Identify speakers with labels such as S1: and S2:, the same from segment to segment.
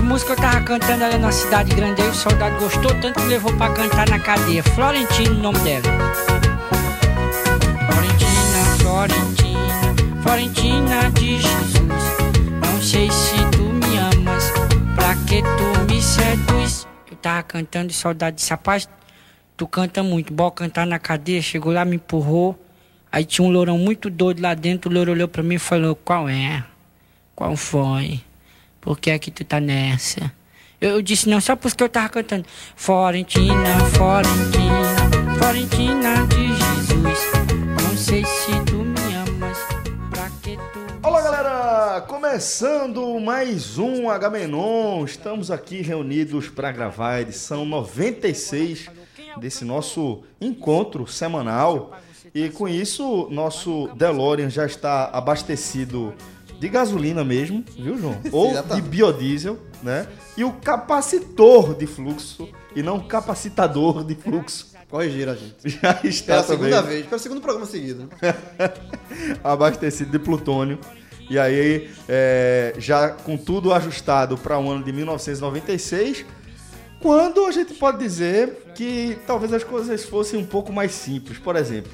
S1: música eu tava cantando ali na cidade grande, aí o soldado gostou tanto que levou pra cantar na cadeia. Florentino, o nome dela. Florentina, Florentina, Florentina de Jesus. Não sei se tu me amas, pra que tu me seduz? Eu tava cantando e o soldado disse, rapaz, tu canta muito, bora cantar na cadeia. Chegou lá, me empurrou. Aí tinha um lourão muito doido lá dentro, o louro olhou pra mim e falou, qual é? Qual foi? Por que é que tu tá nessa? Eu, eu disse não, só porque eu tava cantando. Florentina, Florentina, Florentina de Jesus. Não sei se tu me amas, pra que tu.
S2: Olá, galera! Começando mais um Agamenon. Estamos aqui reunidos para gravar a edição 96 desse nosso encontro semanal. E com isso, nosso DeLorean já está abastecido de gasolina mesmo, viu, João? Ou de biodiesel, né? E o capacitor de fluxo, e não capacitador de fluxo,
S3: Corrigiram a gente.
S2: já está
S3: Pela É segunda
S2: também
S3: vez, pelo segundo programa seguido. né?
S2: abastecido de plutônio. E aí, é, já com tudo ajustado para o ano de 1996, quando a gente pode dizer que talvez as coisas fossem um pouco mais simples. Por exemplo,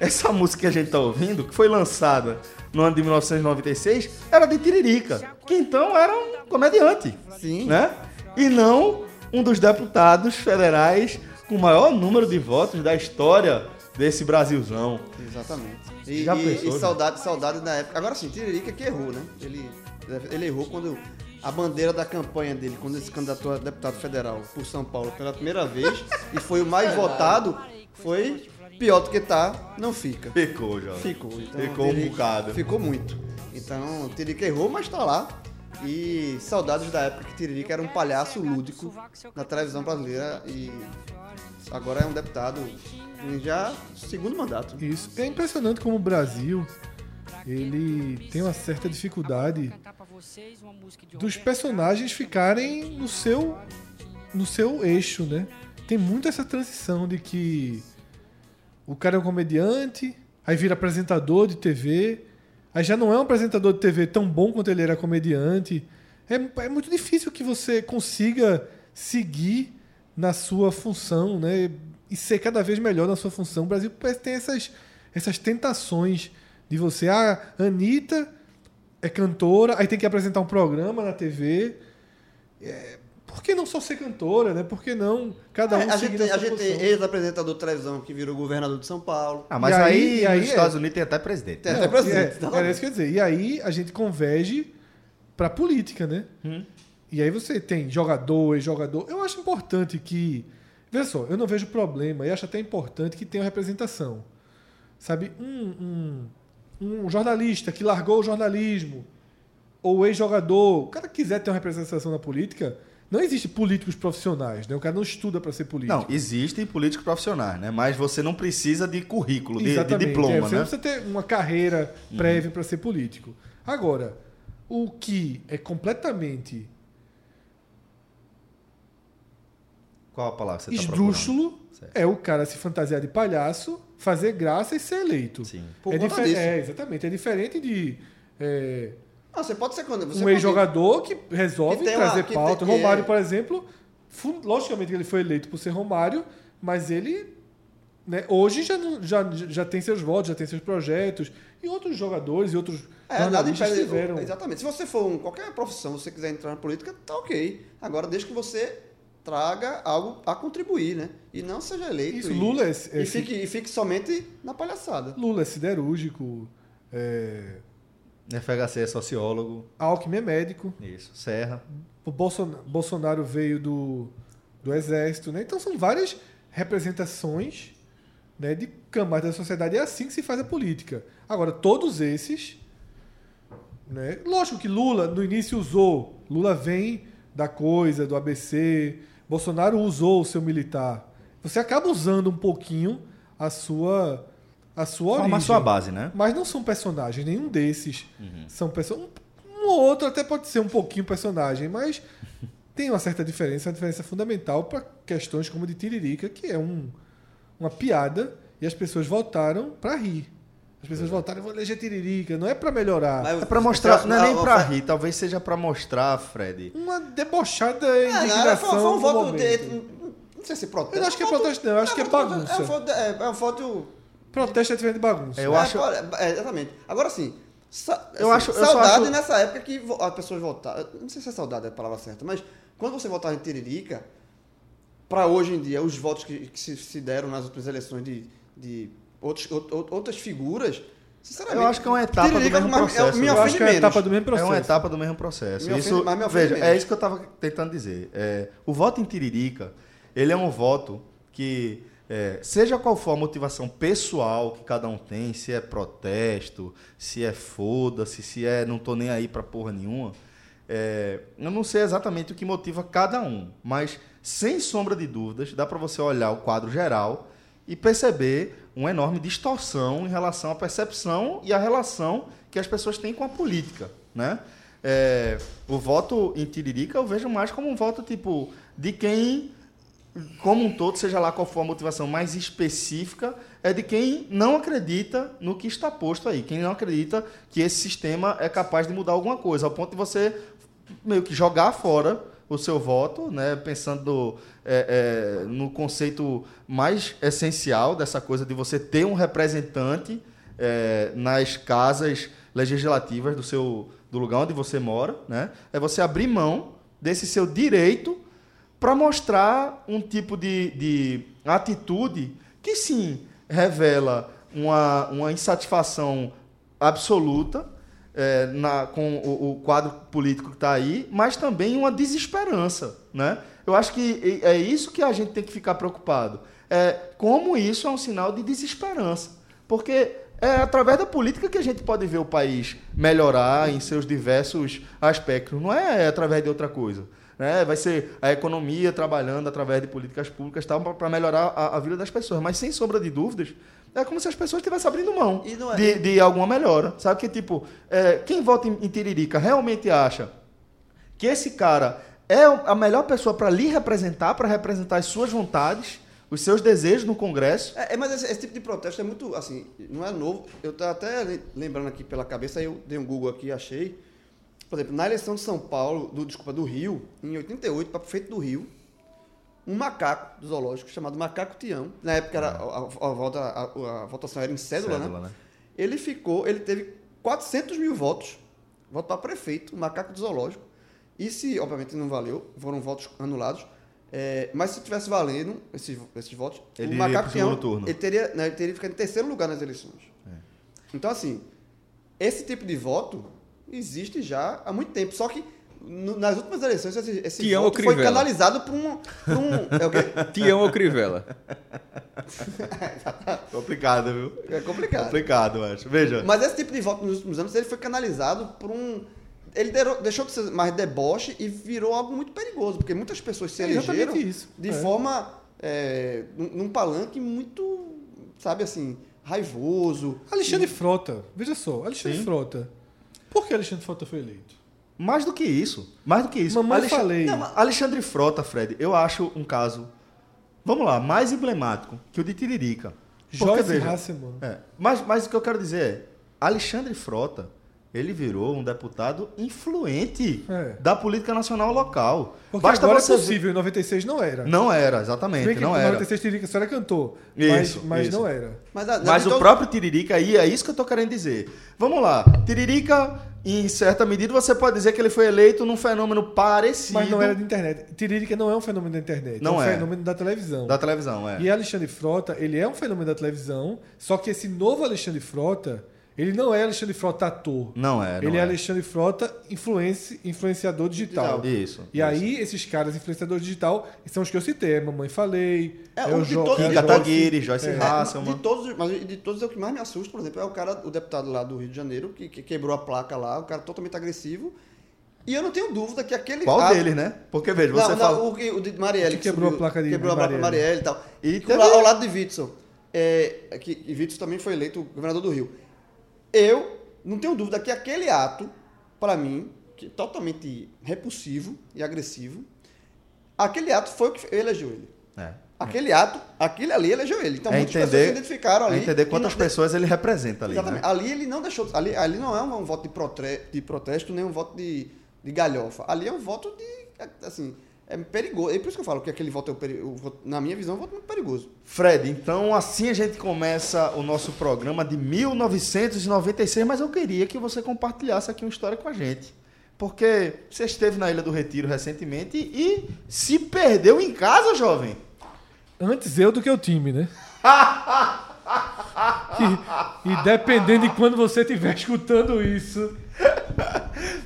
S2: essa música que a gente está ouvindo, que foi lançada no ano de 1996, era de Tiririca, que então era um comediante
S3: Sim.
S2: né? E não um dos deputados federais com o maior número de votos da história desse Brasilzão.
S3: Exatamente. E,
S2: Já
S3: e-
S2: pensou, né?
S3: e saudade, saudade da época. Agora sim, Tiririca que errou, né? Ele, ele errou quando a bandeira da campanha dele, quando ele se candidatou a deputado federal por São Paulo pela primeira vez, e foi o mais votado, foi pior do que tá, não fica.
S2: Ficou, Jorge.
S3: Ficou. Então,
S2: Ficou um
S3: Tiririca
S2: bocado.
S3: Ficou muito. Então, Tiririca errou, mas tá lá. E saudades da época que Tiririca era um palhaço lúdico na televisão brasileira e agora é um deputado em já segundo mandato.
S4: Isso. É impressionante como o Brasil ele tem uma certa dificuldade dos personagens ficarem no seu no seu eixo, né? Tem muito essa transição de que o cara é um comediante, aí vira apresentador de TV, aí já não é um apresentador de TV tão bom quanto ele era comediante. É, é muito difícil que você consiga seguir na sua função, né? E ser cada vez melhor na sua função. O Brasil parece que tem essas, essas tentações de você, ah, Anitta é cantora, aí tem que apresentar um programa na TV. É, por que não só ser cantora, né? Por que não cada um
S3: É, a
S4: seguir
S3: gente,
S4: na
S3: tem-
S4: sua
S3: a gente tem
S4: função?
S3: ex-apresentador de televisão que virou governador de São Paulo.
S2: Ah, mas
S4: E aí-
S2: aí,
S4: e aí
S2: nos
S4: é-
S2: Estados Unidos tem até presidente.
S3: Tem
S2: né?
S3: até
S4: Não,
S3: presidente,
S4: é,
S3: tá lá.
S4: era isso que eu ia dizer. E aí a gente converge pra política, né?
S3: Hum.
S4: E aí você tem jogador, ex-jogador. Eu acho importante que. Veja só, eu não vejo problema e acho até importante que tenha representação. Sabe, um, um, um jornalista que largou o jornalismo, ou ex-jogador, o cara que quiser ter uma representação na política, não existe políticos profissionais, né? O cara não estuda pra ser político.
S2: Não, existem políticos profissionais, né? Mas você não precisa de currículo, de- de,
S4: Exatamente, é,
S2: diploma,
S4: você Uhum.
S2: né?
S4: não precisa ter uma carreira prévia para ser político. Agora, o que é completamente
S2: Qual a palavra que você está
S4: esdrúxulo
S2: tá Certo.
S4: é o cara se fantasiar de palhaço, fazer graça e ser eleito.
S2: Sim.
S3: Por
S4: é,
S3: conta
S4: difer-
S3: disso.
S4: é, exatamente. É diferente de é,
S3: Ah, você pode ser quando você
S4: um
S3: pode-
S4: ex-jogador que resolve
S3: Que tem uma-
S4: trazer
S3: que
S4: pauta.
S3: tem-
S4: Romário,
S3: é.
S4: por exemplo, fu- logicamente que ele foi eleito por ser Romário, mas ele né, hoje já, não- já, já tem seus votos, já tem seus projetos, e outros jogadores e outros
S3: É, nada
S4: jornalistas
S3: impede.
S4: tiveram.
S3: Exatamente. Se você for um, qualquer profissão, você quiser entrar na política, tá ok. Agora, desde que você traga algo a contribuir, né? E não seja eleito.
S4: Isso,
S3: e,
S4: Lula é esse-
S3: e
S4: esse-
S3: fique, e fique somente na palhaçada.
S4: Lula é siderúrgico, é,
S2: procurando? FHC é sociólogo,
S4: Alckmin é médico,
S2: isso. Serra.
S4: o Bolsonaro, Bolsonaro veio do, do exército, né? Então são várias representações né, de camadas da sociedade. É assim que se faz a política. Agora, todos esses. Né? Lógico que Lula, no início, usou. Lula vem da coisa, do ABC. Bolsonaro usou o seu militar. Você acaba usando um pouquinho a sua. A sua
S2: Formar
S4: origem.
S2: sua base, né?
S4: Mas não são personagens, nenhum desses são pessoas. Um ou outro até pode ser um pouquinho personagem, mas tem uma certa diferença, uma diferença fundamental para questões como de Tiririca, que é um, uma piada e as pessoas voltaram para rir. As As pessoas votaram, vou eleger Tiririca. Não é pra melhorar.
S3: Mas-
S2: É pra mostrar, não é nem
S3: Ah,
S2: pra
S3: ah,
S2: rir, talvez seja pra mostrar, Fred.
S4: Uma debochada
S3: É,
S4: indignação
S3: nada, foi, foi um
S4: do
S3: voto
S4: momento.
S3: de, não- não sei se protesto. um
S4: Eu não acho que é
S3: voto-
S4: protesto, não, eu acho que é
S3: voto-
S4: bagunça.
S3: É um voto, é, é um voto
S4: Protesto é diferente de bagunça.
S2: Eu
S3: é,
S2: acho-
S3: é, exatamente. Agora sim, sa-
S2: Eu acho-
S3: assim,
S2: eu só
S3: saudade
S2: acho-
S3: nessa época que vo- as pessoas votaram. Não sei se é saudade a palavra certa, mas quando você votava em Tiririca, para hoje em dia, os votos que, que se, se deram nas outras eleições de, de outros, out- out- outras figuras, sinceramente.
S2: Eu acho que é uma etapa do
S3: Tiririca
S2: mesmo
S3: é uma-
S2: processo, né?
S3: É, me
S2: eu
S4: Eu acho
S3: ofende
S4: que é a
S3: menos.
S4: etapa do mesmo processo.
S2: É uma etapa do mesmo processo.
S3: Me ofende-
S2: isso,
S3: mas me ofende
S2: veja,
S3: menos.
S2: é isso que eu estava tentando dizer. É, o voto em Tiririca, ele é um voto que, é, seja qual for a motivação pessoal que cada um tem, se é protesto, se é foda-se, se é não tô nem aí pra porra nenhuma, é, eu não sei exatamente o que motiva cada um, mas sem sombra de dúvidas, dá para você olhar o quadro geral e perceber uma enorme distorção em relação à percepção e à relação que as pessoas têm com a política, né? É, o voto em Tiririca eu vejo mais como um voto tipo de quem como um todo, seja lá qual for a motivação mais específica, é de quem não acredita no que está posto aí, quem não acredita que esse sistema é capaz de mudar alguma coisa, ao ponto de você meio que jogar fora o seu voto, né, pensando é, é, no conceito mais essencial dessa coisa de você ter um representante é, nas casas legislativas do seu do lugar onde você mora, né, é você abrir mão desse seu direito para mostrar um tipo de, de atitude que sim revela uma, uma insatisfação absoluta eh, na- com o, o quadro político que está aí, mas também uma desesperança. Né? Eu acho que e- é isso que a gente tem que ficar preocupado. É, como isso é um sinal de desesperança. Porque é através da política que a gente pode ver o país melhorar em seus diversos aspectos, não é através de outra coisa. Né? Vai ser a economia trabalhando através de políticas públicas tal para melhorar a, a vida das pessoas. Mas sem sombra de dúvidas, é como se as pessoas estivessem abrindo mão
S3: E não é-
S2: de, de alguma melhora. Sabe que, tipo, é, quem vota em, em Tiririca realmente acha que esse cara é a melhor pessoa para lhe representar, para representar as suas vontades, os seus desejos no Congresso.
S3: É, é, mas esse, esse tipo de protesto é muito, assim, não é novo. Eu tava até le- lembrando aqui pela cabeça, aí eu dei um Google aqui e achei. Por exemplo, na eleição de São Paulo, do, desculpa, do Rio, em 88, para prefeito do Rio, um macaco do zoológico chamado Macaco Tião, na época era, a, a- a volta- a- a votação era em cédula,
S2: Cédula,
S3: né?
S2: né?
S3: Ele ficou, ele teve 400 mil votos, voto para prefeito, um macaco do zoológico. E se, obviamente, não valeu, foram votos anulados. é, mas se tivesse valendo esses, esses votos,
S2: Ele
S3: o
S2: iria
S3: macaco
S2: pro segundo
S3: Tião,
S2: turno. É.
S3: ele teria, né, ele teria ficado em terceiro lugar nas eleições. Então, assim, esse tipo de voto existe já há muito tempo. Só que no- nas últimas eleições, esse, esse
S5: Tião
S3: voto
S5: ou
S3: foi
S5: Crivella?
S3: canalizado para um. pra um é, o quê?
S5: Tião ou Crivella?
S2: Complicado, viu?
S3: é complicado.
S2: Complicado, eu acho. Veja.
S3: Mas esse tipo de voto nos últimos anos ele foi canalizado por um. Ele derou- deixou de ser mais deboche e virou algo muito perigoso, porque muitas pessoas se
S4: É exatamente
S3: elegeram
S4: isso.
S3: de
S4: É.
S3: forma. é, num num palanque muito, sabe assim, raivoso.
S4: Alexandre Frota, veja só, Alexandre
S2: Sim.
S4: Frota. Por que Alexandre Frota foi eleito?
S2: Mais do que isso, mais do que isso.
S4: Mamãe
S2: Alexa-
S4: falei.
S2: Não, mas Alexandre Frota, Fred, eu acho um caso, vamos lá, mais emblemático que o de Tiririca. Porque,
S4: Joyce
S2: veja,
S4: Hasselman.
S2: é, mas, mas o que eu quero dizer é, Alexandre Frota, ele virou um deputado influente
S4: É.
S2: da política nacional local.
S4: Porque agora é
S2: ver-
S4: possível, em 96 não era.
S2: Não era,
S4: Se bem
S2: exatamente,
S4: que
S2: não
S4: em
S2: era.
S4: 96 Tiririca só era cantor.
S2: Isso,
S4: mas mas
S2: isso.
S4: não era.
S3: Mas, a-
S2: Mas
S3: então-
S2: o próprio Tiririca aí, é isso que eu tô querendo dizer. Vamos lá. Tiririca, em certa medida, você pode dizer que ele foi eleito num fenômeno parecido
S4: Mas não era de internet. Tiririca não é um fenômeno da internet, é
S2: Não
S4: um
S2: é.
S4: fenômeno da televisão.
S2: da televisão, é.
S4: E Alexandre Frota, ele é um fenômeno da televisão, só que esse novo Alexandre Frota, ele não é Alexandre Frota ator.
S2: Não é, não
S4: ele é,
S2: é.
S4: Alexandre Frota influenci, influenciador digital.
S2: Digital, isso,
S4: E
S2: isso.
S4: aí, esses caras influenciadores digital são os que eu citei. É Mamãe Falei,
S3: É,
S4: é,
S3: um
S4: o
S3: de
S4: jo
S3: todos-
S4: é a
S2: Kim
S3: Joyce-
S4: Joyce.
S2: Kataguiri, Joyce
S3: É,
S2: Hasselman.
S3: De todos, mas de todos é o que mais me assusta, por exemplo, é o cara, o deputado lá do Rio de Janeiro, que, que quebrou a placa lá, o cara totalmente agressivo. E eu não tenho dúvida que aquele.
S2: Qual
S3: ato-
S2: deles, né? Porque, veja,
S3: Não,
S2: você
S3: não,
S2: fala...
S3: o, que- o de Marielle.
S4: Que quebrou a placa de
S3: Quebrou a placa de Marielle
S4: Marielle.
S3: e tal.
S2: E
S3: E
S2: teve- um-
S3: ao lado de Witzel. É, que, e Witzel também foi eleito governador do Rio. Eu não tenho dúvida que aquele ato, para mim, que é totalmente repulsivo e agressivo, aquele ato foi o que elegeu ele.
S2: É.
S3: Aquele ato, aquele ali elegeu ele. Então
S2: É
S3: muitas
S2: entender-
S3: pessoas se identificaram ali.
S2: É entender
S3: e
S2: quantas
S3: não-
S2: pessoas ele representa ali.
S3: Exatamente.
S2: Né?
S3: Ali ele não deixou. Ali, ali não é um, um voto de, protre- de protesto, nem um voto de, de galhofa. Ali é um voto de. Assim, é perigoso. É por isso que eu falo que aquele voto é o peri- o voto- na minha visão, é um voto muito perigoso.
S2: Fred, então assim a gente começa o nosso programa de 1996, mas eu queria que você compartilhasse aqui uma história com a gente. Porque você esteve na Ilha do Retiro recentemente e se perdeu em casa, jovem.
S4: Antes eu do que o time, né? e, e dependendo de quando você estiver escutando isso.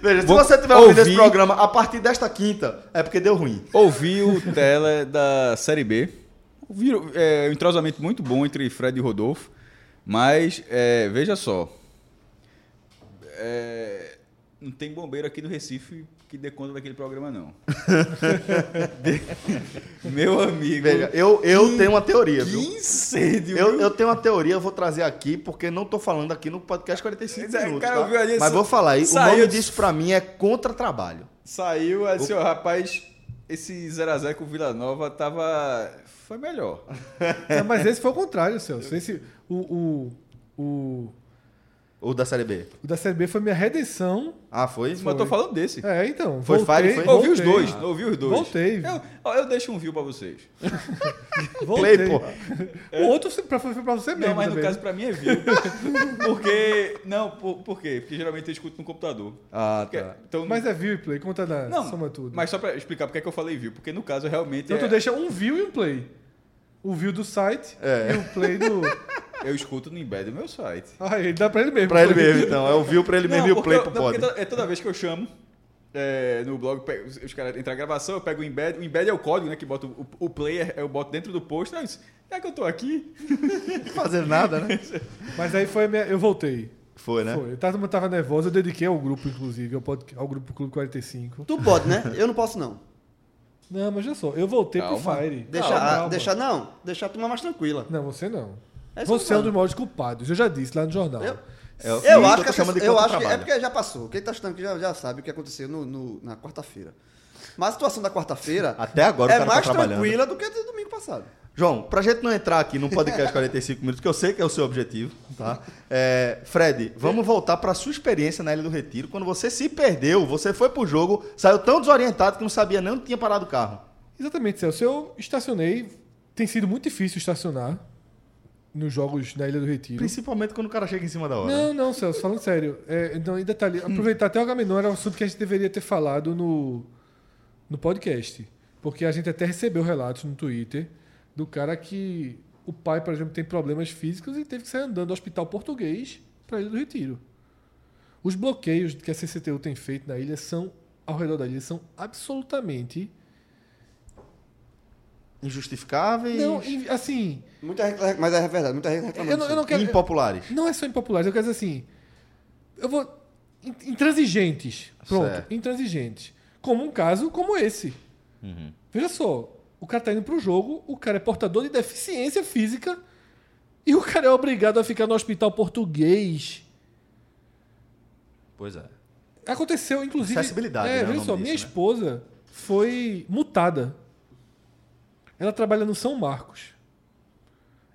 S2: Veja,
S5: Vou
S2: se você tiver ouvindo
S5: ouvir.
S2: esse programa a partir desta quinta, é porque deu ruim.
S5: Ouvi o Tele da Série B. Ouvi, é, um entrosamento muito bom entre Fred e Rodolfo. Mas, é, veja só. É, não tem bombeiro aqui no Recife que dê conta daquele programa, não. De- Meu amigo.
S2: Veja, eu, eu
S5: que-
S2: tenho uma teoria,
S5: que
S2: viu?
S5: incêndio.
S2: Eu,
S5: viu?
S2: eu tenho uma teoria, eu vou trazer aqui, porque não tô falando aqui no podcast 45
S5: é, Cara,
S2: minutos,
S5: eu vi
S2: tá?
S5: ali,
S2: Mas
S5: sa-
S2: vou falar aí. O
S5: saiu
S2: nome
S5: de-
S2: disso pra mim é contra-trabalho.
S5: Saiu, aí disse, ó, rapaz, esse 0x0 com o Vila Nova tava... Foi melhor.
S4: É, mas esse foi o contrário, Celso. Esse, o, o, o,
S2: O da Série B.
S4: o da Série B foi minha redenção.
S2: Ah, foi? É,
S5: Mas eu tô falando desse.
S4: É, então.
S2: Foi
S4: voltei,
S2: Fire, foi?
S5: Ouvi os
S4: voltei. Ah,
S5: dois, ouvi os dois.
S4: Voltei.
S5: Eu, ó, eu deixo um view pra vocês.
S4: Voltei.
S2: Play, pô.
S4: O outro foi pra, foi pra você mesmo.
S5: Não, mas no
S4: também.
S5: caso pra mim é view. Porque. Não, por, por quê? Porque geralmente eu escuto no computador.
S2: Ah,
S5: Porque-
S2: tá.
S5: então,
S4: Mas é view e play, conta da
S5: não,
S4: soma tudo.
S5: Mas só pra explicar porque é que eu falei view. Porque no caso realmente.
S4: Então
S5: é-
S4: tu deixa um view e um play. O view do site
S2: É.
S4: e o play do.
S5: Eu escuto no embed do meu site.
S4: Ah, ele dá pra ele mesmo.
S2: Pra ele mesmo, então. É o view pra ele mesmo e o
S5: porque
S2: play
S5: eu-
S2: pro
S5: não,
S2: pod.
S5: porque to- É toda vez que eu chamo. é, no blog, eu pego- os os caras entram a gravação, eu pego o embed. O embed é o código, né? Que bota o, o player, é, eu boto dentro do post. Aí eu disse, é que eu tô aqui.
S2: fazer nada, né?
S4: Mas aí foi a minha. Eu voltei.
S2: Foi, né?
S4: Foi. Eu tava, eu tava nervoso, eu dediquei ao grupo, inclusive, ao, pod... ao grupo Clube 45.
S3: Tu pode, né? Eu não posso, não.
S4: Não, mas já só, eu voltei pro
S5: Calma.
S4: Fire.
S3: Deixar,
S4: Calma, calma.
S3: deixar não, deixar a turma mais tranquila.
S4: Não, você não.
S3: É isso que eu
S4: você é um
S3: falo.
S4: dos maiores culpados. Eu já disse lá no jornal.
S3: Eu-
S2: É o-
S3: Eu
S2: Sim,
S3: acho
S2: tô
S3: que, essa,
S2: chamando de
S3: eu acho que é
S2: contra-trabalho.
S3: porque já passou. Quem tá estudando aqui já, já sabe o que aconteceu no, no- na quarta-feira. Mas a situação da quarta-feira
S2: Até agora o
S3: é
S2: cara tá
S3: mais
S2: trabalhando.
S3: tranquila do que a do domingo passado.
S2: João, pra gente não entrar aqui num podcast 45 minutos, que eu sei que é o seu objetivo, tá? É, Fred, vamos voltar pra sua experiência na Ilha do Retiro. Quando você se perdeu, você foi pro jogo, saiu tão desorientado que não sabia nem onde tinha parado o carro.
S4: Exatamente, Celso. Eu estacionei. Tem sido muito difícil estacionar nos jogos na Ilha do Retiro.
S2: Principalmente quando o cara chega em cima da hora.
S4: Não, não, Celso, falando sério. É, então, e detalhe, aproveitar até o Agamenon era um assunto que a gente deveria ter falado no, no podcast. Porque a gente até recebeu relatos no Twitter do cara que o pai, por exemplo, tem problemas físicos e teve que sair andando do hospital português para a Ilha do Retiro. Os bloqueios que a CCTU tem feito na ilha são, ao redor da ilha, são absolutamente.
S2: Injustificáveis
S4: Não, e, assim.
S3: Muita recla- Mas é verdade, muita gente reclamando.
S4: Eu não, eu não
S2: e
S4: quero.
S2: impopulares.
S4: Não é só impopulares, eu quero dizer assim. Eu vou. in- Intransigentes. Pronto,
S2: Certo.
S4: intransigentes. Como um caso como esse. Veja só, o cara tá indo pro jogo, o cara é portador de deficiência física e o cara é obrigado a ficar no hospital português.
S2: Pois é.
S4: Aconteceu, inclusive.
S2: Acessibilidade, né,
S4: É,
S2: é o
S4: veja
S2: nome
S4: só,
S2: disso,
S4: minha
S2: né?
S4: esposa foi mutada. Ela trabalha no São Marcos.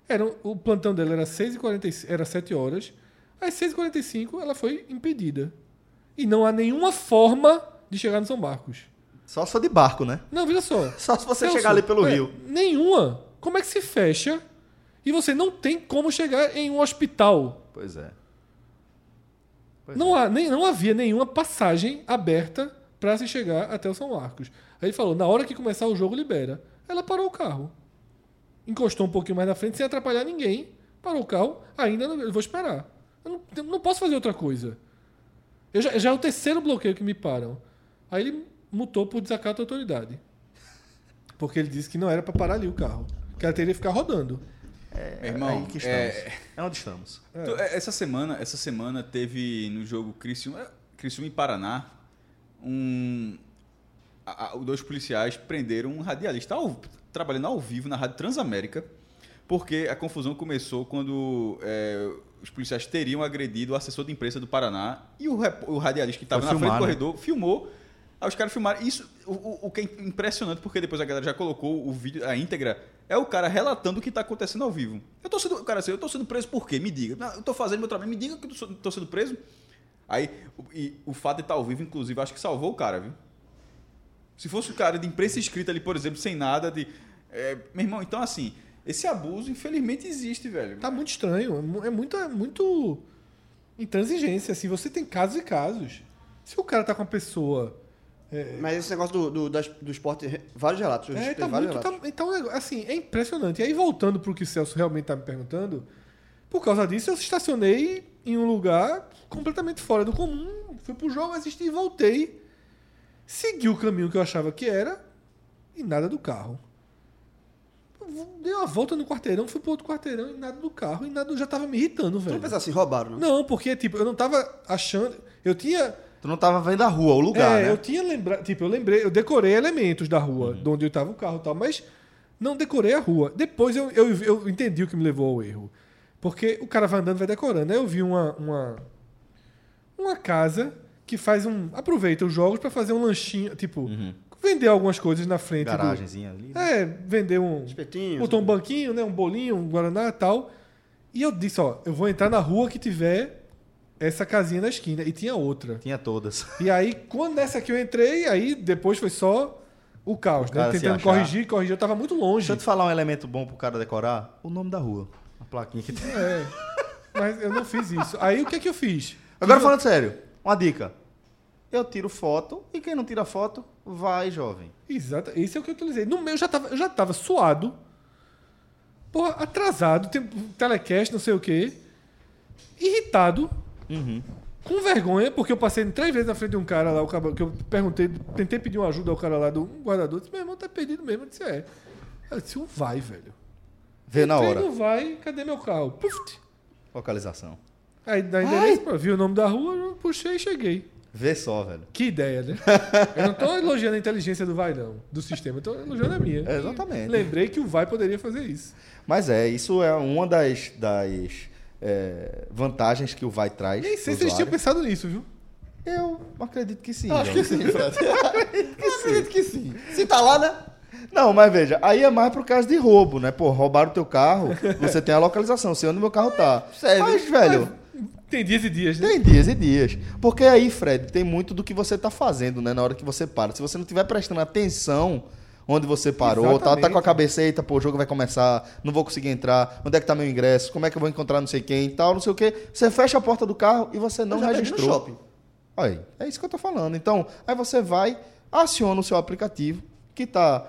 S4: Era, um- o plantão dela era 6h45, era 7 horas. Às 6h45 ela foi impedida. E não há nenhuma forma de chegar no São Marcos.
S2: Só só de barco, né?
S4: Não, veja só.
S2: Só se você
S4: Celso,
S2: chegar ali pelo
S4: é,
S2: rio.
S4: Nenhuma. Como é que se fecha e você não tem como chegar em um hospital?
S2: Pois é. Pois
S4: Não, há, nem, não havia nenhuma passagem aberta para se chegar até o São Marcos. Aí ele falou: na hora que começar o jogo, libera. Ela parou o carro. Encostou um pouquinho mais na frente, sem atrapalhar ninguém. Parou o carro, ainda não, eu vou esperar. Eu não, eu não posso fazer outra coisa. Eu já, já é o terceiro bloqueio que me param. Aí ele mutou por desacato à autoridade. Porque ele disse que não era para parar ali o carro. Que ela teria que ficar rodando.
S5: Meu irmão,
S2: aí que
S5: é-
S2: estamos. É onde estamos.
S5: Tu- é, Essa semana, essa semana teve no jogo Criciúma, Criciúma e Paraná, um, a- a- dois policiais prenderam um radialista ao- trabalhando ao vivo na Rádio Transamérica, porque a confusão começou quando é, os policiais teriam agredido o assessor de imprensa do Paraná e o, rep- o radialista que estava
S2: Foi
S5: na frente
S2: filmar,
S5: do
S2: né?
S5: corredor filmou Aí os caras filmaram. Isso, o, o, o que é impressionante, porque depois a galera já colocou o vídeo, a íntegra, é o cara relatando o que tá acontecendo ao vivo. Eu tô sendo. O cara assim, eu tô sendo preso por quê? Me diga. Não, Eu tô fazendo meu trabalho, me diga que eu tô- tô sendo preso. Aí, o- e o fato de estar ao vivo, inclusive, acho que salvou o cara, viu? Se fosse o cara de imprensa escrita ali, por exemplo, sem nada de. é, meu irmão, então assim, esse abuso, infelizmente, existe, velho.
S4: Tá muito estranho. é mu- É muito, é muito intransigência. Assim, você tem casos e casos. Se o cara tá com uma pessoa.
S3: Mas esse negócio do, do, das- do esporte, re- vários relatos. eu
S4: É,
S3: escutei
S4: tá
S3: vários
S4: muito,
S3: relatos.
S4: tá- então, é- assim, é impressionante. E aí, voltando pro que o Celso realmente tá me perguntando, por causa disso, eu estacionei em um lugar completamente fora do comum. Fui pro jogo, assisti e voltei. Segui o caminho que eu achava que era e nada do carro. Dei uma volta no quarteirão, fui pro outro quarteirão e nada do carro. E nada, já tava me irritando,
S3: Tu
S4: velho.
S3: não pensa assim, roubaram, não?
S4: Não, porque, tipo, eu não tava achando. Eu tinha.
S2: Tu não tava vendo a rua, o lugar,
S4: é,
S2: né? Uhum.
S4: eu tinha lembrado. Tipo, eu lembrei, eu decorei elementos da rua, de onde eu tava o carro e tal, mas não decorei a rua. Depois eu, eu, eu entendi o que me levou ao erro. Porque o cara vai andando, vai decorando. Aí eu vi uma. Uma, uma casa que faz um. Aproveita os jogos pra fazer um lanchinho. Tipo,
S2: Uhum.
S4: vender algumas coisas na frente. do-
S2: Garagenzinha ali. né?
S4: é, vender um.
S3: Espetinho.
S4: Botou um banquinho, né? Um bolinho, um Guaraná e tal. E eu disse, ó, eu vou entrar na rua que tiver essa casinha na esquina. E tinha outra.
S2: Tinha todas.
S4: E aí, quando nessa que eu entrei, aí depois foi só o caos, né?
S2: cara se
S4: Tentando
S2: achar.
S4: corrigir, corrigir. Eu tava muito longe.
S2: Deixa eu te falar um elemento bom pro cara decorar. O nome da rua. A plaquinha que tem.
S4: É. Mas eu não fiz isso. Aí o que é que eu fiz?
S2: Agora
S4: Tive-
S2: falando sério, uma dica. Eu tiro foto e quem não tira foto, vai, jovem.
S4: Exato, esse é o que eu utilizei. No meu eu já tava, eu já tava suado, porra, atrasado, tem- telecast, não sei o quê, irritado, com vergonha, porque eu passei três vezes na frente de um cara lá, o cara, que eu perguntei, tentei pedir uma ajuda ao cara lá do um guardador, disse, meu irmão tá perdido mesmo, eu disse, é. Eu disse, não vai, velho.
S2: Vê na
S4: Entrei,
S2: hora.
S4: Não vai, cadê meu carro? Puf,
S2: Localização.
S4: aí dá endereço, pô, vi o nome da rua, eu puxei e cheguei.
S2: Vê só, velho.
S4: Que ideia, né? Eu não tô elogiando a inteligência do Vai, não, do sistema, eu tô elogiando a minha.
S2: É, exatamente.
S4: Lembrei que o Vai poderia fazer isso.
S2: Mas é, isso é uma das, das é, vantagens que o vai traz.
S4: Nem
S2: pro
S4: sei se eles tinham
S2: usuário.
S4: pensado nisso, viu?
S2: Eu acredito que sim.
S3: Acho
S2: velho.
S3: que sim, Fred. Eu acredito que sim. Se tá lá, né?
S2: Não, mas veja, aí é mais pro caso de roubo, né? Pô, roubaram teu carro, você tem a localização, sei onde meu carro tá.
S3: Serve.
S2: Mas, velho,
S4: Tem dias e dias, né?
S2: Tem dias e dias. Porque aí, Fred, tem muito do que você tá fazendo, né? Na hora que você para. Se você não tiver prestando atenção onde você parou, tá, tá com a
S4: Exatamente.
S2: cabeça, eita, pô, o jogo vai começar, não vou conseguir entrar, onde é que tá meu ingresso, como é que eu vou encontrar não sei quem e tal, não sei o quê. Você fecha a porta do carro e você não
S3: Eu já perdi no
S2: registrou.
S3: shopping.
S2: Aí, é isso que eu tô falando. Então, aí você vai, aciona o seu aplicativo, que tá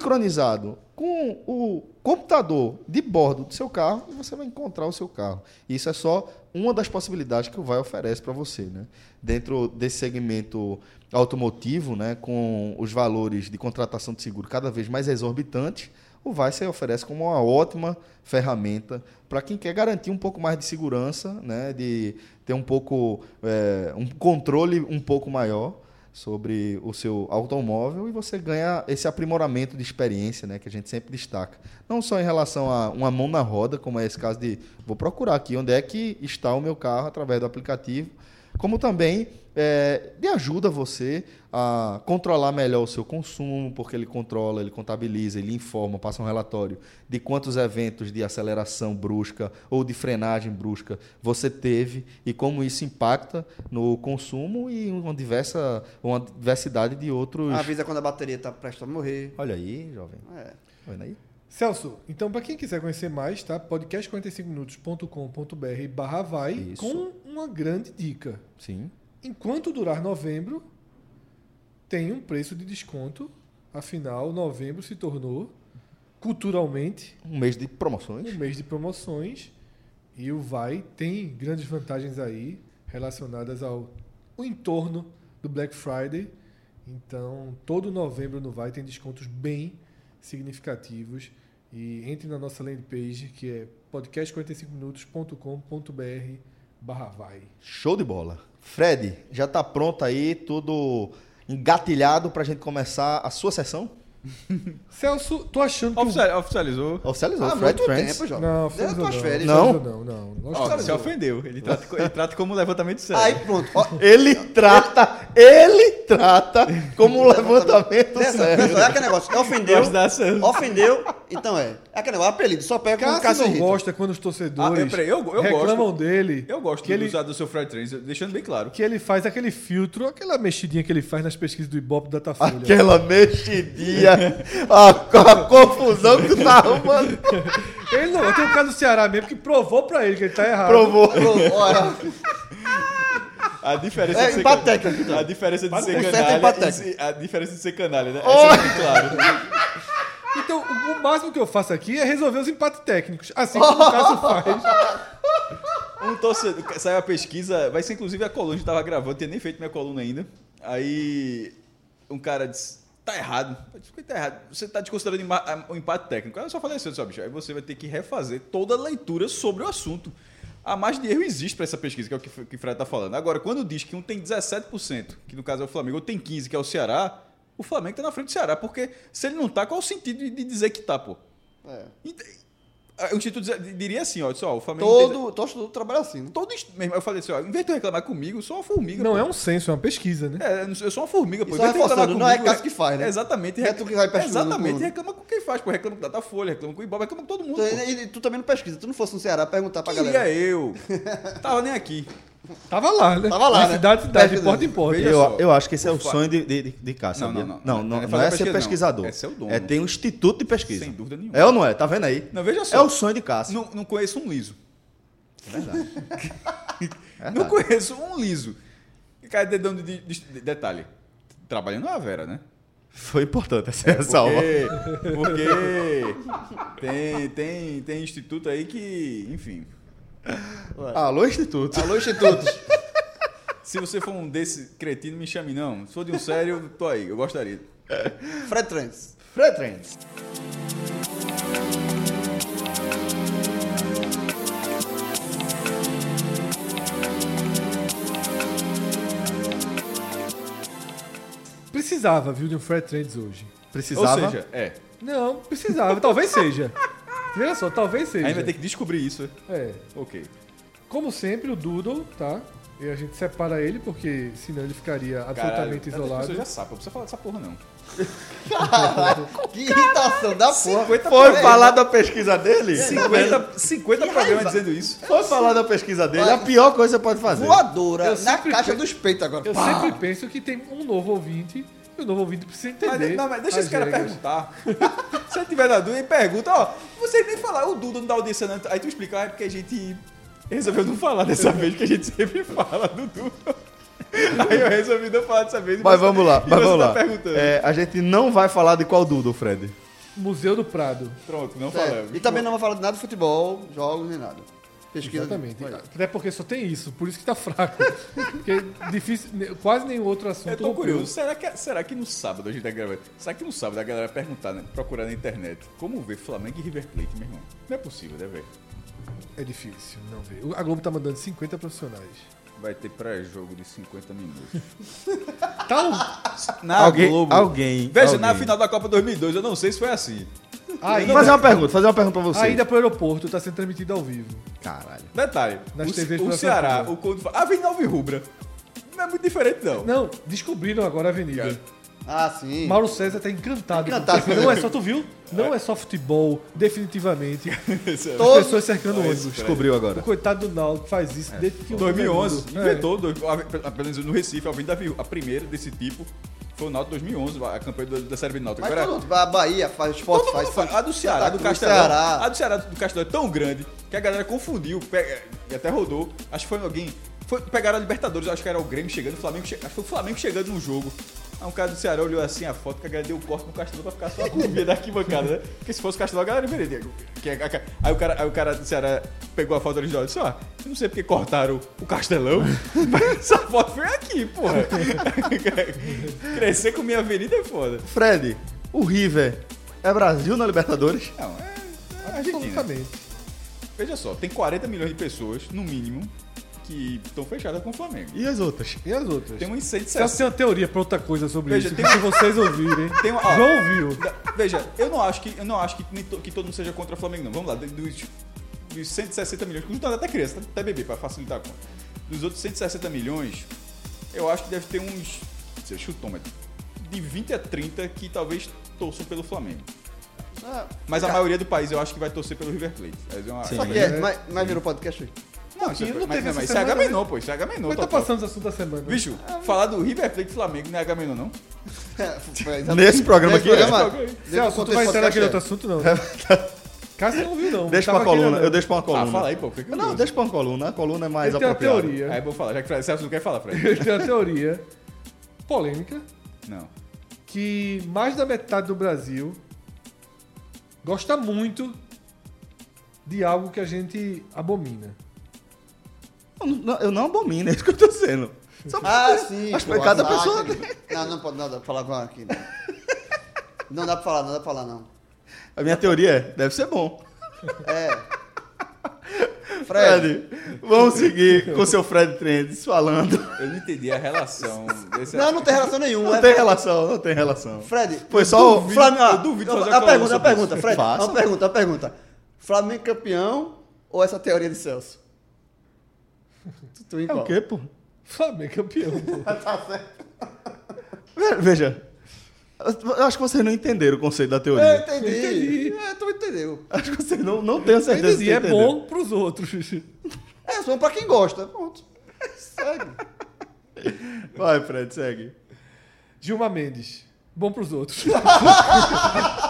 S2: sincronizado com o computador de bordo do seu carro e você vai encontrar o seu carro. Isso é só uma das possibilidades que o Vai oferece para você, né? Dentro desse segmento automotivo, né, com os valores de contratação de seguro cada vez mais exorbitantes, o Vai se oferece como uma ótima ferramenta para quem quer garantir um pouco mais de segurança, né, de ter um pouco é, um controle um pouco maior sobre o seu automóvel e você ganha esse aprimoramento de experiência, né, que a gente sempre destaca. Não só em relação a uma mão na roda, como é esse caso de vou procurar aqui onde é que está o meu carro através do aplicativo, como também é, de ajuda você a controlar melhor o seu consumo, porque ele controla, ele contabiliza, ele informa, passa um relatório de quantos eventos de aceleração brusca ou de frenagem brusca você teve e como isso impacta no consumo e uma diversa uma diversidade de outros.
S3: Avisa quando a bateria tá prestes a morrer.
S2: Olha aí, jovem.
S3: É.
S2: Tá vendo aí?
S4: Celso, então pra quem quiser conhecer mais, tá? podcast45minutos.com.br barra vai
S2: Isso.
S4: com uma grande dica.
S2: Sim.
S4: Enquanto durar novembro, tem um preço de desconto. Afinal, novembro se tornou, culturalmente,
S2: Um mês de
S4: um
S2: promoções.
S4: mês de promoções. E o Vai tem grandes vantagens aí relacionadas ao o entorno do Black Friday. Então, todo novembro no Vai tem descontos bem significativos. E entre na nossa landing page, que é podcast45minutos.com.br barra vai.
S2: Show de bola. Fred, já tá pronto aí, tudo engatilhado pra gente começar a sua sessão?
S4: Celso, tô achando que. o-
S5: Oficial- Oficializou.
S2: Oficializou,
S3: Há
S2: Fred
S3: Tá muito
S2: Trance.
S3: tempo, Jota.
S4: Não,
S3: Desde as
S4: oficializou
S3: tuas
S4: não.
S3: férias.
S2: Não.
S4: Oficializou Não, não. Lógico
S5: Ó,
S4: que
S5: se
S4: não.
S5: ofendeu. Ele trata, co- ele trata como levantamento sério.
S3: Aí pronto. Ó,
S2: Ele trata, ele trata como um levantamento
S3: Nessa,
S2: sério.
S3: nessa, é aquele negócio. Ofendeu.
S5: Gosto dessa.
S3: Ofendeu. Então é. É aquele negócio. Apelido. Só pega com
S4: Cássio,
S3: o Cássio
S4: não
S3: Rita.
S4: gosta quando os torcedores
S5: Ah, eu- peraí, eu- eu
S4: reclamam
S5: gosto.
S4: dele.
S5: Eu gosto
S4: que
S5: de
S4: ele,
S5: usar do seu Fred Trends, deixando bem claro.
S4: que ele faz aquele filtro, aquela mexidinha que ele faz nas pesquisas do Ibope do Datafolha.
S2: Aquela mexidinha, a, a confusão que tu tá arrumando.
S4: Ele não, tem um caso do Ceará mesmo que provou pra ele que ele tá errado.
S2: Provou.
S3: Olha,
S5: A diferença
S3: É
S5: de ser
S3: empate
S5: can-
S3: técnico, então.
S5: A diferença de
S3: Mas
S5: ser
S3: o certo é empate
S5: canalha. e
S3: técnico.
S5: se- A diferença de ser canalha, né? Essa é bem claro.
S4: Então, o o máximo que eu faço aqui é resolver os empates técnicos. Assim como o caso faz.
S5: Um torcedor. Saiu a pesquisa, vai ser inclusive a coluna, a gente tava gravando, tinha nem feito minha coluna ainda. Aí um cara disse: tá errado. Eu disse, "Por que tá errado. Você tá desconsiderando o emba- o empate técnico. Aí eu só falei assim, eu disse, "Ó, bicho, aí você vai ter que refazer toda a leitura sobre o assunto. A margem de erro existe pra essa pesquisa, que é o que, f- que o Fred tá falando. Agora, quando diz que um tem 17%, que no caso é o Flamengo, ou tem 15%, que é o Ceará, o Flamengo tá na frente do Ceará, porque se ele não tá, qual o sentido de- de dizer que tá, pô?
S3: É.
S5: Ent- Ah, O Instituto dizia- diria assim, ó, disse, ó, o Flamengo tem-
S3: todo, todo estudo trabalha assim, né?
S5: todo inst- meu irmão, eu falei assim, ó, em vez de tu reclamar comigo, eu sou uma formiga.
S4: Não
S5: pô.
S4: é um censo, é uma pesquisa, né?
S5: É, eu não sou- eu sou uma formiga, pô.
S3: E
S5: Em
S3: só
S5: vez de reclamar
S3: reforçando, não é
S5: comigo,
S3: Cássio que faz, né?
S5: Exatamente.
S3: Não é tu que vai pesquisando
S5: Exatamente,
S3: tudo.
S5: reclama com quem faz, pô. Reclama com o Datafolha, reclama com o Iboba, reclama com todo mundo,
S3: Tu,
S5: pô.
S3: e tu também não pesquisa. Tu não fosse no Ceará perguntar pra
S5: Queria
S3: galera.
S5: eu. Tava nem aqui.
S4: Tava lá, né?
S3: Tava lá,
S4: Na
S3: né?
S4: cidade, cidade, de
S3: Pesquisa.
S4: porta em porta.
S5: Veja só.
S2: Eu, eu acho que esse é o
S5: Ufa.
S2: sonho de, de, de, de cá,
S5: Não,
S2: sabia?
S5: não, não.
S2: não,
S5: É
S2: não, é
S5: fazer pesquisa,
S2: ser
S5: não.
S2: pesquisador.
S5: É ser o dono.
S2: É ter um instituto de pesquisa.
S5: Sem dúvida nenhuma.
S2: É ou não é? Tá vendo aí?
S5: Não, veja só.
S2: É o sonho de Cássio.
S5: Não, não conheço um liso.
S3: É
S2: Verdade.
S5: Não conheço um liso. Cara, dedão de, de- de- detalhe. Trabalhando a Vera, né?
S2: Foi importante essa
S5: É
S2: ressalva.
S5: Porque, porque tem, tem, tem instituto aí que, enfim,
S2: Alô, instituto.
S3: Alô, institutos.
S5: Se você for um desse cretino, me chame não. Se for de um sério, eu tô aí, eu gostaria.
S3: Fred Trans.
S2: Fred Trends.
S4: Precisava, viu, de um Fred Trends hoje.
S2: Precisava.
S5: Ou seja, é.
S4: Não, precisava. talvez seja. Veja só, talvez seja.
S5: Aí vai ter que descobrir isso.
S4: É.
S5: Ok.
S4: Como sempre, o Doodle, tá? E a gente separa ele, porque senão ele ficaria absolutamente
S5: Você já
S4: isolado.
S5: sabe, não precisa falar dessa porra, não.
S3: Que irritação da porra. É,
S5: 50,
S2: Foi
S5: pro-
S2: falar da pesquisa dele?
S5: 50, 50 programas dizendo isso.
S2: Foi falar da pesquisa dele? A pior coisa que você pode fazer.
S3: Voadora
S4: Eu
S3: na
S4: sempre
S3: caixa
S4: pe-
S3: dos peitos agora.
S4: Eu
S3: Pá!
S4: sempre penso que tem um novo ouvinte e o novo ouvinte precisa
S5: Mas,
S4: entender.
S5: não, mas deixa
S4: as
S5: esse cara
S4: regras.
S5: perguntar. Se eu tiver na dúvida, ele pergunta, ó, vocês nem falaram, o Duda não dá audiência, não. Aí tu explica, ah, é porque a gente resolveu não falar dessa vez, porque a gente sempre fala do Duda. Aí eu resolvi não falar dessa vez. e
S2: Mas
S5: você-
S2: vamos lá,
S5: e
S2: mas
S5: você
S2: vamos
S5: tá
S2: lá.
S5: perguntando.
S2: É, a gente não vai falar de qual Dudo, Fred.
S4: Museu do Prado.
S5: Pronto, não
S3: É,
S5: falamos.
S3: E também não vai falar de nada de futebol, jogos, nem nada. Pesquisa.
S4: Exatamente.
S3: Vai.
S4: Até porque só tem isso, por isso que tá fraco. Porque é difícil, ne- quase nenhum outro assunto.
S5: Eu tô
S4: rompeu.
S5: curioso. Será que, será que no sábado a gente tá gravando? Será que no sábado a galera perguntar, né? Procurar na internet como ver Flamengo e River Plate, meu irmão? Não é possível, né, velho?
S4: É difícil, não ver. A Globo tá mandando 50 profissionais.
S5: Vai ter pré-jogo de 50 minutos. Ah,
S4: Tá um...
S5: Na
S2: Alguém-
S5: Globo.
S2: alguém-
S5: Veja, na
S2: alguém.
S5: final da Copa 2002, eu não sei se foi assim.
S4: ainda,
S2: Fazer uma pergunta, fazer uma pergunta pra você.
S4: ainda pro aeroporto, tá sendo transmitido ao vivo.
S2: Caralho.
S5: Detalhe,
S4: Nas
S5: o,
S4: TVs
S5: o
S4: pela
S5: Ceará,
S4: Santa
S5: o quando fala... Ah, vem Nova e Rubra. Não é muito diferente, não.
S4: Não, descobriram agora a avenida.
S3: Ah, sim.
S4: Mauro César tá encantado.
S3: Encantado.
S4: porque Não é só, tu viu? Não é só futebol, definitivamente. As
S3: Todo-
S4: pessoas cercando o ônibus.
S2: Descobriu
S4: O
S2: agora.
S4: coitado do Náutico faz isso
S5: É.
S4: desde que... o É.
S5: 2011,
S4: mundo-
S5: inventou, dois- a- pelo menos no Recife, a Avenida Viu, a primeira desse tipo, foi o Náutico 2011, a campanha da- da Série B do Náutico.
S3: Mas
S5: Agora-
S3: todo, a Bahia faz, esporte
S5: Todo
S3: faz.
S5: mundo faz. A do Ceará, do
S3: Santa Cruz,
S5: Castelão.
S3: Ceará.
S5: A do Ceará do Castelão é tão grande que a galera confundiu pe- e até rodou. Acho que foi alguém. Foi, pegaram a Libertadores, acho que era o Grêmio chegando, o Flamengo che- Acho que foi o Flamengo chegando no jogo. Aí um cara do Ceará olhou assim a foto que a galera deu o corte no Castelão pra ficar só a curvinha da arquibancada, né? Porque se fosse o Castelão, a galera veria. Que é- que é- Aí o cara, aí o cara do Ceará pegou a foto original e disse, ó, eu não sei porque cortaram o Castelão, mas essa foto foi aqui, porra. Crescer com minha avenida é foda.
S2: Fred, o River é Brasil na Libertadores?
S5: Não, é, é Argentina.
S4: Absolutamente.
S5: Veja só, tem 40 milhões de pessoas, no mínimo, que estão fechadas com o Flamengo.
S6: E as outras?
S4: E as outras?
S5: Tem
S4: Tem
S5: um incêndio
S4: Celso tem uma teoria pra outra coisa sobre
S5: Veja,
S4: isso.
S5: tem-
S4: Se vocês ouvirem.
S5: Tem uma- ó.
S4: João ouviu.
S5: Da- Veja, eu não acho que, eu não acho que, nem to- que todo mundo seja contra o Flamengo, não. Vamos lá, de- dos, dos 160 milhões, que não tá até criança, tá- até bebê, pra facilitar a conta. Dos outros 160 milhões, eu acho que deve ter uns, se eu chutômetro, de 20 a 30 que talvez torçam pelo Flamengo.
S3: Ah,
S5: Mas a maioria do país eu acho que vai torcer pelo River Plate. Mas eu acho-
S3: só que é, mas, mas virou podcast aí.
S5: Não, isso
S4: Sim,
S5: é,
S4: não
S5: mas,
S4: teve
S5: mas
S4: essa
S5: isso é
S4: semana, né?
S5: Agamenon, pô. Isso é Agamenon.
S4: Mas tá
S5: total.
S4: passando os assuntos da semana. né?
S5: Bicho, falar do River Plate e Flamengo não é Agamenon, não?
S2: Nesse programa aqui, é.
S4: Celso, tu vai entrar naquele outro assunto, não? né? Cássio não viu, não.
S2: Deixa
S4: Tava
S2: pra
S4: aqui,
S2: coluna,
S4: né?
S2: eu deixo pra uma
S5: Ah, fala
S2: coluna.
S5: aí, pô. Fica
S2: Não,
S5: curioso.
S2: deixa pra uma coluna, a coluna é mais
S4: Ele tem uma
S2: apropriada.
S4: teoria.
S5: Aí eu vou falar, já que Fred Celso não quer falar, Fred.
S4: Ele tem uma teoria polêmica
S5: Não.
S4: que mais da metade do Brasil gosta muito de algo que a gente abomina.
S2: Eu não- Eu não abomino, é isso que eu tô dizendo. Só
S3: Ah, sim.
S2: Mas
S3: pô,
S2: pra cada
S3: ataque.
S2: pessoa
S3: Não, não pode não dá pra falar agora aqui. Não. não dá pra falar, não dá pra falar, não.
S2: A minha teoria é, deve ser bom.
S3: É. Fred,
S2: Fred, vamos seguir com o seu Fred Trends falando.
S5: Eu não entendi a relação desse
S3: Não, não tem relação nenhuma.
S2: Não
S3: é-
S2: tem relação, não tem relação.
S3: Fred,
S2: Foi só o...
S3: Flamengo.
S5: eu duvido fazer
S3: a
S5: uma
S3: pergunta, a
S5: sobre
S3: pergunta,
S5: isso.
S3: Fred.
S2: Faça.
S3: Uma pergunta, uma pergunta. Flamengo campeão ou essa teoria de Celso? Tu, tu em
S2: É o
S3: qual?
S2: quê, pô?
S4: Flamengo é campeão, pô.
S2: Ve- Veja, eu acho que vocês não entenderam o conceito da teoria.
S3: Eu entendi.
S4: Entendi.
S3: É, tu entendeu.
S2: Acho que vocês não, não têm a certeza
S4: Entendi,
S2: que
S4: é
S2: entenderam.
S4: bom pros outros.
S3: É, só pra quem gosta. Pronto. É Segue.
S2: Vai, Fred, segue.
S4: Gilmar Mendes, bom pros outros.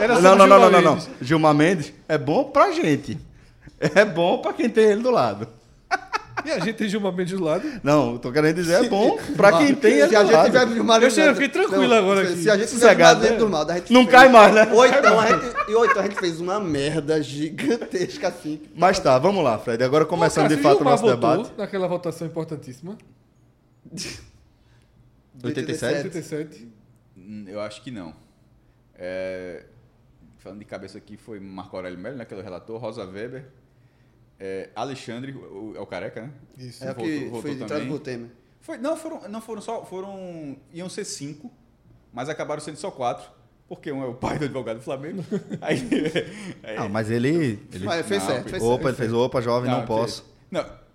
S4: Era
S2: Não, não,
S4: sobre
S2: não,
S4: Gilmar
S2: não, não, não.
S4: Mendes.
S2: Gilmar Mendes é bom pra gente. É bom pra quem tem ele do lado.
S4: E a gente tem Gilmar Mendes do lado.
S2: Não, eu tô querendo dizer, é bom pra quem tem ele
S3: Se a
S2: do
S3: gente
S2: lado.
S3: tiver Gilmar
S4: Eu
S3: Mendes-
S4: cheguei- eu fiquei tranquilo
S3: Não,
S4: agora
S3: se-
S4: aqui.
S3: Se a gente tiver
S2: Sossegado,
S3: Gilmar dentro
S2: né?
S3: do mal, a gente
S2: Não
S3: fez.
S2: cai mais, né?
S3: Ou então, a gente, e ou então a gente fez uma merda gigantesca assim.
S2: Mas tá, vamos lá, Fred. Agora começando
S4: Pô,
S2: de
S4: cara, se
S2: fato o
S4: Gilmar
S2: nosso
S4: votou
S2: debate.
S4: Naquela votação importantíssima,
S2: 87?
S4: 87.
S5: Hum, Eu acho que não. É, falando de cabeça aqui, foi Marco Aurélio Melo, né, que é o relator, Rosa Weber, é, Alexandre, o, o- é o careca, né?
S4: Isso.
S3: É o
S5: Voltou-
S3: que
S5: voltou
S3: foi né? de trás
S5: também.
S3: do Temer.
S5: Foi, não, foram, não foram só, foram, iam ser cinco, mas acabaram sendo só quatro, porque um é o pai do advogado do Flamengo. Aí,
S4: É.
S5: aí-
S2: Não, mas ele. ele-
S3: Mas fez
S5: Não,
S3: certo, fez certo.
S2: Opa, ele fez opa, jovem, não,
S5: fez-
S2: posso.
S5: Não.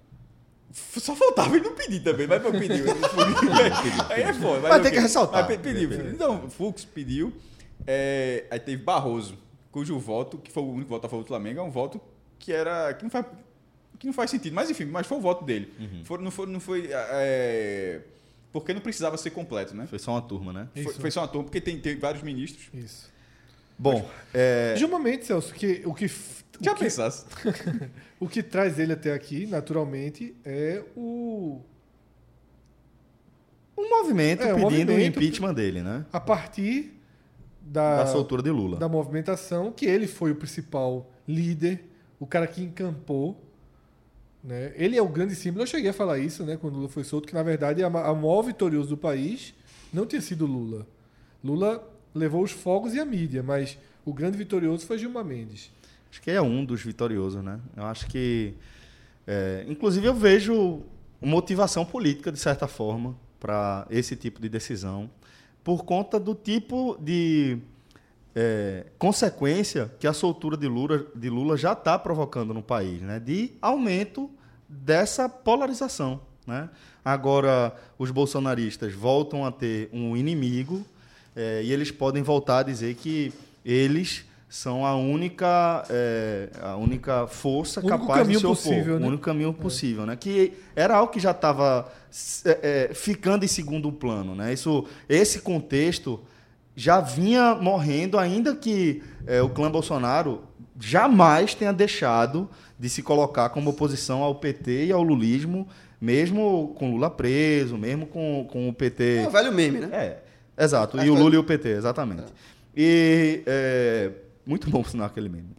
S5: F- Só faltava ele não pedir também, mas eu pediu. aí é foda.
S2: Mas
S5: o
S2: tem
S5: quê?
S2: que ressaltar.
S5: Mas pe- pediu, pediu. Então, Fux pediu. é, aí teve Barroso, cujo voto, que foi o único voto a favor do Flamengo, é um voto que era. que não faz, que não faz sentido. Mas enfim, mas foi o voto dele.
S4: Uhum.
S5: Foi- não foi. Não foi é, porque não precisava ser completo, né?
S2: Foi só uma turma, né?
S5: Foi,
S4: Isso.
S5: foi só uma turma, porque tem, tem vários ministros.
S4: Isso.
S2: Bom, é.
S4: Gilmar Mendes, Celso, que, o que f- o
S5: Já
S4: que
S5: pensasse.
S4: O que traz ele até aqui, naturalmente, é o.
S2: Um movimento
S4: É, um
S2: pedindo o
S4: movimento-
S2: impeachment dele, né?
S4: A partir da,
S2: Da soltura de Lula.
S4: da movimentação, que ele foi o principal líder, o cara que encampou. Né? Ele é o grande símbolo. Eu cheguei a falar isso né, quando Lula foi solto, que na verdade a, ma- a maior vitorioso do país não tinha sido Lula. Lula levou os fogos e a mídia, mas o grande vitorioso foi Gilmar Mendes.
S2: Acho que é um dos vitoriosos, né? Eu acho que. é, inclusive, eu vejo motivação política, de certa forma, para esse tipo de decisão, por conta do tipo de é, consequência que a soltura de Lula, de Lula já está provocando no país, né? de aumento dessa polarização. Né? Agora, os bolsonaristas voltam a ter um inimigo é, e eles podem voltar a dizer que eles são a única, é, a única força
S4: Único
S2: capaz de
S4: caminho
S2: se opor.
S4: possível, né?
S2: O único caminho possível, né? Que era algo que já estava ficando em segundo plano, né? Isso, esse contexto já vinha morrendo, ainda que é, o clã Bolsonaro jamais tenha deixado de se colocar como oposição ao PT e ao lulismo, mesmo com Lula preso, mesmo com, com o PT...
S3: É um velho meme, né?
S2: É, exato.
S3: Acho
S2: E o
S3: que-
S2: Lula e o PT, exatamente. E é, muito bom sinal aquele meme.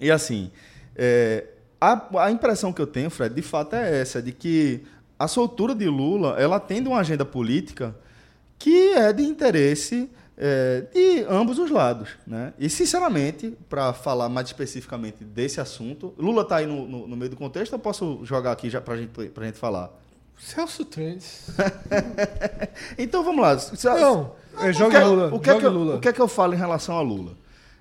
S2: E assim, é, a, a impressão que eu tenho, Fred, de fato é essa, de que a soltura de Lula, ela tem de uma agenda política que é de interesse é, de ambos os lados. Né? E, sinceramente, para falar mais especificamente desse assunto, Lula está aí no, no, no meio do contexto, eu posso jogar aqui já para gente, a gente falar.
S4: Celso Trends.
S2: Então vamos lá. Se-
S4: Não, é
S2: o
S4: jogue
S2: que,
S4: Lula.
S2: O que, é que
S4: jogue
S2: eu,
S4: Lula.
S2: o que é que eu falo em relação a Lula?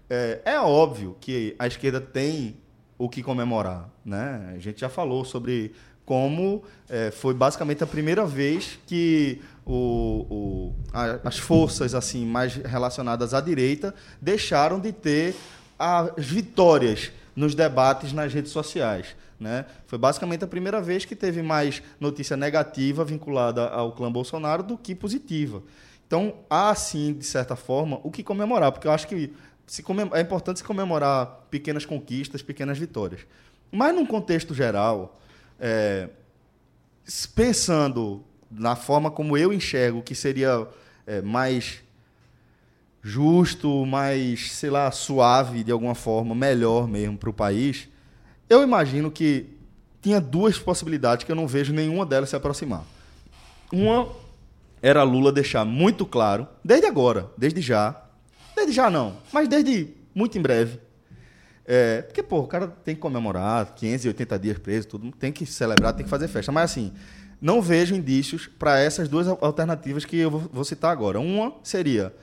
S2: É, é óbvio que a esquerda tem o que comemorar. Né? A gente já falou sobre como é, foi basicamente a primeira vez que o- o- a- as forças assim mais relacionadas à direita deixaram de ter as vitórias nos debates nas redes sociais. Né? Foi basicamente a primeira vez que teve mais notícia negativa vinculada ao clã Bolsonaro do que positiva. Então, há sim, de certa forma, o que comemorar, porque eu acho que se comem- é importante se comemorar pequenas conquistas, pequenas vitórias. Mas, num contexto geral, é, s- pensando na forma como eu enxergo que seria é, mais justo, mais, sei lá, suave de alguma forma, melhor mesmo para o país, eu imagino que tinha duas possibilidades que eu não vejo nenhuma delas se aproximar. Uma era Lula deixar muito claro, desde agora, desde já, desde já não, mas desde muito em breve. É, porque, pô, o cara tem que comemorar 580 dias preso, tudo, tem que celebrar, tem que fazer festa. Mas, assim, não vejo indícios para essas duas al- alternativas que eu vou, vou citar agora. Uma seria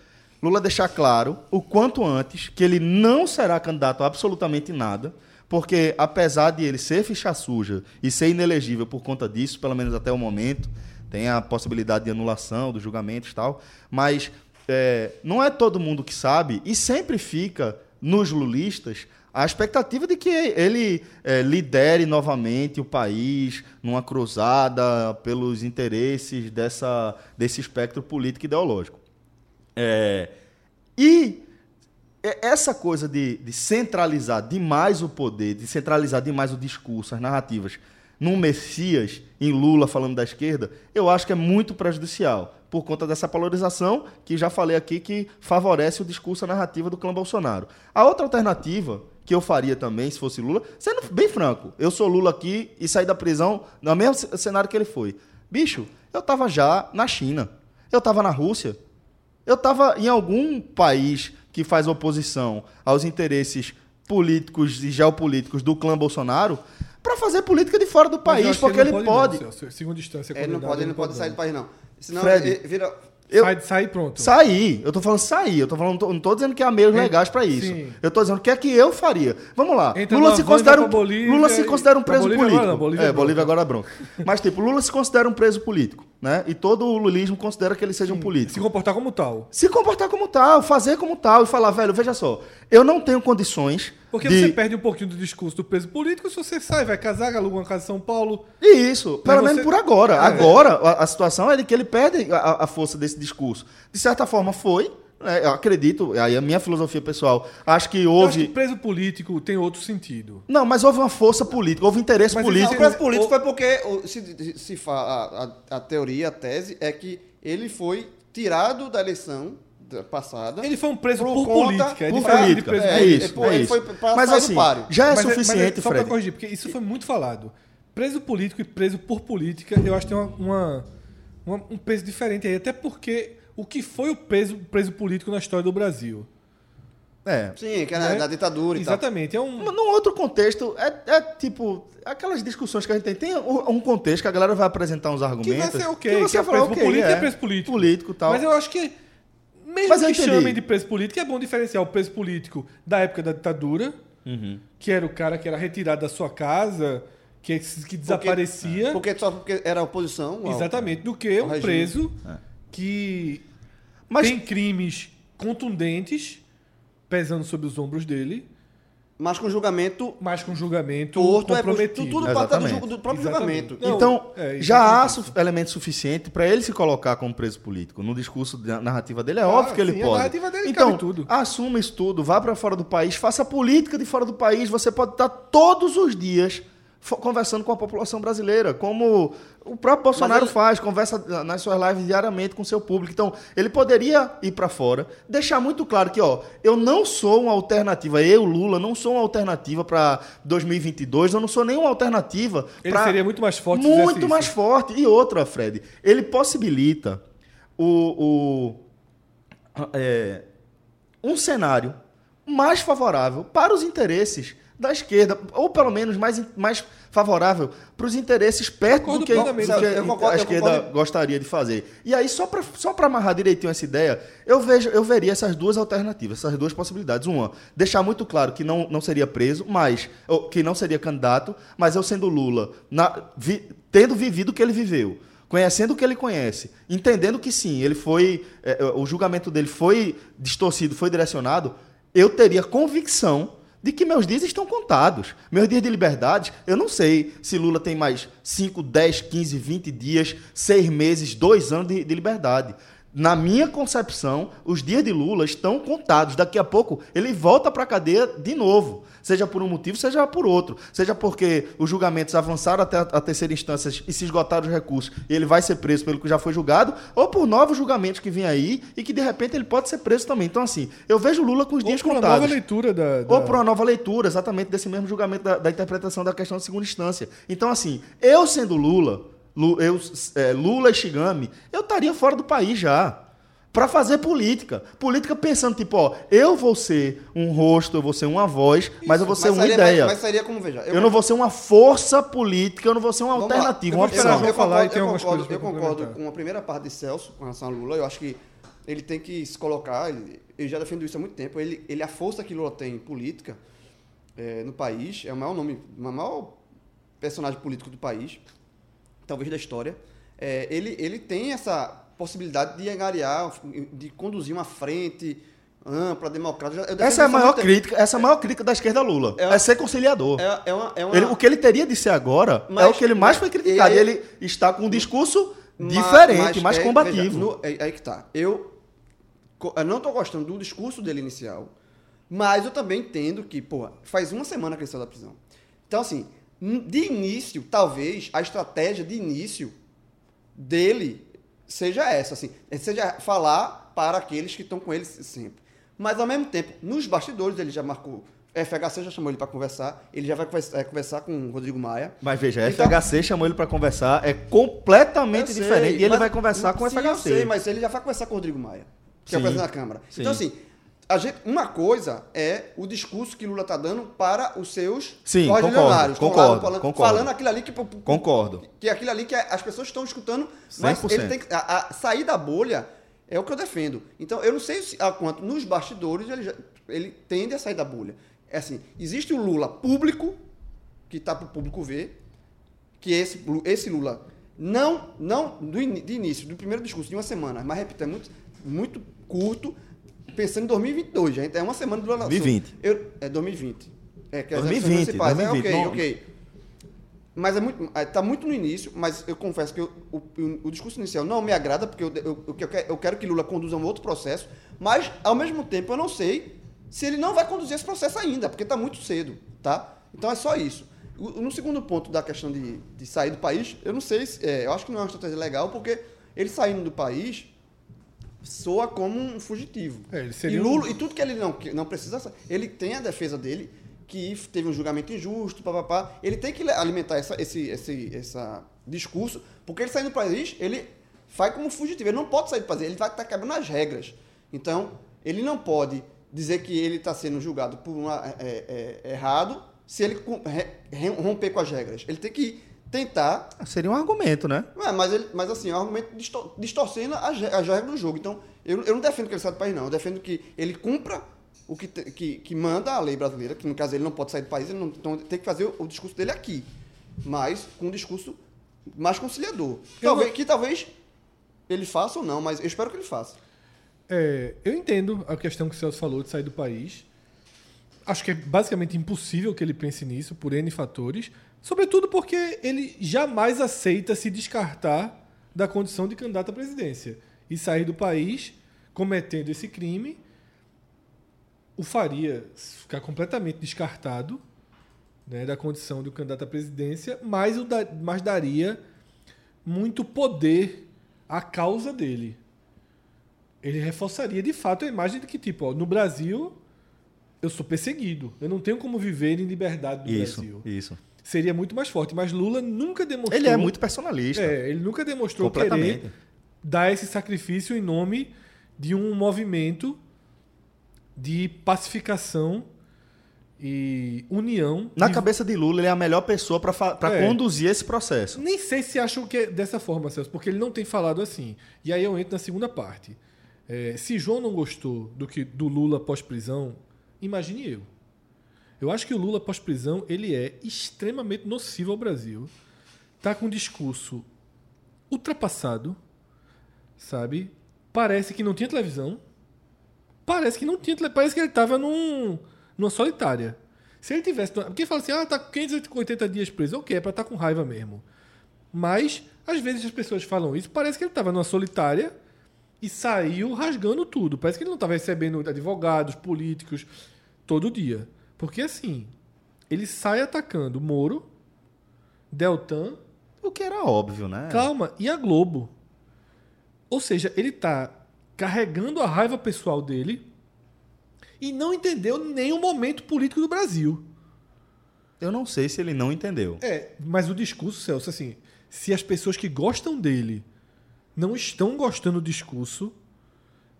S2: Lula deixar claro, o quanto antes, que ele não será candidato a absolutamente nada, porque, apesar de ele ser ficha suja e ser inelegível por conta disso, pelo menos até o momento, tem a possibilidade de anulação dos julgamentos e tal, mas é, não é todo mundo que sabe e sempre fica nos lulistas a expectativa de que ele é, lidere novamente o país numa cruzada pelos interesses dessa, desse espectro político e ideológico. É, e e- É, essa coisa de, de centralizar demais o poder, de centralizar demais o discurso, as narrativas, num Messias, em Lula falando da esquerda, eu acho que é muito prejudicial, por conta dessa polarização que já falei aqui que favorece o discurso, a narrativa do clã Bolsonaro. A outra alternativa que eu faria também, se fosse Lula, sendo bem franco, eu sou Lula aqui e saí da prisão no mesmo c- cenário que ele foi. Bicho, eu tava já na China, eu tava na Rússia, eu estava em algum país que faz oposição aos interesses políticos e geopolíticos do clã Bolsonaro para fazer política de fora do
S4: Mas eu
S2: país,
S4: acho que
S2: porque ele pode.
S4: não, Celso. Segunda distância.
S3: Ele não
S4: condenado,
S3: pode, ele não pode sair do país, não. Senão
S2: é Fred.
S3: ele vira.
S2: Eu-
S4: Sai, sai e pronto.
S2: Sair, eu tô falando sair, eu tô falando, não tô dizendo que há meios
S4: Ent-
S2: legais para isso.
S4: sim.
S2: Eu tô dizendo o que é que eu faria. Vamos lá.
S4: Entra
S2: Lula
S4: na
S2: se
S4: Havana,
S2: considera um,
S4: vai pra Bolívia
S2: Lula se
S4: e-
S2: considera um
S4: pra
S2: preso
S4: Bolívia agora
S2: político.
S4: não, Bolívia
S2: é,
S4: é
S2: Bolívia agora
S4: bronca.
S2: é bronca. Mas tipo, Lula se considera um preso político, né? E todo o lulismo considera que ele seja um político.
S4: Se comportar como tal.
S2: se comportar como tal, fazer como tal e falar, velho, veja só, eu não tenho condições
S4: Porque
S2: de...
S4: você perde um pouquinho do discurso do preso político se você sai, vai casar, aluga uma casa em São Paulo.
S2: E isso, pelo
S4: você-
S2: menos por agora.
S4: É.
S2: Agora, a, a situação é de que ele perde a, a força desse discurso. De certa forma, foi. né? eu acredito, aí a minha filosofia pessoal, acho que
S4: Eu acho que
S2: houve.
S4: preso político tem outro sentido.
S2: Não, mas houve uma força política, houve interesse
S4: Mas é um
S2: político.
S3: O
S4: isso-
S3: preso político
S4: o-
S3: foi porque o- se, se fa- a, a- a teoria, a tese, é que ele foi tirado da eleição da- passada.
S4: Ele foi um preso por,
S3: Por conta-
S4: política. É
S2: por
S4: diferente de
S2: política.
S4: preso
S2: É
S4: político.
S2: isso.
S3: Ele-
S2: é
S3: ele
S2: isso.
S3: foi pra
S2: mas
S3: sair do
S2: assim,
S3: páreo.
S2: já é
S4: Mas mas
S2: suficiente,
S4: só
S2: Fred.
S4: pra corrigir, porque isso foi muito falado. Preso político e preso por política, eu acho que tem uma, uma- uma- um peso diferente aí. Até porque o que foi o preso, preso político na história do Brasil?
S2: É.
S3: Sim, que era
S4: né?
S3: da ditadura e tal.
S4: Exatamente. É um,
S2: Mas Num outro contexto, é, é tipo, aquelas discussões que a gente tem. Tem um um contexto que a galera vai apresentar uns argumentos.
S4: que vai ser ok.
S2: que
S4: Que
S2: você
S4: é
S2: vai falar,
S4: preso
S2: ok,
S4: político é. preso político.
S2: Político e tal.
S4: Mas eu acho que, mesmo
S2: Mas eu
S4: que
S2: entendi.
S4: chamem de preso político, é bom diferenciar o preso político da época da ditadura,
S2: Uhum.
S4: que era o cara que era retirado da sua casa, que, que
S2: é,
S4: desaparecia.
S3: Porque só porque era oposição. ao-
S4: exatamente. Do
S2: né?
S4: que um
S3: regime.
S4: preso que
S2: é. Mas-
S4: tem crimes contundentes pesando sobre os ombros dele,
S3: Mas com julgamento
S4: mas com julgamento
S3: torto, é,
S4: comprometido.
S3: tudo parte do,
S2: Exatamente.
S3: ju- do próprio
S4: Exatamente.
S3: julgamento.
S4: Não,
S2: então,
S4: é, isso é
S2: já há
S4: difícil.
S2: su- elemento suficiente para ele se colocar como preso político. No discurso da narrativa dele, é
S4: Ah,
S2: óbvio que ele
S4: sim, a
S2: pode.
S4: narrativa dele
S2: então,
S4: cabe tudo.
S2: assuma isso tudo, vá para fora do país, faça política de fora do país. Você pode estar todos os dias fo- conversando com a população brasileira, como o próprio Bolsonaro
S3: ele-
S2: faz, conversa na- nas suas lives diariamente com seu público. Então, ele poderia ir para fora, deixar muito claro que, ó, eu não sou uma alternativa, eu, Lula, não sou uma alternativa para 2022, eu não sou nenhuma alternativa
S4: Ele
S2: pra-
S4: seria muito mais forte se
S2: Muito
S4: fizesse isso.
S2: mais forte. E outra, Fred, ele possibilita o, o- é, um cenário mais favorável para os interesses da esquerda, ou pelo menos mais, in- mais favorável para os interesses perto do que, do
S4: plenamente.
S2: que
S3: Eu concordo,
S2: a
S3: eu
S2: esquerda
S3: concordo.
S2: gostaria de fazer. E aí, só para só pra amarrar direitinho essa ideia, eu, vejo, eu veria essas duas alternativas, essas duas possibilidades. Uma, deixar muito claro que não, não seria preso, mas ou que não seria candidato, mas eu sendo Lula, na- vi- tendo vivido o que ele viveu. Conhecendo o que ele conhece, entendendo que sim, ele foi. eh, eh, o julgamento dele foi distorcido, foi direcionado, eu teria convicção de que meus dias estão contados. Meus dias de liberdade, eu não sei se Lula tem mais 5, 10, 15, 20 dias, 6 meses, 2 anos de, de liberdade. Na minha concepção, os dias de Lula estão contados. Daqui a pouco ele volta para a cadeia de novo. Seja por um motivo, seja por outro. Seja porque os julgamentos avançaram até a a terceira instância e se esgotaram os recursos e ele vai ser preso pelo que já foi julgado, ou por novos julgamentos que vêm aí e que de repente ele pode ser preso também. Então, assim, eu vejo Lula com os
S4: Ou
S2: dias
S4: pra uma
S2: contados.
S4: nova leitura da. da-
S2: Ou para uma nova leitura, exatamente desse mesmo julgamento da, da interpretação da questão de segunda instância. Então, assim, eu sendo Lula, Lu- eu, é, Lula e Shigami, eu estaria fora do país já. Para fazer política. Política pensando, tipo, ó, eu vou ser um rosto, eu vou ser uma voz, mas eu vou ser uma
S3: seria,
S2: ideia.
S3: Mas, mas seria como, veja.
S2: eu, não vou ser uma força política, eu não vou ser uma
S3: Vamos lá.
S2: alternativa,
S4: Eu
S2: uma
S4: vou esperar
S2: opção.
S4: João falar e tem
S3: eu
S4: algumas
S3: concordo,
S4: coisas pra
S3: Eu concordo
S4: complementar.
S3: com a primeira parte de Celso com relação a Lula. Eu acho que ele tem que se colocar. Ele, ele já defende isso há muito tempo. Ele, ele a força que Lula tem em política eh, no país é o maior nome, o maior personagem político do país, talvez da história. Eh, ele ele tem essa possibilidade de angariar, de conduzir uma frente ampla, democrática. Eu defendo isso
S2: Essa é
S3: há
S2: a maior
S3: muito tempo.
S2: crítica, essa é a maior crítica da esquerda a Lula.
S3: É-
S2: É ser conciliador.
S3: É, é uma, é uma-
S2: Ele- o que ele teria de ser agora é
S3: Mas-
S2: o que ele mais foi criticado. E
S3: e-
S2: ele está com um discurso
S3: Ma-
S2: diferente,
S3: mas
S2: mais
S3: é-
S2: combativo.
S3: veja, no- é, aí que tá. Eu, co- eu não tô gostando do discurso dele inicial, mas eu também entendo que, porra, faz uma semana que ele saiu da prisão. Então, assim, n- de início, talvez a estratégia de início dele seja essa, assim, seja falar para aqueles que estão com ele se- sempre. Mas ao mesmo tempo, nos bastidores ele já marcou, FHC já chamou ele para conversar, ele já vai conversa- eh, conversar com o Rodrigo Maia.
S2: Mas veja,
S3: Então-
S2: FHC chamou ele para conversar, é completamente
S3: Eu sei,
S2: diferente. e ele
S3: mas-
S2: vai conversar com o
S3: Sim, eu
S2: FHC.
S3: sei, mas ele já vai conversar com o Rodrigo Maia, que é o
S2: Sim,
S3: presidente da Câmara.
S2: sim.
S3: Então, assim, a gente, uma coisa é o discurso que Lula está dando para os seus
S2: Sim, concordo,
S3: correligionários,
S2: concordo,
S3: falando,
S2: concordo.
S3: falando aquilo ali que, que,
S2: Concordo.
S3: aquilo ali que as pessoas estão escutando, mas
S2: 100%.
S3: ele tem que a- a sair da bolha é o que eu defendo. Então, eu não sei se, a quanto nos bastidores ele, já- ele tende a sair da bolha. É assim, existe o Lula público que está para o público ver, que esse, Lu- esse Lula não, não do ini- de início, do primeiro discurso de uma semana, mas repito, é muito, muito curto, pensando em 2022, gente. É uma semana do Lula.
S2: 2020.
S3: Eu- é 2020. É, que as
S2: 2020,
S3: eleições municipais, né?
S2: 2020, não-
S3: ok, ok. Mas é muito, é, tá muito no início, mas eu confesso que eu- o, o- o discurso inicial não me agrada, porque eu, eu, eu, quero- eu quero que Lula conduza um outro processo, mas, ao mesmo tempo, eu não sei se ele não vai conduzir esse processo ainda, porque está muito cedo, tá? Então é só isso. O- no segundo ponto da questão de, de sair do país, eu não sei, se, é, eu acho que não é uma estratégia legal, porque ele saindo do país soa como um fugitivo.
S4: É, ele seria
S3: e
S4: um-
S3: Lula, e tudo que ele não, que não precisa, ele tem a defesa dele, que teve um julgamento injusto, papapá. Ele tem que alimentar essa, esse, esse essa discurso, porque ele saindo do país, ele faz como um fugitivo. Ele não pode sair do país, ele vai estar quebrando as regras. Então, ele não pode dizer que ele está sendo julgado por um é, é, errado se ele com- re- re- romper com as regras. Ele tem que tentar
S2: Seria um argumento, né?
S3: Ué, mas, ele, mas assim, é um argumento distor distorcendo as re- as regras do jogo. Então, eu, eu não defendo que ele saia do país, não. Eu defendo que ele cumpra o que, te- que, que manda a lei brasileira, que no caso ele não pode sair do país, ele não, então tem que fazer o, o discurso dele aqui. Mas com um discurso mais conciliador. Talvez, que talvez ele faça ou não, mas eu espero que ele faça.
S4: É, eu entendo a questão que o Celso falou de sair do país. Acho que é basicamente impossível que ele pense nisso, por N fatores. Sobretudo porque ele jamais aceita se descartar da condição de candidato à presidência. E sair do país cometendo esse crime o faria ficar completamente descartado né, da condição de candidato à presidência, mas, o da- mas daria muito poder à causa dele ele reforçaria de fato a imagem de que, tipo, ó, no Brasil eu sou perseguido. Eu não tenho como viver em liberdade no
S2: Isso,
S4: Brasil.
S2: isso.
S4: Seria muito mais forte. Mas Lula nunca demonstrou.
S2: Ele é muito personalista.
S4: É, ele nunca demonstrou
S2: Completamente.
S4: querer dar esse sacrifício em nome de um movimento de pacificação e união.
S2: Na
S4: de-
S2: cabeça de Lula, ele é a melhor pessoa para
S4: É.
S2: conduzir esse processo.
S4: Nem sei se acham que é dessa forma, Celso, porque ele não tem falado assim. E aí eu entro na segunda parte. É, se João não gostou do que do Lula pós-prisão, imagine eu. Eu acho que o Lula pós-prisão ele é extremamente nocivo ao Brasil. Tá com um discurso ultrapassado, sabe? Parece que não tinha televisão. Parece que não tinha tele- Parece que ele tava num, numa solitária. Se ele tivesse. Porque fala assim, ah, tá com 580 dias preso. Ok, é pra estar tá com raiva mesmo. Mas, às vezes as pessoas falam isso, parece que ele tava numa solitária e saiu rasgando tudo. Parece que ele não tava recebendo advogados, políticos, todo dia. Porque assim, ele sai atacando Moro, Deltan,
S2: O que era óbvio, né?
S4: Calma, e a Globo? Ou seja, ele tá carregando a raiva pessoal dele e não entendeu nenhum momento político do Brasil.
S2: Eu não sei se ele não entendeu.
S4: É, mas o discurso, Celso, assim, se as pessoas que gostam dele não estão gostando do discurso,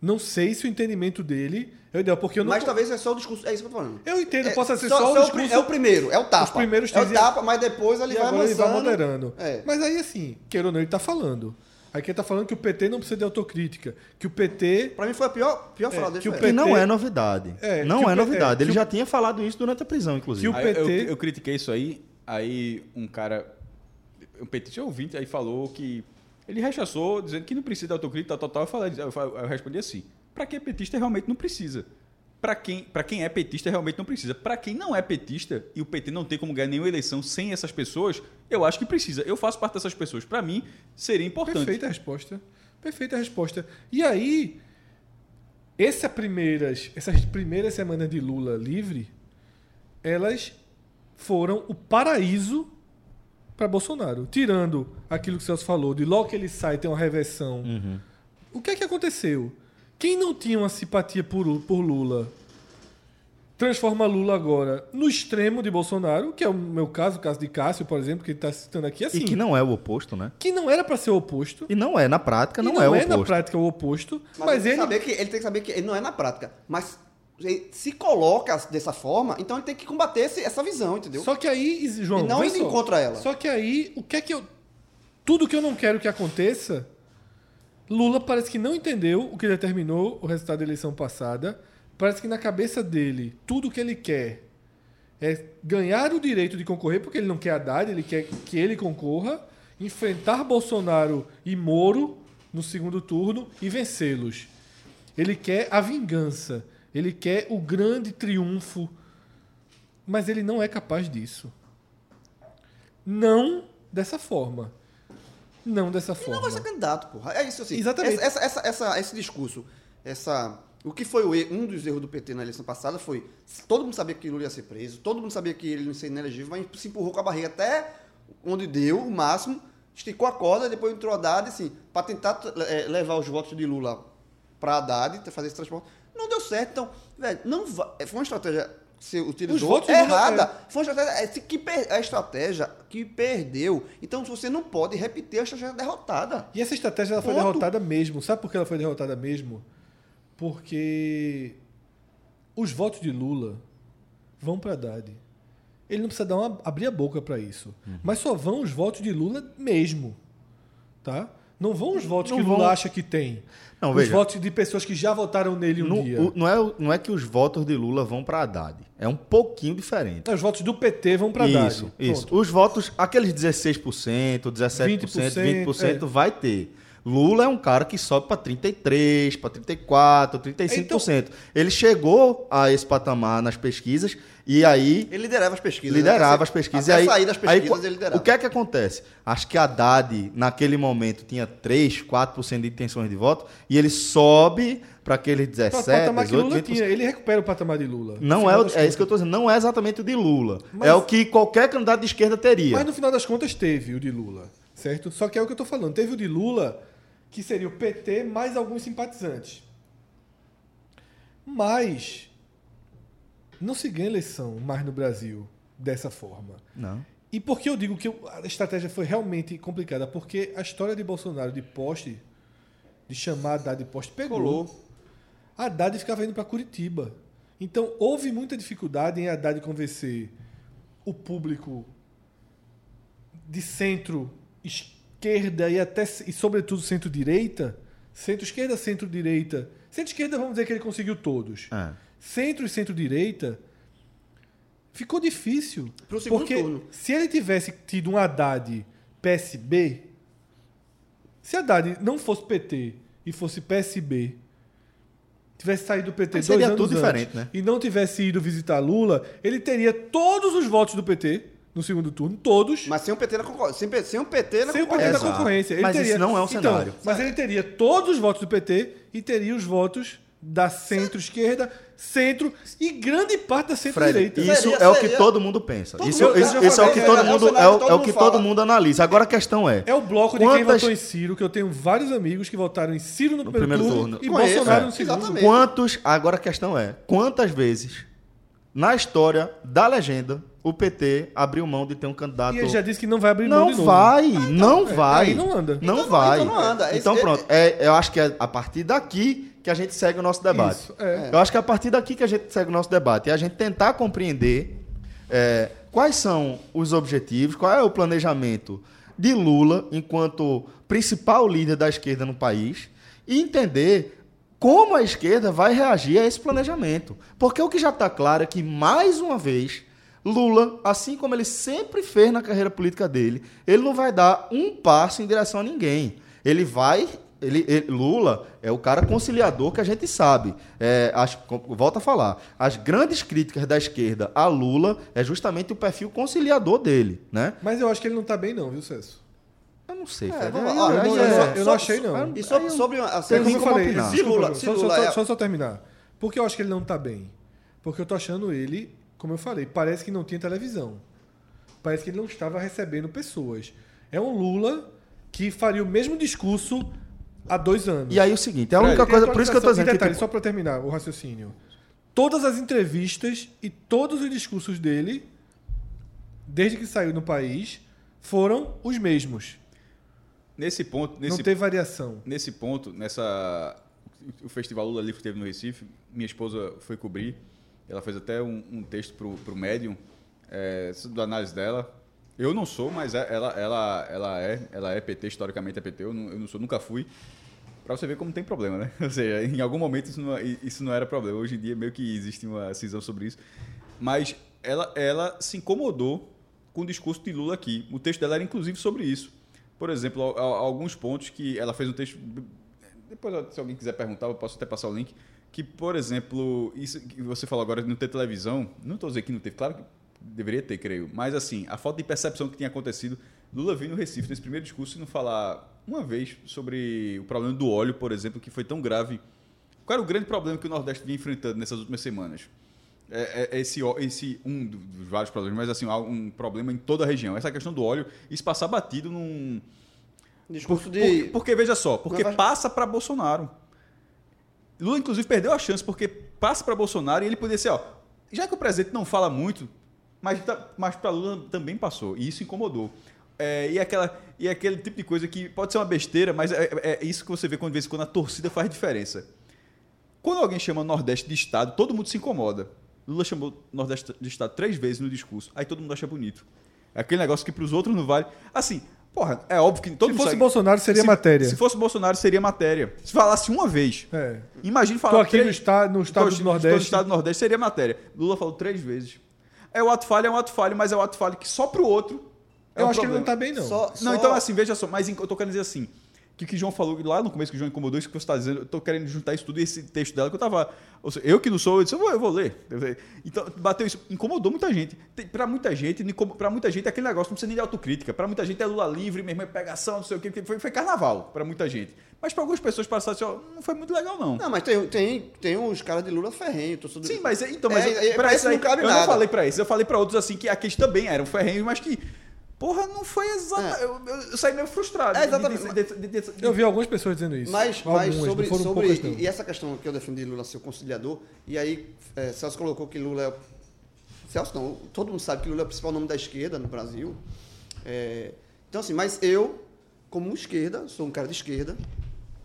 S4: não sei se o entendimento dele é o ideal, porque eu não.
S3: Mas talvez é só o discurso. É isso que eu tô falando.
S4: Eu entendo,
S3: É,
S4: possa ser só, o
S3: pri-
S4: discurso.
S3: É o primeiro, é o tapa.
S4: Os primeiros
S3: é o
S4: três-
S3: tapa, mas depois ele
S4: e
S3: vai
S4: agora ele vai
S3: avançando.
S4: moderando.
S3: É.
S4: Mas aí, assim, queira ou não, ele tá falando. Aí que ele tá falando que o PT não precisa de autocrítica, que o PT
S3: Pra mim foi a pior, pior frase
S4: que
S3: dele.
S4: o
S3: foi
S2: Que
S4: PT
S3: essa.
S2: não é novidade.
S4: É, que
S2: não
S4: o
S2: é
S4: P-
S2: novidade.
S4: é,
S2: ele
S4: que
S2: já tinha falado isso durante a prisão, inclusive.
S4: que o-
S5: Aí eu-
S4: PT
S5: Eu, eu critiquei isso aí, aí um cara, um petista ouvinte, aí falou que ele rechaçou, dizendo que não precisa de autocrítica, tal, tal, tal. Eu, falei, eu, fa- eu respondi assim, pra quem é petista realmente não precisa. Pra quem, pra quem é petista realmente não precisa. Pra quem não é petista e o PT não tem como ganhar nenhuma eleição sem essas pessoas, eu acho que precisa. Eu faço parte dessas pessoas. Pra mim, seria importante.
S4: Perfeita resposta. Perfeita resposta. E aí, essa primeiras, essas primeiras semanas de Lula livre, elas foram o paraíso para Bolsonaro. Tirando aquilo que o Celso falou, de logo que ele sai tem uma reversão.
S2: Uhum.
S4: O que é que aconteceu? Quem não tinha uma simpatia por, por Lula transforma Lula agora no extremo de Bolsonaro, que é o meu caso, o caso de Cássio, por exemplo, que ele está citando aqui assim.
S2: E que não é o oposto, né?
S4: que não era para ser o oposto.
S2: E não é, na prática,
S4: E
S2: não, é o
S4: na
S2: oposto.
S4: prática o oposto, mas,
S3: Mas, ele, tem
S4: ele.
S3: que saber que, ele tem que saber que ele não é na prática. Mas ele se coloca dessa forma, então ele tem que combater esse- essa visão, entendeu?
S4: Só que aí, Isi- João.
S3: E não
S4: vê
S3: indo
S4: só.
S3: encontra ela.
S4: Só que aí, o que é que eu. Tudo que eu não quero que aconteça, Lula parece que não entendeu o que determinou o resultado da eleição passada. Parece que na cabeça dele, tudo que ele quer é ganhar o direito de concorrer, porque ele não quer Haddad, ele quer que ele concorra, enfrentar Bolsonaro e Moro no segundo turno e vencê-los. Ele quer a vingança, ele quer o grande triunfo, mas ele não é capaz disso. Não dessa forma. Não dessa
S3: Ele não vai
S4: forma.
S3: ser candidato, porra. É isso assim.
S4: Exatamente.
S3: Essa, essa- essa- essa- esse discurso, essa. O que foi o e- um dos erros do PT na eleição passada foi todo mundo sabia que Lula ia ser preso, todo mundo sabia que ele não ia ser inelegível, mas se empurrou com a barriga até onde deu o máximo, esticou a corda, depois entrou Haddad, assim, para tentar eh, levar os votos de Lula para Haddad, fazer esse transporte. Não deu certo, então, velho, não va- é, foi uma estratégia que você utilizou
S4: votos de Lula-
S3: errada. Foi uma estratégia, é, se- que per- a estratégia que perdeu. Então você não pode repetir a estratégia é derrotada.
S4: E essa estratégia ela foi
S3: Ponto.
S4: derrotada mesmo. Sabe por que ela foi derrotada mesmo? Porque os votos de Lula vão para Haddad. Ele não precisa dar uma- abrir a boca para isso.
S2: Uhum.
S4: Mas só vão os votos de Lula mesmo. Tá? Não vão os votos
S2: Não
S4: que
S2: vão-
S4: Lula acha que tem.
S2: Não,
S4: os
S2: veja.
S4: votos de pessoas que já votaram nele um
S2: No-
S4: dia.
S2: o- não, é, o- não é que os votos de Lula vão para Haddad. É um pouquinho diferente.
S4: Então, Os votos do PT vão para Tá Haddad.
S2: Isso, isso.
S4: Pronto.
S2: Os votos, aqueles 16%, 17%, 20%,
S4: 20%,
S2: vai ter. Lula é um cara que sobe para 33%, para 34%, 35%.
S4: Então-
S2: Ele chegou a esse patamar nas pesquisas e aí
S3: Ele liderava as pesquisas.
S2: liderava
S3: né?
S2: as pesquisas.
S3: Até
S2: e aí,
S3: sair das
S2: aí,
S3: pesquisas,
S2: qu-
S3: ele liderava.
S2: O que é que acontece? Acho que Haddad, naquele momento, tinha 3, 4% de intenções de voto e ele sobe para aqueles
S4: Pra-
S2: 17,
S4: Então, patamar que
S2: 18,
S4: Lula
S2: 20%.
S4: tinha. Ele recupera o patamar de
S2: É
S4: Lula.
S2: Não é,
S4: Afinal
S2: o-
S4: das
S2: é isso que eu tô dizendo, não é exatamente o de Lula.
S4: Mas-
S2: é o que qualquer candidato de esquerda teria.
S4: Mas no final das contas teve o de Lula, certo? Só que é o que eu tô falando. Teve o de Lula, que seria o PT mais alguns simpatizantes. Mas não se ganha eleição mais no Brasil dessa forma.
S2: Não.
S4: E por que eu digo que a estratégia foi realmente complicada? Porque a história de Bolsonaro de poste, de chamar Haddad de poste, pegou.
S3: Colou.
S4: Haddad ficava indo para Curitiba. Então, houve muita dificuldade em Haddad convencer o público de centro-esquerda e até e sobretudo centro-direita, centro-esquerda, centro-direita. Centro-esquerda, vamos dizer que ele conseguiu todos.
S2: É.
S4: Centro e centro-direita ficou difícil,
S3: Pro segundo
S4: porque
S3: turno.
S4: se ele tivesse tido um Haddad PSB, se Haddad não fosse PT e fosse PSB, tivesse saído do PT
S2: Aí
S4: dois
S2: seria
S4: anos
S2: tudo
S4: antes,
S2: diferente, né?
S4: e não tivesse ido visitar Lula, ele teria todos os votos do PT no segundo turno, todos,
S3: Mas sem o PT na concorrência. Sem, pe- sem o PT na
S4: sem o PT
S3: concorrência.
S4: da
S2: Exato.
S4: concorrência. Ele
S2: Mas
S4: teria-
S2: isso não é um
S4: Então,
S2: cenário.
S4: Mas ele teria todos os votos do PT e teria os votos da centro-esquerda, centro e grande parte da
S2: Fred,
S4: centro-direita.
S2: isso
S3: Seria-
S2: é o que
S3: seria-
S2: todo mundo pensa.
S3: Todo
S2: Isso,
S3: mundo-
S2: isso-
S3: eu já
S2: isso é o que
S3: falei,
S2: todo
S3: é, é o
S2: mundo é
S3: cenário
S2: o,
S3: que todo
S2: é o que
S3: mundo
S2: todo
S3: fala.
S2: mundo analisa. Agora a questão é,
S4: É o bloco de quem
S2: Quantas-
S4: votou em Ciro, que eu tenho vários amigos que votaram em Ciro no, primeiro,
S2: primeiro turno.
S4: turno, e
S3: Conheço,
S4: Bolsonaro
S3: é.
S4: no segundo.
S3: Exatamente.
S2: quantos? Agora a questão é, quantas vezes na história da legenda o PT abriu mão de ter um candidato
S4: E ele já disse que não vai abrir mão
S2: Não
S4: de novo.
S2: vai, não
S4: é,
S2: vai.
S4: aí não anda.
S2: Não
S3: Então não-
S2: vai.
S3: então não anda. Esse-
S2: Então,
S3: é-
S2: pronto, é, eu acho que é a partir daqui que a gente segue o nosso debate.
S4: Isso, é.
S2: Eu acho que é a partir daqui que a gente segue o nosso debate. É a gente tentar compreender é, quais são os objetivos, qual é o planejamento de Lula enquanto principal líder da esquerda no país e entender como a esquerda vai reagir a esse planejamento. Porque o que já está claro é que, mais uma vez, Lula, assim como ele sempre fez na carreira política dele, ele não vai dar um passo em direção a ninguém. Ele vai. Ele, ele- Lula é o cara conciliador que a gente sabe. É, as, com- volta a falar. As grandes críticas da esquerda a Lula é justamente o perfil conciliador dele, né?
S4: Mas eu acho que ele não tá bem, não, viu, Celso?
S2: Eu não sei, Fred.
S3: vamos
S2: Aí-
S3: lá,
S2: aí
S3: eu
S2: é-
S3: não-
S4: eu, não,
S3: é,
S4: eu
S3: só-
S4: não achei, não.
S3: E sobre, sobre a
S4: É
S3: assim,
S4: como eu falei,
S2: opinar.
S3: se
S4: desculpa,
S3: Lula, se
S4: só, só,
S3: Lula
S4: só-
S3: é-
S4: só- só terminar. Por que eu acho que ele não tá bem? Porque eu tô achando ele, como eu falei, parece que não tinha televisão. Parece que ele não estava recebendo pessoas. É um Lula que faria o mesmo discurso há dois anos.
S2: E aí é o seguinte, é a única
S4: Tem
S2: coisa. Por isso que eu tô
S4: atualização.
S2: dizendo que.
S4: E detalhe,
S2: tipo,
S4: só para terminar o raciocínio. Todas as entrevistas e todos os discursos dele, desde que saiu no país, foram os mesmos.
S5: Nesse ponto,
S4: Não
S5: nesse
S4: teve variação.
S5: Nesse ponto, nessa o festival Lula Livre que teve no Recife, minha esposa foi cobrir. Ela fez até um, um texto pro, pro Medium é, da análise dela. Eu não sou, mas é- ela, ela, ela é, ela é PT historicamente é PT. Eu não, eu não sou, nunca fui. Pra você ver como tem problema, né? Ou seja, em algum momento isso não, isso não era problema. Hoje em dia meio que existe uma cisão sobre isso. Mas ela, ela se incomodou com o discurso de Lula aqui. O texto dela era inclusive sobre isso. Por exemplo, al- al- alguns pontos que ela fez um texto. Depois, se alguém quiser perguntar, eu posso até passar o link. Que, por exemplo, isso que você falou agora de não ter televisão. Não estou dizendo que não teve, claro que deveria ter, creio. Mas, assim, a falta de percepção que tinha acontecido. Lula veio no Recife nesse primeiro discurso e não falar uma vez sobre o problema do óleo, por exemplo, que foi tão grave. Qual era o grande problema que o Nordeste vinha enfrentando nessas últimas semanas? É, é- é esse, ó- esse um do- dos vários problemas, mas assim, há um problema em toda a região. Essa questão do óleo, isso passar batido num.
S3: Discurso de.
S5: Porque, porque, veja só, porque
S3: Mas vai-
S5: passa para Bolsonaro. Lula, inclusive, perdeu a chance, porque passa para Bolsonaro e ele poderia ser, ó. Já que o presidente não fala muito, mas, tá- mas para Lula também passou. E isso incomodou. É, e, aquela, e aquele tipo de coisa que pode ser uma besteira, mas é, é- é isso que você vê quando, de vez em quando a torcida faz diferença. Quando alguém chama o Nordeste de Estado, todo mundo se incomoda. Lula chamou o Nordeste de Estado três vezes no discurso, aí todo mundo acha bonito. É aquele negócio que para os outros não vale. Assim, porra, é óbvio que todo
S4: Se
S5: mundo
S4: fosse
S5: sabe-
S4: Bolsonaro, seria
S5: se,
S4: matéria.
S5: Se fosse Bolsonaro, seria matéria. Se falasse uma vez.
S4: É.
S5: Imagine falar
S4: Tô aqui
S5: três-
S4: no, esta, no estado
S5: Tô-
S4: do
S5: tô
S4: Nordeste.
S5: No estado do Nordeste seria matéria. Lula falou três vezes. É o ato falho, é um ato falho, mas é o ato falho que só pro outro. É
S4: Eu
S5: um
S4: acho que ele
S5: problema.
S4: não tá bem, não.
S3: Só-
S5: Não, então assim, veja só, mas em- eu tô querendo dizer assim, que o que João falou lá no começo que o João incomodou, isso que você tá dizendo, eu tô querendo juntar isso tudo e esse texto dela que eu tava. ou seja, eu que não sou, eu disse, eu vou, eu vou ler. Eu falei, Então, bateu isso, incomodou muita gente. Tem- Pra muita gente, não incomo- pra muita gente é aquele negócio, não precisa nem de autocrítica. Pra muita gente é Lula livre, mesmo é pegação, não sei o quê, porque foi, foi carnaval pra muita gente. Mas pra algumas pessoas passaram assim, ó, não foi muito legal, não.
S3: Não, mas tem, tem, tem uns caras de Lula ferrenho. torcedor-
S5: Sim, mas então, mas
S3: É,
S5: eu-
S3: é,
S5: pra
S3: pra
S5: isso
S3: esse não
S5: aí,
S3: cabe
S5: eu
S3: nada.
S5: não falei pra isso, eu falei pra outros assim que aqueles também eram ferrenhos, mas que porra, não foi exata,
S3: É.
S5: eu, eu- eu saí meio frustrado.
S3: É, exatamente.
S5: de- de- de- de- de- de-
S4: Eu vi algumas pessoas dizendo isso.
S3: Mas,
S4: algumas,
S3: mas sobre,
S4: não foram
S3: sobre
S4: poucas, não.
S3: e essa questão que eu defendi Lula ser o conciliador, e aí é, Celso colocou que Lula é. o- Celso não, todo mundo sabe que Lula é o principal nome da esquerda no Brasil. É, então, assim, mas eu, como esquerda, sou um cara de esquerda,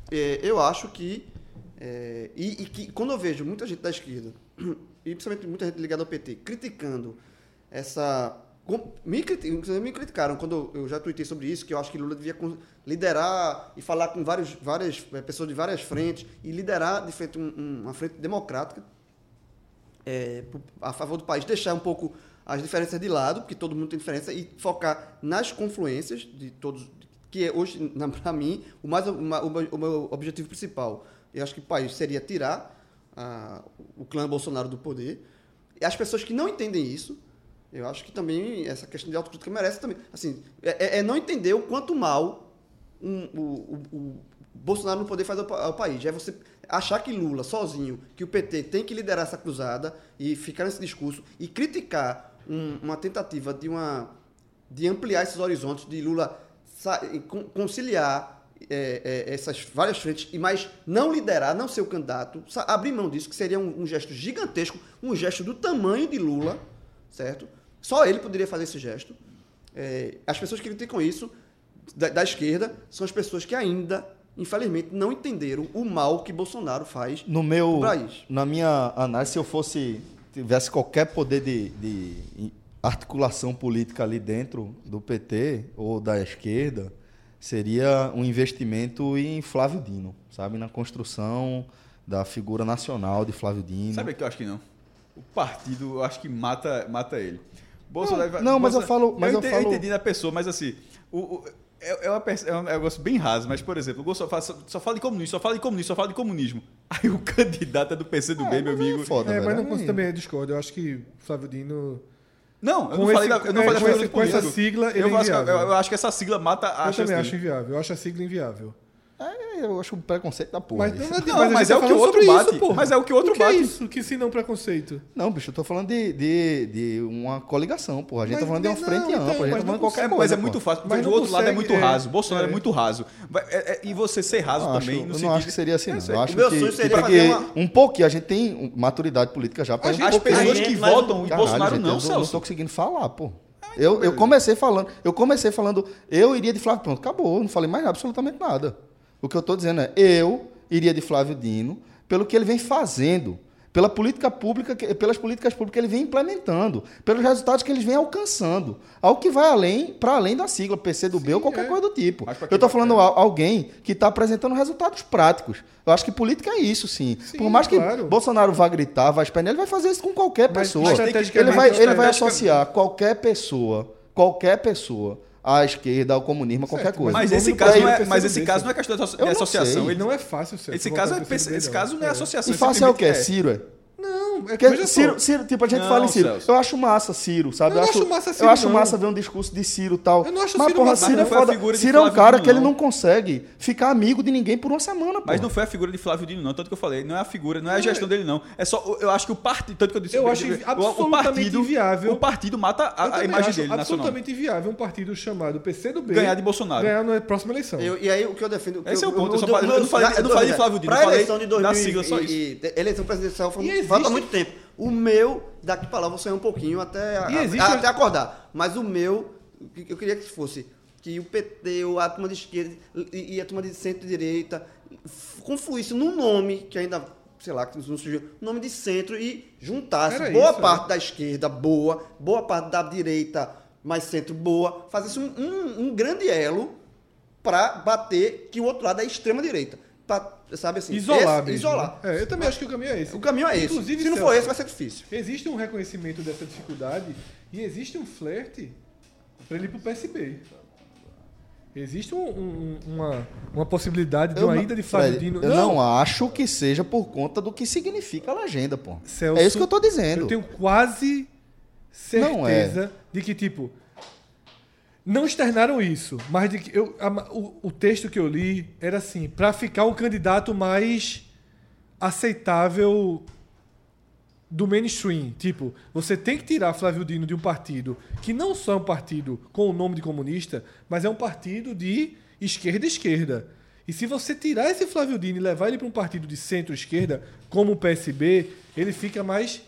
S3: é, eu acho que É, e, e que, quando eu vejo muita gente da esquerda, e principalmente muita gente ligada ao PT, criticando essa. com- Me, criti- inclusive me criticaram quando eu eu já tuitei sobre isso, que eu acho que Lula devia con- liderar e falar com vários, várias eh, pessoas de várias frentes e liderar de frente um- um- uma frente democrática é, pro- a favor do país, deixar um pouco as diferenças de lado, porque todo mundo tem diferença, e focar nas confluências de todos, que é hoje, para mim, o, mais, o, ma- o meu- o meu objetivo principal. Eu acho que o país seria tirar ah, o clã Bolsonaro do poder. E as pessoas que não entendem isso, eu acho que também essa questão de autocrítica merece também. Assim, é, é- é não entender o quanto mal um- o, o- o Bolsonaro não poder fazer ao, pa- ao país. É você achar que Lula sozinho, que o PT tem que liderar essa cruzada e ficar nesse discurso e criticar um- uma tentativa de uma de ampliar esses horizontes, de Lula sa- e con- conciliar é, é, essas várias frentes, e mas não liderar, não ser o candidato, sa- abrir mão disso, que seria um, um gesto gigantesco, um gesto do tamanho de Lula, certo? Só ele poderia fazer esse gesto. É, as pessoas que criticam isso, da, da esquerda são as pessoas que ainda, infelizmente, não entenderam o mal que Bolsonaro faz.
S2: tipo, No meu,
S3: Pro país.
S2: na minha análise, se eu fosse tivesse qualquer poder de, de articulação política ali dentro do PT ou da esquerda, seria um investimento em Flávio Dino, sabe, na construção da figura nacional de Flávio Dino.
S5: Sabe o que eu acho que não? O partido, eu acho que mata, mata ele. Bolsonaro vai-
S2: não, mas eu
S5: Bolsonaro-
S2: falo- mas eu
S5: ente-
S2: falo-
S5: entendi na pessoa, mas assim, o, o- é, é uma perce- é um negócio bem raso, mas, por exemplo, o Bolsonaro fala- só, só fala de comunismo, só fala de comunismo, só fala de comunismo. Aí o candidato é do PC do B, meu amigo.
S2: Foda,
S4: É, mas
S2: velho.
S4: não
S3: né?
S4: consigo também discordo. Eu acho que Flávio Dino.
S5: Não,
S4: Com
S5: eu não falei
S4: esse-
S5: da- eu não
S4: é,
S5: falei
S4: com
S5: da
S4: esse- com
S5: política.
S4: essa sigla, ele
S5: eu,
S4: é
S5: acho, que- eu,
S4: inviável.
S5: eu acho que essa sigla mata a
S4: eu
S5: chance
S4: também
S5: dele.
S4: acho inviável. Eu acho a sigla inviável.
S2: É, eu acho um preconceito da porra.
S4: Mas,
S2: isso.
S4: não,
S5: Não,
S4: a
S5: mas
S4: gente
S5: é o
S4: tá
S5: que o
S4: falando
S5: outro
S4: sobre
S5: bate.
S4: isso, pô.
S5: Mas é o que o outro
S4: que é
S5: bate.
S4: isso? Que se não preconceito.
S2: Não, bicho, eu tô falando de, de, de uma coligação, porra. A gente
S4: Mas
S2: tá falando de uma
S4: não,
S2: frente
S4: então,
S2: ampla, a gente
S4: mas
S2: tá falando
S4: não
S2: de qualquer
S5: É,
S2: coisa.
S5: mas é
S2: pô.
S5: muito fácil.
S4: Mas
S5: Mas do
S4: não
S5: outro lado é
S4: consegue,
S5: muito
S4: é.
S5: raso. Bolsonaro é,
S4: É.
S5: muito raso. Vai- é- é- e você ser raso
S2: Não acho,
S5: também,
S2: eu
S5: no
S2: não
S5: sentido
S2: acho que seria assim, não. Eu acho
S3: O meu
S2: que,
S3: sonho seria
S2: que
S3: fazer
S2: tem
S3: uma-
S2: que- um pouquinho. A gente tem um- maturidade política já
S4: é
S2: pra um
S5: As pessoas
S3: gente,
S5: que
S3: mas-
S5: votam em
S2: Caralho,
S5: Bolsonaro
S2: gente, eu
S5: um não,
S2: não tô
S5: Celso. Ah, então
S2: conseguindo falar, pô. Eu, eu comecei falando, eu comecei falando, eu iria de Flávio. Pronto, acabou, eu não falei mais absolutamente nada. O que eu tô dizendo é, eu iria de Flávio Dino pelo que ele vem fazendo, pela política pública, que- pelas políticas públicas que ele vem implementando, pelos resultados que eles vêm alcançando, ao que vai além, para além da sigla PC do B ou qualquer coisa do tipo.
S5: é. Mas pra É. quem
S2: Eu tô
S5: vai-
S2: falando al- alguém que está apresentando resultados práticos. Eu acho que política é isso, sim.
S4: Sim,
S2: Por mais que
S4: claro.
S2: Bolsonaro vá gritar, vá espernear, ele vai fazer isso com qualquer
S4: Mas
S2: pessoa.
S4: estrategicamente-
S2: Ele vai, ele vai
S5: estrategicamente-
S2: associar qualquer pessoa, qualquer pessoa, à esquerda, ao comunismo, a qualquer
S4: Certo,
S2: coisa.
S5: Mas
S4: Não,
S5: esse
S4: não
S5: caso
S4: vai
S5: não
S4: no
S5: é,
S4: PC
S5: mas
S4: do
S5: esse
S4: B,
S5: caso
S4: só.
S5: não é questão de asso-
S2: Eu
S5: de
S2: não
S5: associação.
S2: sei.
S5: Ele-
S4: Não é fácil, Celso.
S5: Esse
S4: votar
S5: caso é
S4: no PCdoB,
S5: PC esse
S4: não.
S5: caso não é associação.
S2: e
S5: ele
S2: fácil é o quê?
S5: simplesmente
S2: Ciro, é?
S4: Não, é que
S2: Porque
S4: veja
S2: Ciro,
S4: só.
S2: Ciro, tipo, a gente
S5: Não,
S2: fala em Ciro.
S5: Celso.
S2: Eu acho massa Ciro, sabe?
S4: Eu não acho massa
S2: Eu
S4: Ciro,
S2: acho
S4: não.
S2: massa ver um discurso de Ciro e tal.
S4: Eu não acho
S2: mas,
S4: Ciro
S2: porra,
S4: massa,
S2: Ciro é
S4: não.
S5: Foi a
S2: foda.
S5: figura de
S2: Ciro é um
S5: Flávio
S2: cara
S5: Dino,
S2: que ele
S5: não.
S2: não consegue ficar amigo de ninguém por uma semana,
S5: Mas não
S2: porra.
S5: foi a figura de Flávio Dino, não. Tanto que eu falei, não é a figura, não é a gestão dele, não. É só, eu acho que o partido. Tanto que eu disse
S4: Eu
S5: o-
S4: acho
S5: o- o
S4: absolutamente inviável.
S5: O partido mata
S4: Eu
S5: a- a,
S4: também
S5: imagem
S4: acho
S5: dele é nacional.
S4: absolutamente inviável um partido chamado PCdoB
S5: Ganhar de Bolsonaro.
S4: ganhar na próxima eleição.
S3: Eu- e aí o que eu defendo. que
S5: Esse é
S3: eu,
S5: o ponto, eu só
S3: meu-
S5: falei- eu não falei- eu não falei de Flávio Dino,
S3: pra
S5: eu falei
S3: eleição de
S5: da
S3: 2000
S5: sigla, só isso.
S3: E, e- eleição presidencial foi-
S4: E existe-
S3: falta muito tempo. O meu, daqui pra lá você é um pouquinho até, a-
S4: E
S3: a-
S4: existe-
S5: um-
S3: até acordar. Mas o meu, o que eu queria que fosse que o PT, ou a turma de esquerda e, e a turma de centro-direita f- confluísse num nome que ainda, sei lá, que não surgiu, um nome de centro e juntasse
S4: Era
S3: boa
S4: isso,
S3: parte
S5: é.
S4: né?
S3: da esquerda boa, boa parte da direita mais centro boa, fazesse um, um, um grande elo para bater que o outro lado é extrema direita. Pra, sabe assim?
S4: isolar
S3: esse-
S4: mesmo.
S3: isolar.
S4: É, eu também acho que o caminho é esse.
S3: O caminho é esse.
S4: Inclusive,
S3: Se não for
S4: Celso,
S3: esse, vai ser difícil.
S4: Existe um reconhecimento dessa dificuldade e existe um flerte para ele ir pro PSB. Existe um- um- uma, uma possibilidade de
S2: Eu
S4: uma
S2: não-
S4: ida de Flávio
S2: Fred,
S4: Dino.
S2: Eu não. acho que seja por conta do que significa a legenda, pô.
S4: Celso,
S2: é isso que eu tô dizendo.
S4: Eu tenho quase
S2: Não é.
S4: certeza de que, tipo, não externaram isso, mas de que eu, a ma- o, o texto que eu li era assim, pra ficar um candidato mais aceitável do mainstream. Tipo, você tem que tirar Flávio Dino de um partido que não só é um partido com o nome de comunista, mas é um partido de esquerda-esquerda. E se você tirar esse Flávio Dino e levar ele para um partido de centro-esquerda, como o PSB, ele fica mais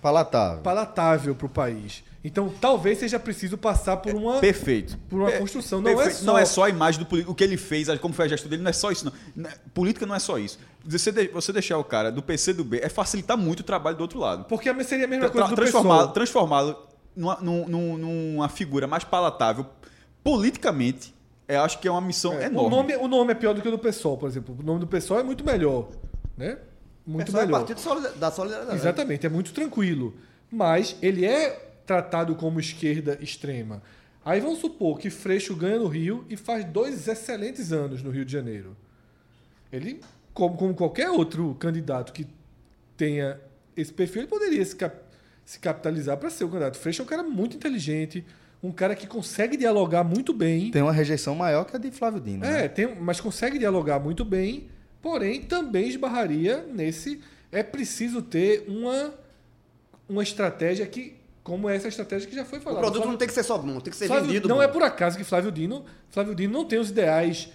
S2: Palatável.
S4: palatável para o país. Então, talvez seja preciso passar
S5: É
S4: por uma
S5: Perfeito.
S4: por uma
S5: Per-
S4: construção. Não é só-
S5: não é só a imagem do político, o que ele fez, a- como foi a gestão dele, não é só isso. Não. Na- Política não é só isso. Você, de- você deixar o cara do PC do B é facilitar muito o trabalho do outro lado.
S4: Porque a seria a mesma
S5: Tra-
S4: É coisa do
S5: transformá-lo-
S4: pessoal.
S5: Transformá-lo numa, num- num- numa figura mais palatável politicamente, eu acho que é uma missão
S4: O
S5: enorme.
S4: nome, o nome é pior do que o do pessoal, por exemplo. O nome do pessoal é muito melhor, né? Muito
S3: Pessoal é
S4: melhor.
S3: partido solida- da solidariedade.
S4: Exatamente, é muito tranquilo. Mas ele é tratado como esquerda extrema. Aí vamos supor que Freixo ganha no Rio e faz dois excelentes anos no Rio de Janeiro. Ele, como, como qualquer outro candidato que tenha esse perfil, ele poderia se, cap- se capitalizar para ser o candidato. Freixo é um cara muito inteligente, um cara que consegue dialogar muito bem.
S2: Tem uma rejeição maior que a de Flávio Dino. né?
S4: É, tem, mas consegue dialogar muito bem, porém também esbarraria nesse. É preciso ter uma, uma estratégia que, como essa estratégia que já foi
S3: O
S4: falada.
S3: produto não
S4: Flávio-
S3: tem que ser só bom, tem que ser
S4: Flávio-
S3: vendido.
S4: Não
S3: bom.
S4: é por acaso que Flávio Dino, Flávio Dino não tem os ideais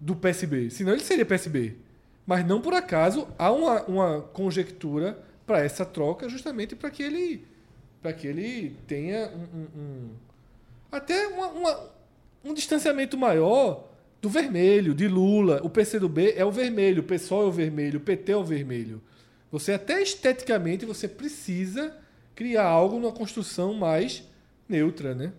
S4: do PSB, senão ele seria PSB. Mas não por acaso há uma, uma conjectura para essa troca, justamente para que ele para que ele tenha um, um- um- até uma- uma- um distanciamento maior do vermelho, de Lula. O PCdoB é o vermelho, o PSOL é o vermelho, o PT é o vermelho. Você até esteticamente você precisa criar algo numa construção mais neutra, né?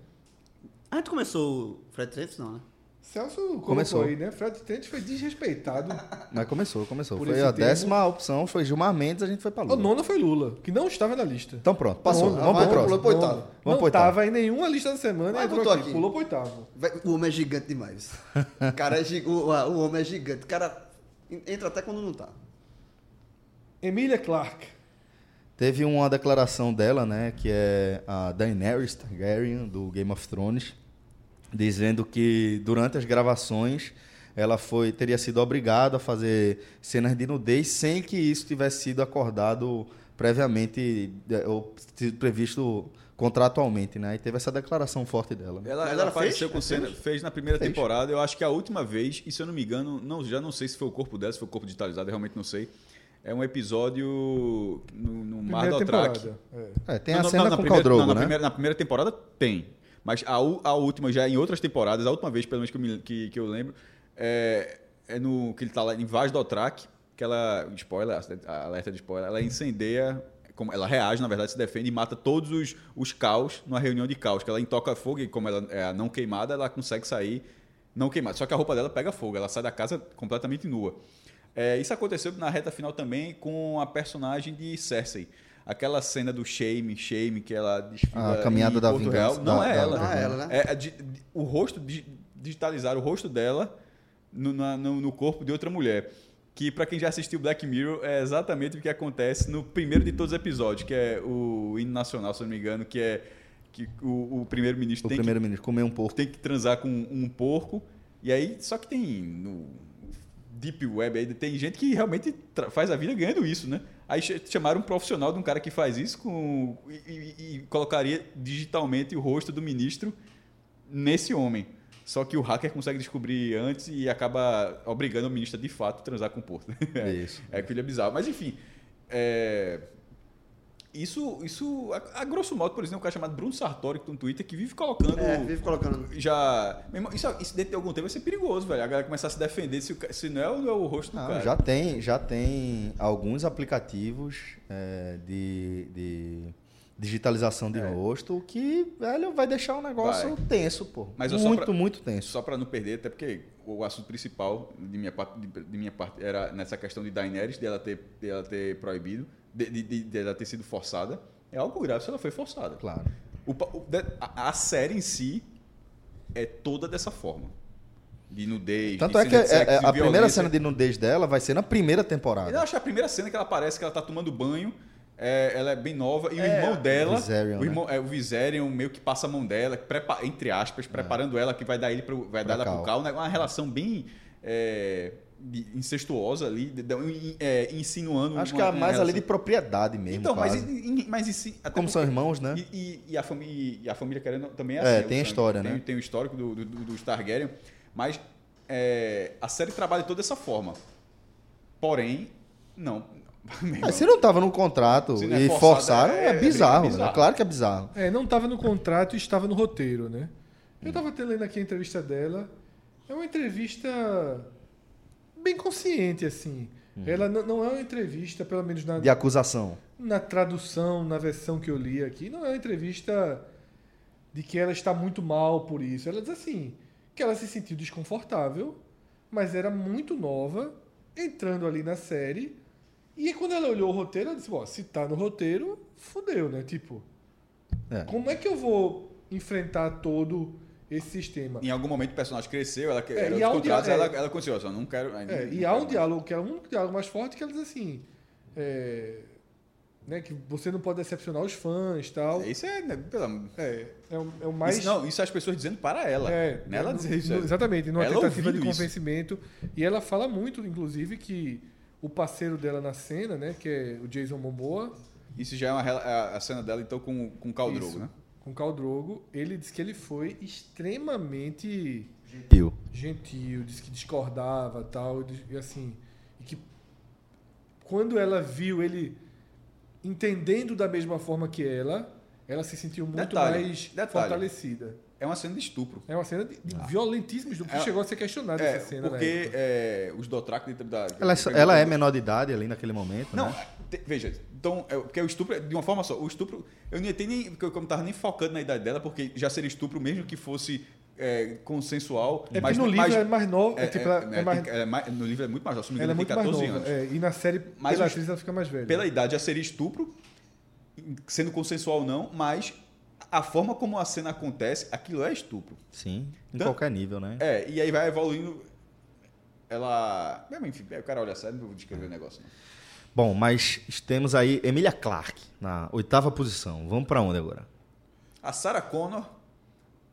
S3: A gente começou o Fred Treffs, não, né?
S4: Celso colocou
S2: Começou.
S4: aí, né? Fred Tente foi desrespeitado.
S2: Mas começou, começou.
S4: Por
S2: Foi
S4: esse
S2: a
S5: um
S4: termo-
S2: décima opção, foi Gilmar Mendes, a gente foi pra
S4: o
S2: Lula.
S4: nono foi Lula, que não estava na lista.
S2: Então
S5: Tá
S2: pronto, passou.
S4: Nono.
S2: Vamos
S3: Ah,
S2: pro próximo.
S3: pulou pro oitavo.
S4: Nono.
S2: Vamos pro
S4: Não
S2: oitavo.
S4: estava em nenhuma lista da semana,
S3: Ah,
S4: entrou
S3: botou
S4: aqui.
S3: aqui.
S4: Pulou pro oitavo.
S3: Vai- O homem é gigante demais. O cara é gigante. O, ah, o homem é gigante. O cara en- entra até quando não tá.
S4: Emília Clark.
S2: Teve uma declaração dela, né, que é a Daenerys Targaryen do Game of Thrones, dizendo que durante as gravações ela foi teria sido obrigada a fazer cenas de nudez sem que isso tivesse sido acordado previamente eh, ou sido previsto contratualmente, né? E teve essa declaração forte dela. né?
S5: Ela,
S3: Mas
S5: ela
S3: ela
S5: apareceu
S3: fez?
S5: com cena, fez na primeira temporada, eu acho que a última vez, e se eu não me engano, não, já não sei se foi o corpo dela, se foi o corpo digitalizado, eu realmente não sei. É um episódio no, no Mar do
S4: Primeira
S5: Track.
S4: temporada. É.
S2: É, tem
S5: Não,
S2: a
S5: não,
S2: cena
S5: não, na
S2: com o
S5: primeira-
S2: Caldrogo,
S5: não, na
S2: né?
S5: Primeira, na primeira temporada tem. Mas a, u- a última, já é em outras temporadas, a última vez, pelo menos que eu, me- que, que eu lembro, é, é no que ele tá lá em Vaz do Track, que ela. Spoiler, alerta de spoiler, ela incendeia. Como ela reage, na verdade, se defende e mata todos os, os caos numa reunião de caos. Que ela intoca fogo e, como ela é a não queimada, ela consegue sair não queimada. Só que a roupa dela pega fogo, ela sai da casa completamente nua. É, isso aconteceu na reta final também com a personagem de Cersei. Aquela cena do Shame, Shame, que ela desfila
S2: A caminhada
S5: em
S2: da
S5: Porto
S2: vingança.
S5: Real. Não
S2: Da-
S5: é
S2: da-
S5: ela.
S3: da- Não é ela, né?
S5: É, é di- di- o rosto, di- digitalizar o rosto dela no, na- no- no corpo de outra mulher. Que pra quem já assistiu Black Mirror, é exatamente o que acontece no primeiro de todos os episódios, que é o hino nacional, se eu não me engano, que é que o, o primeiro-ministro
S2: O
S5: tem que
S2: primeiro-ministro comeu um porco.
S5: tem que transar com um porco. E aí, só que tem no Deep Web aí, tem gente que realmente tra- faz a vida ganhando isso, né? Aí ch- chamaram um profissional de um cara que faz isso com, e, e- e colocaria digitalmente o rosto do ministro nesse homem. Só que o hacker consegue descobrir antes e acaba obrigando o ministro de fato a transar com o porco.
S2: É isso.
S5: É que ele é bizarro. Mas enfim. é, Isso, isso a, a grosso modo, por exemplo, um cara chamado Bruno Sartori, que tem um Twitter, que vive colocando.
S3: É, vive colocando.
S5: Já. meu irmão, Isso, isso dentro de algum tempo vai ser perigoso, velho. A galera começar a se defender se, o ca- se não, é, o- não é o rosto do
S2: Não,
S5: cara.
S2: Ah, já tem, já tem alguns aplicativos é, de, de digitalização
S5: É.
S2: de rosto que, velho, vai deixar o negócio tenso, pô.
S5: Mas eu só
S2: muito,
S5: pra-
S2: muito tenso.
S5: Só pra não perder, até porque o assunto principal de minha parte, de, de minha parte era nessa questão de Daenerys, dela ter, dela ter proibido, de, de- de- dela ter sido forçada. É algo grave se ela foi forçada.
S2: Claro.
S5: O pa- o- de- a, a série em si é toda dessa forma. De nudez,
S2: Tanto
S5: de
S2: é que
S5: cena de
S2: é-
S5: sexo,
S2: é-
S5: de
S2: a primeira
S5: violência.
S2: cena de nudez dela vai ser na primeira
S5: Eu
S2: temporada.
S5: acho que a primeira cena que ela aparece, que ela tá tomando banho, é, ela é bem nova, e o irmão dela,
S2: Viserion, né?
S5: o, irmão, é, o Viserion meio que passa a mão dela, prepa- entre aspas, preparando ela, que vai dar ele pro, vai
S2: Pra
S5: dar ela pro
S2: Cal.
S5: Cal, né? uma relação bem é, de- incestuosa ali, de- de- in- é, insinuando...
S2: Acho
S5: uma-
S2: que é
S5: uma
S2: mais ali de
S5: relação.
S2: propriedade mesmo.
S5: Então, mas,
S2: quase.
S5: in- in- mas insi- até
S2: como
S5: porque-
S2: são irmãos, né?
S5: e, e- e a família, e a família querendo também é
S2: É,
S5: assim.
S2: tem a
S5: o sangue.
S2: história,
S5: tem,
S2: né?
S5: Tem o histórico do, do, do- dos Targaryen, mas é, a série trabalha toda dessa forma. Porém, não.
S2: Ah, se não tava no contrato
S5: Se não é
S2: e
S5: forçado,
S2: forçaram,
S5: é-
S2: é,
S5: é
S2: bizarro,
S5: bizarro.
S2: velho. É claro que é bizarro.
S4: É, não estava no contrato e estava no roteiro, né? Eu estava lendo aqui a entrevista dela. É uma entrevista bem consciente, assim. Ela n- não é uma entrevista, pelo menos na,
S2: De acusação.
S4: na tradução, na versão que eu li aqui, não é uma entrevista de que ela está muito mal por isso. Ela diz assim, que ela se sentiu desconfortável, mas era muito nova, entrando ali na série. E quando ela olhou o roteiro, ela disse, ó, se tá no roteiro, fudeu, né? Tipo,
S2: É.
S4: como é que eu vou enfrentar todo esse sistema?
S5: Em algum momento o personagem cresceu, ela
S4: É,
S5: quer
S4: e há um
S5: contratos,
S4: dia-
S5: ela,
S4: é.
S5: ela conseguiu, só não quero. ainda
S4: É,
S5: não
S4: e
S5: quero
S4: há um
S5: mais.
S4: diálogo, que é o único diálogo mais forte, que ela diz assim, é, né, que você não pode decepcionar os fãs tal.
S5: É, Isso é. né, pelo-
S4: É, é o, é o mais.
S5: Isso, não, isso é as pessoas dizendo para ela.
S4: é,
S5: Não é ela
S4: no-
S5: dizer isso.
S4: no- Exatamente, numa
S5: Ela
S4: tentativa de
S5: ouvindo isso.
S4: convencimento. E ela fala muito, inclusive, que o parceiro dela na cena, né, que é o Jason Momoa,
S5: Isso já é uma, rela- a, a cena dela, então, com, com o Khal
S4: Isso.
S5: Drogo, né?
S4: com o Khal Drogo, ele disse que ele foi extremamente gentil, disse que discordava tal, e dis- e assim, e que quando ela viu ele entendendo da mesma forma que ela, ela se sentiu muito
S5: Detalhe,
S4: mais
S5: detalhe.
S4: fortalecida.
S5: É uma cena de estupro.
S4: É uma cena de, de violentíssima, do que
S5: Ah. É,
S4: chegou a ser questionada
S5: É,
S4: essa cena. né?
S5: porque é, os Dothraki dentro da.
S2: Ela é, ela é menor de idade ali naquele momento,
S5: Não,
S2: né?
S5: te- veja, então, é, porque o estupro, é de uma forma só, o estupro, eu não ia ter nem, porque eu não tava nem focando na idade dela, porque já seria estupro mesmo que fosse é, consensual.
S4: É porque no livro é mais novo, é,
S5: é,
S4: tipo, ela-
S5: é,
S4: é mais-
S5: tem- ela é mais- no livro é muito mais nova, se não me
S4: ela é
S5: engano,
S4: muito
S5: tem
S4: mais
S5: 14
S4: nova.
S5: anos.
S4: é, e na série,
S5: Mas
S4: pela
S5: os-
S4: atriz, ela fica mais velha.
S5: Pela idade já seria estupro, sendo consensual ou não, mas a forma como a cena acontece, aquilo é estupro.
S2: Sim, em
S5: Não.
S2: qualquer nível, né?
S5: É, e aí vai evoluindo. Ela. Mesmo, enfim, aí o cara olha a série, não vou descrever o negócio. né? Não.
S2: Bom, mas temos aí Emília Clark na oitava posição. Vamos pra onde agora?
S5: A Sarah Connor,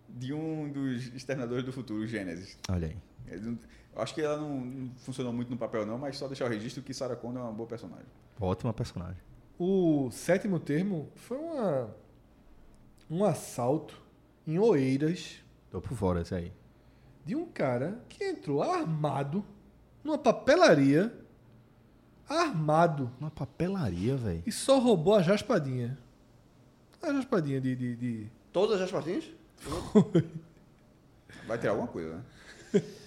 S5: de um dos externadores do futuro, o Gênesis.
S2: Olha aí.
S5: É, não- Eu acho que ela não, não funcionou muito no papel, não, mas só deixar o registro que Sarah Connor é uma boa personagem.
S2: Ótima personagem.
S4: O sétimo termo foi uma, um assalto em Oeiras
S2: Tô por fora esse aí.
S4: de um cara que entrou armado numa papelaria, armado,
S2: Uma papelaria, velho.
S4: e só roubou a jaspadinha. A jaspadinha de... de, de-
S3: Todas as partinhas?
S5: Vai ter alguma coisa, né?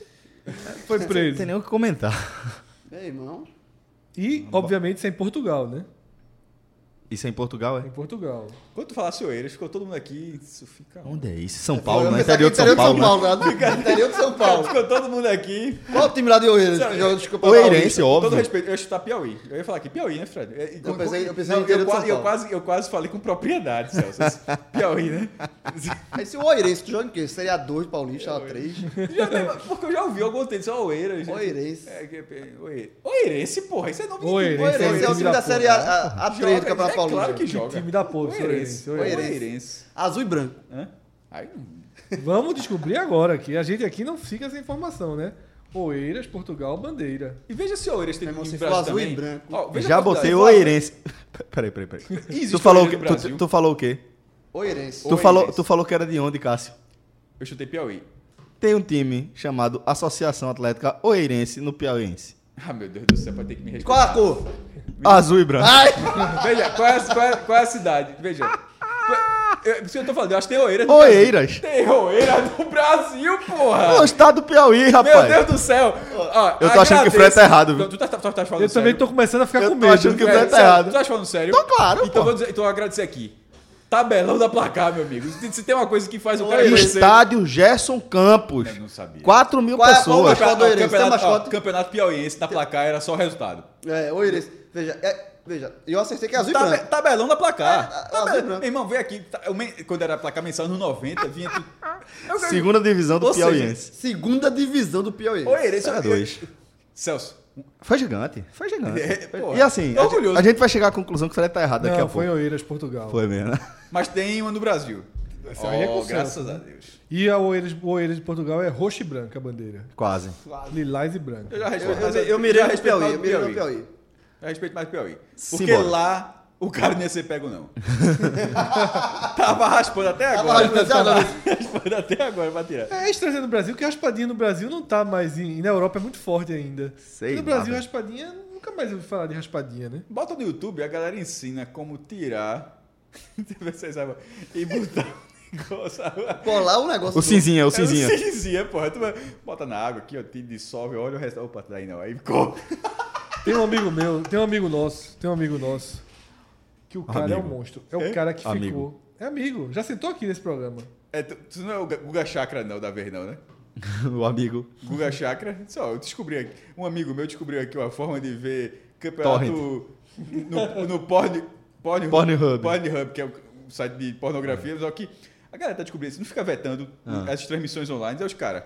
S4: Foi
S2: Não
S4: preso.
S2: tem nem o que comentar.
S3: Meu irmão.
S4: E, obviamente, isso é em Portugal, né?
S2: Isso é em Portugal,
S4: Em
S2: é?
S4: Portugal.
S5: Quando tu falasse Oeiras, ficou todo mundo aqui. Isso fica.
S2: Onde é isso? São Paulo, né?
S3: Pensar
S2: Interior
S3: que
S2: de São Paulo. né?
S3: né? Interior de São Paulo.
S5: Ficou todo mundo aqui.
S3: Qual o time lá de Oeiras?
S5: Sério,
S3: Eu- Desculpa.
S2: Oeirense,
S5: Com todo
S2: óbvio.
S5: respeito, eu ia chutar Piauí. Eu ia falar aqui, Piauí, né, Fred? É, e-
S3: Eu pensei- eu pensei no
S5: eu,
S3: interior de
S5: quase,
S3: São
S5: eu,
S3: Paulo.
S5: quase, eu quase falei com propriedade, Celso. Piauí, né?
S3: Aí se o Oeirense, tu joga em quê? Seria 2 Paulista, a 3.
S5: Já tem- porque eu já ouvi algum tempo, só Oeiras. gente.
S3: Oeirense.
S5: É, que- é, Oe- Oeirense, porra, isso é nome de-
S4: Oeirense,
S3: Oeirense é o
S4: time
S3: time
S4: da
S3: da
S4: porra.
S3: Série A- A
S5: Joga,
S3: 3 do Campeonato
S5: é
S3: Paulista.
S5: Claro que joga.
S4: time da porra, Oeirense,
S5: Oeirense.
S4: Oeirense.
S5: Oeirense.
S3: Azul e branco.
S5: Hã? Aí não.
S4: Vamos descobrir agora que a gente aqui não fica sem informação, né? Oeiras, Portugal, bandeira.
S5: E veja se o Oeiras tem
S3: Meu irmão,
S5: time
S3: se
S5: no
S3: for
S5: Brasil
S3: azul e
S5: também.
S3: branco.
S5: Ó, veja é. a
S2: né? Já
S5: possibilidade.
S2: botei Oeirense. Peraí, peraí, peraí.
S5: Existe
S2: Tu falou, o
S5: Oeiras
S2: quê?
S5: no
S2: tu,
S5: Brasil?
S2: tu falou o quê?
S3: Oeirense.
S2: Tu
S5: Oeirense.
S2: falou, tu falou que era de onde, Cássio?
S5: Eu chutei Piauí.
S2: Tem um time chamado Associação Atlética Oeirense no Piauiense.
S5: Ah, meu Deus do céu, vai ter que me responder.
S3: Qual a cor?
S2: Azul e branco.
S3: Ai!
S5: Veja, qual é, a- qual é- qual é a cidade? Veja. Eu, por isso que eu tô falando, eu acho que tem Oeiras. no Brasil.
S2: Oeiras.
S5: Tem Oeira no Brasil, porra!
S2: É o estado do Piauí,
S5: Meu
S2: rapaz.
S5: Deus do céu! Ó,
S2: Eu tô achando que o Fred tá errado, viu?
S5: Não, Tu tá, tu tá- tu tá falando
S4: Eu
S5: sério?
S4: também tô começando a ficar
S2: Eu
S4: com
S2: tô
S4: medo.
S2: achando que o
S5: É,
S2: Fred tá
S5: sério,
S2: errado.
S5: Tu tá falando sério?
S2: Tô claro,
S5: Então
S2: pô.
S5: vou, dizer, então vou agradecer aqui. Tabelão da placar, meu amigo. Se, se tem uma coisa que faz o cara crescer-
S2: Estádio Gerson Campos.
S5: Eu não sabia.
S2: 4 mil
S3: Qual é a
S2: pessoas.
S3: qual é a
S5: Campeonato,
S3: do Oeirense? Tem
S5: campeonato, ó,
S3: mascote?
S5: campeonato piauiense da placar era só resultado.
S3: É, Oeirense. Veja, é, veja, eu acertei que é azul e
S5: Tabe-
S3: branco.
S5: tabelão da placar.
S3: É, a-
S5: Tabelão.
S3: azul e branco.
S5: Meu irmão, vem aqui. Tá, eu me- Quando era placar mensal, nos 90, vinha aqui. Eu- eu-
S2: Segunda divisão do
S5: Ou seja,
S2: Piauiense.
S3: Segunda divisão do Piauí.
S5: Oeirense
S2: Era
S5: eu-
S2: é dois.
S5: Celso,
S2: Foi gigante. Foi gigante.
S5: É, porra,
S2: e assim,
S5: tô
S2: a gente-
S5: orgulhoso.
S2: a gente vai chegar à conclusão que o Fred tá errado daqui a
S4: Não, foi em
S2: pouco.
S4: Oeiras, Portugal.
S2: Foi mesmo, né?
S5: mas tem uma no Brasil.
S4: Essa aí é
S5: Ó,
S4: com
S5: graças
S4: Celso,
S5: a
S4: né?
S5: Deus.
S4: E a Oeiras, o Oeiras de Portugal é roxa e branca a bandeira.
S2: Quase.
S4: Lilás e
S5: Eu
S4: branca.
S5: já
S3: Eu,
S5: respeito.
S3: eu,
S5: mais-
S3: eu mirei
S5: já
S3: no
S5: respeito
S3: Piauí,
S5: mais
S3: eu
S5: o
S3: mirei no Piauí.
S5: Eu respeito mais o Piauí. Porque
S2: Simbora.
S5: lá o cara não ia ser pego, não. Tava raspando até agora.
S3: raspando até agora.
S5: raspando até agora pra tirar.
S4: É estranho no Brasil, que a raspadinha no Brasil não tá mais. Em, e na Europa é muito forte ainda.
S2: Sei
S4: E no
S2: lá,
S4: Brasil,
S2: velho.
S4: a raspadinha nunca nunca mais ouvi falar de raspadinha, né?
S5: Bota no YouTube, a galera ensina como tirar Teve essas armas, e botar o negócio.
S3: Colar o negócio.
S2: O
S3: do-
S2: cinzinha, o
S5: É,
S2: cinzinha.
S5: o cinzinha, porra. Tu vai- bota na água aqui, ó, tira, dissolve, olha o resto. Opa, daí não. Aí corre.
S4: Tem um amigo meu, tem um amigo nosso, tem um amigo nosso. Que o cara é um
S2: Amigo.
S4: monstro. É o cara que
S2: Amigo.
S4: ficou. É amigo, já sentou aqui nesse programa.
S5: É, tu, tu não é o Ga- Guga Chakra, não, da vez, não, né?
S2: o amigo.
S5: Guga Chakra. Só, eu descobri aqui. Um amigo meu descobriu aqui uma forma de ver campeonato no, no porn, porn,
S2: Pornhub.
S5: Pornhub, que é o site de pornografia, só que a galera tá descobrindo isso, não fica vetando
S2: Ah.
S5: essas transmissões online, é os caras.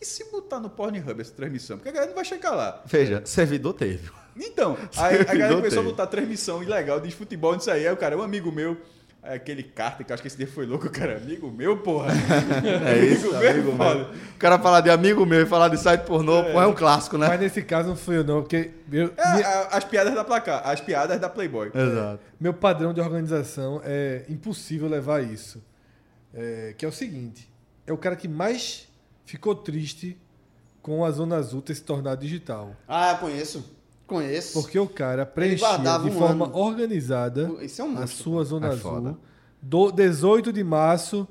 S5: E se botar no Pornhub essa transmissão? Porque a galera não vai checar lá.
S2: Veja, servidor teve.
S5: Então, aí a galera
S2: Servidor
S5: começou a
S2: tem.
S5: botar transmissão ilegal de futebol nisso aí. Aí o cara, um amigo meu, aí aquele Carter, que eu acho que esse dia foi louco, o cara, amigo meu, porra.
S2: É isso, amigo meu.
S5: foda.
S2: O cara falar de amigo meu e falar de site pornô, pô, é um clássico, né?
S4: Mas nesse caso não fui eu, não, porque eu-
S3: Ah,
S5: É, a- as piadas da placar, as piadas da Playboy.
S4: É.
S2: Exato.
S4: meu padrão de organização é impossível levar isso. É, que é o seguinte: é o cara que mais ficou triste com a Zona Azul ter se tornado digital.
S3: Ah, conheço. Conheço.
S4: Porque o cara preenchia
S3: guardava
S4: de
S3: um
S4: forma
S3: ano.
S4: organizada
S3: Isso é um
S4: a
S3: monstro.
S4: sua Zona
S2: É foda.
S4: Azul. Do 18 de março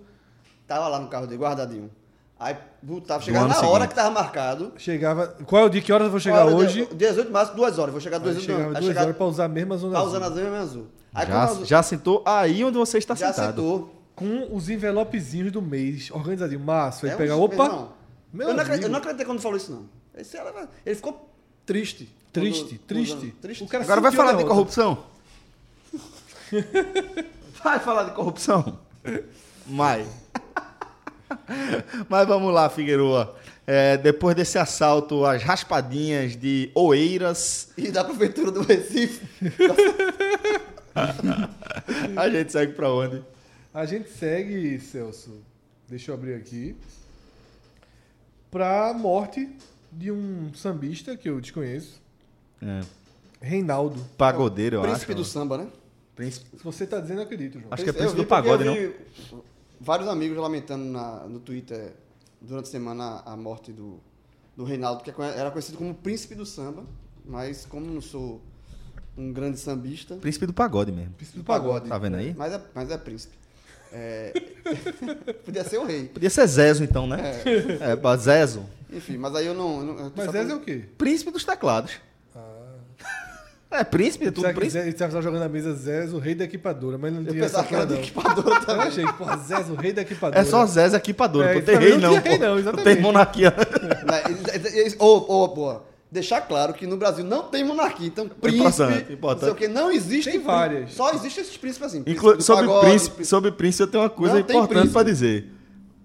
S3: Tava lá no carro dele, guardadinho. Aí botava,
S2: Do
S3: chegava
S2: ano
S3: na hora
S2: seguinte.
S3: que tava marcado.
S4: chegava. Qual é o dia? Que horas eu vou chegar
S3: Hora de-
S4: hoje?
S3: 18 de março, duas horas. Vou chegar duas
S4: Aí
S3: horas.
S4: chegava
S3: Aí
S4: duas
S3: chegava-
S4: horas pra usar mesmo a Zona
S3: Tá usando
S4: Azul.
S3: a zona azul. Aí quando
S2: Já,
S3: a-
S2: já sentou aí onde você está
S3: já
S2: sentado.
S3: sentou.
S4: Com os envelopezinhos do mês, organizadinho. Março, aí
S3: É um-
S4: pega.
S3: meu
S4: Opa!
S3: irmão,
S4: Meu
S3: eu, não acredito,
S4: amigo.
S3: eu não acreditei quando falou isso, não. Esse era- ele ficou triste.
S4: Triste,
S3: Quando-
S4: triste.
S3: quando- triste.
S4: O cara
S2: Agora vai
S4: sentiu
S2: falar de
S4: na outra.
S2: corrupção? vai falar de corrupção? Vai. Mas vamos lá, Figueroa. É, depois desse assalto às raspadinhas de Oeiras,
S3: E da prefeitura do Recife.
S2: a gente segue pra onde?
S4: A gente segue, Celso. Deixa eu abrir aqui. Pra morte de um sambista que eu desconheço,
S2: É,
S4: Reinaldo.
S2: pagodeiro, eu
S3: Príncipe do
S2: acho.
S3: samba, né?
S2: Príncipe-
S4: Se você tá dizendo, eu acredito, João.
S2: Acho que é
S3: Eu
S2: príncipe
S3: vi
S2: do pagode, não?
S3: porque eu vi Vários amigos lamentando na- no Twitter durante a semana a, a morte do, do Reinaldo, que é conhe- era conhecido como príncipe do samba, mas como não sou um grande sambista,
S2: Príncipe do pagode mesmo.
S4: Príncipe do pagode.
S2: Tá vendo aí?
S3: mas é, mas é príncipe. É, podia ser o rei.
S2: Podia ser Zezo, então, né? É, pra Zezo.
S3: Enfim, mas aí eu não. eu não- eu
S4: Mas
S3: só-
S4: Zezé é o quê?
S2: Príncipe dos teclados. É príncipe, é tudo
S4: Ah. Será que
S2: príncipe.
S4: Zé- Ele tava jogando na mesa Zezé, o rei da equipadora, mas não
S3: Eu
S4: tinha essa
S3: pensava que era
S4: cara,
S3: de
S4: não.
S3: equipadora
S4: Eu
S3: também.
S4: achei, porra, Zezé, o rei da equipadora.
S2: É só Zezé equipadora,
S4: É,
S2: pô.
S4: isso
S2: Tem
S4: também
S2: rei
S4: não
S2: não,
S4: tinha
S2: pô.
S4: rei não,
S2: não tem
S4: exatamente.
S2: monarquia.
S3: Né? Mas- Ou, ou, pô, deixar claro que no Brasil não tem monarquia. Então, príncipe,
S2: É importante,
S3: não sei o que, não existe.
S4: Tem várias.
S3: Só existem esses príncipes assim.
S2: Inclu-
S3: do
S2: sobre,
S3: pagode,
S2: príncipe, sobre príncipe, eu tenho uma coisa
S3: Não tem
S2: importante
S3: príncipe.
S2: pra dizer.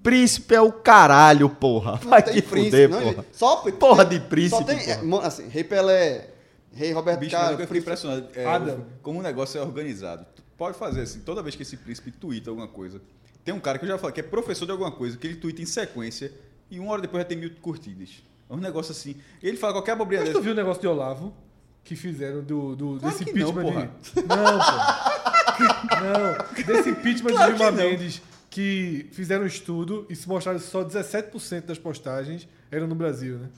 S2: Príncipe é o caralho, porra.
S3: Não
S2: Vai
S3: tem
S2: te
S3: príncipe,
S2: fuder,
S3: não
S2: porra.
S3: existe. Só,
S2: Porra de príncipe,
S3: Só tem,
S2: porra.
S3: é, mo- assim, Rei Pelé, Rei Roberto
S5: Bicho, mas o
S3: Carlos.
S5: que eu fiquei impressionado é
S4: Adam.
S5: o- como o negócio é organizado. Tu pode fazer assim, toda vez que esse príncipe tuita alguma coisa. Tem um cara que eu já falei que é professor de alguma coisa, que ele tuita em sequência e uma hora depois já tem mil curtidas. É um negócio assim. Ele fala qualquer abobrinha
S4: Mas tu
S5: dessa.
S4: viu o negócio de Olavo? Que fizeram do, do-
S5: Claro
S4: desse
S5: que não,
S4: impeachment
S5: porra.
S4: de. Não, porra. Não, desse impeachment de
S5: Claro que
S4: Gilmar
S5: não.
S4: Mendes, que fizeram um estudo e se mostraram que só 17% das postagens eram no Brasil, né?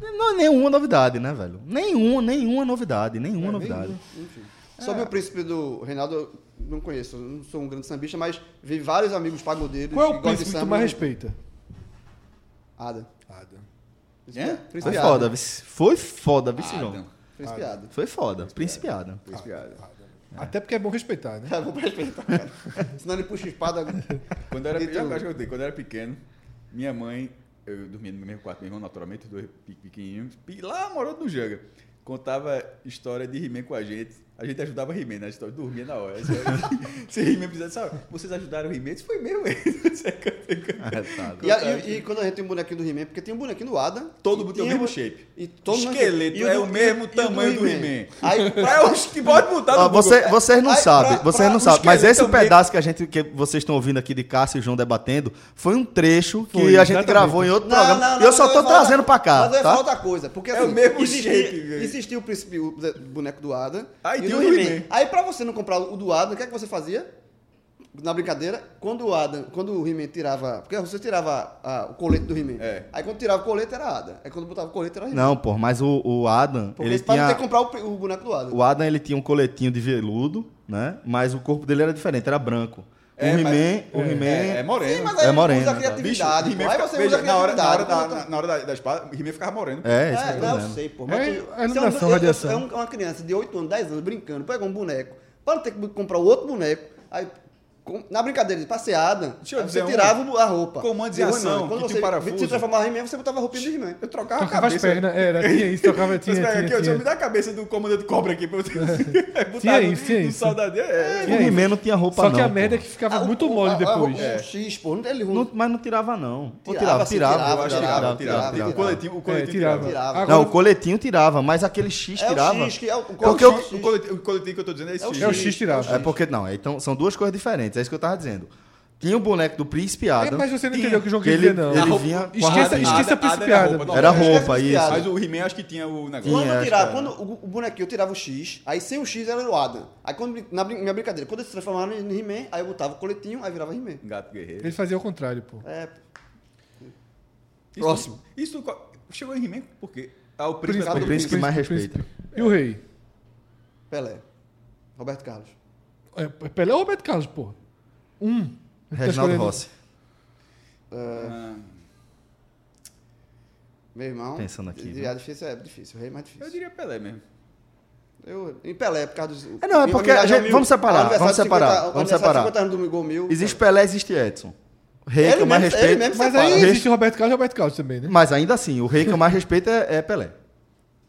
S2: Não é nenhuma novidade, né, velho? Nenhum, nenhuma novidade,
S3: É,
S2: nenhuma novidade.
S3: Enfim. Sobre o príncipe do Reinaldo, eu não conheço. Eu não sou um grande sambista, mas vi vários amigos pagodeiros
S4: Qual é
S3: que
S4: o
S3: gostam de
S4: príncipe que tu
S3: samba. né?
S4: mais respeita?
S3: Ada.
S4: Adam.
S3: Príncipe
S5: É?
S3: Ada. Príncipe
S2: Foi
S3: Ada.
S2: foda, vice. Foi foda, vice,
S5: Ah,
S2: João.
S5: não.
S3: Príncipe Ada.
S2: Foi foda. Principiada.
S5: Príncipe Adam.
S4: Até porque é bom respeitar, né?
S3: É, vou respeitar, cara. Senão ele puxa a espada.
S5: Quando eu era,
S3: E
S5: eu
S3: tu?
S5: acho que eu contei, quando eu era pequeno, minha mãe, eu dormia no mesmo quarto, meu irmão naturalmente, os dois pe- pequenininhos, e lá morando no Janga. Contava história de He-Man com a gente. A gente ajudava He-Man na história, dormia na hora. Se- Se He-Man precisasse, sabe? Vocês ajudaram o He-Man? Isso foi meu,
S3: Ah, tá, E, a- e- e quando a gente tem um bonequinho do He-Man, porque tem um bonequinho do Ada.
S5: Todo mundo tem o
S3: E
S5: mesmo shape.
S3: E todo mundo-
S5: Esqueleto
S3: e
S5: é
S3: do-
S5: o mesmo
S3: e o
S5: tamanho do He-Man.
S3: Aí,
S5: Pra os que pode botar no
S2: Ó,
S5: Google.
S2: Ah, você,
S3: é
S2: vocês não
S5: Aí,
S2: sabem,
S5: pra-
S2: vocês
S5: pra
S2: não
S5: os
S2: sabem, mas
S5: esqueletos
S2: esse
S5: também-
S2: pedaço que a gente que vocês estão ouvindo aqui de Cássio e João debatendo foi um trecho que
S4: Foi,
S2: a gente
S4: exatamente.
S2: gravou em outro
S3: um Não,
S2: programa.
S3: não,
S2: e eu
S3: não,
S2: só
S3: mas
S2: tô
S3: eu ia falar-
S2: trazendo pra cá,
S3: Mas é
S2: tá?
S3: falta coisa, porque assim,
S5: o mesmo
S3: existia,
S5: shape, velho.
S3: Existia o príncipe, o boneco do Ada.
S5: Aí
S3: e
S5: tem
S3: do
S5: o
S3: He-Man.
S5: He-Man.
S3: Aí pra você não comprar o do Ada, o que é que você fazia? na brincadeira, quando o Adam, quando o He-Man tirava. Porque você tirava a- o colete do He-Man.
S5: É.
S3: Aí quando tirava o colete era Adam. Aí quando botava o colete era He-Man.
S2: Não, pô, mas o, o Adam,
S3: Porque
S2: ele
S3: pra não
S2: tinha.
S3: ter que comprar o, o boneco do Adam.
S2: O Adam ele tinha um coletinho de veludo, né? Mas o corpo dele era diferente, era branco. O
S5: É,
S2: He-Man,
S5: mas-
S2: o He-Man,
S5: É, é moreno.
S3: Sim, mas aí
S2: É moreno,
S3: usa a
S2: tá?
S5: Bicho,
S3: criatividade.
S5: He-Man
S3: pô. Aí
S5: fica-
S3: você
S5: veja,
S3: usa a
S5: na hora, na hora,
S3: criatividade. tá
S5: da,
S3: pô.
S5: na- na hora da, da espada, o He-Man ficava moreno. pô.
S2: é, isso
S3: É,
S2: que eu tô
S3: não, eu
S2: dizendo.
S3: sei, pô.
S4: É,
S3: Mas
S4: a
S3: tu- você
S4: iluminação,
S3: um- eu-
S4: radiação.
S3: eu- É um- uma criança de 8 anos, 10 anos, brincando, pega um boneco, para não ter que comprar outro boneco, aí... com- Na brincadeira de passeada,
S5: Deixa eu
S3: aí
S5: dizer
S3: você
S5: uma.
S3: tirava o- a roupa.
S5: Comandos
S3: de
S5: em
S3: He-Man.
S5: ação,
S3: Quando
S5: que
S3: você
S5: tinha um parafuso.
S3: se transformava em He-Man, você botava a roupinha do He-Man.
S5: Eu trocava a
S4: Tocava as
S5: cabeça.
S4: pernas. Era, tinha isso, tocava, tinha,
S5: Mas pega
S4: tinha,
S5: aqui, eu
S4: tinha.
S5: me dá a cabeça do comandante cobra aqui pra eu ter.
S4: Tinha isso, tinha
S5: Um
S4: isso.
S5: saudadeiro. É,
S2: O He-Man não tinha roupa,
S4: Só
S2: não.
S4: que a
S2: pô.
S4: merda é que ficava
S3: Ah, o-
S4: muito
S3: o-
S4: mole
S3: a- a
S4: depois. É.
S3: roupa- O X, pô, não tem ele
S2: Não- mas não tirava, não. Ou tirava, tirava.
S3: Tirava, sim,
S5: Eu acho que tirava,
S3: Tirava,
S5: tirava.
S3: tirava.
S5: O coletinho, o
S4: É,
S5: coletinho
S4: tirava.
S3: tirava.
S4: Agora-
S2: Não, o coletinho tirava, mas aquele X
S3: É
S2: tirava.
S3: o X, que é o... qual
S2: Porque
S3: é
S5: Porque
S3: o
S2: eu-
S3: X?
S5: o coletinho, o coletinho que eu tô dizendo é esse.
S3: É o
S5: X.
S4: É o X tirava.
S2: É porque, não, é, então são duas coisas diferentes, é isso que eu tava dizendo. Tinha o boneco do Príncipe Adam.
S4: É, mas você não
S5: tinha-
S4: entendeu o que o João
S2: que
S4: quis
S2: ele,
S4: dizer, não.
S2: ele
S5: roupa-
S2: vinha. com a
S4: Esqueça,
S2: roupinha.
S4: esqueça a
S5: Nada, nada
S4: principiada.
S5: era roupa, não.
S2: Era
S3: Esquece
S2: roupa,
S3: esse
S2: isso.
S3: piada.
S5: Mas o He-Man acho que tinha o negócio.
S2: Tinha.
S3: Quando eu
S2: acho
S3: tirava,
S2: que
S3: quando o, o bonequinho eu tirava o X, aí sem o X era o Adam. Aí quando brin- na brin- minha brincadeira, quando eles se transformaram em He-Man, aí eu botava o coletinho, aí virava He-Man.
S5: Gato guerreiro.
S4: Ele fazia ao contrário, pô.
S3: É,
S5: Isso-
S3: Próximo.
S5: Isso co- chegou em He-Man porque ah, o príncipe
S3: Príncipe.
S5: era
S2: O príncipe que mais respeita.
S4: E o rei?
S3: Pelé. Roberto Carlos.
S4: É, é Pelé ou Roberto Carlos, pô? Um.
S2: Reginaldo Rossi.
S5: Ah,
S3: Meu irmão.
S2: Pensando aqui,
S3: de-
S2: né?
S3: É difícil, é difícil. O rei é mais
S5: Eu
S3: difícil.
S5: diria Pelé mesmo.
S3: Eu, em Pelé, por causa dos.
S2: É, não, é
S3: em
S2: porque
S3: homenagem
S2: a gente-
S3: ao mil-
S2: vamos separar,
S3: ao aniversário
S2: vamos
S3: de 50
S2: separar,
S3: ao
S2: vamos
S3: aniversário de
S2: separar.
S3: 50 anos do Miguel Mil.
S2: Existe Pelé, existe Edson. O rei
S3: Ele
S2: que eu mais
S3: mesmo- ele
S2: respeito.
S3: mesmo
S4: Mas
S3: Separa.
S4: aí
S2: Res-
S4: existe o Roberto Carlos e o Roberto Carlos também, né?
S2: Mas ainda assim, o rei que eu mais respeito é, é Pelé.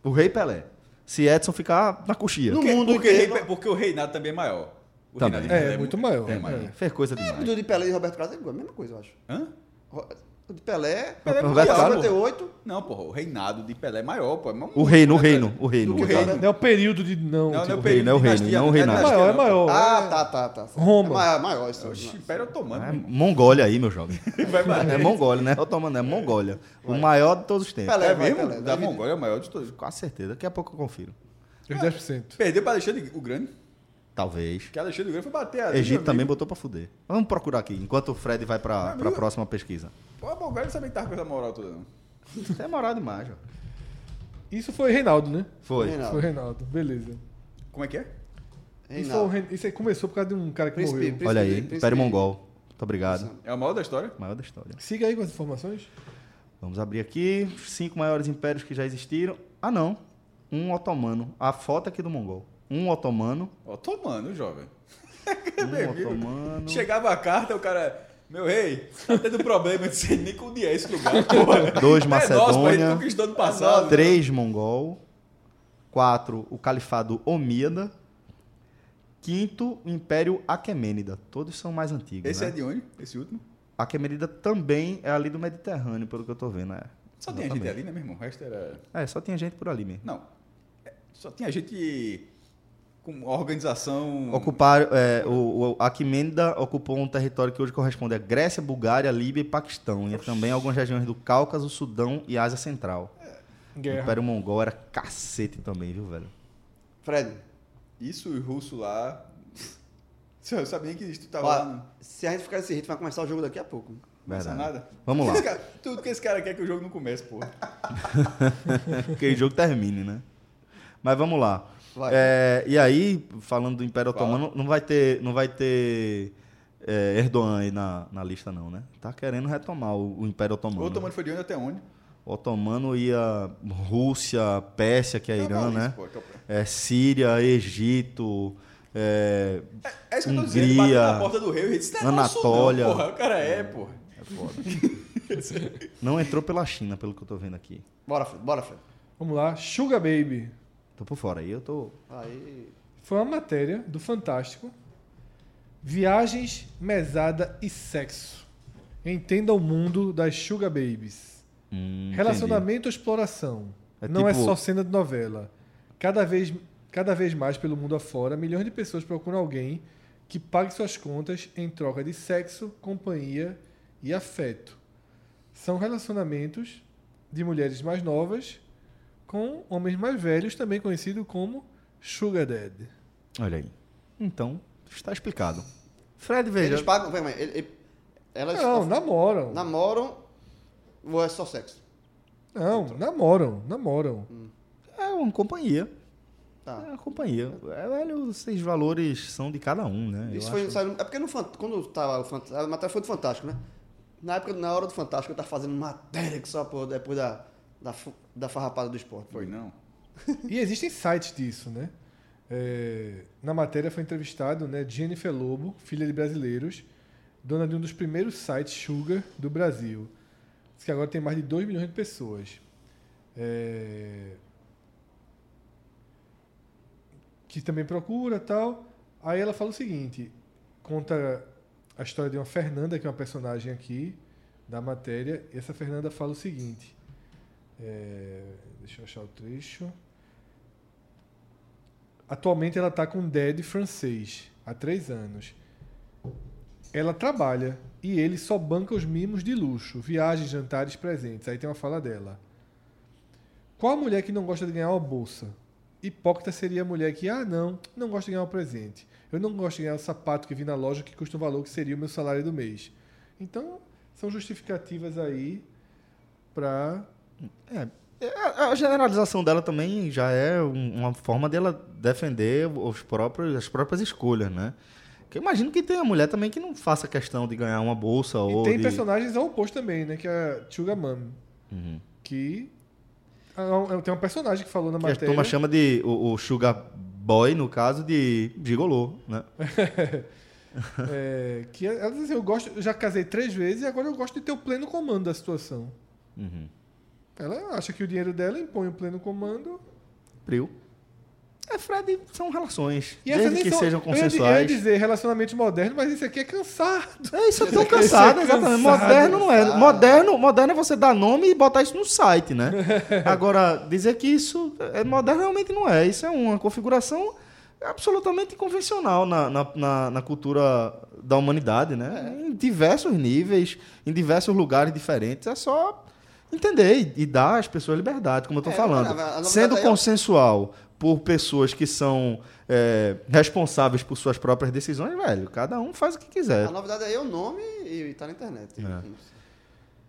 S2: O rei Pelé. Se Edson ficar na coxia.
S3: No
S5: Porque,
S3: mundo
S5: porque,
S3: inteiro-
S5: rei- porque o reinado também é maior. O
S2: Também.
S5: reinado de
S4: É,
S5: Pelé
S4: muito maior.
S5: É maior.
S4: É.
S2: Fez coisa
S3: É,
S2: demais.
S3: do de Pelé e Roberto Carlos é igual, a mesma coisa, eu acho.
S5: Hã?
S3: Ro- O de Pelé.
S5: Pelé é
S2: Roberto
S5: maior,
S2: Carlos?
S5: pô.
S3: 58.
S5: Não, porra, o reinado de Pelé é maior, pô. É maior
S2: O reino, o
S5: muito, né,
S2: reino,
S5: velho?
S2: o reino.
S3: Do
S2: no
S5: rei.
S2: caso.
S4: Não é o período de. Não,
S5: Não, não é o
S4: tipo,
S5: período
S2: reino, é o
S5: de
S2: reino,
S5: dinastia,
S2: não o
S5: é
S2: reinado.
S4: é
S5: dinastia,
S4: maior, é
S5: não, pô.
S4: maior.
S3: Ah, tá, tá, tá.
S4: Roma.
S3: É maior, maior isso.
S5: Oxi,
S3: aí.
S5: Império Otomano.
S2: É
S5: irmão.
S2: Mongólia aí, meu jovem.
S5: Vai
S2: É
S5: bater.
S2: Mongólia, né? Otomano, é Mongólia. O maior de todos os tempos.
S3: Pelé,
S5: É
S3: vai,
S5: mesmo?
S3: Pelé.
S5: da
S3: Davi-
S5: Mongólia é o maior de todos.
S2: Com a certeza. Daqui a pouco eu confiro.
S4: Os 10%.
S5: Perdeu pra Alexandre o Grande.
S2: Talvez.
S5: Que Alexandre o Grande foi bater ali.
S2: Egito
S5: meu
S2: também
S5: amigo.
S2: botou pra fuder. Vamos procurar aqui, enquanto o Fred vai pra, pra
S5: amigo-
S2: próxima pesquisa.
S5: Pô, a Mongólia não sabia que tava com essa moral toda, não.
S2: Isso é moral demais, ó.
S4: Isso foi Reinaldo, né?
S2: Foi.
S3: Reinaldo.
S4: Foi Reinaldo, beleza.
S5: Como é que é?
S4: Isso,
S3: Reinaldo.
S4: foi o Rein- isso aí começou por causa de um cara que
S3: Príncipe-
S4: morreu.
S3: príncipe-
S2: Olha aí,
S3: príncipe-
S2: Império Mongol. Muito obrigado.
S5: É o maior da história?
S2: Maior da história.
S4: Siga aí com as informações.
S2: Vamos abrir aqui. os Cinco maiores impérios que já existiram. Ah, não. Um otomano. A foto aqui do mongol. Um otomano.
S5: Otomano, jovem.
S2: Um
S5: Meu amigo.
S2: otomano.
S5: Chegava a carta, o cara. Meu rei, tá tendo problema, não sei nem onde é esse lugar. porra.
S2: Dois,
S5: É Nosso, pô, a gente
S2: Macedônia.
S5: conquistou ano passado. né?
S2: Três, mongol. Quatro, o califado Omíada. Quinto, o Império Aquemênida. Todos são mais antigos,
S5: Esse
S2: né?
S5: é de onde? Esse último?
S2: Aquemênida também é ali do Mediterrâneo, pelo que eu tô vendo. É.
S5: Só tinha gente ali, né, meu irmão? O resto era.
S2: É, só tinha gente por ali mesmo.
S5: Não. É, Só tinha gente com organização.
S2: Ocuparam, é, o, o Aquemênida ocupou um território que hoje corresponde à Grécia, Bulgária, Líbia e Paquistão, e é também algumas regiões do Cáucaso, Sudão e Ásia Central. O
S4: Guerra.
S2: Império Mongol era cacete também, viu, velho?
S3: Fred.
S5: Isso, os russos lá. Eu sabia que isso tava lá.
S3: Ó,
S5: Não
S3: se a gente ficar nesse ritmo, vai começar o jogo daqui a pouco.
S5: pensa
S2: Verdade.
S5: nada.
S2: Vamos lá.
S5: Esse cara- tudo que esse cara quer é que o jogo não comece, porra.
S2: Porque o jogo termine, né? Mas vamos lá.
S3: Vai.
S2: É, e aí, falando do Império
S5: Fala.
S2: Otomano, não vai ter, não vai ter é, Erdogan aí na, na lista, não, né? Tá querendo retomar o, o Império Otomano.
S5: O otomano foi de onde até onde?
S2: O Otomano ia Rússia, Pérsia, que é Irã, né?
S5: Pô, que é o-
S2: É, Síria, Egito, é,
S5: É isso que eu tô
S2: Hungria,
S5: dizendo, bateu na porta do rei e disse, não é nosso
S2: Anatólia.
S5: não, porra. O cara é, porra.
S2: é foda. não entrou pela China, pelo que eu tô vendo aqui.
S3: Bora, Fred, bora, Fred.
S4: Vamos lá. Sugar Baby.
S2: Tô por fora aí, eu tô...
S3: Aí.
S4: Foi uma matéria do Fantástico. Viagens, mesada e sexo. Entenda o mundo das Sugar Babies.
S2: Hum, entendi.
S4: Relacionamento ou exploração.
S2: É
S4: Não é
S2: tipo-
S4: só cena de novela. Cada vez, cada vez mais pelo mundo afora, milhões de pessoas procuram alguém que pague suas contas em troca de sexo, companhia e afeto. São relacionamentos de mulheres mais novas com homens mais velhos, também conhecido como Sugar Dad.
S2: Olha aí. Então, está explicado. Fred,
S3: Eles
S2: veja.
S3: pagam. Vem, mãe, ele- ele- elas
S4: Não, namoram.
S3: namoram ou é só sexo?
S4: Não, namoram, namoram.
S2: É uma companhia. É
S3: Tá.
S2: uma companhia. É, velho, vocês valores são de cada um, né?
S3: Isso
S2: Eu
S3: foi
S2: acho-
S3: saiu- É porque no Fan- quando tava o Fantástico. A matéria foi do Fantástico, né? Na época, na hora do Fantástico, eu tava fazendo matéria que só pô, depois da, da, fu- da farrapada do esporte.
S5: Foi né? não.
S4: E existem sites disso, né? É, na matéria foi entrevistado né, Jennifer Lobo, filha de brasileiros, dona de um dos primeiros sites Sugar do Brasil. Diz que agora tem mais de 2 milhões de pessoas. É, que também procura tal. Aí ela fala o seguinte: conta a história de uma Fernanda, que é uma personagem aqui da matéria. E essa Fernanda fala o seguinte: é, deixa eu achar o trecho. Atualmente ela está com um dad francês há três anos. Ela trabalha e ele só banca os mimos de luxo, viagens, jantares, presentes. Aí tem uma fala dela. Qual a mulher que não gosta de ganhar uma bolsa? Hipócrita seria a mulher que, ah, não, não gosto de ganhar um presente. Eu não gosto de ganhar o sapato que vi na loja que custa o valor que seria o meu salário do mês. Então, são justificativas aí para
S2: É, a a generalização dela também já é um- uma forma dela defender os próprios, as próprias escolhas, né? Porque eu imagino que tem a mulher também que não faça questão de ganhar uma bolsa ou
S4: E tem
S2: de...
S4: personagens ao oposto também, né? Que é a Chuga Mami.
S2: Uhum.
S4: Que. é um- Tem uma personagem que falou na
S2: que é a
S4: matéria.
S2: turma chama de o, o sugar boy, no caso, de gigolô, né?
S4: é, que ela diz assim, eu gosto, eu já casei três vezes e agora eu gosto de ter o pleno comando da situação.
S2: Uhum.
S4: Ela acha que o dinheiro dela impõe o pleno comando.
S2: Prio. É, Fred, são relações.
S4: E
S2: desde
S4: essas nem
S2: que
S4: são-
S2: sejam
S4: eu ia di- Eu ia
S2: consensuais.
S4: dizer relacionamentos modernos, mas isso aqui é cansado.
S2: É, isso é tão
S4: Esse é
S2: cansado,
S4: cansado,
S2: exatamente. Moderno não é.
S3: cansado.
S2: Moderno, moderno é você dar nome e botar isso no site, né? Agora, dizer que isso é moderno realmente não é. Isso é uma configuração absolutamente convencional na, na, na- na cultura da humanidade, né?
S3: É.
S2: Em diversos níveis, em diversos lugares diferentes. É só entender e, e dar às pessoas liberdade, como eu estou
S3: É, a- a
S2: falando.
S3: novidade
S2: Sendo
S3: aí é-
S2: consensual por pessoas que são é, responsáveis por suas próprias decisões, velho, cada um faz o que quiser.
S3: A novidade aí é o nome e tá na internet.
S2: É.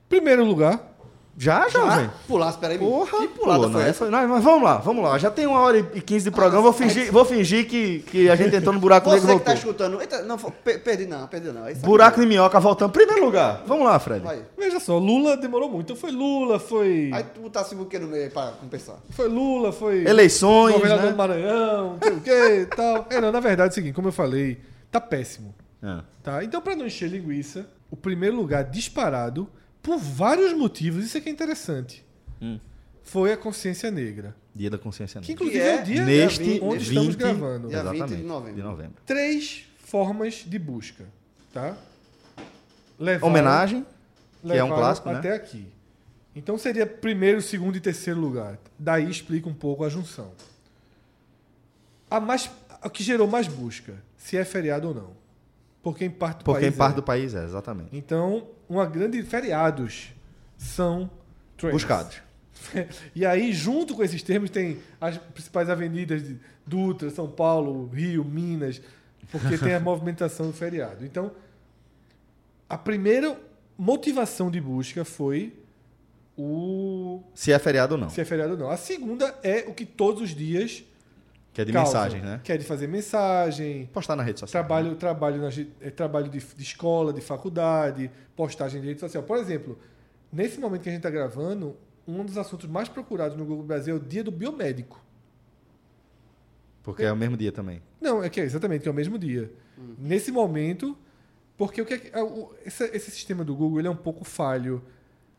S4: Primeiro lugar,
S2: Já, jovem?
S3: Ah, pular, espera aí.
S2: Porra,
S3: que pulada
S2: pô,
S3: foi
S2: não,
S3: essa?
S2: essa- não, mas vamos lá, vamos lá. Já tem uma hora e quinze de programa, vou fingir, vou fingir que, que a gente entrou no buraco
S3: Você
S2: negro
S3: que
S2: e voltou.
S3: tá escutando. Eita, não, foi- pe- perdi não, perdi não. É isso aqui.
S2: buraco de minhoca voltando. Primeiro lugar, vamos lá, Fred.
S3: Vai.
S4: veja só, Lula demorou muito. Então foi Lula, foi.
S3: Aí tu botasse o que no meio aí pra compensar.
S4: Foi Lula, foi.
S2: Eleições,
S4: governador do
S2: né?
S4: Maranhão, não sei o que e tal. É, não, na verdade é o seguinte, como eu falei, tá péssimo.
S2: É.
S4: Tá? Então, pra não encher linguiça, o primeiro lugar disparado, por vários motivos, isso aqui é interessante,
S2: Hum.
S4: foi a consciência negra.
S2: Dia da consciência
S4: Que
S2: negra.
S4: inclusive
S3: Que
S4: é,
S3: é
S4: o dia
S2: Neste
S4: onde estamos
S2: 20
S4: gravando.
S3: Dia 20 de
S2: Exatamente,
S3: novembro.
S2: De novembro.
S4: Três formas de busca. Tá? Levaram-
S2: Homenagem, que é um
S4: levaram
S2: clássico, né?
S4: até aqui. Então seria primeiro, segundo e terceiro lugar. Daí explica um pouco a junção. A mais, o que gerou mais busca, se é feriado ou não. Porque em parte do
S2: porque em
S4: país
S2: parte
S4: é.
S2: do país é, exatamente.
S4: Então, uma grande feriados são trends.
S2: Buscados.
S4: E aí, junto com esses termos, tem as principais avenidas de Dutra, São Paulo, Rio, Minas, porque tem a movimentação do feriado. Então, a primeira motivação de busca foi o
S2: Se é feriado ou não.
S4: se é feriado ou não. A segunda é o que todos os dias
S2: Que é de
S4: causa,
S2: mensagem, né?
S4: Que é de fazer mensagem,
S2: Postar na rede social.
S4: Trabalho, trabalho, nas- eh, trabalho de, de escola, de faculdade, postagem de rede social. Por exemplo, nesse momento que a gente está gravando, um dos assuntos mais procurados no Google Brasil é o dia do biomédico.
S2: Porque é o mesmo dia também.
S4: Não, é que é exatamente, que é o mesmo dia.
S2: Uhum.
S4: Nesse momento, porque o que é que- ah, o- esse, esse sistema do Google ele é um pouco falho.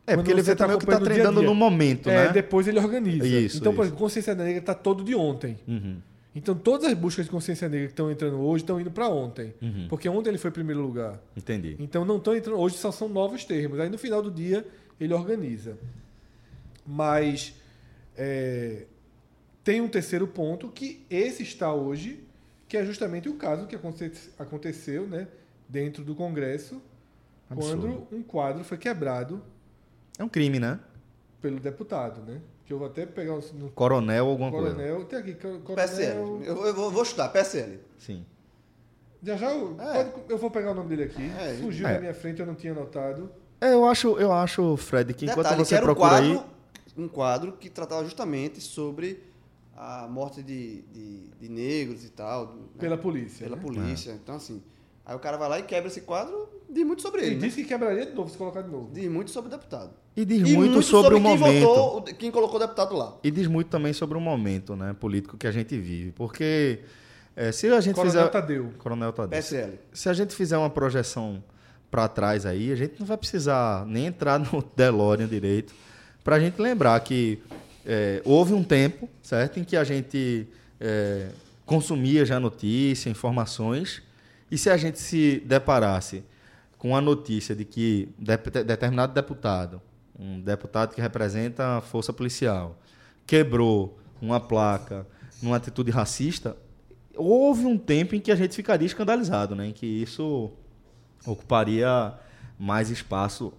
S2: É,
S4: Quando
S2: porque ele
S4: você
S2: vê
S4: tá
S2: também o que tá
S4: acompanhando o dia a
S2: treinando
S4: dia.
S2: no momento,
S4: É,
S2: né?
S4: Depois ele organiza.
S2: Isso,
S4: então, por
S2: isso.
S4: exemplo, Consciência Negra está todo de ontem.
S2: Uhum.
S4: Então, todas as buscas de Consciência Negra que estão entrando hoje estão indo para ontem.
S2: Uhum.
S4: Porque ontem ele foi primeiro lugar.
S2: Entendi.
S4: Então não estão entrando. Hoje só são novos termos. Aí no final do dia ele organiza. Mas é, tem um terceiro ponto que esse está hoje, que é justamente o caso que aconte- aconteceu né, dentro do Congresso,
S2: Absurdo.
S4: quando um quadro foi quebrado
S2: É um crime, né?
S4: pelo deputado, né? Que eu vou até pegar o no
S2: Coronel alguma coisa.
S4: coronel. Tem aqui, co- coronel.
S3: PSL. Eu, eu vou, vou chutar, PSL.
S2: Sim.
S4: Já já eu, pode- eu vou pegar o nome dele aqui.
S3: É,
S4: Fugiu
S2: é.
S4: da minha frente, eu não tinha notado.
S2: É, eu acho, eu acho, Fred, que enquanto
S3: Detalhe, que
S2: você
S3: era um
S2: procura
S3: quadro,
S2: aí.
S3: um quadro que tratava justamente sobre a morte de, de, de negros e tal, do- né?
S4: Pela polícia.
S3: pela
S4: né?
S2: É.
S3: polícia. Então, assim, aí o cara vai lá e quebra esse quadro, diz muito sobre
S4: Ele
S3: ele, né?
S4: disse que quebraria de novo se colocar de novo.
S3: diz muito sobre o deputado.
S2: E diz muito, sobre, o
S3: quem
S2: momento.
S3: votou, o- quem colocou o deputado lá.
S2: E diz muito também sobre o momento né, político que a gente vive. Porque é, se a gente
S4: Coronel
S2: fizer.
S3: tá
S4: Tadeu.
S2: Coronel tá Tadeu.
S3: PSL.
S2: Se a gente fizer uma projeção para trás aí, a gente não vai precisar nem entrar no DeLorean direito para a gente lembrar que é, houve um tempo, certo, em que a gente é, consumia já notícia, informações, e se a gente se deparasse com a notícia de que dep- determinado deputado, um deputado que representa a força policial, quebrou uma placa numa atitude racista, houve um tempo em que a gente ficaria escandalizado, né? Em que isso ocuparia mais espaço,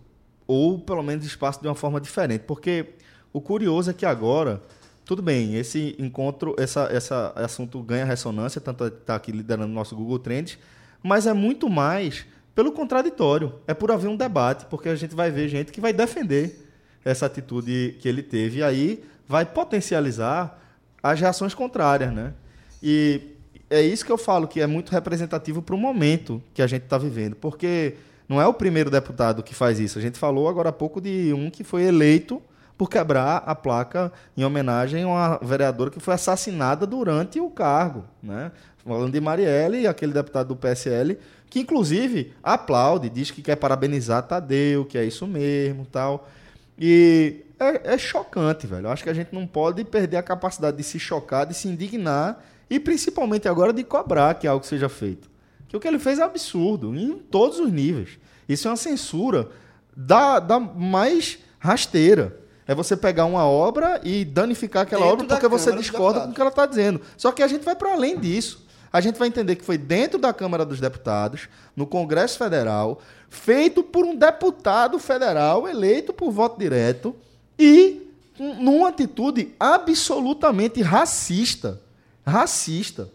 S2: ou pelo menos espaço de uma forma diferente. Porque o curioso é que agora, tudo bem, esse encontro, essa, essa assunto ganha ressonância, tanto está aqui liderando o nosso Google Trends, mas é muito mais pelo contraditório. É por haver um debate, porque a gente vai ver gente que vai defender essa atitude que ele teve. E aí vai potencializar as reações contrárias, né? E é isso que eu falo, que é muito representativo para o momento que a gente está vivendo, porque não é o primeiro deputado que faz isso. A gente falou agora há pouco de um que foi eleito por quebrar a placa em homenagem a uma vereadora que foi assassinada durante o cargo, né? Falando de Marielle, aquele deputado do PSL, que inclusive aplaude, diz que quer parabenizar Tadeu, que é isso mesmo, tal. E é, é chocante, velho. Eu acho que a gente não pode perder a capacidade de se chocar, de se indignar e principalmente agora de cobrar que algo seja feito. Que o que ele fez é absurdo, em todos os níveis. Isso é uma censura da, da mais rasteira. É você pegar uma obra e danificar aquela
S3: Dentro
S2: obra
S3: da
S2: porque você
S3: Câmara dos
S2: discorda com
S3: Deputados.
S2: o que ela está dizendo. Só que a gente vai para além disso. A gente vai entender que foi dentro da Câmara dos Deputados, no Congresso Federal, feito por um deputado federal eleito por voto direto e n- numa atitude absolutamente racista. Racista.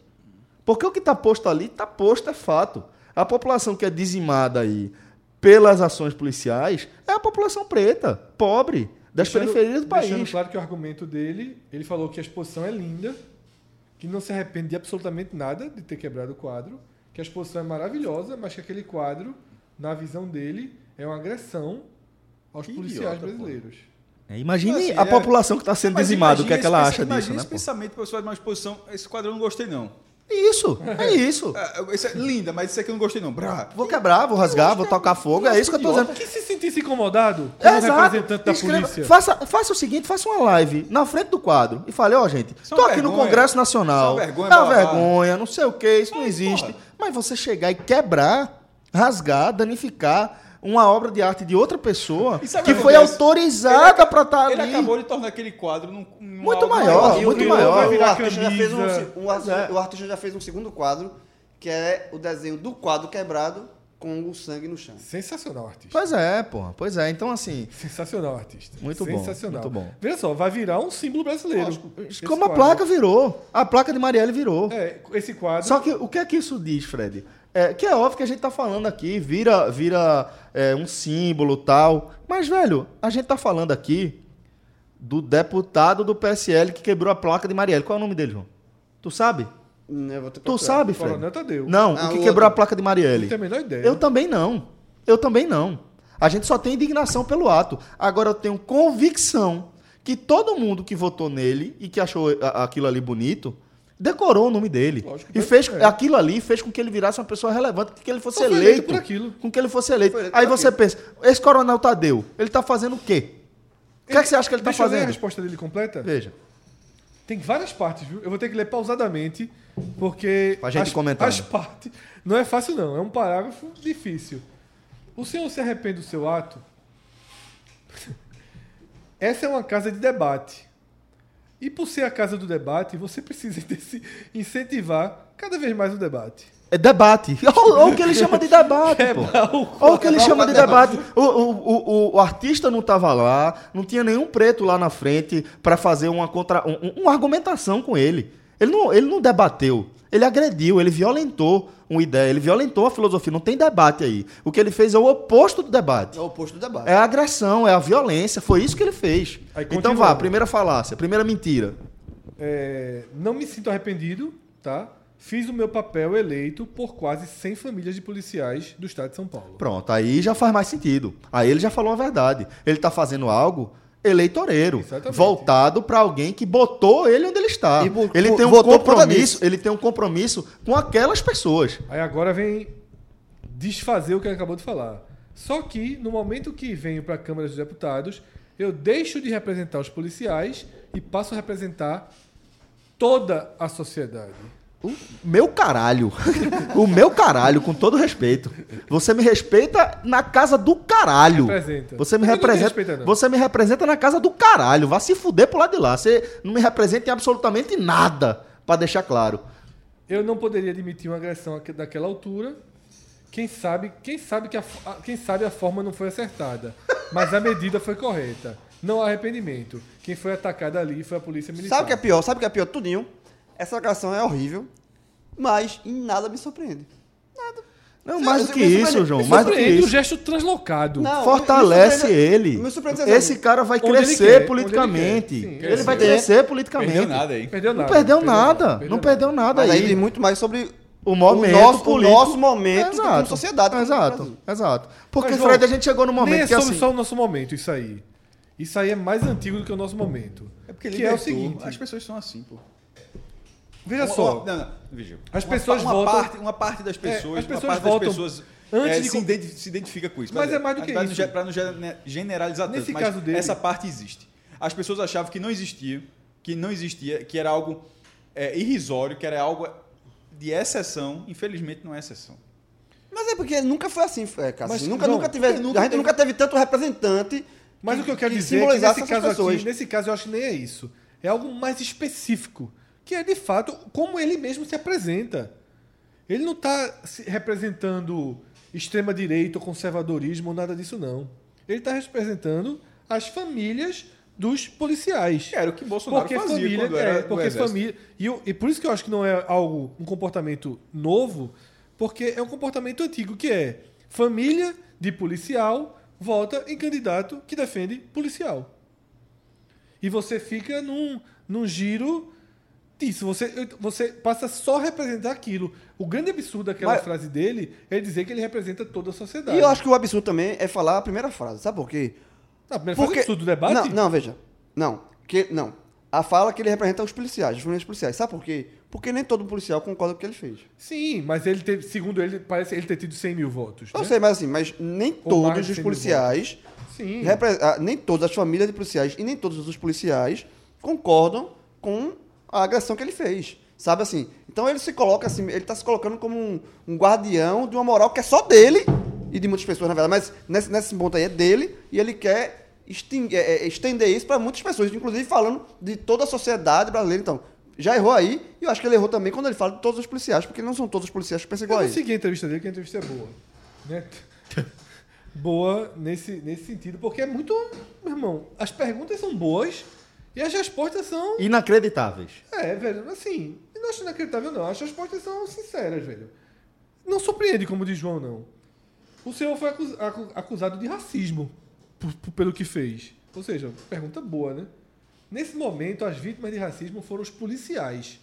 S2: Porque o que está posto ali, está posto, é fato. A população que é dizimada aí pelas ações policiais é a população preta, pobre, das
S4: Deixando-
S2: periferias do país.
S4: Deixando claro que o argumento dele, ele falou que a exposição é linda, que não se arrepende de absolutamente nada de ter quebrado o quadro, que a exposição é maravilhosa, mas que aquele quadro, na visão dele, é uma agressão aos
S5: Que
S4: policiais
S5: idiota, pô.
S4: brasileiros.
S2: É, Imagine
S5: Assim,
S2: a
S5: é-
S2: população que está sendo dizimada, o que é
S5: imagina
S2: que ela
S5: esse-
S2: acha
S5: imagina
S2: disso, né?
S5: esse pensamento, pessoal, de uma exposição. Esse quadro eu não gostei, não.
S2: pô? Isso, é isso.
S5: Ah, esse é linda, mas esse aqui eu não gostei, não. Brá.
S2: Vou quebrar, vou rasgar, vou tocar fogo, é isso que eu tô dizendo.
S4: Que se sentisse incomodado
S2: É,
S4: como representante da
S2: Escreva-
S4: polícia.
S2: Faça, faça o seguinte, faça uma live na frente do quadro e fale, ó, gente,
S5: Isso é
S2: tô
S5: uma
S2: aqui no
S5: vergonha.
S2: Congresso Nacional.
S5: Isso é uma vergonha,
S2: é uma
S5: blá, blá, blá.
S2: vergonha, não sei o que, isso não existe.
S5: porra.
S2: Mas você chegar e quebrar, rasgar, danificar uma obra de arte de outra pessoa
S5: E sabe o
S2: que
S5: que
S2: foi
S5: acontece?
S2: autorizada pra estar Tá ali.
S5: Ele é acabou de tornar aquele quadro num, num
S2: Muito
S5: algo
S2: maior.
S3: E o-
S2: muito
S3: e o-
S2: maior.
S4: Vai
S3: O
S4: virar
S3: artista já fez um,
S4: camisa. né?
S3: um artista- o artista já fez um segundo quadro, que é o desenho do quadro quebrado com o sangue no chão.
S4: Sensacional, artista.
S2: Pois é, porra, pois é. Então, assim,
S4: Sensacional, artista.
S2: Muito bom,
S4: Sensacional.
S2: muito bom.
S4: Veja só, vai virar um símbolo brasileiro. Esse
S2: como a
S4: quadro.
S2: placa virou, a placa de Marielle virou.
S4: É, esse quadro.
S2: Só que o que é que isso diz, Fred? É, que é óbvio que a gente tá falando aqui, vira, vira é, um símbolo tal. Mas, velho, a gente tá falando aqui do deputado do PSL que quebrou a placa de Marielle. Qual é o nome dele, João? Tu sabe?
S3: Hum, eu vou ter que
S2: Tu
S3: procurar.
S2: sabe,
S4: o Coronel
S2: Fred?
S4: Tadeu.
S2: Não,
S3: Ah,
S2: o
S3: o
S2: que
S3: outro.
S2: quebrou a placa de
S4: é Não
S2: Marielle.
S4: tem a menor ideia.
S2: Eu também não. Eu também não. A gente só tem indignação pelo ato. Agora eu tenho convicção que todo mundo que votou nele e que achou a- aquilo ali bonito decorou o nome dele.
S4: Lógico que
S2: e
S4: deve-
S2: fez
S4: é.
S2: aquilo ali fez com que ele virasse uma pessoa relevante, com que ele fosse
S4: Só foi eleito
S2: eleito,
S4: por aquilo. tá
S2: com que ele fosse eleito.
S3: Foi eleito
S2: Aí
S3: por
S2: você pensa, esse coronel Tadeu, ele tá fazendo o quê? O que, é que você acha que ele tá
S4: Deixa eu ler a
S2: fazendo?
S4: resposta dele completa?
S2: Veja.
S4: Tem várias partes, viu? Eu vou ter que ler pausadamente, porque.
S2: Pra gente
S4: as,
S2: comentar,
S4: as
S2: né?
S4: partes. Não é fácil, não. É um parágrafo difícil. O senhor se arrepende do seu ato? Essa é uma casa de debate. E por ser a casa do debate, você precisa desse- incentivar cada vez mais o debate.
S2: É debate. Olha o que ele chama de debate,
S4: É,
S2: pô. Olha o que ele chama de debate. O, o, o, o- o artista não estava lá, não tinha nenhum preto lá na frente para fazer uma, contra, um- um- uma argumentação com ele. Ele não, ele não debateu. Ele agrediu, ele violentou uma ideia, ele violentou a filosofia. Não tem debate aí. O que ele fez é o oposto do debate.
S3: É o oposto do debate.
S2: É a agressão, é a violência. Foi isso que ele fez.
S4: Aí
S2: então
S4: continua.
S2: vá, primeira falácia, primeira mentira.
S4: É, não me sinto arrependido, tá? Fiz o meu papel eleito por quase 100 famílias de policiais do estado de São Paulo.
S2: Pronto, aí já faz mais sentido. Aí ele já falou a verdade. Ele está fazendo algo eleitoreiro,
S4: Exatamente.
S2: voltado para alguém que botou ele onde ele está.
S3: E bo-
S2: ele tem um
S3: votou por conta
S2: compromisso,
S3: disso.
S2: ele tem um compromisso com aquelas pessoas.
S4: Aí agora vem desfazer o que ele acabou de falar. Só que, no momento que venho para a Câmara dos Deputados, eu deixo de representar os policiais e passo a representar toda a sociedade.
S2: O meu caralho. o meu caralho, com todo respeito. Você me respeita na casa do caralho.
S4: Representa.
S2: Você me
S4: Eu não te
S2: representa.
S4: respeito, não.
S2: Você me representa na casa do caralho. Vá se fuder pro lado de lá. Você não me representa em absolutamente nada, pra deixar claro.
S4: Eu não poderia admitir uma agressão aque- daquela altura. Quem sabe, quem sabe que a, fo- a- quem sabe a forma não foi acertada, mas a medida foi correta. Não há arrependimento. Quem foi atacado ali foi a polícia militar.
S3: Sabe o que é pior? Sabe o que é pior? Tudinho. Essa canção é horrível, mas em nada me surpreende.
S2: Não,
S3: Sim,
S2: mais
S3: mas
S2: do que
S3: me
S2: isso,
S3: surpreende-
S2: João.
S3: me
S2: Mais do que
S4: Surpreende o
S2: isso.
S4: gesto translocado.
S3: Não,
S2: Fortalece
S3: me surpreende-
S2: ele.
S3: me surpreende exatamente.
S2: Esse cara vai
S4: Onde ele
S2: crescer
S4: quer, onde ele
S2: politicamente.
S4: quer.
S2: Ele,
S4: Sim, crescer.
S2: vai crescer politicamente.
S5: Perdeu nada aí.
S4: Perdeu
S2: Não
S4: nada.
S2: perdeu nada. Não perdeu nada
S3: Mas aí diz
S2: aí.
S3: muito mais sobre
S2: O momento
S3: o nosso, o
S2: político.
S3: nosso momento como sociedade. como
S2: Exato,
S3: Brasil.
S2: exato. Porque,
S4: Mas, João,
S2: Fred, a gente chegou num
S4: Nem
S2: momento
S4: é
S2: que
S4: sobre
S2: assim.
S4: só o nosso momento, isso aí. Isso aí é mais antigo do que o nosso momento.
S5: É porque
S4: que
S5: libertou.
S4: é o seguinte.
S5: As pessoas são assim, pô.
S4: Veja
S5: Uma-
S4: só.
S5: uma- não, não, veja.
S4: As
S5: Uma
S4: pessoas
S5: pa- uma
S4: votam-
S5: Parte, uma parte das pessoas,
S4: as pessoas
S5: uma parte
S4: votam
S5: das pessoas
S4: antes
S5: é,
S4: de
S5: se,
S4: com-
S5: identi- se identifica com isso.
S4: Mas é mais do que
S5: pra não
S4: isso.
S5: ge- Pra não gera- né, generalizar
S4: Nesse
S5: tanto, mas
S4: caso dele-
S5: essa parte existe. As pessoas achavam que não existia, que não existia, que era algo é, irrisório, que era algo de exceção. Infelizmente, não é exceção.
S3: Mas é porque nunca foi assim, é, Cássio.
S4: Mas,
S3: nunca,
S4: João,
S3: nunca tive, a gente nunca teve tanto representante.
S4: Mas
S3: que-
S4: o que eu quero dizer é que
S3: simbolizasse
S4: nesse
S3: essas
S4: caso aqui, nesse caso eu acho que nem é isso. É algo mais específico, que é de fato como ele mesmo se apresenta. Ele não está representando extrema direita ou conservadorismo ou nada disso não. Ele está representando as famílias dos policiais.
S5: Que É, era o que Bolsonaro
S4: porque
S5: fazia
S4: família,
S5: quando era
S4: é,
S5: no
S4: porque
S5: exército.
S4: família e, eu- e por isso que eu acho que não é algo um comportamento novo, porque é um comportamento antigo que é família de policial vota em candidato que defende policial. E você fica num, num giro disso. Você, você passa só a representar aquilo. O grande absurdo daquela
S3: Mas-
S4: frase dele é dizer que ele representa toda a sociedade.
S3: E eu acho que o absurdo também é falar a primeira frase. Sabe por quê?
S4: Não, primeiro foi um absurdo do debate?
S3: Não, não, veja. Não. Que, não. A fala que ele representa é os policiais, os famílias policiais. Sabe por quê? Porque nem todo policial concorda com o que ele fez.
S4: Sim, mas ele teve, segundo ele, parece ele ter tido 100 mil votos.
S3: Eu
S4: né?
S3: sei, mas assim, mas nem
S4: Ou mais
S3: todos
S4: de
S3: os
S4: 100 mil
S3: policiais,
S4: Sim.
S3: repre- ah, nem todas as famílias de policiais e nem todos os policiais concordam com a agressão que ele fez. Sabe assim? Então ele se coloca assim, ele está se colocando como um, um guardião de uma moral que é só dele e de muitas pessoas, na verdade, mas nesse, nesse ponto aí é dele e ele quer extin- é, é, estender isso para muitas pessoas, inclusive falando de toda a sociedade brasileira. Então, já errou aí e eu acho que ele errou também quando ele fala de todos os policiais, porque não são todos os policiais que pensam
S4: Eu
S3: igual a
S4: vou
S3: ele.
S4: seguir a entrevista dele, que a entrevista é boa. Né? boa nesse, nesse sentido, porque é muito. Meu irmão, as perguntas são boas e as respostas são.
S2: Inacreditáveis.
S4: É, velho, assim. eu Não acho inacreditável, não. Acho que as respostas são sinceras, velho. Não surpreende, como diz João, não. O senhor foi acus- acu- acusado de racismo por- por- pelo que fez. Ou seja, pergunta boa, né? Nesse momento, as vítimas de racismo foram os policiais,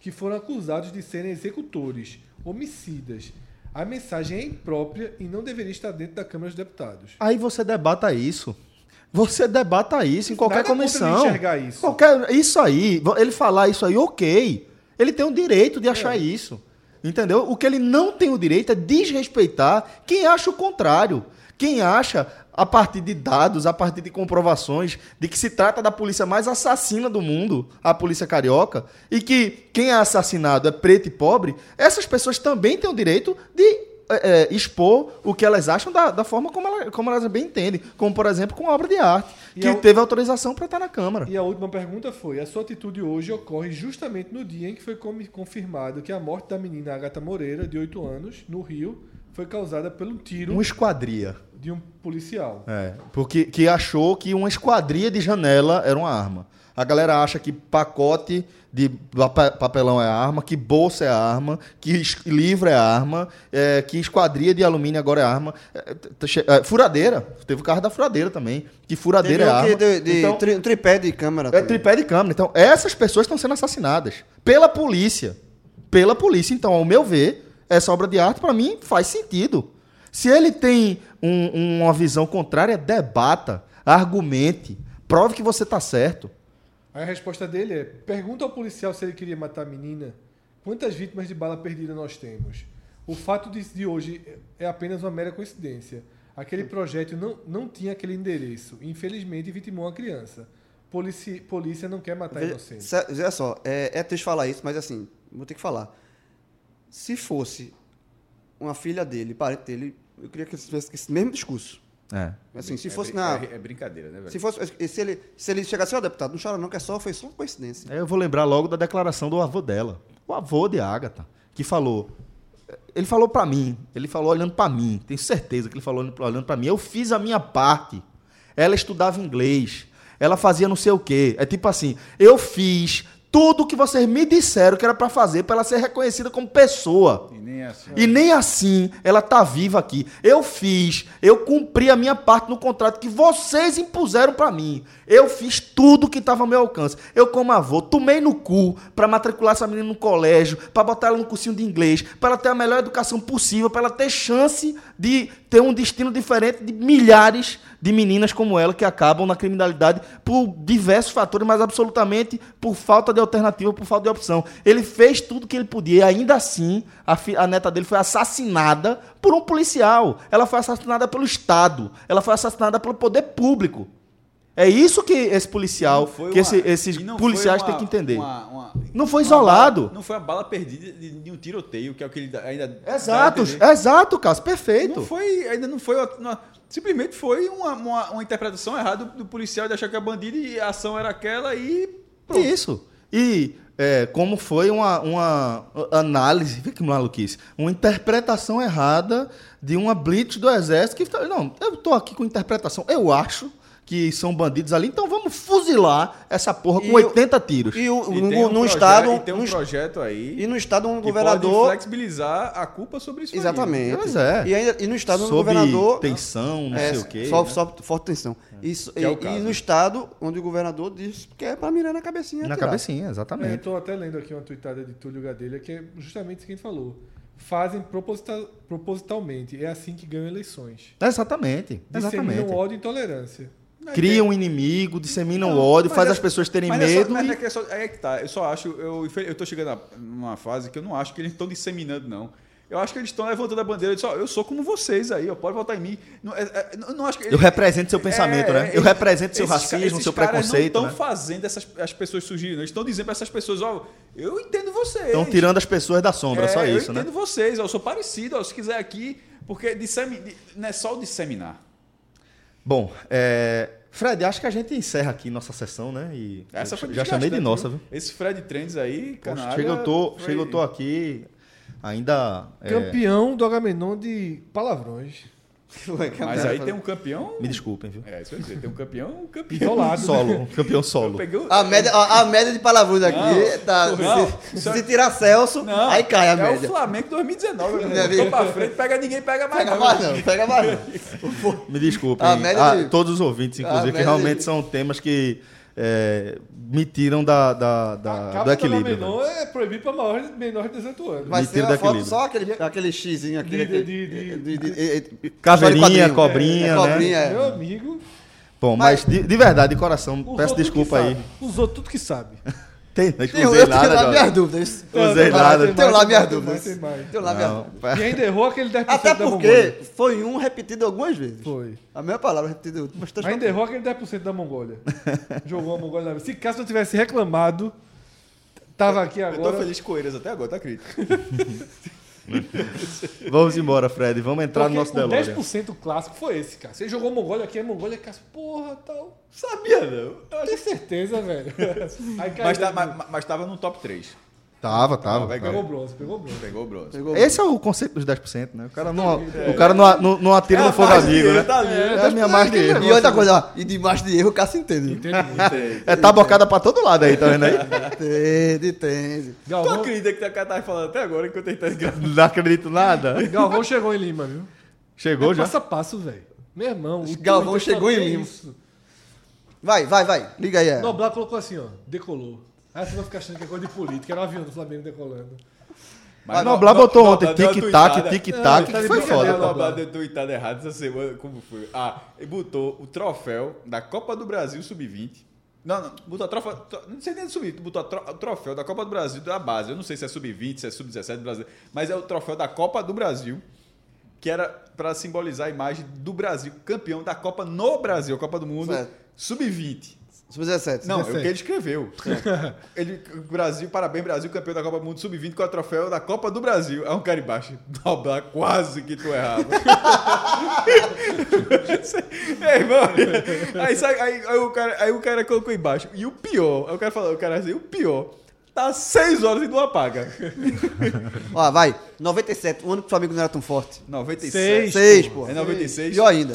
S4: que foram acusados de serem executores, homicidas. A mensagem é imprópria e não deveria estar dentro da Câmara dos Deputados.
S2: Aí você debata isso. Você debata isso em qualquer
S4: Nada é contra ele
S2: comissão.
S4: enxergar isso.
S2: Qualquer, isso aí, vo- ele falar isso aí, ok. Ele tem o direito de achar isso. Entendeu? O que ele não tem o direito é desrespeitar quem acha o contrário. Quem acha, a partir de dados, a partir de comprovações, de que se trata da polícia mais assassina do mundo, a polícia carioca, e que quem é assassinado é preto e pobre, essas pessoas também têm o direito de é, é, expor o que elas acham da, da forma como, ela- como elas bem entendem, como por exemplo com obra de arte. que
S4: a u-
S2: teve autorização para estar na Câmara.
S4: E a última pergunta foi: a sua atitude hoje ocorre justamente no dia em que foi com- confirmado que a morte da menina Agatha Moreira, de 8 anos, no Rio, foi causada pelo tiro
S3: um
S2: Uma esquadria.
S4: de um policial.
S2: É, porque que achou que uma esquadria de janela era uma arma. A galera acha que pacote de pa- papelão é arma, que bolsa é arma, que es- livro é arma, é, que esquadria de alumínio agora é arma. É, t- t- che- é, furadeira. Teve o carro da furadeira também. Que furadeira é
S3: Teve um
S2: arma.
S3: que De, de
S2: Então,
S3: tri- tripé de câmera. tá
S2: é
S3: também.
S2: tripé de câmera. Então, essas pessoas estão sendo assassinadas pela polícia. Pela polícia. Então, ao meu ver, essa obra de arte, para mim, faz sentido. Se ele tem um- uma visão contrária, debata, argumente, prove que você tá certo.
S4: Aí a resposta dele é: pergunta ao policial se ele queria matar a menina. Quantas vítimas de bala perdida nós temos? O fato de, de hoje é apenas uma mera coincidência. Aquele projétil não, não tinha aquele endereço. Infelizmente, vitimou uma criança. Polici, polícia não quer matar
S3: Veja-
S4: inocente.
S3: se- Olha só, é, é triste falar isso, mas assim, vou ter que falar. Se fosse uma filha dele, parente dele, eu queria que ele tivesse esse mesmo discurso.
S2: É.
S3: Assim, se
S5: É
S3: fosse
S5: brin-
S3: na.
S5: É, é brincadeira, né, velho?
S3: Se, fosse, se, ele, se ele chegasse, ó, deputado, não chora não, que é só, foi só uma coincidência.
S2: Eu vou lembrar logo da declaração do avô dela. O avô de Agatha, que falou. Ele falou para mim, ele falou olhando para mim, tenho certeza que ele falou olhando pra- olhando para mim. Eu fiz a minha parte. Ela estudava inglês, ela fazia não sei o quê. É tipo assim, eu fiz tudo o que vocês me disseram que era para fazer para ela ser reconhecida como pessoa.
S5: E nem é assim.
S2: E nem assim ela tá viva aqui. Eu fiz, eu cumpri a minha parte no contrato que vocês impuseram pra mim. Eu fiz tudo que estava ao meu alcance. Eu, como avô, tomei no cu pra matricular essa menina no colégio, pra botar ela no cursinho de inglês, pra ela ter a melhor educação possível, pra ela ter chance de ter um destino diferente de milhares de meninas como ela que acabam na criminalidade por diversos fatores, mas absolutamente por falta de alternativa, por falta de opção. Ele fez tudo que ele podia e ainda assim a, fi- a neta dele foi assassinada por um policial. Ela foi assassinada pelo Estado. Ela foi assassinada pelo poder público. É isso que esse policial,
S5: Não foi
S2: que
S5: uma-
S2: esse- esses
S5: e não foi
S2: policiais
S5: uma-
S2: têm que entender.
S5: uma- uma-
S2: Não foi
S5: uma
S2: isolado.
S5: bala- não foi a bala perdida de, de um tiroteio, que é o que ele dá- ainda. dá a
S2: Exato,
S5: entender.
S2: exato, Cássio, perfeito.
S5: Não foi, ainda não foi. uma- simplesmente foi uma, uma, uma interpretação errada do, do policial de achar que é bandido e a ação era aquela e. Pronto.
S2: Isso. E é, como foi uma, uma análise, vê que maluquice, uma interpretação errada de uma blitz do exército que tá- não, eu tô aqui com interpretação, eu acho que são bandidos ali, então vamos fuzilar essa porra com
S3: E o-
S2: 80 tiros.
S3: E o,
S5: E
S3: num,
S5: tem um
S3: num
S5: proje-
S3: estado.
S5: E tem um
S3: num est-
S5: projeto aí.
S3: e no estado, um
S5: que
S3: governador.
S5: Pode flexibilizar a culpa sobre isso. aí.
S3: Exatamente.
S2: Pois é.
S3: E, ainda, e no estado, um
S2: Sob
S3: governador.
S2: tensão, não
S3: é,
S2: sei o quê.
S3: Só,
S2: né?
S3: só forte tensão. Isso,
S5: é o
S3: e,
S5: caso,
S3: e no
S5: né?
S3: estado, onde o governador diz que é pra mirar na cabecinha.
S2: Na
S3: atirar.
S2: cabecinha,
S4: É, eu
S2: exatamente.
S4: tô até lendo aqui uma tuitada de Túlio Gadelha que é justamente isso que a gente falou. Fazem proposita- propositalmente. É assim que ganham eleições.
S2: Exatamente,
S4: Disseminam
S2: exatamente.
S4: ódio e intolerância.
S2: Cria um inimigo, dissemina o
S5: Não,
S2: ódio,
S5: mas
S2: faz
S5: é-
S2: as pessoas terem
S5: Mas é só-
S2: medo.
S5: mas
S2: e-
S5: é que é só- aí é que tá. Eu só acho. Eu, infel- eu tô chegando a- numa fase que eu não acho que eles estão disseminando, não. Eu acho que eles estão levantando a bandeira de só, eu sou como vocês aí, ó, pode votar em mim. Não, é- é- não- não acho que-
S2: Eu represento seu pensamento, né? Eu represento seu
S5: É, esses ca-
S2: racismo,
S5: esses
S2: seu
S5: caras
S2: preconceito,
S5: Não estão
S2: né?
S5: fazendo essas, as pessoas surgirem, não. Eles estão dizendo para essas pessoas, ó, eu entendo vocês.
S2: Estão tirando as pessoas da sombra,
S5: É,
S2: só
S5: eu
S2: isso, né?
S5: entendo vocês, ó, eu sou parecido, ó, se quiser aqui, porque dissemi, di- não é só o disseminar.
S2: Bom, é... Fred, acho que a gente encerra aqui nossa sessão, né? E
S5: Essa foi
S2: já chamei de
S5: desgastante,
S2: nossa,
S5: viu?
S2: viu?
S5: Esse Fred Trends aí,
S2: Poxa,
S5: cara.
S2: chega, eu tô, chega, eu tô aqui ainda é,
S4: Campeão do Agamenon de palavrões.
S5: Mas aí tem um campeão.
S2: Me desculpem, viu?
S5: É, isso eu ia dizer, tem um campeão, um campeão.
S4: Isolado.
S2: Solo, um campeão
S5: Eu
S2: solo.
S5: peguei um- o-
S3: A média, a, a média de palavrões aqui
S5: Não,
S3: tá.
S5: não,
S3: se,
S5: isso é-
S3: se tirar Celso,
S5: Não,
S3: aí cai a
S5: é
S3: média.
S5: o Flamengo 2019, meu
S3: Não é
S5: irmão.
S3: mesmo?
S5: né? Tô pra frente, pega ninguém, pega mais
S3: Pega
S5: não.
S3: mais não, pega mais não.
S2: Me desculpem.
S3: A média
S2: a
S3: de-
S2: todos os ouvintes,
S3: a
S2: inclusive,
S3: média
S2: que realmente
S3: de-
S2: são temas que é, me tiram da, da- da-
S4: A capa
S2: do equilíbrio. né?
S4: do
S2: velho.
S4: Agamenon é proibido para maior, menor de 18 anos.
S3: Vai
S2: Mentira
S3: ser uma
S2: do
S3: foto
S2: equilíbrio.
S3: só aquele, aquele xizinho aqui.
S4: De-
S3: aquele-
S4: de- de-
S3: de- de- de- de-
S2: Caveirinha,
S3: só de quadrinho.
S2: cobrinha,
S3: É,
S2: né?
S3: cobrinha, é.
S4: Meu amigo.
S2: Bom, mas, de, de verdade, de coração,
S4: usou
S2: peço
S4: tudo que
S2: desculpa aí.
S4: sabe. Usou tudo que sabe.
S2: Tem, não
S3: Tenho,
S2: escusei
S3: eu tenho lá
S2: nada,
S3: minhas
S2: jovem.
S3: dúvidas.
S2: Não usei
S4: Tem mais,
S2: nada.
S4: tem
S3: Tenho
S4: mais,
S3: lá minhas
S4: tem mais,
S3: dúvidas.
S4: tem mais.
S3: Tenho lá minhas
S2: Não,
S3: dúvidas.
S4: E ainda errou aquele 10%
S3: Até
S4: da Mongólia.
S3: porque foi um repetido algumas vezes.
S4: Foi.
S3: A mesma palavra tá repetida umas três
S4: Ainda errou aquele 10% da Mongólia. Jogou a Mongólia na Se Cássio não tivesse reclamado, tava aqui
S5: Eu tô
S4: agora.
S5: feliz com eles até agora, tá crítico.
S2: Vamos embora, Fred. Vamos entrar no nosso
S4: Porque
S2: DeLorean.
S4: o 10% clássico foi esse, cara. Você jogou Mongólia aqui, é Mongólia, Cássio, porra, tal.
S5: Sabia, não. Eu
S4: Tem
S5: acho-
S4: certeza, velho. Aí caiu,
S5: Mas, tá- mas, mas tava no top 3.
S2: Tava, tava.
S5: Vai,
S2: tava.
S4: Pegou bronze, pegou bronze.
S5: Pegou o bronze.
S3: Pegou
S2: Esse é o conceito dos 10%, né? O cara não, o cara não, não, não atira no fogo amigo, né?
S5: Tá ali.
S2: É a minha margem de erro.
S3: E outra coisa, ó, e debaixo de erro o cara se entende.
S4: Entende?
S2: É tabocada pra todo lado aí, tá vendo aí?
S3: Entende, entende.
S5: Tu
S4: Galvão,
S5: acredita que o cara tava falando até agora enquanto ele tá gravando?
S2: Não acredito nada.
S4: Galvão chegou em Lima, viu?
S2: Chegou
S4: é
S2: já?
S4: passo a passo, velho. Meu irmão, o
S3: Galvão
S4: Twitter só
S3: chegou em
S4: tem
S3: Lima.
S4: é isso.
S3: Vai, vai, vai. Liga aí. é.
S4: Noblar colocou assim, ó, decolou. Aí você vai ficar achando que é coisa de política, era um avião do Flamengo decolando.
S2: Mas Noblar botou ontem tic-tac,
S4: Não,
S5: É,
S2: tic-tac,
S4: ele tá de
S2: foi
S4: brincadeira,
S5: Cadê
S2: foda.
S5: o
S4: Noblar.
S5: babado deu tuitado errado essa semana? Como foi? Ah, ele botou o troféu da Copa do Brasil Sub-20. Não, não, botou a troféu. tro- Não sei nem de sub-20, botou a tro- o troféu da Copa do Brasil da base. Eu não sei se é sub-20, se é sub-17 do Brasil, mas é o troféu da Copa do Brasil, que era pra simbolizar a imagem do Brasil campeão da Copa no Brasil, Copa do Mundo,
S3: Certo.
S5: sub-20.
S3: Sub-17.
S5: Não, é o que
S4: 17.
S5: ele escreveu. Ele, Brasil, parabéns, Brasil, campeão da Copa do Mundo Sub-20 com o troféu da Copa do Brasil. É um cara embaixo. Dobra, quase que tu errava. é, irmão. Aí, sai- aí- aí o cara, aí o cara colocou embaixo. E o pior, aí o cara falou, o cara assim, o pior, tá seis horas e não apaga.
S3: Ó, vai. 97, o ano que o Flamengo não era tão forte.
S5: 97.
S4: Seis,
S3: Seis, pô.
S5: É 96.
S3: Pior ainda.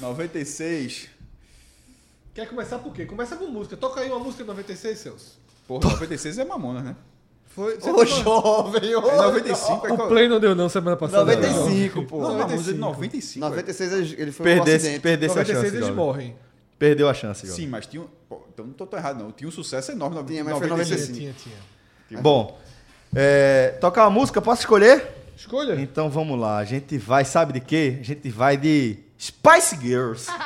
S5: Não, 96.
S4: Quer começar por quê? Começa com música. Toca aí uma música de 96, Celso.
S5: Porra, 96 é mamona, né?
S4: Foi, você
S3: Ô,
S4: tocou-
S3: jovem, ô.
S5: É 95 é
S4: o
S5: qual?
S4: Play não deu não semana passada.
S3: 95,
S5: Não,
S3: pô.
S5: a música é de 95. velho.
S3: 96 ele- ele foi um
S2: Perdesse,
S3: acidente.
S2: perdesse a
S4: 96
S2: chance,
S4: eles
S2: Galvão.
S4: morrem.
S2: Perdeu a chance, Galvão.
S5: Sim, mas tinha. um- pô, então não tô tão errado, não. Tinha um sucesso enorme no
S3: Tinha, mas foi
S5: 96.
S4: Tinha, tinha, tinha.
S2: Bom, é, tocar uma música, posso escolher?
S4: Escolha.
S2: Então vamos lá, a gente vai, sabe de quê? A gente vai de Spice Girls.
S6: Yo, I'll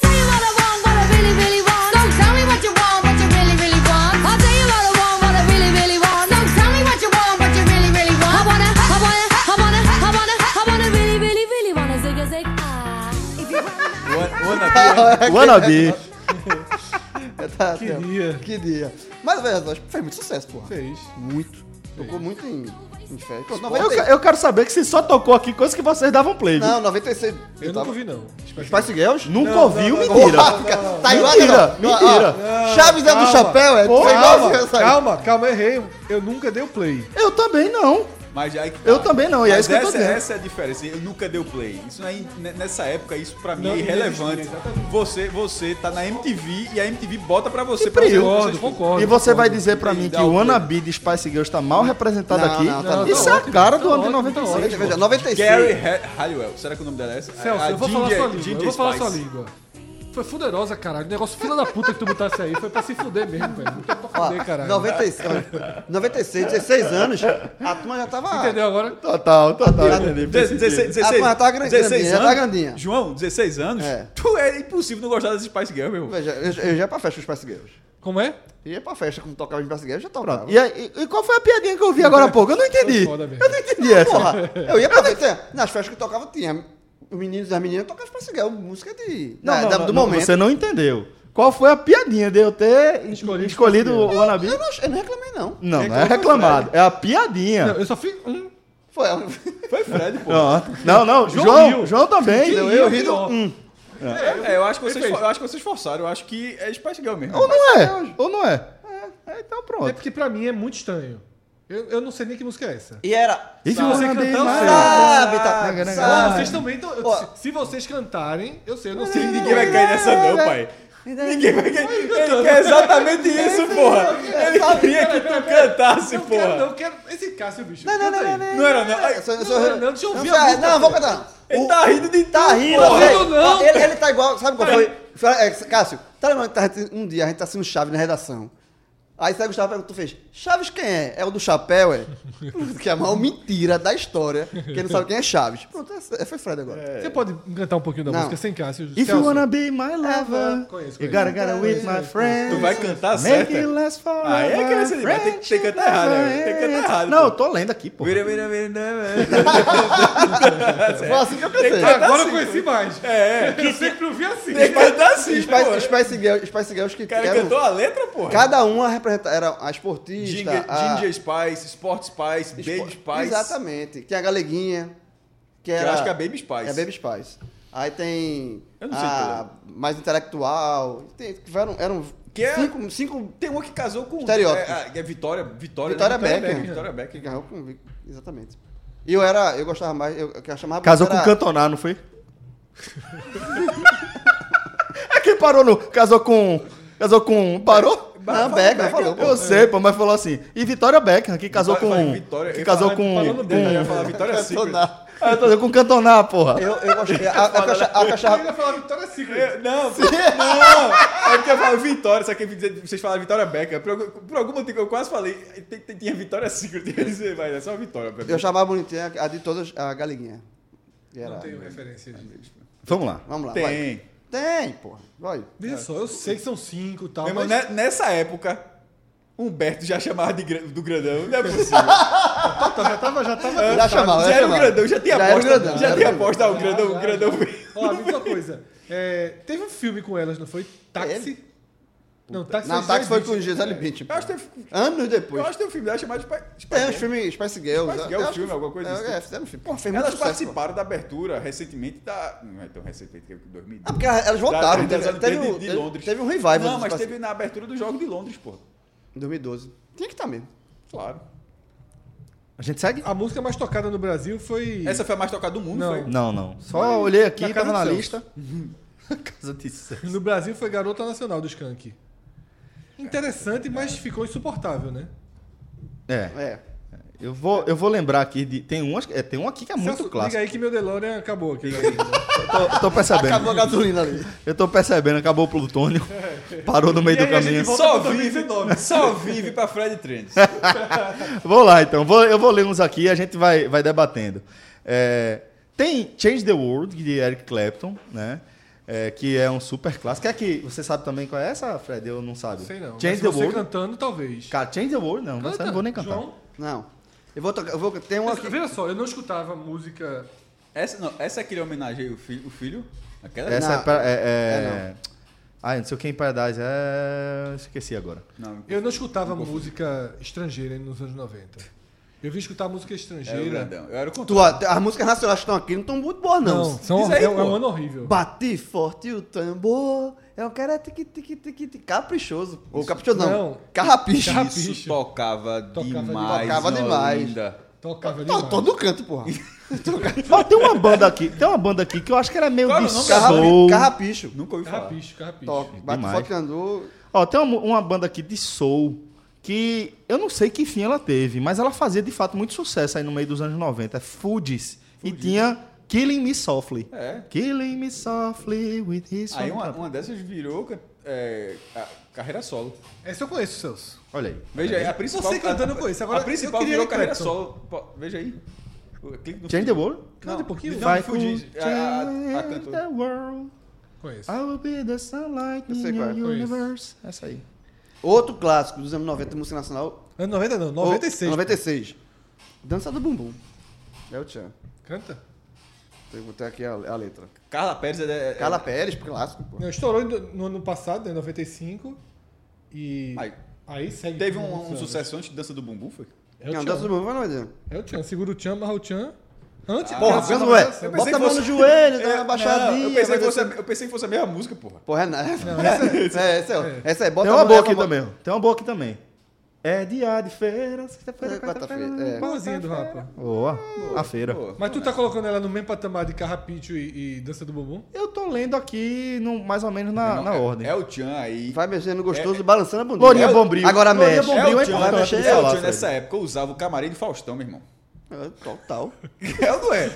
S6: tell you what I want, what I really, really want. Don't tell me what you want, what you really, really want. I'll tell you what I want, what I really, really want. Don't tell me what you want, what you really, really want. I wanna, I wanna, I wanna, I wanna, I wanna really, really, really wanna zig a zig ah. If you want my
S5: O ano- o ano aqui-
S2: Wannabe.
S3: Tá,
S4: Que
S3: tá.
S4: dia.
S3: Que dia. Mas, velho, fez muito sucesso, pô.
S4: Fez.
S3: Muito. Tocou muito em, em festa. Pô,
S2: Eu,
S3: 96.
S2: que- eu quero saber que você só tocou aqui coisas que vocês davam play. viu?
S3: Não, 96.
S4: Eu nunca vi não.
S3: Spice Girls?
S2: Nunca
S4: Não,
S2: ouviu,
S4: não, não,
S2: mentira.
S3: Porra, tá igual
S2: Mentira,
S3: ali, ó.
S2: mentira.
S3: Ó, ó, Chaves é do
S4: Calma.
S3: chapéu, é.
S4: Pô,
S3: Foi igualzinho
S4: calma,
S3: essa aí.
S4: calma, calma, errei. Eu nunca dei o play.
S2: Eu também não.
S5: Mas aí que tá.
S2: Eu também não, e é
S5: Mas
S2: isso que eu tô
S5: essa,
S2: dizendo.
S5: Essa é a diferença. Eu nunca dei o play. Isso aí, ne- nessa época, isso pra mim
S4: Não,
S5: é
S4: não
S5: irrelevante.
S4: existia, exatamente.
S5: você, você tá na MTV e a MTV bota pra você.
S2: Que
S5: pra você-
S2: período.
S5: você-
S4: concordo.
S2: e você vai dizer pra mim que
S5: Dá o
S2: o
S5: play.
S2: Wannabe de Spice Girls tá mal representado
S3: Não,
S2: aqui?
S3: não, tá não.
S2: Isso
S4: Tá
S2: é a
S4: ótimo,
S2: cara
S4: tá
S2: do ano de
S4: ótimo, tá
S2: 96.
S4: ótimo.
S2: pô.
S3: Veja, 96.
S5: Gary Ha- Halliwell. Será que o nome dela é essa?
S4: Celso,
S5: A
S4: eu vou falar
S5: Ginger-
S4: sua língua. Eu
S5: Ginger
S4: vou falar
S5: Spice.
S4: sua língua. Foi fuderosa, caralho. O negócio fila da puta que tu botasse aí foi pra se fuder mesmo, velho. Não tem pra
S3: Ó,
S4: fuder, caralho.
S3: 96, olha, 96, 16 anos, a turma já tava.
S4: Entendeu agora?
S2: Total, total. entendi.
S5: Deze- dezesseis- dezesseis-
S3: Ah, tá grandinha,
S5: 16
S3: já tá
S5: anos?
S3: grandinha.
S5: João, 16 anos?
S3: É.
S5: Tu é impossível não gostar das Spice Girls, meu irmão.
S3: Veja, eu, eu já ia pra festa com os Spice Girls.
S4: Como é?
S3: Ia pra festa, como tocava os Spice Girls, já tocava.
S2: E, aí- e qual foi a piadinha que eu vi agora há pouco? Eu não entendi.
S4: Foi foda mesmo.
S2: Eu não entendi essa.
S3: Porra, eu ia pra festa. Nas festas que tocava, tinha os meninos e as meninas tocavam Spice Girls, música de.
S2: Não,
S3: da-
S2: não,
S3: da-
S2: não,
S3: do
S2: não,
S3: momento.
S2: Você não entendeu. Qual foi a piadinha de eu ter escolhido,
S4: Escolhi-
S2: o Wannabe?
S3: Eu, não, eu não reclamei, não.
S2: Não, não é reclamado. É a piadinha.
S4: Não, eu só fiz um.
S3: Foi.
S5: Foi Fred, pô.
S2: Pronto. Não, não,
S4: João
S2: João,
S4: riu.
S2: João também.
S4: Que
S2: Não,
S4: riu,
S2: eu
S4: que
S2: ri do-
S4: ó.
S5: É, eu acho, que vocês, eu acho que vocês forçaram. Eu acho que é Spice Girl mesmo.
S2: Ou não é? Ou não é? É, então
S4: É
S2: pronto.
S4: porque pra mim é muito estranho. Eu, eu não sei nem que música é essa.
S3: E era.
S2: E se
S4: Sabe,
S2: você
S4: você
S2: tem
S4: cantou,
S2: mais?
S4: sabe.
S3: Sabe, tá.
S2: Ah,
S4: Ah,
S3: Sabe.
S4: vocês também estão.
S3: Ó.
S4: Se, se vocês cantarem, eu sei, eu não sei. é.
S5: Ninguém vai cair nessa não, pai. Ninguém vai cair. Ele quer exatamente isso, porra. Ele queria que tu cantasse,
S4: Não quero,
S5: porra.
S4: não quero. Esse Cássio, bicho.
S3: Não, não, não,
S4: canta
S3: não,
S4: aí.
S3: não.
S5: Não era não. Ai,
S3: Eu sou- eu
S4: Não,
S3: sou-
S4: não, não, deixa eu ouvir
S3: Não,
S4: a
S3: é,
S4: música,
S3: não, vou
S4: pô.
S3: cantar.
S5: Ele tá rindo de
S3: Tá
S5: tudo,
S3: rindo,
S5: porra.
S3: velho.
S4: não.
S3: Ele, ele tá igual, sabe qual foi? Foi- é, Cássio, tá lembrando que tá- um dia a gente tá sendo chave na redação. Aí sai Gustavo pergunta, tu fez, Chaves quem é? É o do chapéu, é? que é a maior mentira da história, quem não sabe quem é Chaves. Pronto, é- é- foi Fred agora.
S4: Você pode cantar um pouquinho da
S3: Não.
S4: música sem Cássio?
S2: If
S4: Celso.
S2: you wanna be
S5: É,
S2: my lover,
S4: Conheço,
S2: you
S4: conheço.
S2: gotta gotta with my friends.
S5: Tu vai cantar
S2: Make
S5: certo?
S2: it last forever.
S5: Ah, é aquela cena, mas tem que- tem que cantar errado, né? Tem que cantar errado,
S2: Não,
S5: pô.
S2: eu tô lendo aqui, pô.
S5: Vira, vira, vira, vira.
S3: Foi assim que eu pensei.
S4: Agora eu conheci mais. É, é. Eu sempre ouvi assim.
S5: Tem que cantar assim,
S3: Spice,
S5: pô.
S3: Spice, Girls, Spice Girls que
S5: O cara
S3: eram-
S5: cantou a letra, porra.
S3: Cada uma representa, era a esportista,
S5: Ginger,
S3: a...
S5: Ginger Spice, Sport Spice,
S3: Espo-
S5: Baby Spice.
S3: tá, ah. Exatamente. Tem a galeguinha. Que
S5: Que
S3: era,
S5: eu acho que é a Baby Spice.
S3: É a Baby Spice. Aí tem
S5: Eu não sei é.
S3: a mais intelectual. Tem, eram eram
S5: Que é-
S3: cinco, cinco
S5: Tem uma que casou com.
S3: Estereótipos.
S5: É, é Vitória. Vitória,
S3: Vitória
S5: né? Vitória
S3: Beckham.
S5: Vitória
S3: que
S5: Becker.
S3: ganhou com... Exatamente. E eu era... Eu gostava mais... Eu, eu chamava...
S2: Casou
S3: era-
S2: com o Cantoná, não foi? é quem parou no. Casou com. Casou com. Parou?
S3: Não, Beckham, falou.
S2: Eu sei, pô, mas falou assim. E Vitória Beckham, que casou
S5: Vitória-
S2: com. um?
S5: Vitória-
S2: que
S5: eu
S2: casou
S5: falava-
S2: com. um.
S5: falando dele, eu É ia falar Vitória é Secret.
S3: Cantoná.
S2: Ah, eu tô dizendo com Cantoná, porra.
S3: Eu, eu gostei... A, a, a,
S5: né?
S3: caixa- a
S4: Eu
S3: caixa-
S4: ia falar Vitória Secret.
S5: É, Não, pô, não! É porque eu falo Vitória, só que vocês falaram Vitória Becker. Por, algum- por algum motivo eu quase falei. tem- tem- Tinha Vitória Secret, mas é só Vitória.
S3: eu chamava bonitinha a de todas... A galeguinha. E era-
S4: Não tenho referência disso.
S2: Vamos lá.
S3: Vamos lá, vai.
S5: Tem.
S3: Tem, porra. Vai.
S4: Veja só, eu sei que são cinco e tal,
S5: Meu irmão,
S4: mas...
S2: é
S5: ne- Nessa época, Humberto já chamava de, gra- do grandão. Não é possível.
S4: já tava, já tava...
S3: Já chamava, já
S5: Ah, tá. já era o
S3: chamava.
S5: grandão, já tinha
S3: Já era o
S5: aposta.
S3: grandão, já
S5: já
S3: era
S5: tinha
S3: o grandão.
S5: aposta, o grandão, o
S4: já,
S5: grandão
S4: já.
S5: veio.
S4: Ó, a mesma coisa. É, teve um filme com elas, não foi? Táxi? Não, táxi
S3: Não,
S4: foi
S3: táxi foi com
S4: Gisele
S3: o
S4: Bündchen.
S3: Gisele Bündchen.
S5: Eu acho que tem, um
S3: Anos
S5: eu
S3: depois.
S5: acho que tem um filme dela chamado Spi- Spice
S3: Tem
S5: Girl.
S3: uns filmes Spice Girls.
S5: Spice
S3: eu
S5: Girl,
S3: acho
S5: filme,
S3: que-
S5: alguma coisa
S3: é,
S5: assim.
S3: É, fizeram um filme. Porra, fez muito
S5: Elas
S3: sucesso, pô.
S5: participaram da abertura recentemente da. Não é tão recentemente que 2010.
S3: Ah, porque elas voltaram.
S5: das
S3: Teve, teve,
S5: Olimpíadas
S3: um-
S5: de
S3: teve-
S5: Londres.
S3: teve um revival.
S5: Não,
S3: do
S5: mas
S3: Spice-
S5: teve na abertura do Jogo de Londres, pô.
S3: 2012. Tinha que estar mesmo.
S5: Claro.
S2: A gente segue?
S4: A música mais tocada no Brasil foi...
S5: Essa foi a mais tocada do mundo,
S4: Não.
S5: foi?
S2: Não, não. Só olhei aqui,
S4: Na casa
S2: tava na
S4: do Celso.
S2: lista. casa de Celso.
S4: No Brasil foi Garota Nacional do Skank. Interessante, mas ficou insuportável, né?
S2: É.
S3: É.
S2: Eu vou, eu vou lembrar aqui de. Tem um, acho que- é, tem um aqui que é muito
S4: Celso,
S2: clássico.
S4: Liga aí que meu DeLorean acabou aqui. né?
S2: Eu tô, eu tô
S3: Acabou a
S2: percebendo.
S3: gasolina ali.
S2: Eu tô percebendo, acabou o plutônio. Parou no meio do
S4: E aí a gente
S2: caminho.
S4: volta
S5: Só
S4: pro
S5: vive,
S4: 2019.
S5: só vive pra Fred Trends.
S2: Vou lá então, Vou- eu vou ler uns aqui e a gente vai, vai debatendo. É, tem Change the World, de Eric Clapton, né? É, que é um super clássico. É que você sabe também qual é essa, Fred? Eu não sabe.
S4: Sei não. mas
S2: Change
S4: se
S2: the
S4: você
S2: World.
S4: cantando, talvez.
S2: Cara, Change the World, não, você não vou nem cantar.
S4: João,
S3: Não. Eu vou tocar. Eu vou, tem um
S4: essa-
S3: aqui.
S4: veja só, eu não escutava música...
S5: Essa, não, essa é que ele homenageia o filho. O filho? Aquela?
S2: Essa
S3: Não,
S2: é. Pra, é,
S3: é
S2: é- Ah, não sei o que em Paradise. É. Esqueci agora.
S5: Não. é
S4: Eu não escutava música estrangeira nos anos 90. Eu vim escutar música
S5: Era É o
S4: estrangeira.
S5: grandão. Eu era o
S3: Tu,
S5: contrário.
S3: ó, as músicas nacionais que estão aqui não estão muito boas, não.
S4: não, são
S5: diz aí,
S4: é, um- é
S5: pô.
S4: um ano horrível.
S3: Bati forte o tambor. É um cara tiqui, tiqui, tiqui, tiqui, caprichoso. Ou caprichoso não.
S4: Não.
S3: Carrapicho.
S4: Carra-
S5: Isso
S4: bicho.
S5: tocava,
S4: demais.
S5: demais.
S3: Tocava
S5: em
S3: demais.
S5: Olinda.
S4: Tocava
S3: Tô,
S4: demais.
S3: tô no canto, porra.
S2: Ó, tem uma banda aqui, tem uma banda aqui que eu acho que era meio
S5: Qual é
S2: de
S5: o nome?
S2: soul.
S3: Carrapi- Carrapicho.
S5: Nunca ouvi falar.
S4: Carrapicho, carrapicho.
S3: Toque. Bati
S2: Demais.
S3: forte o tambor.
S2: Ó, tem uma, uma banda aqui de soul que eu não sei que fim ela teve, mas ela fazia de fato muito sucesso aí no meio dos anos 90. É Fugees. E tinha Killing Me Softly.
S5: É.
S2: Killing Me Softly with his
S5: Aí uma,
S2: own-
S5: uma dessas virou ca- é, a- carreira solo.
S4: Essa eu conheço, Celso.
S2: Olha aí.
S5: Veja aí, a principal.
S4: Você cantando
S5: a,
S4: com isso, agora
S5: a principal
S4: eu queria
S5: virou
S4: ir
S5: carreira
S4: perto.
S5: solo. Pô, Veja aí. O- Clique no
S2: Change the World?
S4: Canta um pouquinho.
S5: Não,
S4: Vai.
S5: me fugi. A, a, a
S2: Change
S5: cantora.
S2: the world.
S4: Conheço.
S5: Ah.
S2: I will be the sunlight
S3: Eu sei
S2: in
S3: qual é,
S2: your
S4: conheço.
S2: universe. Essa aí.
S3: Outro clássico dos anos 90, música nacional,
S4: Ano 90 não, 96.
S3: Ou- 96. Dança do bumbum. É o Tchan.
S4: Canta.
S3: Tem que botar aqui a, a letra.
S5: Carla Pérez é. é-
S3: Carla Pérez, clássico, pô.
S4: Não, estourou em do- no ano passado, né, 95. E
S5: Aí.
S4: aí, segue.
S5: Teve
S4: por
S5: um,
S4: muitos
S5: um
S4: anos.
S5: sucesso antes de Dança do Bumbum, foi?
S4: É
S3: Não,
S4: o
S3: dança do
S4: Tchan.
S3: bumbum vai não
S4: É o Tchan. Segura o Tchan, amarra o Tchan. Antes
S3: Porra,
S4: Dança
S3: Ganso,
S4: da
S2: é.
S3: ué.
S4: Dança.
S5: Eu pensei
S3: Bota a
S5: que
S3: mão
S5: fosse-
S3: no joelho,
S2: tá
S3: dá
S5: É,
S3: uma baixadinha.
S5: não, eu, pensei
S3: faz
S5: que fosse,
S3: assim.
S5: a- eu pensei que fosse a mesma música, porra.
S3: Porra, é nada.
S4: Não, essa-
S3: É, essa é, essa é. Bota
S2: Tem
S3: a
S2: uma
S3: mão-
S2: boa
S3: leva
S2: aqui
S3: a mão-
S2: também. ó. Tem uma boa aqui também. É dia de tá feira, sexta-feira,
S3: É, quarta-feira, é.
S4: Pauzinho do rapa.
S2: Boa. A feira.
S5: Pô,
S4: Mas tu tá colocando ela no mesmo patamar de Carrapicho e, e Dança do Bumbum?
S2: Eu tô lendo aqui no- mais ou menos na,
S5: não,
S2: Tá na
S5: é-
S2: ordem.
S5: É o Tchan aí.
S3: Vai mexendo gostoso,
S5: É, é.
S3: balançando a bunda.
S2: Lourinha
S5: É o-
S2: Bombril.
S3: Agora
S2: Lourinha
S3: mexe.
S5: É
S2: Bombril é,
S5: o Tchan,
S3: vai
S2: importante.
S3: mexer,
S2: de
S5: é o
S2: falar,
S5: Tchan nessa
S2: Fred.
S5: época. Eu usava o camarim de Faustão, meu irmão.
S3: né? É, Total.
S5: É ou não é?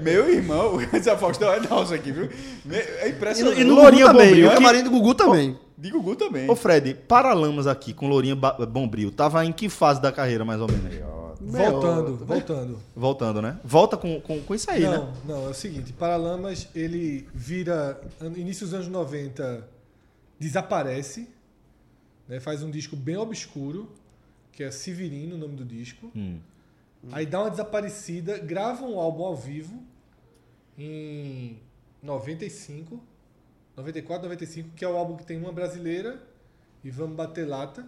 S5: Meu irmão, o Zé Faustão é nosso aqui, viu? Me- É
S3: E no,
S5: impressionante.
S3: e no
S2: Lourinha
S3: Gugu também.
S5: é
S2: Bombril,
S3: O
S2: que-
S3: camarim é do Gugu também.
S5: De Gugu também.
S2: Ô Fred, Paralamas aqui com Lourinha Ba- Bombril, tava em que fase da carreira, mais ou menos?
S4: Voltando,
S5: né?
S4: voltando.
S2: Voltando, né? Volta com, com, com isso aí,
S4: não,
S2: né?
S4: não, é o seguinte, Paralamas, ele vira, an- início dos anos 90, desaparece, né, faz um disco bem obscuro, que é Severino, o nome do disco. Aí dá uma desaparecida, grava um álbum ao vivo em 95, 94, 95, que é o álbum que tem uma brasileira e Vamos Bater Lata.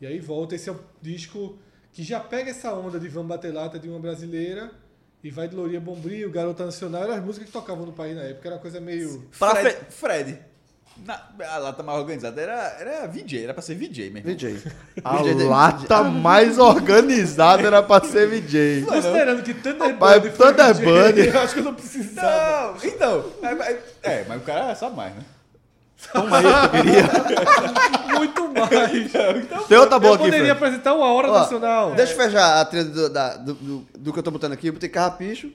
S4: E aí volta, esse é o disco que já pega essa onda de Vamos Bater Lata de uma brasileira e vai de Louria Bombril, Garota Nacional, eram as músicas que tocavam no país na época, era uma coisa meio...
S2: Pra
S5: Fred, Fred. Na, a lata mais organizada era, era VJ, era pra ser VJ mesmo.
S3: VJ.
S2: A
S3: VJ de-
S2: lata mais organizada era pra ser VJ.
S4: Considerando que
S2: Rapaz,
S4: Thunderbird
S2: Thunderbird.
S4: eu acho que eu não precisava.
S5: Não, então. mas- mas- É, mas o cara sabe mais, né?
S2: Toma aí, eu queria.
S4: Muito mais.
S5: Então,
S2: Tem outra
S4: eu
S2: boa tá aqui,
S4: poderia
S2: Fred.
S4: apresentar uma hora
S3: Ó,
S4: nacional.
S3: Deixa eu fechar a trilha do, da- do- do- do que eu tô botando aqui. Eu botei carrapicho.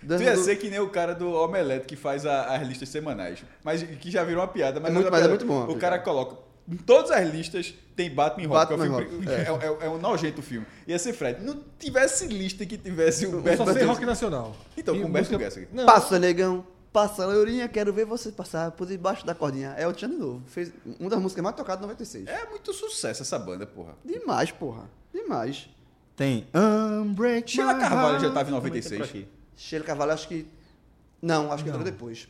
S5: Tu
S3: dança
S5: ia
S3: do-
S5: ser que nem o cara do Omelete que faz a- as listas semanais. Mas que já virou uma piada. Mas
S3: É muito-
S5: uma
S3: mas é
S5: piada.
S3: muito bom,
S5: O cara coloca. Em todas as listas tem Batman e Robin. que é o
S3: Batman e
S5: filme- É, é- é um nojento filme. Ia ser Fred. Não tivesse lista que tivesse o
S4: Eu só sei
S5: Batman-
S4: rock nacional.
S5: Então,
S4: E
S5: com o
S4: música-
S5: Beto Guess aqui.
S4: Não,
S3: Passa, negão. Passa, Lourinha. Quero ver você passar por debaixo da cordinha. É o Tchan de novo. Fez uma das músicas mais tocadas em 96.
S5: É muito sucesso essa banda, porra.
S3: Demais, porra. Demais.
S2: Tem Unbreak
S5: Sheila
S2: My
S5: Carvalho
S2: Heart.
S5: já tava em
S2: Comenta
S5: 96.
S2: por aqui.
S3: Sheila Carvalho, acho que. Não, acho que entrou depois.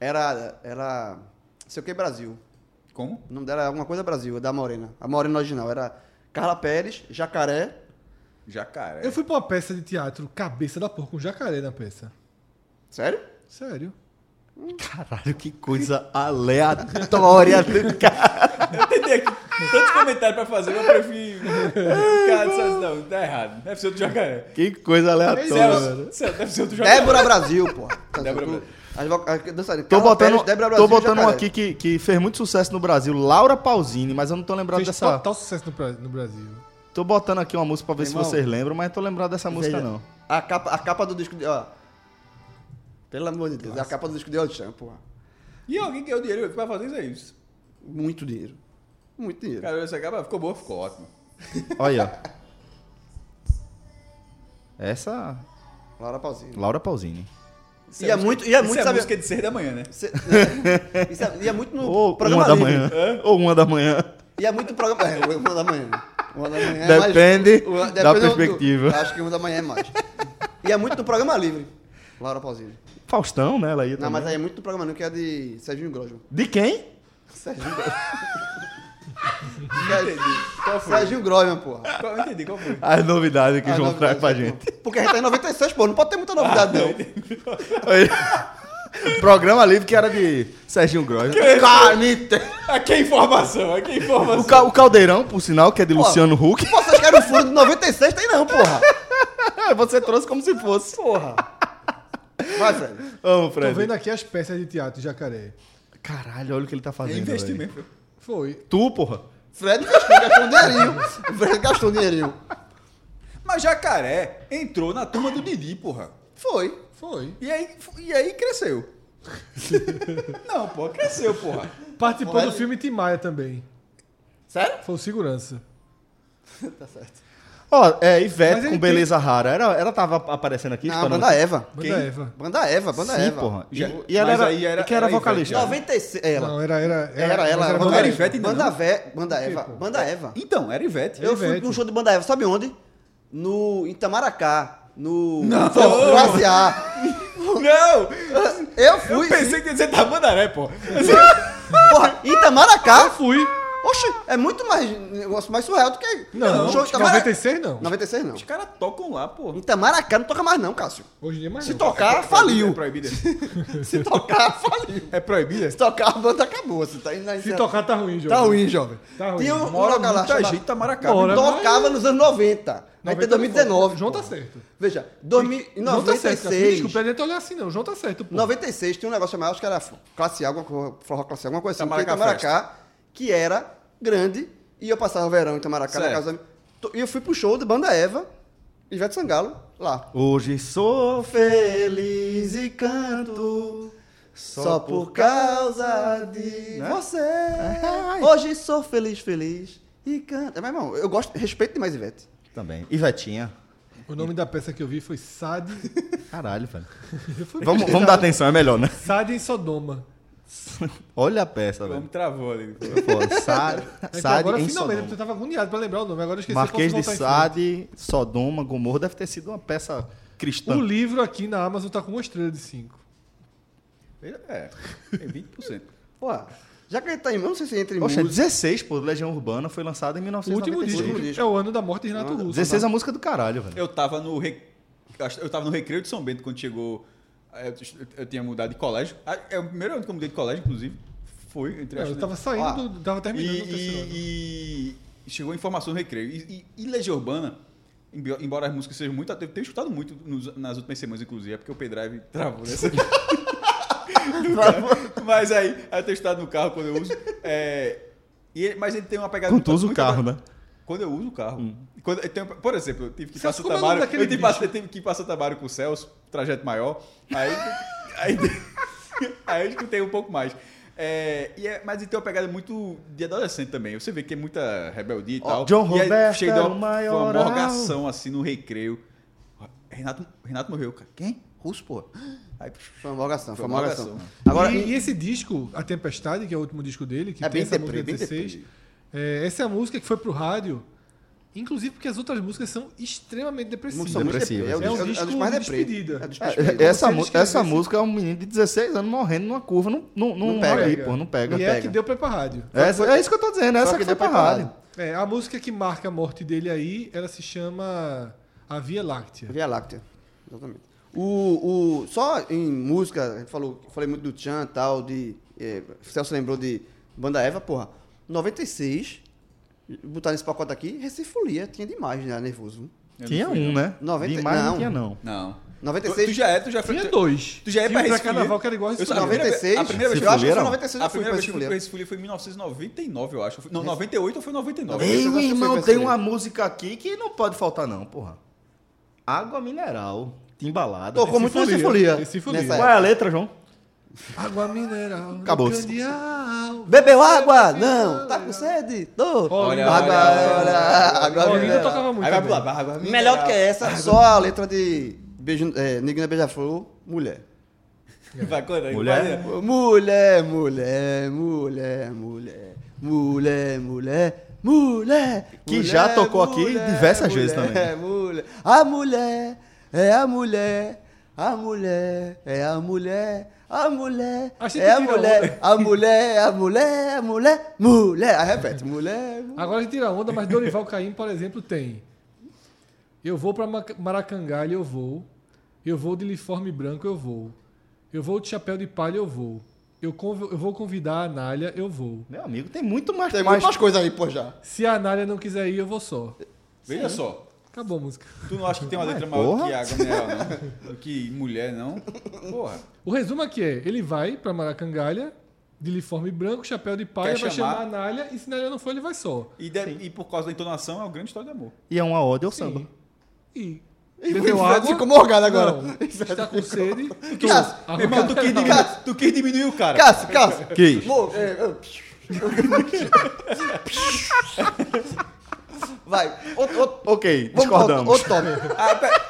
S3: Era. Era. Não sei o que Brasil.
S5: Como?
S3: O nome dela era alguma coisa Brasil, é da Morena. A Morena original. Era Carla Pérez, Jacaré.
S5: Jacaré.
S4: Eu fui pra uma peça de teatro, Cabeça da Porca, um jacaré na peça.
S3: Sério?
S4: Sério.
S2: Caralho, que coisa aleatória do cara.
S5: Entendeu aqui? Tantos comentários pra fazer, mas eu prefiro. Cara, dessas- não, tá errado. Deve ser outro jacaré.
S2: Que coisa
S4: É
S5: é,
S2: aleatória, velho.
S4: né?
S5: Céu, céu, deve ser outro jacaré.
S3: Débora Brasil, pô. Tá,
S5: Débora
S3: tu-
S5: Brasil.
S3: as voca- as dançarinas.
S2: Tô
S3: Carla
S2: botando,
S3: Pérez,
S2: tô
S3: Débora Brasil,
S2: botando um
S3: Jacaré.
S2: aqui que, que fez muito sucesso no Brasil, Laura Pausini, mas eu não tô lembrado
S4: Fez
S2: dessa.
S4: total sucesso no, Bra- no Brasil.
S2: Tô botando aqui uma música pra ver se
S3: Irmão.
S2: vocês lembram, mas tô lembrado dessa música não.
S3: A capa, a capa do disco de. Ó. Pelo amor de Deus, é a capa do disco de El Chan, porra.
S5: E alguém ganhou dinheiro pra fazer isso aí. Isso.
S3: Muito dinheiro. Muito dinheiro.
S5: Cara, essa capa ficou boa, ficou ótimo.
S2: Olha. aí, ó. Essa
S3: Laura Pausini.
S2: Laura Pausini.
S5: Isso
S3: E é
S5: música-
S3: muito- e é
S5: isso
S3: muito,
S5: é
S3: sabe-
S5: música de 6 da manhã, né?
S3: Cê- Isso é- e é muito no
S2: Ou
S3: programa
S2: uma da
S3: livre.
S2: manhã. Ou uma da manhã.
S3: E é muito programa. É, uma da manhã. Uma da manhã é mais-
S2: Depende
S3: uma-
S2: da
S3: depende do-
S2: perspectiva.
S3: acho que uma da manhã é mais. E é muito do programa livre. Laura Pausini.
S2: Faustão, né? Ela ia
S3: Não,
S2: também.
S3: mas é- aí é muito do programa livre que é de Serginho Grosman.
S2: De quem?
S3: Serginho
S5: Não entendi. Qual foi?
S3: Serginho Grosman, porra.
S5: Qual, não entendi, qual foi?
S2: As novidades que o
S3: Ah,
S2: João traz
S3: novidade,
S2: pra
S3: pô.
S2: gente. Ah,
S3: Porque a gente tá em 96, pô. Não pode ter muita novidade, não.
S2: Olha. Programa livre que era de Serginho Gross. Ah,
S5: Aqui é informação, aqui é
S2: O,
S5: informação.
S2: ca- o Caldeirão, por sinal, que é de Luciano Huck.
S3: Vocês querem o furo de 96? Tem não, porra.
S2: É, Você trouxe como se fosse.
S3: Porra. Vai, Fred.
S2: Amo,
S4: Tô
S2: Fred.
S4: vendo aqui as peças de teatro, jacaré.
S2: Caralho, olha o que ele tá
S5: É
S2: fazendo. velho.
S5: investimento.
S4: Foi.
S2: Tu, porra.
S3: Fred gastou, gastou um dinheirinho. Fred gastou um dinheirinho.
S5: Mas jacaré entrou na turma do Didi, porra.
S3: Foi.
S4: Foi.
S5: E aí, e aí cresceu. não, porra, cresceu, porra.
S4: Participou do filme Tim Maia também.
S3: Sério?
S4: Foi o segurança.
S3: Tá certo.
S2: Ó, é,
S4: Mas
S2: Ivete
S4: ele
S2: com Beleza Rara. Era, ela tava aparecendo aqui? tipo,
S3: Não, é
S2: escutando
S3: Ah, banda
S2: você?
S3: Eva.
S4: Banda
S5: Quem?
S4: Eva.
S3: Banda Eva, banda
S2: Sim,
S3: Eva.
S2: porra. E,
S5: Já-
S2: e ela
S5: mas
S2: era,
S5: aí era-
S2: e quem era
S5: era Ivete,
S2: vocalista?
S5: né?
S3: 96. é Ela.
S4: Não, era, era,
S3: Era ela.
S4: mas
S3: banda
S5: era
S4: Eva.
S5: Ivete ainda
S3: Banda,
S5: não?
S3: Vé- banda Eva.
S4: pô?
S3: Banda Eva.
S5: Então, era Ivete.
S3: Eu fui
S4: Ivete.
S3: num show de banda Eva, sabe onde? No em Itamaracá. No.
S5: Não.
S3: No ACA.
S5: Não!
S3: Eu
S5: Eu
S3: fui.
S5: pensei que ia dizer Tamandaré, pô.
S3: Porra, em Itamaracá.
S4: Eu fui.
S3: Oxe, é muito mais. negócio mais surreal do que. um
S4: Não,
S3: show de Itamaracá.
S4: 96 não.
S3: 96 não.
S5: Os caras tocam lá, pô.
S3: Em Itamaracá não toca mais, não, Cássio.
S4: Hoje em dia mais
S3: Se
S4: não.
S3: tocar, faliu.
S5: É proibida.
S3: Se tocar, faliu.
S5: É proibida?
S3: Se tocar, a banda acabou. Se, tá, indo-
S4: Se tocar tá ruim, João.
S3: Tá ruim, jovem.
S4: Tá ruim.
S3: Tinha um, um
S5: Mora
S3: local lá
S5: muita
S3: chamado-
S4: tá
S5: gente Tamaracá.
S4: Bora.
S3: Tocava nos anos 90. Aí tem
S4: 90
S3: 2019.
S4: é João
S3: pô.
S4: tá certo.
S3: Veja, 2000 em
S4: João tá certo. cara. Me
S3: 96.
S4: Desculpa, eu nem tô olhando assim não. João tá certo, pô.
S3: 96 tinha um negócio chamado, acho que era classe A, alguma coisa, forró classe A, alguma coisa assim, que
S5: Itamaracá
S3: em Itamaracá, que era grande, e eu passava o verão em Itamaracá na
S5: Certo.
S3: casa da to- E eu fui pro show da banda Eva, Ivete Sangalo, lá.
S2: Hoje sou feliz e canto.
S3: Só, por causa de você. É. Hoje sou feliz, feliz. E canta. Mas, irmão, eu gosto, respeito demais Ivete.
S2: Também. Ivetinha.
S4: O nome da peça que eu vi foi Sad,
S2: Caralho, velho. Vamos, vamos dar atenção, é melhor, né?
S4: Sad em Sodoma.
S2: Olha a peça,
S5: O homem
S2: velho.
S5: travou ali.
S2: Pô, Sade,
S4: É que
S2: Sade
S4: agora
S2: em
S4: finalmente, porque
S2: Sodoma.
S4: eu tava agoniado pra lembrar o nome, agora eu esqueci.
S2: Marquês de
S4: posso voltar em
S2: Sade, Sodoma, Gomorra, deve ter sido uma peça cristã.
S4: frente. O livro aqui na Amazon tá com uma estrela de cinco.
S5: É, tem 20%.
S3: Pô, já que ele tá em. Eu não sei se entra em
S2: Poxa,
S3: música.
S2: 16, pô, Legião Urbana foi lançado em
S4: O último
S2: 1996.
S4: disco
S3: último disco. Ah,
S4: é o ano da morte de Renato Russo.
S2: 16 é a música do caralho, velho.
S5: Eu tava no re... eu tava no recreio de São Bento quando chegou. Eu, eu tinha mudado de colégio. Ah, É o primeiro ano que eu mudei de colégio, inclusive. Foi, entre
S4: É,
S5: as
S4: eu tava saindo,
S3: Ah.
S4: do- tava
S5: E,
S4: terminando o terceiro ano.
S5: e- e chegou informação no recreio. E, e, e Legião Urbana, embi- embora as músicas sejam muito. Eu tenho escutado muito nos- nas últimas semanas, inclusive, é porque o pendrive travou nessa. mas aí, aí eu tenho escutado no carro quando eu uso. É, e ele- mas ele tem uma pegada.
S2: Quando tu usa o
S5: muito-
S2: carro,
S5: muito-
S2: né?
S5: Quando eu uso o carro. Quando eu tenho- por exemplo, eu tive que ir pra
S4: Celso, como
S5: Santa
S4: é o nome
S5: Mário. Eu
S4: daquele
S5: tive, que passar- eu tive que ir pra Santa Mário com o Celso, trajeto maior. Aí. aí, aí eu escutei um pouco mais. É, e é- mas ele tem uma pegada muito de adolescente também. Você vê que é muita rebeldia e tal.
S2: John
S5: e
S2: Roberto
S5: chega de
S2: era o
S5: uma, foi uma
S2: maioral.
S5: morgação assim no recreio. Renato, Renato morreu, cara. Quem? Russo, pô. Aí,
S3: Foi uma morgação, foi
S5: Foi
S3: uma
S5: uma
S3: morgação.
S5: morgação.
S3: Agora,
S4: e,
S3: em-
S4: e esse disco, A Tempestade, que é o último disco dele, que
S3: É
S4: tem
S3: bem
S4: essa
S3: deprê,
S4: música
S3: bem
S4: 16,
S3: deprê.
S4: é, essa é a música que foi pro rádio, inclusive porque as outras músicas são extremamente depressivas.
S3: são muito
S2: Depressivo.
S3: deprê. É, o
S4: É um
S3: disco- é o
S4: disco
S3: disco mais
S4: de
S3: deprê.
S4: despedida.
S3: É o disco mais
S2: É,
S3: deprê.
S2: essa
S4: Você
S2: mu-
S4: descreveu
S2: essa
S4: esse-
S2: música é um menino de 16 anos morrendo numa curva, não, não, não,
S3: Não pega.
S2: ali, pô, não pega.
S4: E é
S2: pega.
S4: que deu pra ir pra rádio.
S2: Essa- é isso que eu tô dizendo, essa
S3: Só
S2: que,
S3: que
S2: foi
S3: deu
S2: pra
S3: pra
S2: rádio.
S3: caralho.
S4: É, a música que marca a morte dele aí, ela se chama A Via Láctea.
S3: Via Láctea. Exatamente. O, o, só em música, a gente falou, eu falei muito do Tchan e tal, de. É, Celso lembrou de Banda Eva, porra. 96, botar nesse pacote aqui, Recifolia, tinha demais, né? Nervoso. viu?
S5: eu não
S2: Tinha
S5: fui,
S2: um, né?
S3: 90
S2: De mais não
S3: não.
S2: tinha, não.
S5: Não. Tu,
S3: 96.
S5: tu já é, tu já foi.
S4: Tinha
S5: tu-
S4: dois.
S5: Tu já é
S4: Tinha
S5: pra
S4: um pra
S5: Recife.
S4: carnaval que era igual né? a
S5: Eu
S4: esse
S5: só- a primeira vez-
S3: 96?
S5: A primeira vez que
S3: eu acho que
S2: Recifolia?
S3: foi 96 eu
S5: A
S3: fui
S5: primeira
S3: pra
S5: vez que eu fui pro
S3: Recifolia.
S5: Recife foi em 1999, eu acho. Não, 98 ou foi 99?
S3: Ei,
S2: Meu
S3: Eu acho que
S2: irmão,
S3: foi
S2: tem
S3: esse
S2: uma música aqui que não pode faltar, não, porra. Água mineral, timbalada.
S3: Tocou muito na
S4: Recifolia.
S3: Recifolia.
S4: Recifolia.
S3: nessa
S2: Qual
S3: época.
S2: é a letra, João?
S4: Água mineral. no
S2: Acabou-se.
S4: candeal.
S3: Bebeu água? Não. Tá com sede? Tô.
S4: Olha,
S3: água,
S5: olha,
S3: olha, água
S4: Olinda
S3: mineral.
S4: tocava muito.
S5: Aí vai
S4: também.
S5: pro lá, vai, vai, vai.
S3: Melhor do que essa, só a letra de beijo, é, Neguinho da Beija-Flor, mulher.
S5: Vai, quando?
S2: Mulher?
S5: Vai,
S3: Mulher, mulher, mulher, mulher, mulher, mulher, mulher.
S2: Que
S3: mulher,
S2: já tocou aqui diversas vezes também.
S3: mulher, mulher. A mulher é a mulher, a mulher é a mulher, a mulher
S4: Achei que
S3: é a
S4: tirou
S3: mulher, a mulher é a mulher, a mulher, mulher. Aí repete, mulher, mulher.
S4: Agora que tira onda, mas Dorival Caim, por exemplo, tem. Eu vou pra Maca- Maracangalha, eu vou. Eu vou de uniforme branco, eu vou. Eu vou de chapéu de palha, eu vou. Eu, conv- eu vou convidar a Anália, eu vou.
S2: Meu amigo, tem muito mais.
S3: Tem
S2: mais-
S3: muitas coisas aí, pô, já.
S4: Se a Anália não quiser ir, eu vou só.
S5: Veja só.
S4: Acabou a música.
S5: Tu não acha que tem uma letra
S2: porra.
S5: maior que água mineral, não? Do que mulher, não? Porra.
S4: O resumo aqui é, ele vai pra Maracangalha, de uniforme branco, chapéu de palha,
S5: Quer
S4: vai
S5: chamar?
S4: chamar a Anália, e se a Anália não for, ele vai só.
S5: E, de- e por causa da entonação, é uma grande história de amor.
S2: E é uma ode ao samba.
S4: E...
S3: E
S4: bebeu
S3: o Ivete
S4: água?
S3: ficou morgado agora.
S4: Não, está com sede.
S3: Cássio,
S4: Arruma-
S5: Meu irmão, tu quis diminuir, tu quis diminuir o cara.
S3: Cássio, Cássio.
S2: Que?
S3: Mo- é, eu- Vai, outro, outro,
S2: Ok,
S3: vamos pra
S2: discordamos.
S3: outro, outro tópico. Ah, pera-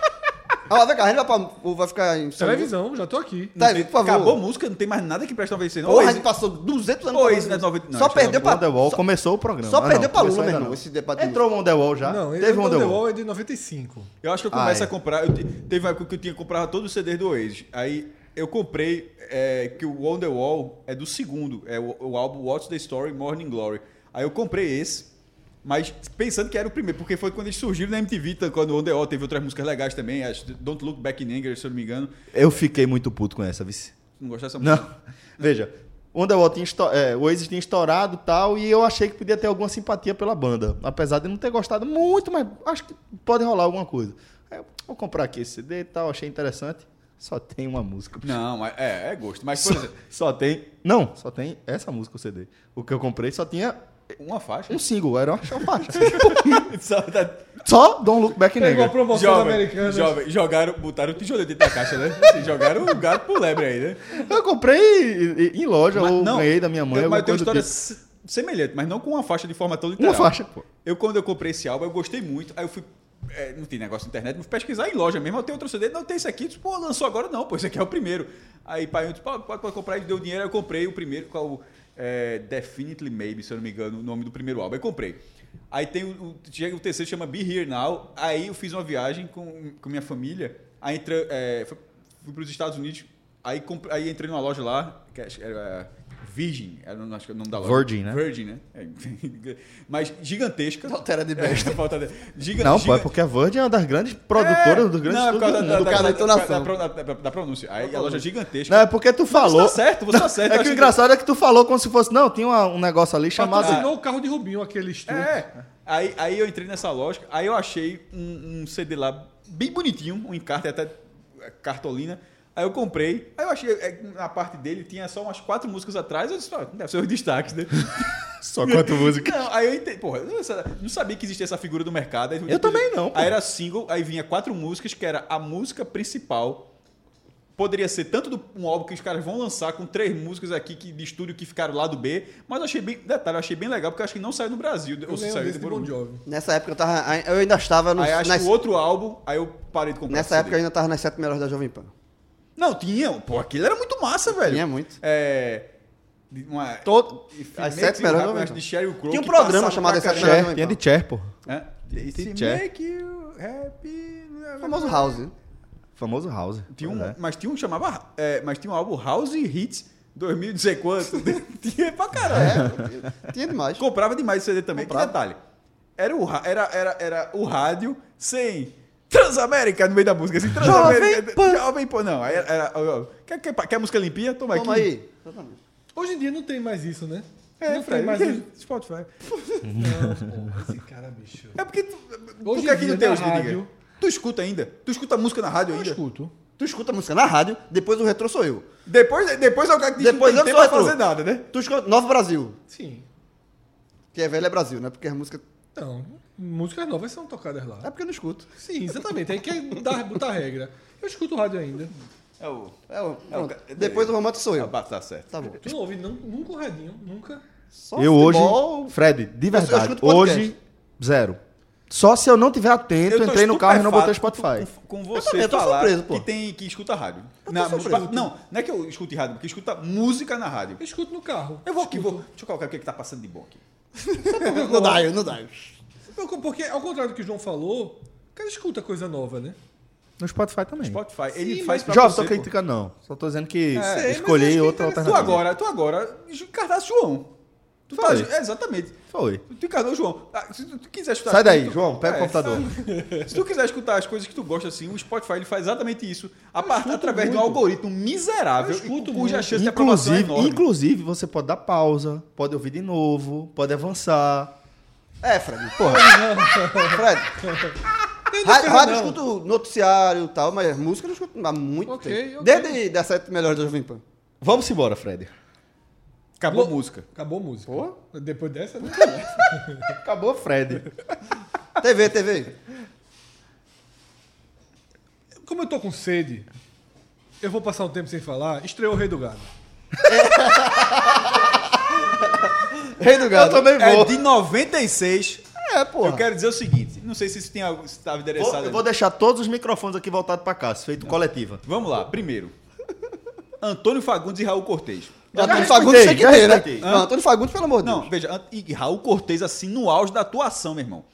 S3: Ah, vai, Carreira, vai, pra- ou vai ficar em...
S4: Televisão, já tô aqui.
S3: Tá,
S5: Tem-
S3: por favor.
S5: Acabou a música, não tem mais nada que presta uma vez não.
S3: Porra, a
S5: Oi,
S3: gente passou 200 anos
S5: Ô,
S3: falando
S5: isso não é
S3: disso.
S5: 90, não,
S3: Só
S5: isso não é
S3: perdeu pra...
S2: Wonderwall
S3: só-
S2: começou o programa.
S3: só
S2: Ah, não,
S3: perdeu pra
S2: começou
S3: Lula,
S2: ainda
S3: meu irmão,
S2: não.
S3: esse debate de
S2: Entrou o Wonderwall já?
S4: Não, ele
S2: Tá? Teve um
S4: Teve
S2: Wonderwall.
S4: é de 95.
S5: Eu acho que eu
S2: Ah,
S5: começo
S2: é.
S5: a comprar. eu te- teve uma época que eu tinha comprado todos os CDs do Oasis. Aí eu comprei é, que o On the Wall é do segundo, é o, o álbum What's the Story Morning Glory. Aí eu comprei esse, mas pensando que era o primeiro, porque foi quando eles surgiram na MTV, tá, quando o On the Wall teve outras músicas legais também, as Don't Look Back in Anger, se eu não me engano.
S2: Eu fiquei muito puto com essa, vice.
S5: Não gostar dessa música?
S2: Não. Veja, Wonderwall tinha esto- é, o Oasis tinha estourado e tal, e eu achei que podia ter alguma simpatia pela banda. Apesar de não ter gostado muito, mas acho que pode rolar alguma coisa. Aí eu, vou comprar aqui esse CD e tal, achei interessante. Só tem uma música.
S5: Não, mas é, é gosto. Mas, por
S2: Só,
S5: exemplo,
S2: só tem. Não, só tem essa música, o CD. O que eu comprei só tinha
S5: Uma faixa.
S2: Um single, era uma faixa.
S5: Saudade.
S2: tá Só Don't Look Back
S4: Pegou a
S2: Nigga.
S4: promoção da americana.
S5: jovem, jogaram, botaram o tijolete dentro da caixa, né? Assim, jogaram o gato pro lebre aí, né?
S2: Eu comprei e- e- em loja, ou ganhei da minha mãe.
S5: eu-
S2: alguma
S5: mas eu tenho uma
S2: coisa do
S5: história
S2: tipo.
S5: se- semelhante, mas não com uma faixa de forma tão
S2: Uma
S5: literal.
S2: faixa, pô.
S5: Eu, quando eu comprei esse álbum, eu gostei muito. Aí eu fui. é, não tem negócio na internet, fui pesquisar em loja mesmo. Eu tenho outro CD, não tem esse aqui. Eu Disse, pô, lançou agora não, pô, esse aqui é o primeiro. Aí pai eu disse, pô, pode, pode comprar, ele deu dinheiro. Aí eu comprei o primeiro, que é o é, Definitely Maybe, se eu não me engano, o nome do primeiro álbum. Aí comprei. Aí tem o, o, chega o terceiro, chama Be Here Now. Aí eu fiz uma viagem com, com minha família. Aí entra, é, fui, fui para os Estados Unidos. Aí, compre- aí entrei numa loja lá, que acho que era Virgin, era, o nome- acho que é o nome da loja.
S2: Virgin, né?
S5: Virgin, né? É, mas gigantesca.
S3: Altera de besta.
S5: É, falta de- Giga,
S2: Não, pô, é
S5: giga-
S2: porque a Virgin é uma das grandes produtoras,
S5: É,
S2: dos grandes
S5: não, é por
S2: estúdios
S5: causa
S2: do
S5: da,
S2: mundo.
S5: da,
S3: cara,
S5: da,
S3: da entonação.
S5: da- da- da- da pronúncia. Aí a loja é gigantesca.
S2: Não, é porque tu falou.
S5: Você tá certo, você tá certo.
S2: É
S5: eu
S2: que o
S5: achei
S2: engraçado é que tu falou como se fosse. Não, tinha uma- um negócio ali chamado.
S4: Patrocinou o carro de Rubinho, aquele estúdio.
S5: É. Aí, aí eu entrei nessa lógica, aí eu achei um, um CD lá bem bonitinho, um encarte até é, cartolina. Aí eu comprei, aí eu achei, é, na parte dele tinha só umas quatro músicas atrás, eu disse, ó, deve ser os destaques, né?
S2: Só quanto música.
S5: Não, aí eu entendi. Porra, eu não sabia que existia essa figura do mercado. Aí-
S2: Eu também não, pô.
S5: Aí era single, aí vinha quatro músicas, que era a música principal. Poderia ser tanto do, um álbum que os caras vão lançar com três músicas aqui que, de estúdio que ficaram lá do B, mas eu achei bem. Detalhe, eu achei bem legal, porque eu acho que não saiu no Brasil.
S4: Eu
S5: ou se
S4: ganhei um
S5: saiu
S4: desse de
S5: demorou
S4: Bon
S5: muito.
S4: Jovi.
S3: Nessa época eu tava. Eu ainda estava no,
S5: Aí acho
S3: nas-
S5: que o outro álbum, aí eu parei de comprar.
S3: Nessa
S5: esse
S3: época eu
S5: CD.
S3: ainda tava nas sete melhores da Jovem Pan.
S5: Não, tinha. Pô, aquilo era muito massa, velho.
S3: Tinha muito.
S5: É. de Uma,
S3: Todo, as
S5: Make
S3: sete melhores
S5: You Happy,
S3: da
S5: acho,
S3: Jovem
S5: de
S3: Pan.
S5: Sheryl Crow.
S3: Tinha um
S5: que
S3: programa
S5: passava
S3: chamado
S5: pra
S3: Essa
S5: caralho.
S2: Cher, tinha de Cher, pô.
S5: Hã?
S3: É?
S5: It
S2: Jack.
S5: make you happy.
S3: Famoso House. né?
S2: Famoso House.
S5: é Tinha um,
S2: Pois é.
S5: Mas tinha um que chamava. é, mas tinha um álbum House Hits 2000 e não sei quanto. tinha pra caralho.
S3: É, tinha demais.
S5: Comprava demais CD também. Que
S3: Comprava.
S5: detalhe. Era o, ra- era, era, era o rádio sem. Transamérica no meio da música. Assim, Transamérica. Jovem Pan. Não, aí era. era- ó, quer, quer, quer música limpinha? Toma,
S3: Toma
S5: aqui.
S3: aí. Exatamente.
S4: Hoje em dia não tem mais isso, né?
S5: É,
S4: não tem
S5: Fred,
S4: mais isso.
S5: Spotify.
S4: Não, pô, esse cara, bicho.
S5: É porque. Tu,
S4: Hoje
S5: por que
S4: em
S5: aqui
S4: dia,
S5: não tem
S4: na
S5: hoje, Diga?
S4: rádio-
S5: Tu escuta ainda? Tu escuta música na rádio
S4: Eu
S5: ainda?
S4: escuto.
S3: Tu escuta a música na rádio, depois o retrô sou eu.
S5: Depois, depois é o cara que diz
S3: Depois
S5: que não
S3: eu
S5: tem
S3: sou
S5: pra
S3: retrô.
S5: fazer nada, né?
S3: Tu escuta Novo Brasil.
S4: Sim.
S3: Que é velho é Brasil, né? Porque as músicas.
S4: Então, músicas novas são tocadas
S3: É
S4: lá.
S3: porque eu não escuto.
S4: Sim, exatamente. Aí quer dar, botar regra. Eu escuto rádio ainda.
S5: É o.
S3: É, o-
S5: É o
S3: pronto.
S5: ca-
S3: Depois do romance sou
S5: Ah,
S3: eu.
S5: bah, tá certo.
S3: Tá bom.
S4: Tu não ouve nun- nunca o radinho, nunca.
S3: Só
S2: Eu
S3: futebol,
S2: hoje, Fred, de verdade,
S3: escuto podcast.
S2: hoje, zero. Só se eu não tiver atento,
S5: tô
S2: entrei no carro e não botei
S5: estupefato
S2: Spotify.
S5: Com, com
S3: também,
S5: você
S3: eu tô
S5: falar
S3: surpreso, pô.
S5: que tem que escuta rádio.
S3: tô
S5: Na-
S3: surpreso.
S5: não, não é que eu escute rádio, porque escuta música na rádio.
S4: Eu escuto no carro.
S5: Eu vou aqui, vou. Deixa eu colocar o que, que tá passando de bom aqui.
S3: Não dá, eu não dá.
S4: Eu- Porque, ao contrário do que o João falou, o cara escuta coisa nova, né?
S2: No Spotify também.
S5: Spotify, é ele
S4: Sim, mas-
S5: faz pra
S2: Jovem,
S5: você.
S2: tô
S5: pô.
S2: criticando não. Só tô dizendo que
S4: mas acho
S2: escolhi
S4: que é
S2: outra
S4: interessante.
S5: Tu
S2: alternativa.
S5: agora, tu agora, encardasse João. Tu tá,
S2: Falei.
S5: é, exatamente.
S2: Foi.
S5: Tu encarnou o João. Ah, Se tu, tu quiser escutar...
S2: Sai daí,
S5: tu- É,
S2: João, pega o computador.
S5: Se tu quiser escutar as coisas que tu gosta, assim, o Spotify ele faz exatamente isso. A parte,
S4: escuto
S5: através de um
S4: muito.
S5: algoritmo miserável,
S4: Eu escuto
S5: e cuja
S4: muito.
S5: chance de aprovação é
S2: Inclusive,
S5: enorme.
S2: inclusive, você pode dar pausa, pode ouvir de novo, pode avançar.
S3: É, Fred, porra. Fred. Rádio, rádio eu escuto noticiário e tal, mas música eu não escuto há muito
S4: Ok,
S3: tempo.
S4: ok.
S3: Desde das sete melhores da Jovem Pan.
S2: Vamos embora, Fred.
S5: Acabou a música.
S4: Acabou a música. Depois dessa, né?
S2: Acabou, Fred.
S3: TV, TV.
S4: Como eu tô com sede, eu vou passar um tempo sem falar. Estreou o Rei do Gado.
S3: Rei do Gado.
S2: Eu também
S5: É
S2: vou.
S5: de 96.
S3: É, porra.
S5: Eu quero dizer o seguinte, não sei se isso tem algo, se estava
S2: Vou,
S5: endereçado.
S2: eu vou
S5: ali.
S2: deixar todos os microfones aqui voltados pra cá, feito
S5: É.
S2: coletiva.
S5: Vamos lá, primeiro. Antônio Fagundes e Raul Cortez.
S3: Já Antônio
S2: respeitei,
S3: Fagundes tem que
S2: já
S3: ter, né?
S2: respeitei.
S3: Não, Antônio Fagundes, pelo amor de Deus.
S5: Não, veja, Ant- e Raul Cortez assim no auge da atuação, meu irmão.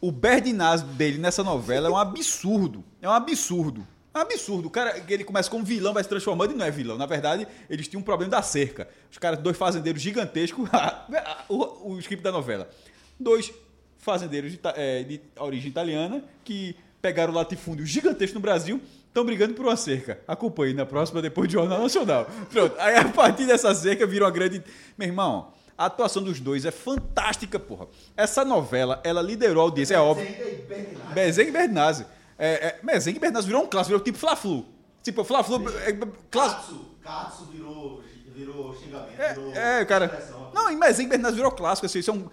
S5: O Berdinazzo dele nessa novela é um absurdo. É um absurdo. É um absurdo. O cara, que ele começa como vilão, vai se transformando e não é vilão. Na verdade, eles tinham um problema da cerca. Os caras, dois fazendeiros gigantescos, o, o script da novela. Dois fazendeiros de, ita- eh, de origem italiana que pegaram um latifúndio gigantesco no Brasil, estão brigando por uma cerca. Acompanhe na próxima, depois do Jornal Nacional. Pronto. Aí a partir dessa cerca virou uma grande. Meu irmão, a atuação dos dois é fantástica, porra. Essa novela, ela liderou a audiência, é óbvio. Mezengue e Bernazzi. É, é, Mezengue e Bernazzi virou um clássico, virou tipo Fla-Flu. Tipo, Fla-Flu... É, é, clássico.
S2: Katsu virou Virou xingamento. virou
S5: É, é, cara. Não, e Mezengue Bernardes virou clássico, assim, isso é um-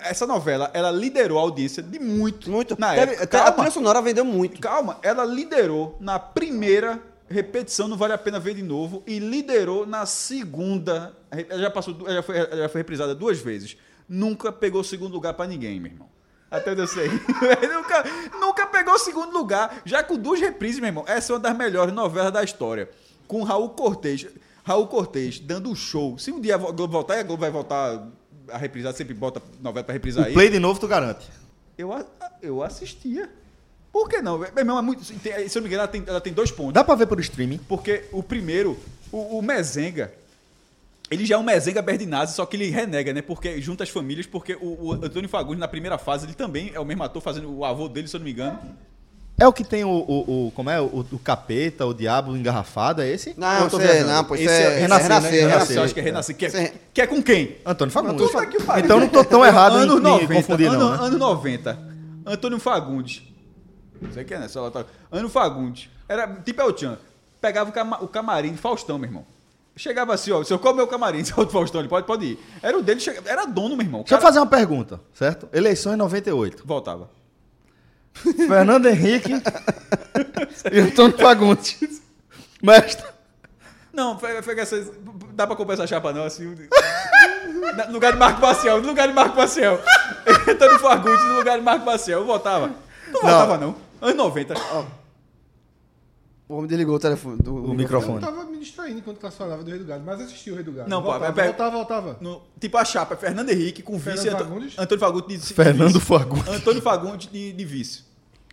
S5: Essa novela, ela liderou a audiência de muito.
S3: Muito.
S5: Na
S3: Teve-
S5: época.
S3: até a
S5: é, Calma,
S3: trilha sonora vendeu muito.
S5: calma, ela liderou na primeira repetição, não vale a pena ver de novo, e liderou na segunda. Ela já, passou, du- ela já, foi, ela já foi reprisada duas vezes. Nunca pegou segundo lugar pra ninguém, meu irmão. Até onde eu sei. nunca, nunca pegou segundo lugar, já com duas reprises, meu irmão. Essa é uma das melhores novelas da história. Com Raul Cortez. Raul Cortez dando um show. Se um dia a Globo voltar, e a Globo vai voltar a reprisar, sempre bota novela pra reprisar aí.
S2: O play de novo tu garante.
S5: Eu, a- eu assistia. Por que não? Meu irmão, é muito, se tem- se eu não me engano, ela tem, ela tem dois pontos.
S2: Dá pra ver por streaming.
S5: Porque o primeiro, o, o Mezenga, ele já é um Mezenga Berdinazzi, só que ele renega, né? Porque junta as famílias, porque o, o Antônio Fagundes, na primeira fase, ele também é o mesmo ator fazendo o avô dele, se eu não me engano.
S2: É o que tem o. o, o- como é? O, o capeta, o diabo engarrafado, é esse? Ou
S3: Não,
S2: eu tô
S3: isso é,
S2: viajando?
S3: não, pô, isso
S2: Esse
S3: é,
S2: Renascer,
S3: é
S2: né?
S3: renascer,
S2: Renascer.
S5: Eu acho que é tá Renascer. Que é,
S3: Sim.
S5: que é com quem?
S2: Antônio Fagundes.
S5: Puta que pariu.
S2: Então não tô tão errado em,
S5: anos
S2: em
S5: 90,
S2: confundir,
S5: ano,
S2: não. né?
S5: ano 90. Antônio Fagundes. Não sei quem é, né? Só tá... Ano Fagundes. Era tipo El Chan. Pegava o, cama- o camarim de Faustão, meu irmão. Chegava assim, ó. Se eu comer o camarim de Faustão, ele pode, pode ir. Era o dele, chega- era dono, meu irmão. O
S2: Deixa eu
S5: cara-
S2: fazer uma pergunta, certo? Eleição é em 98.
S5: Voltava.
S2: Fernando Henrique e Antônio Fagundes. Mestre.
S5: Não, foi, foi essa, dá pra comprar essa chapa não, assim. Na- no lugar de Marco Maciel, no lugar de Marco Maciel. Antônio Fagundes no lugar de Marco Maciel. Eu votava. Não votava, não. Anos 90.
S3: O homem desligou o telefone. do-
S2: O
S4: Eu
S2: microfone.
S4: tava me distraindo enquanto tu falava do Rei do Gado, mas assisti o Rei do Gado.
S5: Não, pô, é,
S4: voltava,
S5: pera-
S4: voltava, voltava.
S5: No- tipo a chapa, é Fernando Henrique com
S4: Fernando
S5: vice. Anto-
S4: Fagundes?
S5: Antônio Fagundes de,
S2: Fernando
S5: de vice.
S2: Fagundes.
S5: Antônio Fagundes de, de vice.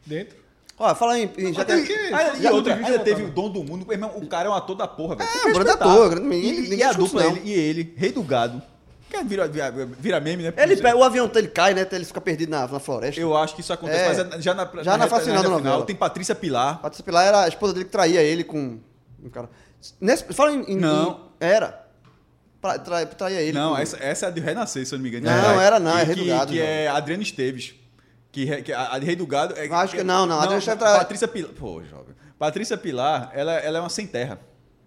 S4: Dentro.
S3: Ó, fala aí, em- já
S4: Até
S3: tem...
S4: que-
S5: Ah, e
S4: já
S5: outra,
S4: teve
S5: ainda
S4: vídeo
S5: teve o
S4: voltando.
S5: dom do mundo. Meu irmão, o cara é um ator da porra, velho.
S3: um grande
S5: Respeitável.
S3: ator, grande- ninguém-
S5: E,
S3: ninguém
S5: e a
S3: discute
S5: dupla,
S3: não.
S5: ele, e ele, rei do gado. Quer vira, vira, vira meme, né?
S3: Ele
S5: Não sei.
S3: pega, o avião ele cai, né? até Ele fica perdido na, na floresta.
S5: Eu acho que isso acontece,
S3: É.
S5: mas é já na,
S3: Já na
S5: reta-
S3: fase final
S5: reta
S3: da novela.
S5: Tem Patrícia Pilar.
S3: Patrícia Pilar era a esposa dele que traía ele com um cara. Nesse, fala em, em-
S5: Não.
S3: em- era. Pra, tra- traía ele.
S5: Não,
S3: com-
S5: essa, essa é a de Renascer, se eu não me engano.
S3: Não,
S5: Verdade.
S3: era não, é
S5: Que-
S3: Rei do
S5: que-
S3: Gado,
S5: Que
S3: não.
S5: é Adriano Esteves. Que, re- que a, a de Rei do Gado. É,
S3: Acho que não, não, Adriano Esteves tá-
S5: Patrícia Pilar. Pô, jovem. Patrícia Pilar, ela, ela é uma sem terra.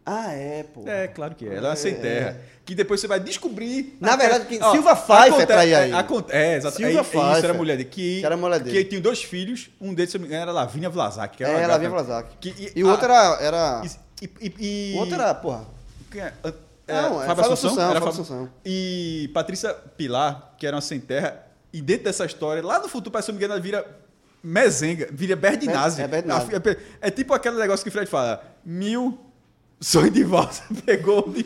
S3: Ah, é, pô.
S5: É, claro que é. Ela é uma sem terra. Que depois você vai descobrir.
S3: Na verdade,
S5: que
S3: que Silva Pfeiffer traía ele.
S5: Aconte... É, exato.
S3: Silva
S5: Silva Isso era
S3: Pfeiffer.
S5: a mulher dele. Que,
S3: Que era a mulher dele.
S5: Que tinha dois filhos. Um deles, se eu não me engano, era Lavínia Vlasak. Que
S3: É,
S5: uma
S3: ela vinha
S5: gata.
S3: Vlasak.
S5: Que-
S3: E o outro
S5: a-
S3: era. era...
S5: E, e, e,
S3: O outro era, porra.
S5: Quem é? An-
S3: Não, é
S5: Fábio
S3: Fábio
S5: Assunção?
S3: Assunção, Fábio
S5: Era Fábio-
S3: Assunção.
S5: E Patrícia Pilar, que era uma sem terra, e dentro dessa história, lá no futuro, parece que ela vira mezenga, vira Berdinazzi.
S3: É, é Berdinazzi.
S5: A fi- É, é tipo aquele negócio que o Fred fala, mil... Sonho de valsa pegou, de-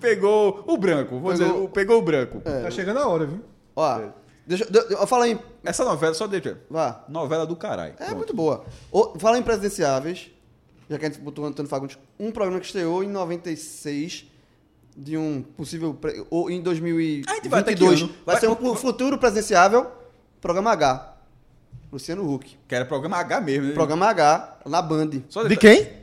S5: pegou o branco, vou dizer,
S3: Pegou- É.
S5: o- pegou o branco.
S4: Tá chegando a hora, viu?
S5: É.
S3: Ó, deixa de- de- eu. Fala em.
S5: Essa novela, só deixa.
S3: Vá.
S5: Novela do caralho.
S3: É
S5: Pronto.
S3: muito boa. O, fala em presidenciáveis. Já que a gente botou o Antônio Fagundes. Um programa que estreou em 96. De um possível. pre- Ou em 2022.
S5: A gente vai até que ano?
S3: vai
S5: Vai-
S3: ser um pu- futuro presidenciável. Programa H. Luciano Huck.
S5: Que era programa H mesmo. né?
S3: Programa H, na Band.
S5: Só
S2: De
S5: detalhe-
S2: quem?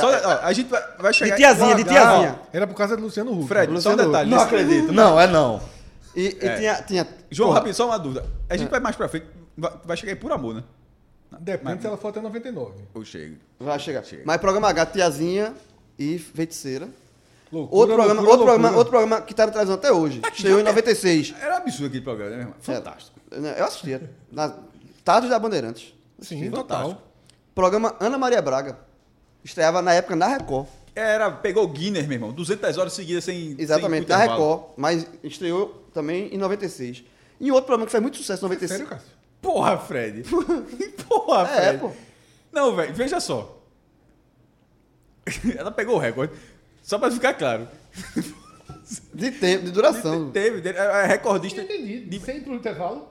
S5: só- ó, a gente vai, vai
S3: De
S5: chegar...
S3: tiazinha, de
S5: H,
S3: tiazinha.
S4: Era por causa do Luciano Huck.
S5: ó. Fred, só um
S3: Luciano,
S5: detalhe.
S3: não
S5: Esse-
S2: Não, é não.
S3: E, e
S5: É.
S3: tinha, tinha.
S5: João,
S3: porra, É.
S5: rapidinho, só uma dúvida. A gente vai mais pra frente, vai, vai chegar aí por amor, né?
S4: Depende
S5: Mas-
S4: se ela for até 99.
S5: Eu chego.
S3: Vai chegar.
S5: Chega.
S3: Mas programa H, tiazinha e feiticeira.
S4: Loucura,
S3: Outro programa,
S4: loucura,
S3: outro, programa,
S4: loucura.
S3: outro programa que tá na televisão até hoje. Chegou em 96.
S5: Era absurdo aquele programa, né, meu irmão? Fantástico.
S3: É, eu assistia. Na, tarde da Bandeirantes.
S4: Sim,
S5: Fantástico.
S4: total.
S3: Programa Ana Maria Braga. Estreava na época na Record.
S5: Era, pegou o Guinness, meu irmão. 200 horas seguidas sem.
S3: Exatamente,
S5: sem
S3: na
S5: intervalo.
S3: Record. Mas estreou também em 96. E outro programa que fez muito sucesso em 96.
S4: Sério, Cássio?
S5: Porra, Fred. Porra,
S3: É,
S5: Fred.
S3: pô.
S5: Não, velho, veja só. Ela pegou o recorde. Só pra ficar claro.
S3: De tempo, de duração.
S5: Teve, teve- é é recordista.
S4: Entendi.
S5: de-
S4: Sempre pro intervalo.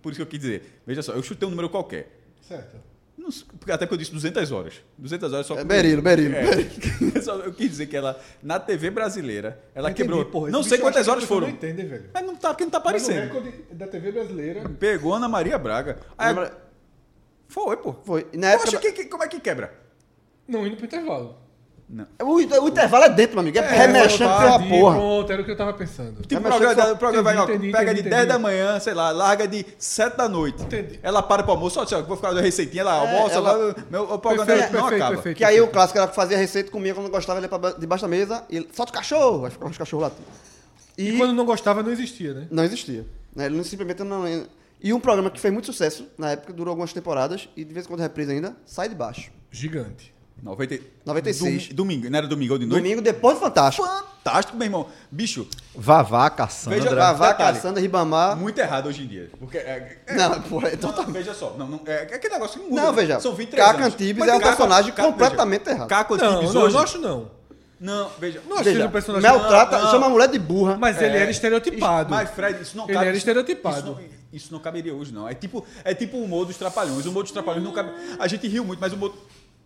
S5: por isso que eu quis dizer. Veja só, eu chutei um número qualquer.
S4: Certo.
S5: Não sei- porque até que eu disse 200 horas. 200 horas só
S3: É
S5: com-
S3: Berilo, Berilo.
S5: É. Só- eu quis dizer que ela, na TV brasileira, ela
S4: Entendi,
S5: quebrou.
S4: porra, esse
S5: não
S4: bicho
S5: sei
S4: eu
S5: quantas
S4: acho que
S5: horas
S4: as pessoas
S5: foram.
S4: Não entendem, velho.
S5: Mas não tá, porque não tá
S4: Mas o
S5: aparecendo.
S4: recorde da TV brasileira.
S5: Pegou Ana Maria Braga. Aí-
S3: Ana Maria-
S5: foi, pô.
S3: Foi. E na
S5: Poxa,
S3: época-
S5: que- que- como é que quebra?
S4: Não indo pro intervalo.
S5: Não.
S3: O, o intervalo é dentro, meu amigo. É,
S4: É,
S3: remexendo pela
S4: entendi,
S3: porra.
S4: Pronto, era o que eu tava pensando.
S5: Tá, Tipo, o
S3: mas
S5: programa,
S3: eu só-
S5: o programa vai, ó,
S4: entendi, entendi,
S5: pega de
S4: entendi.
S5: 10 da manhã, sei lá, larga de 7 da noite.
S4: Entendi.
S5: Ela para pro almoço, ó, tchau, vou ficar dando receitinha, ela almoça,
S3: É, ela-
S5: ela- meu, o programa
S4: Perfeito,
S5: não
S4: perfeito,
S5: acaba.
S4: perfeito.
S3: Que aí o clássico era fazer receita comigo, quando eu gostava, ele ia pra ba- debaixo da mesa e solta o cachorro, aí ficava os cachorros lá.
S4: E
S3: E,
S4: quando não gostava, não existia, né?
S3: não existia. Né? Ele não- simplesmente não. E um programa que fez muito sucesso na época, durou algumas temporadas e de vez em quando reprisa ainda, sai de baixo.
S4: Gigante.
S5: 90...
S3: 96.
S5: Dom- Domingo, não era domingão de noite?
S3: Domingo, depois do Fantástico.
S5: Fantástico, meu irmão. Bicho,
S2: Vavá,
S5: Veja
S2: Cassandra.
S5: lá.
S3: Vavá,
S5: detalhe.
S3: Caçanda, Ribamar.
S5: muito errado hoje em dia. Porque é, é-
S3: Ah. Não, porra, é totalmente.
S5: Veja só, não, não, é, é aquele negócio que muda.
S3: Não,
S5: né?
S3: veja,
S5: São 23
S3: Caco
S5: anos.
S3: Antibes
S5: Mas
S3: é um
S5: Caco-
S3: personagem
S5: Caco- veja,
S3: completamente errado.
S5: Caco
S4: Não,
S5: Antibes
S4: não, eu
S5: hoje...
S4: não acho não.
S5: Não, veja...
S4: Não acho que
S3: Veja,
S4: seja um personagem.
S3: Mel trata,
S5: Não, não.
S3: chama a mulher de burra.
S4: Mas ele
S5: É.
S4: era estereotipado.
S5: Mas, Fred, isso não
S4: Tipo, Ele era estereotipado.
S5: Isso não, isso não caberia hoje, não. É tipo, é tipo o humor dos trapalhões. O humor dos trapalhões não cabe. A gente riu muito, mas o humor,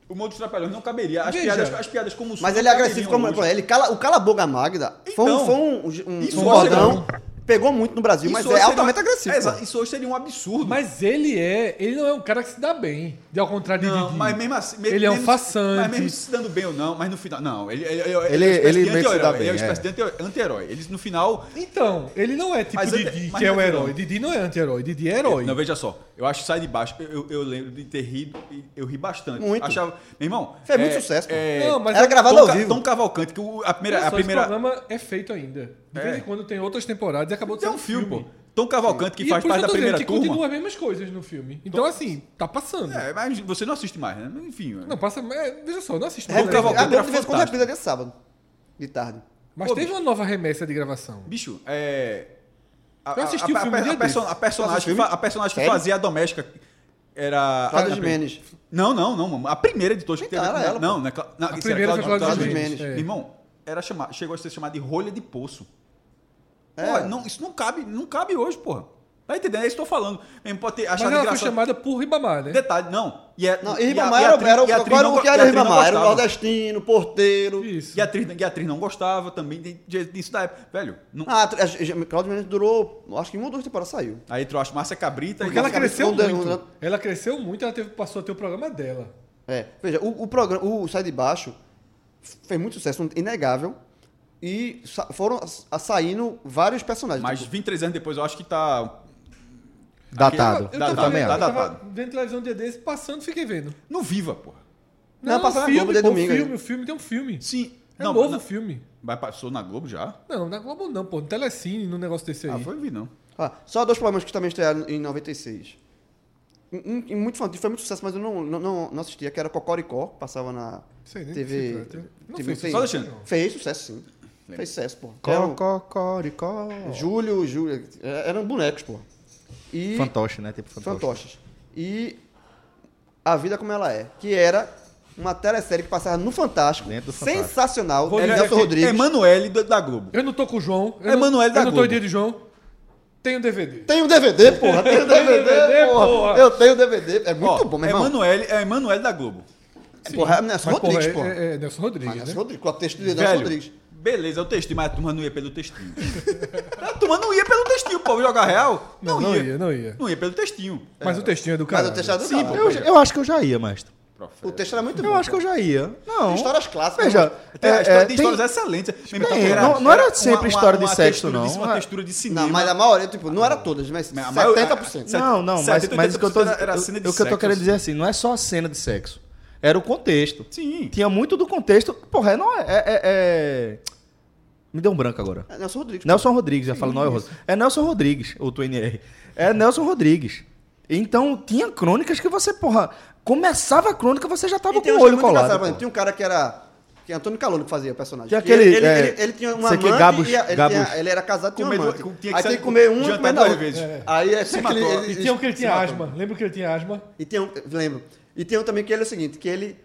S5: o humor dos trapalhões não caberia. As,
S4: Veja.
S5: piadas, as piadas como o
S3: Mas
S5: som
S3: ele é
S5: não
S3: agressivo como.
S5: caberiam hoje.
S3: Ele cala, o cala a boca Magda foi um,
S5: Então,
S3: foi um, um,
S5: isso
S3: um
S5: hoje
S3: bordão. Pegou muito no Brasil, mas
S5: Isso hoje
S3: é
S5: seria-
S3: altamente agressivo.
S5: É,
S3: pô.
S5: exa- isso hoje seria um absurdo.
S4: Mas ele é. Ele não é um cara que se dá bem. De ao contrário de
S5: não,
S4: Didi.
S5: mas mesmo assim. me-
S4: Ele é um
S5: mesmo-
S4: façante.
S5: Mas mesmo assim- se dando bem ou não, mas no final. Não, ele, ele,
S2: Ele-
S5: é uma espécie
S2: ele meio
S5: de
S2: que se dá
S5: anti-herói, Ele é
S2: bem,
S5: uma espécie
S2: é.
S5: de anti- anti-herói. Eles no final.
S4: Então, ele não é tipo
S5: Mas ante-
S4: Didi,
S5: mas
S4: que é
S5: não
S4: o
S5: é
S4: herói.
S5: vilão.
S4: Didi não é anti-herói, Didi é herói.
S5: Não, veja só. Eu acho Sai de Baixo. Eu, eu- eu lembro de ter rido. e Eu ri bastante.
S3: Muito.
S5: Achava, meu irmão.
S3: Fez muito sucesso, pô.
S5: é-
S4: Não, mas
S3: Era
S4: é-
S3: Tá gravado
S5: Tom,
S3: ao
S5: Ca-
S3: vivo.
S5: Tom Cavalcante, que o- a primeira.
S4: Olha
S5: A
S4: só,
S5: primeira
S4: Esse programa é feito ainda. De vez
S5: É.
S4: em quando tem outras temporadas e acabou de
S5: tem
S4: ser
S5: um filme, pô. Tom Cavalcante, que
S4: tá E
S5: faz
S4: por isso eu
S5: parte da
S4: tô dizendo
S5: primeira
S4: que continua
S5: turma.
S4: as mesmas coisas no filme. Então, assim, tá passando.
S5: É, mas você não assiste mais, né? Enfim.
S4: Não, passa. é, veja só, eu não assisto.
S3: É,
S4: mais.
S5: Tom Cavalcante
S3: a Globo
S5: era
S3: de vez em quando
S5: fantástico.
S3: reprisa de sábado, de tarde.
S4: Mas
S5: Pô,
S4: teve uma nova remessa de gravação.
S5: Bicho, é. A,
S4: Eu assisti
S5: a-
S4: o filme
S5: a,
S4: um dia
S5: a, perso-
S4: desse.
S5: a personagem, que
S3: Você assistiu?
S5: fa- a personagem que
S3: Sério?
S5: fazia a doméstica era. a-
S3: Cláudio
S5: a-
S3: Jimenez.
S5: Não, não, não, mamãe. A primeira de todos que
S3: Então,
S5: teve.
S3: era
S5: não,
S3: ela, pô.
S5: não, não é Cla- não,
S4: A
S5: isso
S4: primeira
S5: era
S4: foi
S5: Cláudio
S4: Cláudio
S5: Jimenez.
S4: Jimenez. É.
S5: Irmão, era chamar, chegou a ser chamada de rolha de poço.
S3: É.
S5: Pô, não, isso não cabe, não cabe hoje, porra. Tá entendendo? É isso que eu tô falando. Mesmo pode ter
S4: Mas
S5: achado
S4: ela foi
S5: engraçado.
S4: chamada por Ribamar, né?
S5: Detalhe, não. E, é,
S3: Não,
S5: a-
S3: e Ribamar
S5: a
S3: era,
S5: atriz-
S3: era o
S5: e a atriz
S3: qual era
S5: não
S3: o que
S5: go-
S3: era
S5: e a atriz não
S3: Ribamar? Era o
S5: gostava.
S3: nordestino, porteiro.
S4: Isso.
S5: E a atriz, e a atriz não gostava também de- de- disso da época. Velho, não-
S3: Ah, a, a, a Cláudio Mendes durou, acho que uma ou duas temporadas saiu.
S5: aí tu acha Márcia Cabrita
S4: Porque ela
S5: Márcia
S4: cresceu
S3: Não deu,
S4: muito.
S3: não-
S4: Ela cresceu muito, ela teve- passou a ter o programa dela.
S3: É, veja, o, o programa, o Sai de Baixo fez muito sucesso, inegável. E sa- foram as- a- saindo vários personagens.
S5: Mas
S3: tipo,
S5: 23 anos depois, eu acho que tá.
S2: Datado. é.
S5: Dá-
S4: tava,
S5: dá-
S4: vendo,
S5: dá-
S4: eu
S5: dá-
S4: tava
S5: dá.
S4: vendo televisão um dia desse, passando, fiquei vendo.
S5: No Viva, porra.
S3: Não, passava na
S4: filme,
S3: Globo de
S4: pô,
S3: domingo,
S4: filme,
S3: né?
S4: o filme tem um filme.
S5: Sim.
S4: É
S5: não,
S4: novo
S5: na-
S4: filme.
S5: Mas passou na Globo já?
S4: Não, na Globo não, pô. No Telecine, num negócio desse aí.
S5: Ah, foi vi, não.
S3: ah, só dois programas que também estrearam em 96. Um, um- um muito fantástico, foi muito sucesso, mas eu não, não- não, não assistia, que era Cocoricó, que passava na
S4: Sei nem do que se
S3: TV.
S4: trata. Não
S3: TV
S4: fez
S3: tem-
S5: Só deixando.
S3: Fez sucesso, sim. Fez sucesso, pô. um
S2: Có, có, coricó.
S3: Júlio, Júlio. é, Eram bonecos, pô. E.
S2: Fantoche, né? Tipo fantoche.
S3: fantoches. E A Vida Como Ela É, que era uma telesérie que passava no Fantástico,
S2: Dentro do Fantástico.
S3: sensacional,
S4: Vou
S3: de
S4: dizer
S3: Nelson
S4: que
S3: Rodrigues.
S5: É, Emanuele da, da Globo.
S4: Eu não tô com o João. Eu
S5: É Manoel
S4: não,
S5: da
S4: Eu não tô em
S5: Globo.
S4: dia de João. Tem um DVD.
S3: Tem o DVD, porra, um tem o DVD,
S4: DVD,
S3: porra.
S4: porra.
S3: Eu tenho o DVD, é muito
S5: Ó,
S3: bom, meu irmão.
S5: Emanuele, é Emanuele da Globo.
S4: Sim.
S3: Porra, é Nelson
S4: Mas,
S3: Rodrigues,
S4: é-
S3: porra.
S4: É, é Nelson
S3: Ah,
S4: Rodrigues,
S3: Nelson
S4: né?
S3: Rodrigues, com a texto de Nelson
S5: Velho,
S3: Rodrigues.
S5: Beleza, é o textinho, mas a turma não ia pelo textinho. a turma não ia pelo textinho, pô. Jogar real?
S4: Não, não ia, não
S3: né?
S4: ia.
S5: Não ia pelo textinho.
S4: Mas o textinho é do
S3: Mas
S4: cara.
S3: o texto era do cara.
S2: Eu, eu acho que eu já ia, mestre.
S3: O texto era muito bom.
S2: Eu acho que eu já ia. Não.
S3: Tem histórias clássicas.
S2: Veja,
S5: Tem,
S2: é,
S5: a história-
S2: é,
S5: tem
S2: tem-
S5: histórias excelentes.
S3: tá
S5: Meu irmão,
S2: tem, não- não era sempre história de sexo,
S5: textura de-
S2: não.
S5: Uma textura de cinema.
S3: Não, mas a maioria, tipo, não era todas, mas
S5: Mas a
S3: 70%.
S5: maioria-
S2: Não, não, mas,
S5: 70,
S2: mas o que eu tô,
S5: 80% era a cena de
S2: o que eu tô
S5: sexo.
S2: querendo dizer assim, não é só a cena de sexo. Era o contexto.
S5: Sim.
S2: Tinha muito do contexto. Porra, não é. é- é- é- Me deu um branco agora.
S3: É Nelson Rodrigues.
S2: Nelson Rodrigues, já falo, não é Rosa. É Nelson Rodrigues, o NR. É Nelson Rodrigues. Então, tinha crônicas que você, porra, começava a crônica, você já tava
S3: E tem
S2: com o
S3: uns
S2: olho
S3: muito engraçados,
S2: colado.
S3: por
S2: porra.
S3: exemplo, Tinha um cara que era. Que é Antônio Calolo que fazia o personagem.
S2: Tinha
S3: Que ele-
S2: aquele,
S3: ele,
S2: é,
S3: ele- ele tinha uma
S2: sei que,
S3: amante
S2: Gabus-
S3: e a- ele,
S2: Gabus.
S3: tinha- ele era casado com uma
S5: Comedor-
S3: amante.
S5: com- tinha que
S3: Aí
S5: sair
S3: tinha que comer
S5: com-
S3: um e
S5: jantar
S3: comer na
S5: duas
S3: outra.
S5: vezes.
S3: É. Aí é
S5: Se
S3: sempre
S5: matou.
S3: ele-
S4: E
S3: ele-
S4: tinha um que ele
S3: se
S4: tinha
S3: matou.
S4: asma. Lembra que ele tinha asma?
S3: E tem um, lembro. E tem um também que ele é o seguinte, que ele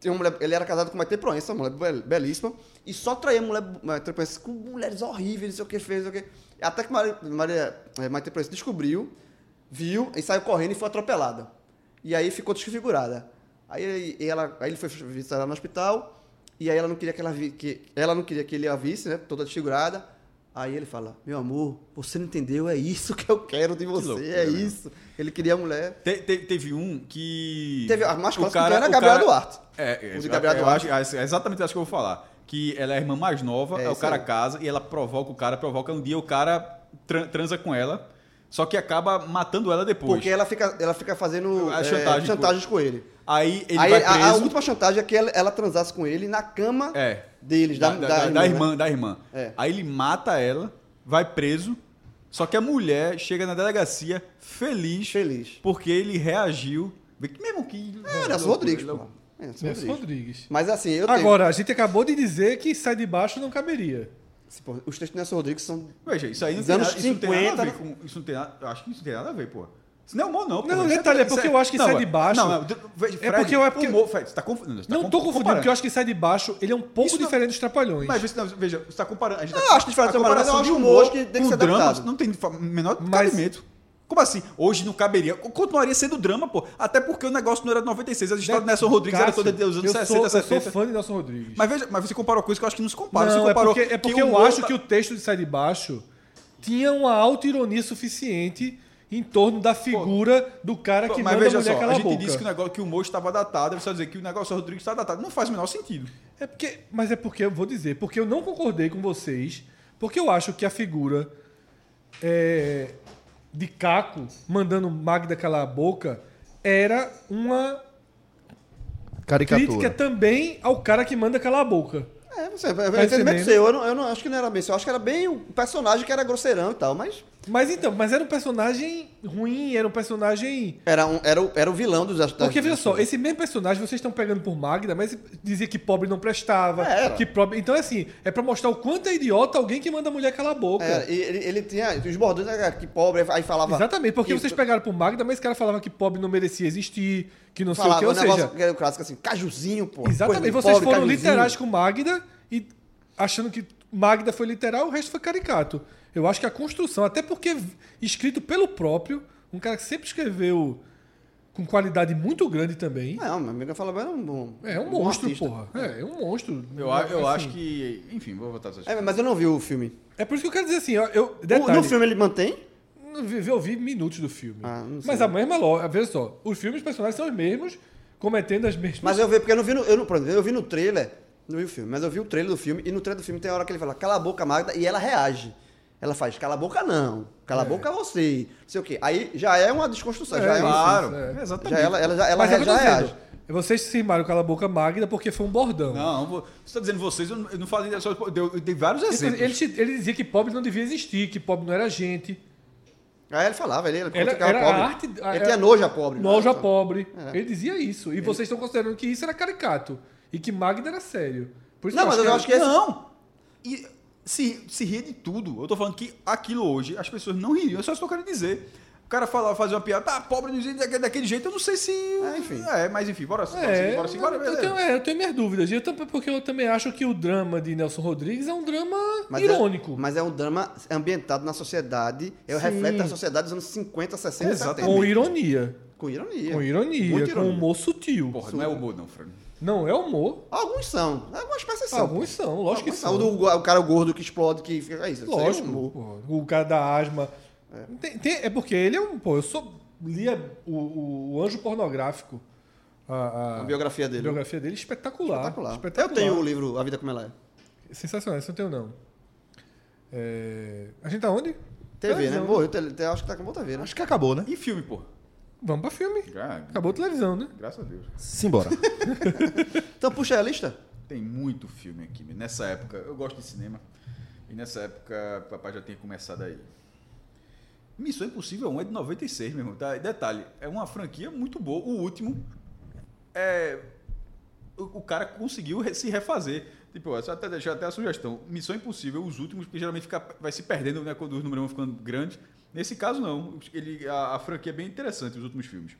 S3: tem uma mulher, ele era casado com uma Maite Proença, uma mulher bel- belíssima, e só traía mulher Maite Proença com mulheres horríveis, não sei o que fez, não sei o que. Até que Maria, Maria eh, Maite Proença descobriu, viu e saiu correndo e foi atropelada. E aí ficou desfigurada. Aí, ele- e ela, aí ele foi visitar ela no hospital, e aí ela não queria que ela vi, que ela não queria que ele a visse, né, toda desfigurada. Aí ele fala: Meu amor, você não entendeu, é isso que eu quero de você,
S5: loucura,
S3: é
S5: né?
S3: isso. Ele queria a mulher.
S5: Te- te- teve um que.
S3: Teve a mais
S5: o
S3: clássica que
S5: cara-
S3: era
S5: o
S3: Gabriela
S5: cara-
S3: Duarte.
S5: É, é,
S3: O de Gabriela
S5: eu
S3: Duarte.
S5: acho- é exatamente acho que eu vou falar. Que ela é a irmã mais nova,
S3: É,
S5: aí o
S3: isso
S5: cara
S3: aí.
S5: casa e ela provoca o cara, provoca. Um dia o cara tran- transa com ela, só que acaba matando ela depois.
S3: Porque ela fica, ela fica fazendo
S5: A
S3: é,
S5: chantagem com-
S3: chantagens com ele.
S5: Aí ele
S3: Aí
S5: vai
S3: a, a
S5: preso.
S3: última chantagem é que ela, ela transasse com ele na cama
S5: É.
S3: deles, da, da- da
S5: da
S3: irmã. né?
S5: irmã, da irmã.
S3: É.
S5: Aí ele mata ela, vai preso. Só que a mulher chega na delegacia feliz,
S3: Feliz.
S5: porque ele reagiu. Vê que Mesmo que.
S3: É, Nelson Rodrigues,
S5: Ele-
S3: pô. É, Nelson
S4: Nelson
S3: Rodrigues.
S4: Rodrigues.
S3: Mas assim, eu tenho-
S4: Agora, a gente acabou de dizer que sai de baixo não caberia.
S3: Se, pô, Os textos do Nelson Rodrigues são.
S5: Veja, isso aí não
S3: Dos
S5: tem,
S3: anos
S5: nada, isso não tem nada a ver
S3: 50,
S5: com. Isso não tem nada, eu acho que isso não tem nada a ver, pô. Isso não é humor, não. pô.
S4: Não,
S5: Isso
S4: detalhe, é
S5: isso
S4: porque eu acho que sai de baixo.
S5: Não, não, veja,
S4: É
S5: Fred,
S4: porque eu- é porque-
S5: humor, Fred, você tá confundindo. você tá
S4: não
S5: com-
S4: tô confundindo,
S5: comparando.
S4: porque eu acho que sai de baixo ele é um pouco
S5: Isso não-
S4: diferente dos Trapalhões.
S5: Mas você, não, veja, você tá comparando. A gente
S3: Não,
S5: tá,
S3: eu acho diferente,
S5: a
S3: mas eu
S5: comparação
S3: acho
S5: de
S3: que
S5: humor
S3: hoje que tem que
S5: com
S3: ser
S5: drama
S3: adaptado.
S5: não tem fa- menor
S4: Mas-
S5: cabimento. Como assim? Hoje não caberia. Continuaria sendo drama, pô. Até porque o negócio não era de 96. As histórias do Nelson Rodrigues eram
S4: Cássio,
S5: todas dos anos
S4: Né? eu
S5: 60,
S4: sou,
S5: 70.
S4: Eu sou fã de Nelson Rodrigues.
S5: Mas veja, mas você comparou coisas que eu acho que não se compara.
S4: não,
S5: você comparou
S4: é porque, é porque
S5: que o
S4: eu
S5: humor
S4: acho
S5: tá-
S4: que o texto de Sai de Baixo tinha uma auto-ironia suficiente em torno da figura do cara que
S5: mas
S4: manda a
S5: veja
S4: mulher
S5: só,
S4: calar
S5: a gente
S4: boca.
S5: disse que é o, negócio, que o humor estava datado, você vai dizer que o negócio do Rodrigues está datado. Não faz o menor sentido.
S4: É porque, mas é porque eu vou dizer, porque eu não concordei com vocês, porque eu acho que a figura é, de Caco mandando Magda calar a boca era uma crítica
S7: Caricatura.
S4: também ao cara que manda calar a boca.
S3: É, você, é entendimento
S4: entendendo?
S3: seu. Eu não, eu não acho que não era bem seu. Eu acho que era bem o personagem que era grosseirão e tal, mas.
S4: Mas então, mas era um personagem ruim, era um personagem
S3: Era, um, era, o, era o vilão dos das-
S4: Porque,
S3: das-
S4: veja só, esse mesmo personagem vocês estão pegando por Magda, mas dizia que pobre não prestava.
S3: É, era.
S4: que pobre... Então, é assim, é pra mostrar o quanto é idiota alguém que manda a mulher calar a boca.
S3: É, e ele, ele tinha os bordões era que pobre, aí falava.
S4: Exatamente, porque
S3: que-
S4: vocês pegaram por Magda, mas esse cara falava que pobre não merecia existir, que não
S3: falava
S4: sei o
S3: um
S4: que, ou
S3: negócio
S4: seja...
S3: que era o clássico assim, cajuzinho, pô.
S4: Exatamente,
S3: coisa de
S4: vocês
S3: pobre,
S4: foram
S3: cajuzinho.
S4: literais com Magda e achando que Magda foi literal, o resto foi caricato. Eu acho que a construção, até porque escrito pelo próprio, um cara que sempre escreveu com qualidade muito grande também.
S3: Não, meu amigo falava, era um bom.
S4: É um monstro,
S3: artista.
S4: porra. É, é um monstro.
S5: Eu, a- eu
S4: Assim,
S5: acho que. Enfim, vou votar essas
S3: É, mas eu não vi o filme.
S4: É por isso que eu quero dizer assim, eu, eu
S3: O,
S4: detalhe,
S3: no filme ele mantém?
S4: eu vi- eu vi minutos do filme.
S3: Ah, não sei.
S4: mas a mesma lógica, veja só, os filmes, os personagens são os mesmos, cometendo as mesmas...
S3: Mas eu vi, porque eu não vi no. Eu não, por exemplo, eu vi no trailer, não vi o filme, mas eu vi o trailer do filme, e no trailer do filme tem a hora que ele fala, cala a boca, Magda, e ela reage. Ela faz, cala a boca não, cala a boca você, não sei o quê. Aí já é uma desconstrução, já é uma.
S5: Claro,
S4: É. é.
S5: exatamente.
S3: Já ela, ela, já, ela
S4: Mas é o
S3: re-
S4: que eu
S3: já
S4: tô
S3: reage.
S4: dizendo, Vocês se armaram com a boca Magda porque foi um bordão.
S5: Não, vou- você está dizendo vocês, eu não, eu não falei dessa. Eu dei- eu dei vários
S3: é
S5: exemplos.
S4: Ele, ele- ele dizia que pobre não devia existir, que pobre não era gente.
S3: Aí ele falava, ele, ele
S4: Era,
S3: criticava
S4: era
S3: pobre.
S4: a arte. a-
S3: ele
S4: era-
S3: tinha nojo a pobre.
S4: Nojo a
S3: Tá.
S4: pobre. Ele dizia isso. E vocês estão considerando que isso era caricato. E que Magda era sério. Por isso
S3: Não, mas eu
S4: era-
S3: acho que é esse-
S5: Não! E se, se ria de tudo. Eu tô falando que aquilo hoje, as pessoas não ririam. É só isso que eu quero dizer. O cara falava, fazia uma piada, tá, pobre do jeito, daquele, daquele jeito, eu não sei se. É,
S3: enfim.
S5: mas enfim, bora sim,
S3: assim,
S5: bora
S4: É,
S5: sim, bora sim, bora.
S4: eu, tenho, é, eu tenho minhas dúvidas. E Eu também, porque eu também acho que o drama de Nelson Rodrigues é um drama irônico.
S3: É, mas é um drama ambientado na sociedade, é o
S4: Sim.
S3: reflexo da sociedade dos anos 50, 60,
S5: Exatamente.
S3: 70.
S4: Com ironia.
S3: Com ironia.
S4: Com ironia,
S3: Muita
S4: com humor sutil.
S5: Porra, não é humor, não, Fran.
S4: Não, é humor.
S3: Alguns são. Algumas espécies são.
S4: Alguns são, lógico que
S3: Alguns são.
S4: são.
S3: O, do- o cara gordo que explode, que fica. É isso. isso aí é
S4: Lógico.
S3: humor.
S4: pô. O cara da asma. Tem- tem- é porque ele é um. Pô, eu sou. Lia o, o, o Anjo Pornográfico. A, a-
S3: A biografia
S4: a
S3: dele.
S4: biografia dele é espetacular.
S3: Espetacular.
S4: espetacular.
S3: Eu tenho o livro A Vida Como Ela É.
S4: Sensacional, isso eu não tenho, não. É, A gente tá onde?
S3: TV, né?
S4: Televisão.
S3: Morreu. tele- te- acho que tá com muita TV, né?
S7: Acho que acabou, né?
S5: E filme, porra?
S4: Vamos pra filme.
S5: Gra-
S4: Acabou a televisão, né?
S5: Graças a Deus.
S7: Simbora.
S3: Então puxa aí a lista.
S5: Tem muito filme aqui. Nessa época, eu gosto de cinema. E nessa época, papai já tinha começado aí. Missão Impossível 1 é de 96, meu irmão. Tá? E Detalhe, é uma franquia muito boa. O último é. O, o cara conseguiu re- se refazer. Tipo, essa até deixar até a sugestão. Missão Impossível, os últimos, porque geralmente fica, vai se perdendo, né? Quando os números vão ficando grandes. Nesse caso, não. Ele, a, a franquia é bem interessante, os últimos filmes.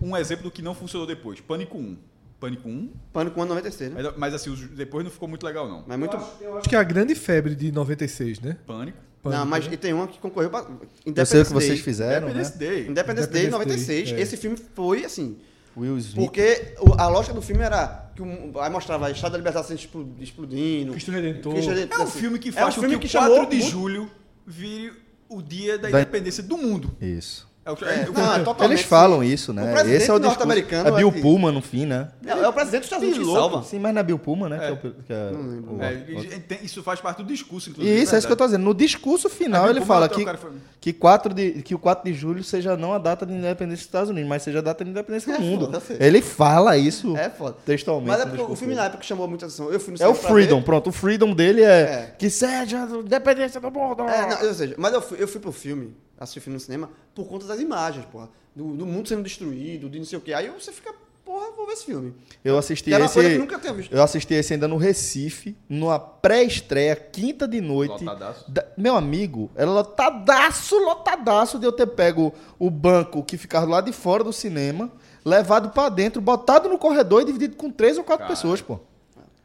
S5: Um exemplo do que não funcionou depois: Pânico 1. Pânico 1
S3: Pânico 1 96, né?
S5: mas, mas assim, os- depois não ficou muito legal, não.
S3: Mas muito.
S4: Eu acho que é a grande febre de 96, né?
S5: Pânico.
S3: Não,
S4: Pânico,
S3: mas
S4: né?
S3: e tem uma que concorreu pra.
S7: Eu sei o que vocês
S3: Day.
S7: fizeram, né?
S3: É,
S5: Independence Day.
S3: Independence Day,
S4: Independence Day,
S3: 96.
S4: é.
S3: Esse filme foi, assim,
S2: Will Smith.
S3: Porque o- a lógica do filme era que um, aí mostrava a Estrada da Liberdade sendo explo- explodindo.
S4: Cristo Redentor.
S3: Cristo
S5: É um
S3: assim,
S5: filme que
S3: é
S5: faz
S3: um
S5: com
S3: filme
S5: que,
S3: que
S5: o 4
S3: chamou
S5: de
S3: muito-
S5: julho vire o dia da,
S2: Da-
S5: independência do mundo.
S2: Isso.
S5: É o que
S3: É,
S5: é, o-
S3: não, é totalmente-
S2: Eles falam isso,
S3: O
S2: né?
S3: presidente
S2: Esse é o discurso.
S3: norte-americano
S2: É Bill
S3: é que-
S2: Pullman, no fim, né?
S3: É, é o presidente dos Estados Unidos que
S5: Piloto.
S3: salva.
S2: Sim, mas na Bill Pullman, né? Que é o...
S5: É.
S2: que é
S3: Não lembro.
S2: o-
S5: é, e- e tem- isso faz parte do discurso,
S2: E
S5: inclusive. né,
S2: isso, é isso que eu tô
S5: verdade.
S2: dizendo. No discurso final,
S5: É,
S2: ele
S5: Bill
S2: fala
S5: Pullman,
S2: que,
S5: o cara foi-
S2: que, 4 de, que o 4 de julho seja não a data de independência dos Estados Unidos, mas seja a data de independência do
S3: É,
S2: mundo.
S3: foda-se.
S2: ele fala isso
S3: É foda.
S2: textualmente.
S3: Mas é
S2: no
S3: porque o
S2: discurso
S3: filme
S2: dele.
S3: na época chamou muita atenção. Eu fui no
S2: É o
S3: cinema pra ver.
S2: Freedom, pronto. O Freedom dele é,
S3: É.
S2: que seja a independência do mundo.
S3: É, não, ou seja, mas eu fui, eu fui pro filme, assisti o filme no cinema, por conta das imagens, porra. Do, do mundo sendo destruído, de não sei o quê. Aí você fica, porra, vou ver esse filme.
S2: Eu assisti
S3: Que era uma
S2: esse.
S3: coisa que eu nunca tinha visto.
S2: Eu assisti esse ainda no Recife, numa pré-estreia, quinta de noite.
S5: Lotadaço.
S2: Da- meu amigo, era lotadaço, lotadaço de eu ter pego o banco que ficava lá de fora do cinema, levado pra dentro, botado no corredor e dividido com três ou quatro
S5: Cara.
S2: pessoas, pô.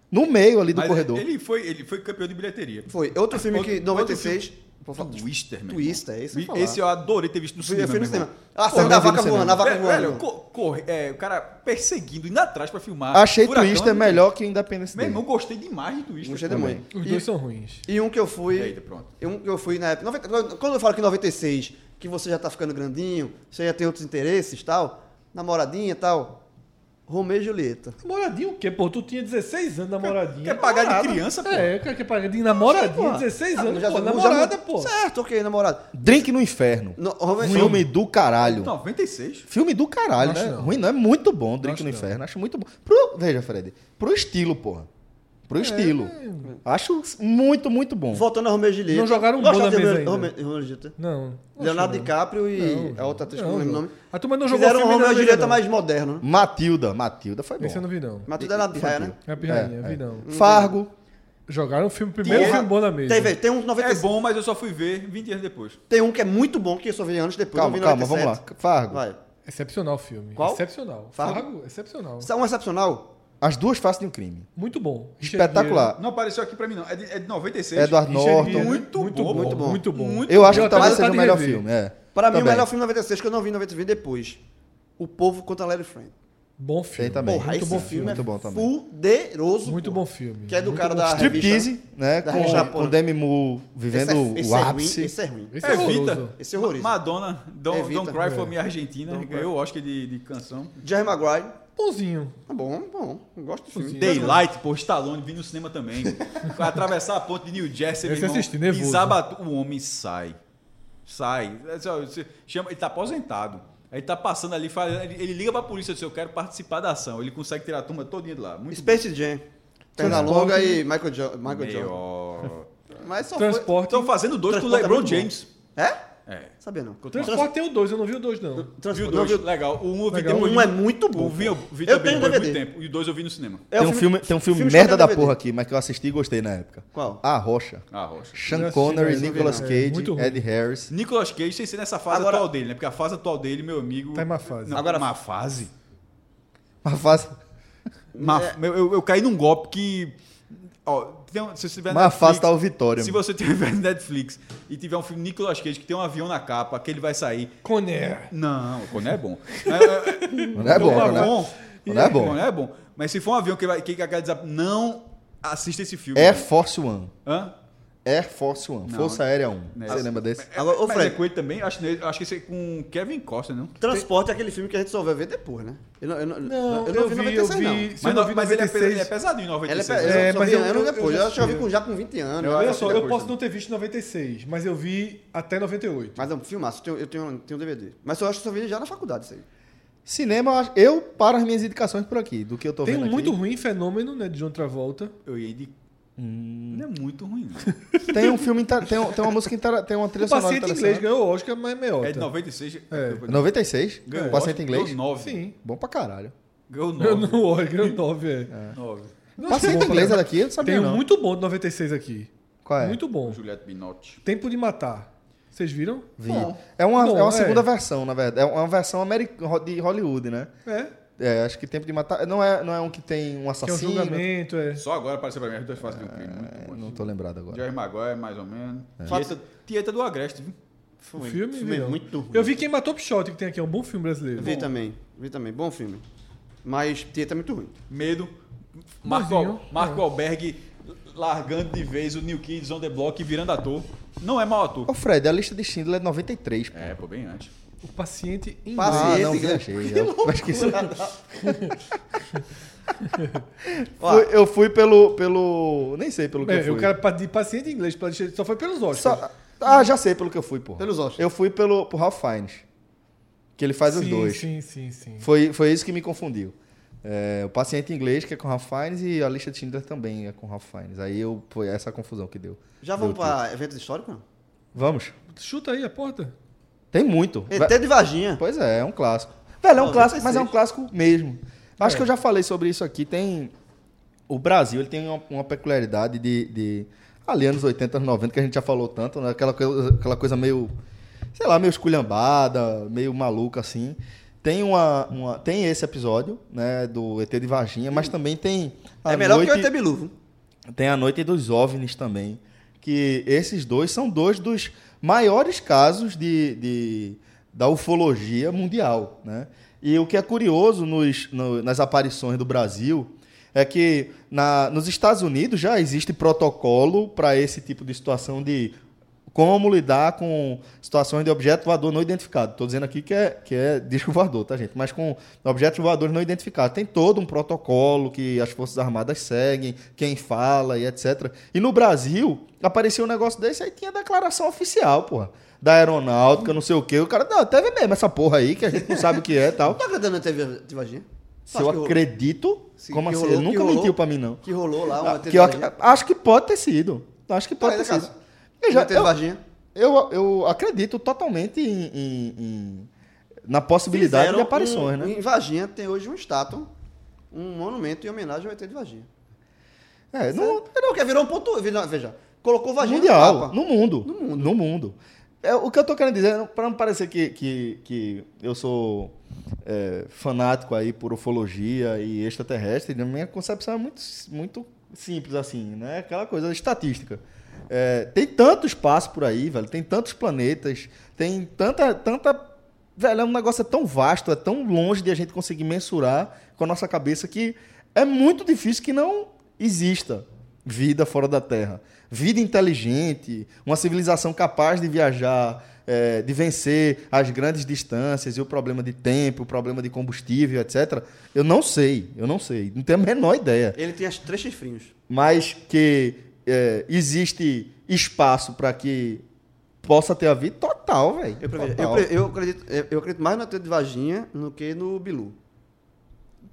S2: No meio ali do
S5: Mas
S2: corredor.
S5: Ele foi, ele foi campeão de bilheteria.
S3: Foi. Outro filme
S5: Outro-
S3: que,
S5: outro
S3: 96... Pô, fala-
S5: Twister, meu
S3: Twister, é
S5: irmão.
S3: isso que eu ia falar.
S5: Esse eu adorei ter visto no cinema.
S3: Eu fui no
S5: meu irmão.
S3: cinema. Ah, saiu
S2: Porra,
S3: da
S2: eu vi no
S3: vaca voando,
S2: cinema.
S3: a vaca
S5: Velho, velho,
S3: voando.
S5: co- corre, é, o cara perseguindo, indo atrás pra filmar.
S2: Achei
S5: Furacão,
S2: Twister
S5: meu
S2: melhor que Independência
S5: Meu
S2: Day.
S5: irmão, gostei demais de Twister.
S3: é Gostei
S5: também.
S3: demais.
S4: Os
S3: E-
S4: dois são ruins.
S3: E um que eu fui.
S5: Eita, pronto.
S3: e Um que eu fui na época. noventa- Quando eu falo que em 96, que você já tá ficando grandinho, você já tem outros interesses tal, namoradinha e tal. Romeu e Julieta.
S4: Namoradinho o quê, pô? Tu tinha 16 anos, namoradinha.
S5: Quer pagar de criança, pô?
S4: É, o cara quer pagar de namoradinha,
S3: Ah,
S4: 16 anos, pô. Namorada, pô.
S3: Certo, ok, namorada.
S2: Drink no Inferno.
S3: No-
S5: é
S3: Romeu e
S2: Filme do caralho.
S5: Então. 96.
S2: Filme do caralho,
S4: Não acho
S2: né?
S4: não.
S2: Ruim não, é muito bom, Drink
S4: acho
S2: no
S4: não.
S2: Inferno. Acho muito bom. Pro, veja, Fred, pro estilo, porra.
S4: É.
S2: Pro estilo. Acho muito, muito bom.
S3: Voltando a Romeu e Julieta.
S4: Não jogaram um
S3: Gostava
S4: bom na
S3: de
S4: mesa
S3: Romeu-
S4: ainda.
S3: Romeu- Romeu e Julieta.
S4: Não.
S3: Leonardo
S4: Acho não.
S3: DiCaprio e
S4: Não,
S3: a outra atriz, que eu
S4: não,
S3: não lembro o
S4: não.
S3: nome.
S4: A turma não jogou
S3: Fizeram um
S4: filme
S3: Romeu
S4: na
S3: e Julieta
S4: vida, não.
S3: mais moderno, né?
S2: Matilda, Matilda foi bom.
S4: Esse eu não vi, não.
S3: Mas tudo é na praia, né?
S4: É a pirrainha, vi não.
S2: Fargo.
S4: Jogaram o filme, primeiro
S3: é?
S5: Porra,
S4: filme bom na mesa.
S3: Tem, vê, tem um
S5: É
S3: 96.
S5: bom, mas eu só fui ver 20 anos depois.
S3: Tem um que é muito bom, que eu só vi anos depois. eu
S2: Calma,
S3: vi
S2: calma, vamos
S3: 97.
S2: lá. Fargo.
S3: Vai.
S4: Excepcional o filme.
S3: Qual?
S4: Excepcional.
S3: Fargo?
S4: Fargo? Excepcional.
S3: Isso é Um excepcional?
S2: As duas faces de um crime.
S4: Muito bom.
S2: Espetacular.
S5: Não apareceu aqui pra mim, não. É de, é de 96.
S2: Edward
S4: Richard Gere,
S2: Norton.
S4: né?
S5: Muito bom,
S4: muito
S5: muito
S4: bom.
S3: bom.
S4: Muito bom.
S5: Muito
S2: Eu acho
S4: Eu
S2: que
S4: até
S2: talvez
S4: vou
S2: seja o
S4: tá de
S2: melhor
S4: rever.
S2: filme. É.
S3: Para mim,
S2: Também.
S3: o melhor filme de 96 que eu não vi em 93 depois. O Povo contra Larry Friend.
S4: Bom filme.
S2: Tem também.
S4: Porra,
S3: esse
S4: muito bom
S3: filme,
S4: filme.
S3: é
S2: muito bom também.
S3: fuderoso.
S4: Muito
S3: porra.
S4: bom filme.
S3: Que é do
S4: Muito
S3: cara
S4: bom
S3: da
S4: filme.
S3: revista.
S2: Striptease, né?
S3: Da
S2: Com,
S3: revista
S2: com
S3: Japona.
S2: Demi Moore
S3: Esse é-
S2: vivendo
S3: esse
S2: o
S3: é
S2: ápice.
S3: ruim, esse é ruim.
S4: Esse é
S5: Evita.
S4: horroroso.
S3: Esse é horroroso.
S5: Madonna, Don't,
S3: Evita.
S5: Don't Cry
S4: É.
S5: for Me Argentina,
S3: Don't
S5: ganhou o Oscar de, de canção.
S3: Jerry Maguire.
S4: Bonzinho.
S3: Tá bom, bom. Eu gosto do filme.
S5: Daylight, pô, Stallone, vi no cinema também. Atravessar a ponte de New Jersey, meu
S4: Esse eu
S5: irmão.
S4: assisti, nervoso.
S5: pisar batu- O homem sai. Sai. É só- você chama, ele tá aposentado. Aí tá passando ali, fala- ele, ele liga pra polícia, diz, eu quero participar da ação. Ele consegue tirar a turma todinha de lá. Muito
S3: Space Jam. Pernalonga e Michael, jo Michael Jordan.
S5: Meio...
S3: Mas só foi...
S4: Transporte.
S5: Estão fazendo dois com o
S3: Transporte é
S5: LeBron
S3: muito bom.
S5: James.
S3: É?
S5: É.
S3: Sabia não.
S4: Transporte tem o dois, eu não vi o dois, não.
S5: Viu
S3: Transporte.
S5: dois?
S3: Não, viu-
S5: Legal. O um eu vi
S4: Legal.
S5: depois.
S3: Um é muito bom.
S5: O vi, eu vi
S3: Eu
S5: também
S3: tenho
S5: depois de muito
S3: DVD.
S5: tempo. E o dois eu vi no cinema.
S3: É o
S2: Tem, um filme, tem um filme,
S3: filme
S2: merda
S3: escondido
S2: da
S3: DVD.
S2: porra aqui, mas que eu assisti e gostei na época.
S3: Qual?
S2: A Rocha.
S5: Ah, Rocha.
S4: Eu
S2: Sean
S4: assisti,
S2: Connery,
S4: mas não vi
S2: Nicolas
S4: não. É,
S2: Cage,
S4: muito ruim.
S2: Ed Harris.
S5: Nicolas Cage sem ser nessa fase
S3: Agora-
S5: atual dele, né? Porque a fase atual dele, meu amigo.
S4: Tá em má fase.
S5: Não, Agora, má fase?
S2: Uma fase,
S5: Má- meu, eu, eu caí num golpe que. Ó, tem um- se você tiver
S2: uma fase tá o Vitória.
S5: Se
S2: mano.
S5: você tiver Netflix e tiver um filme Nicolas Cage que tem um avião na capa, que ele vai sair.
S4: Conner.
S5: Não, o Coné é bom. É, é,
S2: Não é bom,
S5: Não
S2: né? Não é bom.
S5: Não é bom. Mas se for um avião que vai que a galera diz, não assista esse filme.
S2: Air Force One.
S5: Hã?
S2: Air Force One.
S5: Não.
S2: Força Aérea 1.
S5: Não.
S2: Você lembra desse?
S3: Agora, ô
S5: Mas é
S3: Fred,
S5: com ele também, acho, que- acho que esse é com Kevin Costa, não?
S3: Transporte é aquele filme que a gente só vai ver depois, né? Eu não, eu não,
S4: Não,
S3: eu
S4: eu
S3: não vi
S4: vi, eu
S3: 96, não.
S4: vi. Se
S5: Mas,
S4: eu
S5: não-
S4: vi
S5: mas ele, é, pes-
S4: 96.
S5: ele é pesadinho em
S3: Ela é,
S5: 96.
S3: pe-
S4: É,
S3: eu só
S4: mas
S3: vi
S4: eu-
S3: anos
S4: eu- eu
S3: depois.
S4: já
S3: Eu acho que eu vi
S4: assisti.
S3: com, já com 20 anos.
S5: Eu-
S4: Olha
S5: eu
S4: só,
S5: vi
S4: eu
S5: depois
S4: posso
S5: também.
S4: não ter visto 96, mas eu vi até 98.
S3: Mas é um filmaço, eu tenho, eu tenho, tenho um DVD. Mas eu acho que eu só vi já na faculdade isso aí.
S2: Cinema, eu acho- eu paro as minhas indicações por aqui, do que eu tô
S4: Tem
S2: vendo
S4: um
S2: aqui.
S4: muito ruim, Fenômeno, né, de John Travolta.
S5: Eu ia de. Não é muito ruim, não.
S2: Tem um filme, inter- tem, um- tem uma música, inter- tem uma trilha
S4: O
S2: sonora
S4: Paciente Inglês
S2: interessante.
S4: ganhou o Oscar, mas é melhor.
S5: É de 96.
S4: É.
S2: 96?
S5: Ganhou.
S2: Paciente Inglês?
S5: Ganhou 9.
S4: Sim.
S2: Bom pra caralho.
S5: Ganhou 9.
S4: Ganhou no Oscar, ganhou 9, é. Não,
S2: Paciente
S4: bom,
S2: Inglês
S4: cara.
S2: é daqui? Eu não sabia
S4: Tem um
S2: não.
S4: muito bom de 96 aqui.
S2: Qual é?
S4: Muito bom.
S5: Juliette Binotti.
S4: Tempo de Matar. Vocês viram?
S2: Vi. É uma,
S4: Bom,
S2: é uma
S4: é.
S2: segunda versão, na verdade. É uma versão ameri- de Hollywood, né?
S4: É.
S2: É, acho que Tempo de Matar... Não é, não é um que tem um
S4: Que é um
S2: assassino?
S4: julgamento, é.
S5: Só agora apareceu pra mim as duas faces do crime. Muito
S2: É,
S5: bom. assim.
S2: não tô lembrado agora.
S5: Jerry Maguire, mais ou menos.
S3: Fato-
S5: Tieta, Tieta do Agreste, viu?
S4: O filme,
S3: filme é
S4: viu?
S3: muito ruim.
S4: Eu vi Quem Matou Pichote, que tem aqui, é um bom é filme brasileiro.
S3: Vi também, vi também. Bom filme. Mas Tieta é muito ruim.
S5: Medo. Marco,
S4: Bonzinho.
S5: Marco Alberg largando de vez o New Kids on the Block e virando ator. Não é mau ator.
S2: Ô, Fred, a lista de Schindler é de 93.
S5: É, pô, bem antes.
S4: O paciente em
S3: Paci-
S2: Ah, não,
S4: é-
S3: Paciente, né?
S2: viajei. Eu, acho que isso-
S3: Ó,
S2: Fui- eu fui pelo, pelo... Nem sei pelo que eu
S4: É,
S2: fui.
S4: o cara pa- de paciente em inglês, pra deixar- só foi pelos olhos.
S2: Só- Ah, já sei pelo que eu fui, porra.
S3: Pelos Oscars.
S2: Eu fui pelo, pro Ralph Fiennes. Que ele faz os
S4: sim,
S2: dois.
S4: Sim, sim, sim.
S2: Foi, foi isso que me confundiu. É, o paciente inglês, que é com Ralph Fiennes, e a lista de Schindler também é com Ralph Fiennes. Aí eu, foi essa a confusão que deu.
S3: Já vamos
S2: Deu
S3: pra eventos históricos, não?
S2: tudo. Vamos.
S4: Chuta aí a porta.
S2: Tem muito. Vai-
S3: ET de Varginha.
S2: Pois é, é um clássico. Velho, é um
S3: Não, É.
S2: clássico, mas é um
S3: 96.
S2: clássico mesmo. Acho que eu já falei sobre isso aqui. Tem. O Brasil ele tem uma, uma peculiaridade de, de. Ali, anos 80, anos 90, que a gente já falou tanto, né? Aquela coisa, aquela coisa meio. Sei lá, meio esculhambada, meio maluca, assim. Tem, uma, uma- tem esse episódio, né? Do ET de Varginha, mas também tem. a
S3: Hum. É melhor que
S2: noite-
S3: o ET Bilu. viu?
S2: tem a Noite dos OVNIs também, que esses dois são dois dos maiores casos de, de- da ufologia mundial, né? E o que é curioso nos- no- nas aparições do Brasil é que na- nos Estados Unidos já existe protocolo para esse tipo de situação de como lidar com situações de objeto voador não identificado. Estou dizendo aqui que é, que é disco voador, tá, gente? Mas com objetos voadores não identificados. Tem todo um protocolo que as Forças Armadas seguem, quem fala e etc. E no Brasil, apareceu um negócio desse, aí tinha declaração oficial, porra. Da aeronáutica, não sei o quê. O cara, não, teve mesmo essa porra aí, que a gente não sabe o que é e
S3: Não
S2: tal.
S3: tá acreditando no ET de Varginha?
S2: Se eu
S3: que rolou-
S2: acredito,
S3: Sim,
S2: como
S3: que
S2: assim?
S3: rolou-
S2: Ele
S3: que
S2: nunca
S3: rolou-
S2: mentiu pra mim, não.
S3: Que rolou lá um
S2: Ah,
S3: ET
S2: que
S3: de
S2: eu
S3: Varginha.
S2: ac- acho que pode ter sido. Acho que pode
S3: Olha,
S2: ter
S3: Cássio.
S2: sido. Eu já-
S3: ET Um de
S2: eu-
S3: Varginha.
S2: eu, eu acredito totalmente em, em- em- na possibilidade
S3: Fizeram
S2: de aparições,
S3: um-
S2: né?
S3: Em Varginha tem hoje uma estátua, um monumento em homenagem ao ET de Varginha.
S2: É, no,
S3: Não, que virou um ponto. virou- Veja, colocou Varginha no
S2: mundial,
S3: mapa.
S2: no mundo.
S3: No mundo.
S2: No mundo. É, o que eu tô querendo dizer, para não parecer que, que, que eu sou é, fanático aí por ufologia e extraterrestre, na minha concepção é muito, muito simples, assim, né? Aquela coisa estatística. É, tem tanto espaço por aí, velho, tem tantos planetas, tem tanta, tanta Velho, é um negócio tão vasto, é tão longe de a gente conseguir mensurar com a nossa cabeça que é muito difícil que não exista vida fora da Terra. Vida inteligente, uma civilização capaz de viajar, eh, de vencer as grandes distâncias e o problema de tempo, o problema de combustível, etc. Eu não sei, eu não sei, não tenho a menor ideia
S3: Ele tem as três chifrinhos.
S2: mas que é, existe espaço para que possa ter a vida total, velho.
S3: Eu, prevejo- eu,
S2: Total.
S3: pre- eu acredito, eu acredito mais no ET de Varginha do que no Bilu.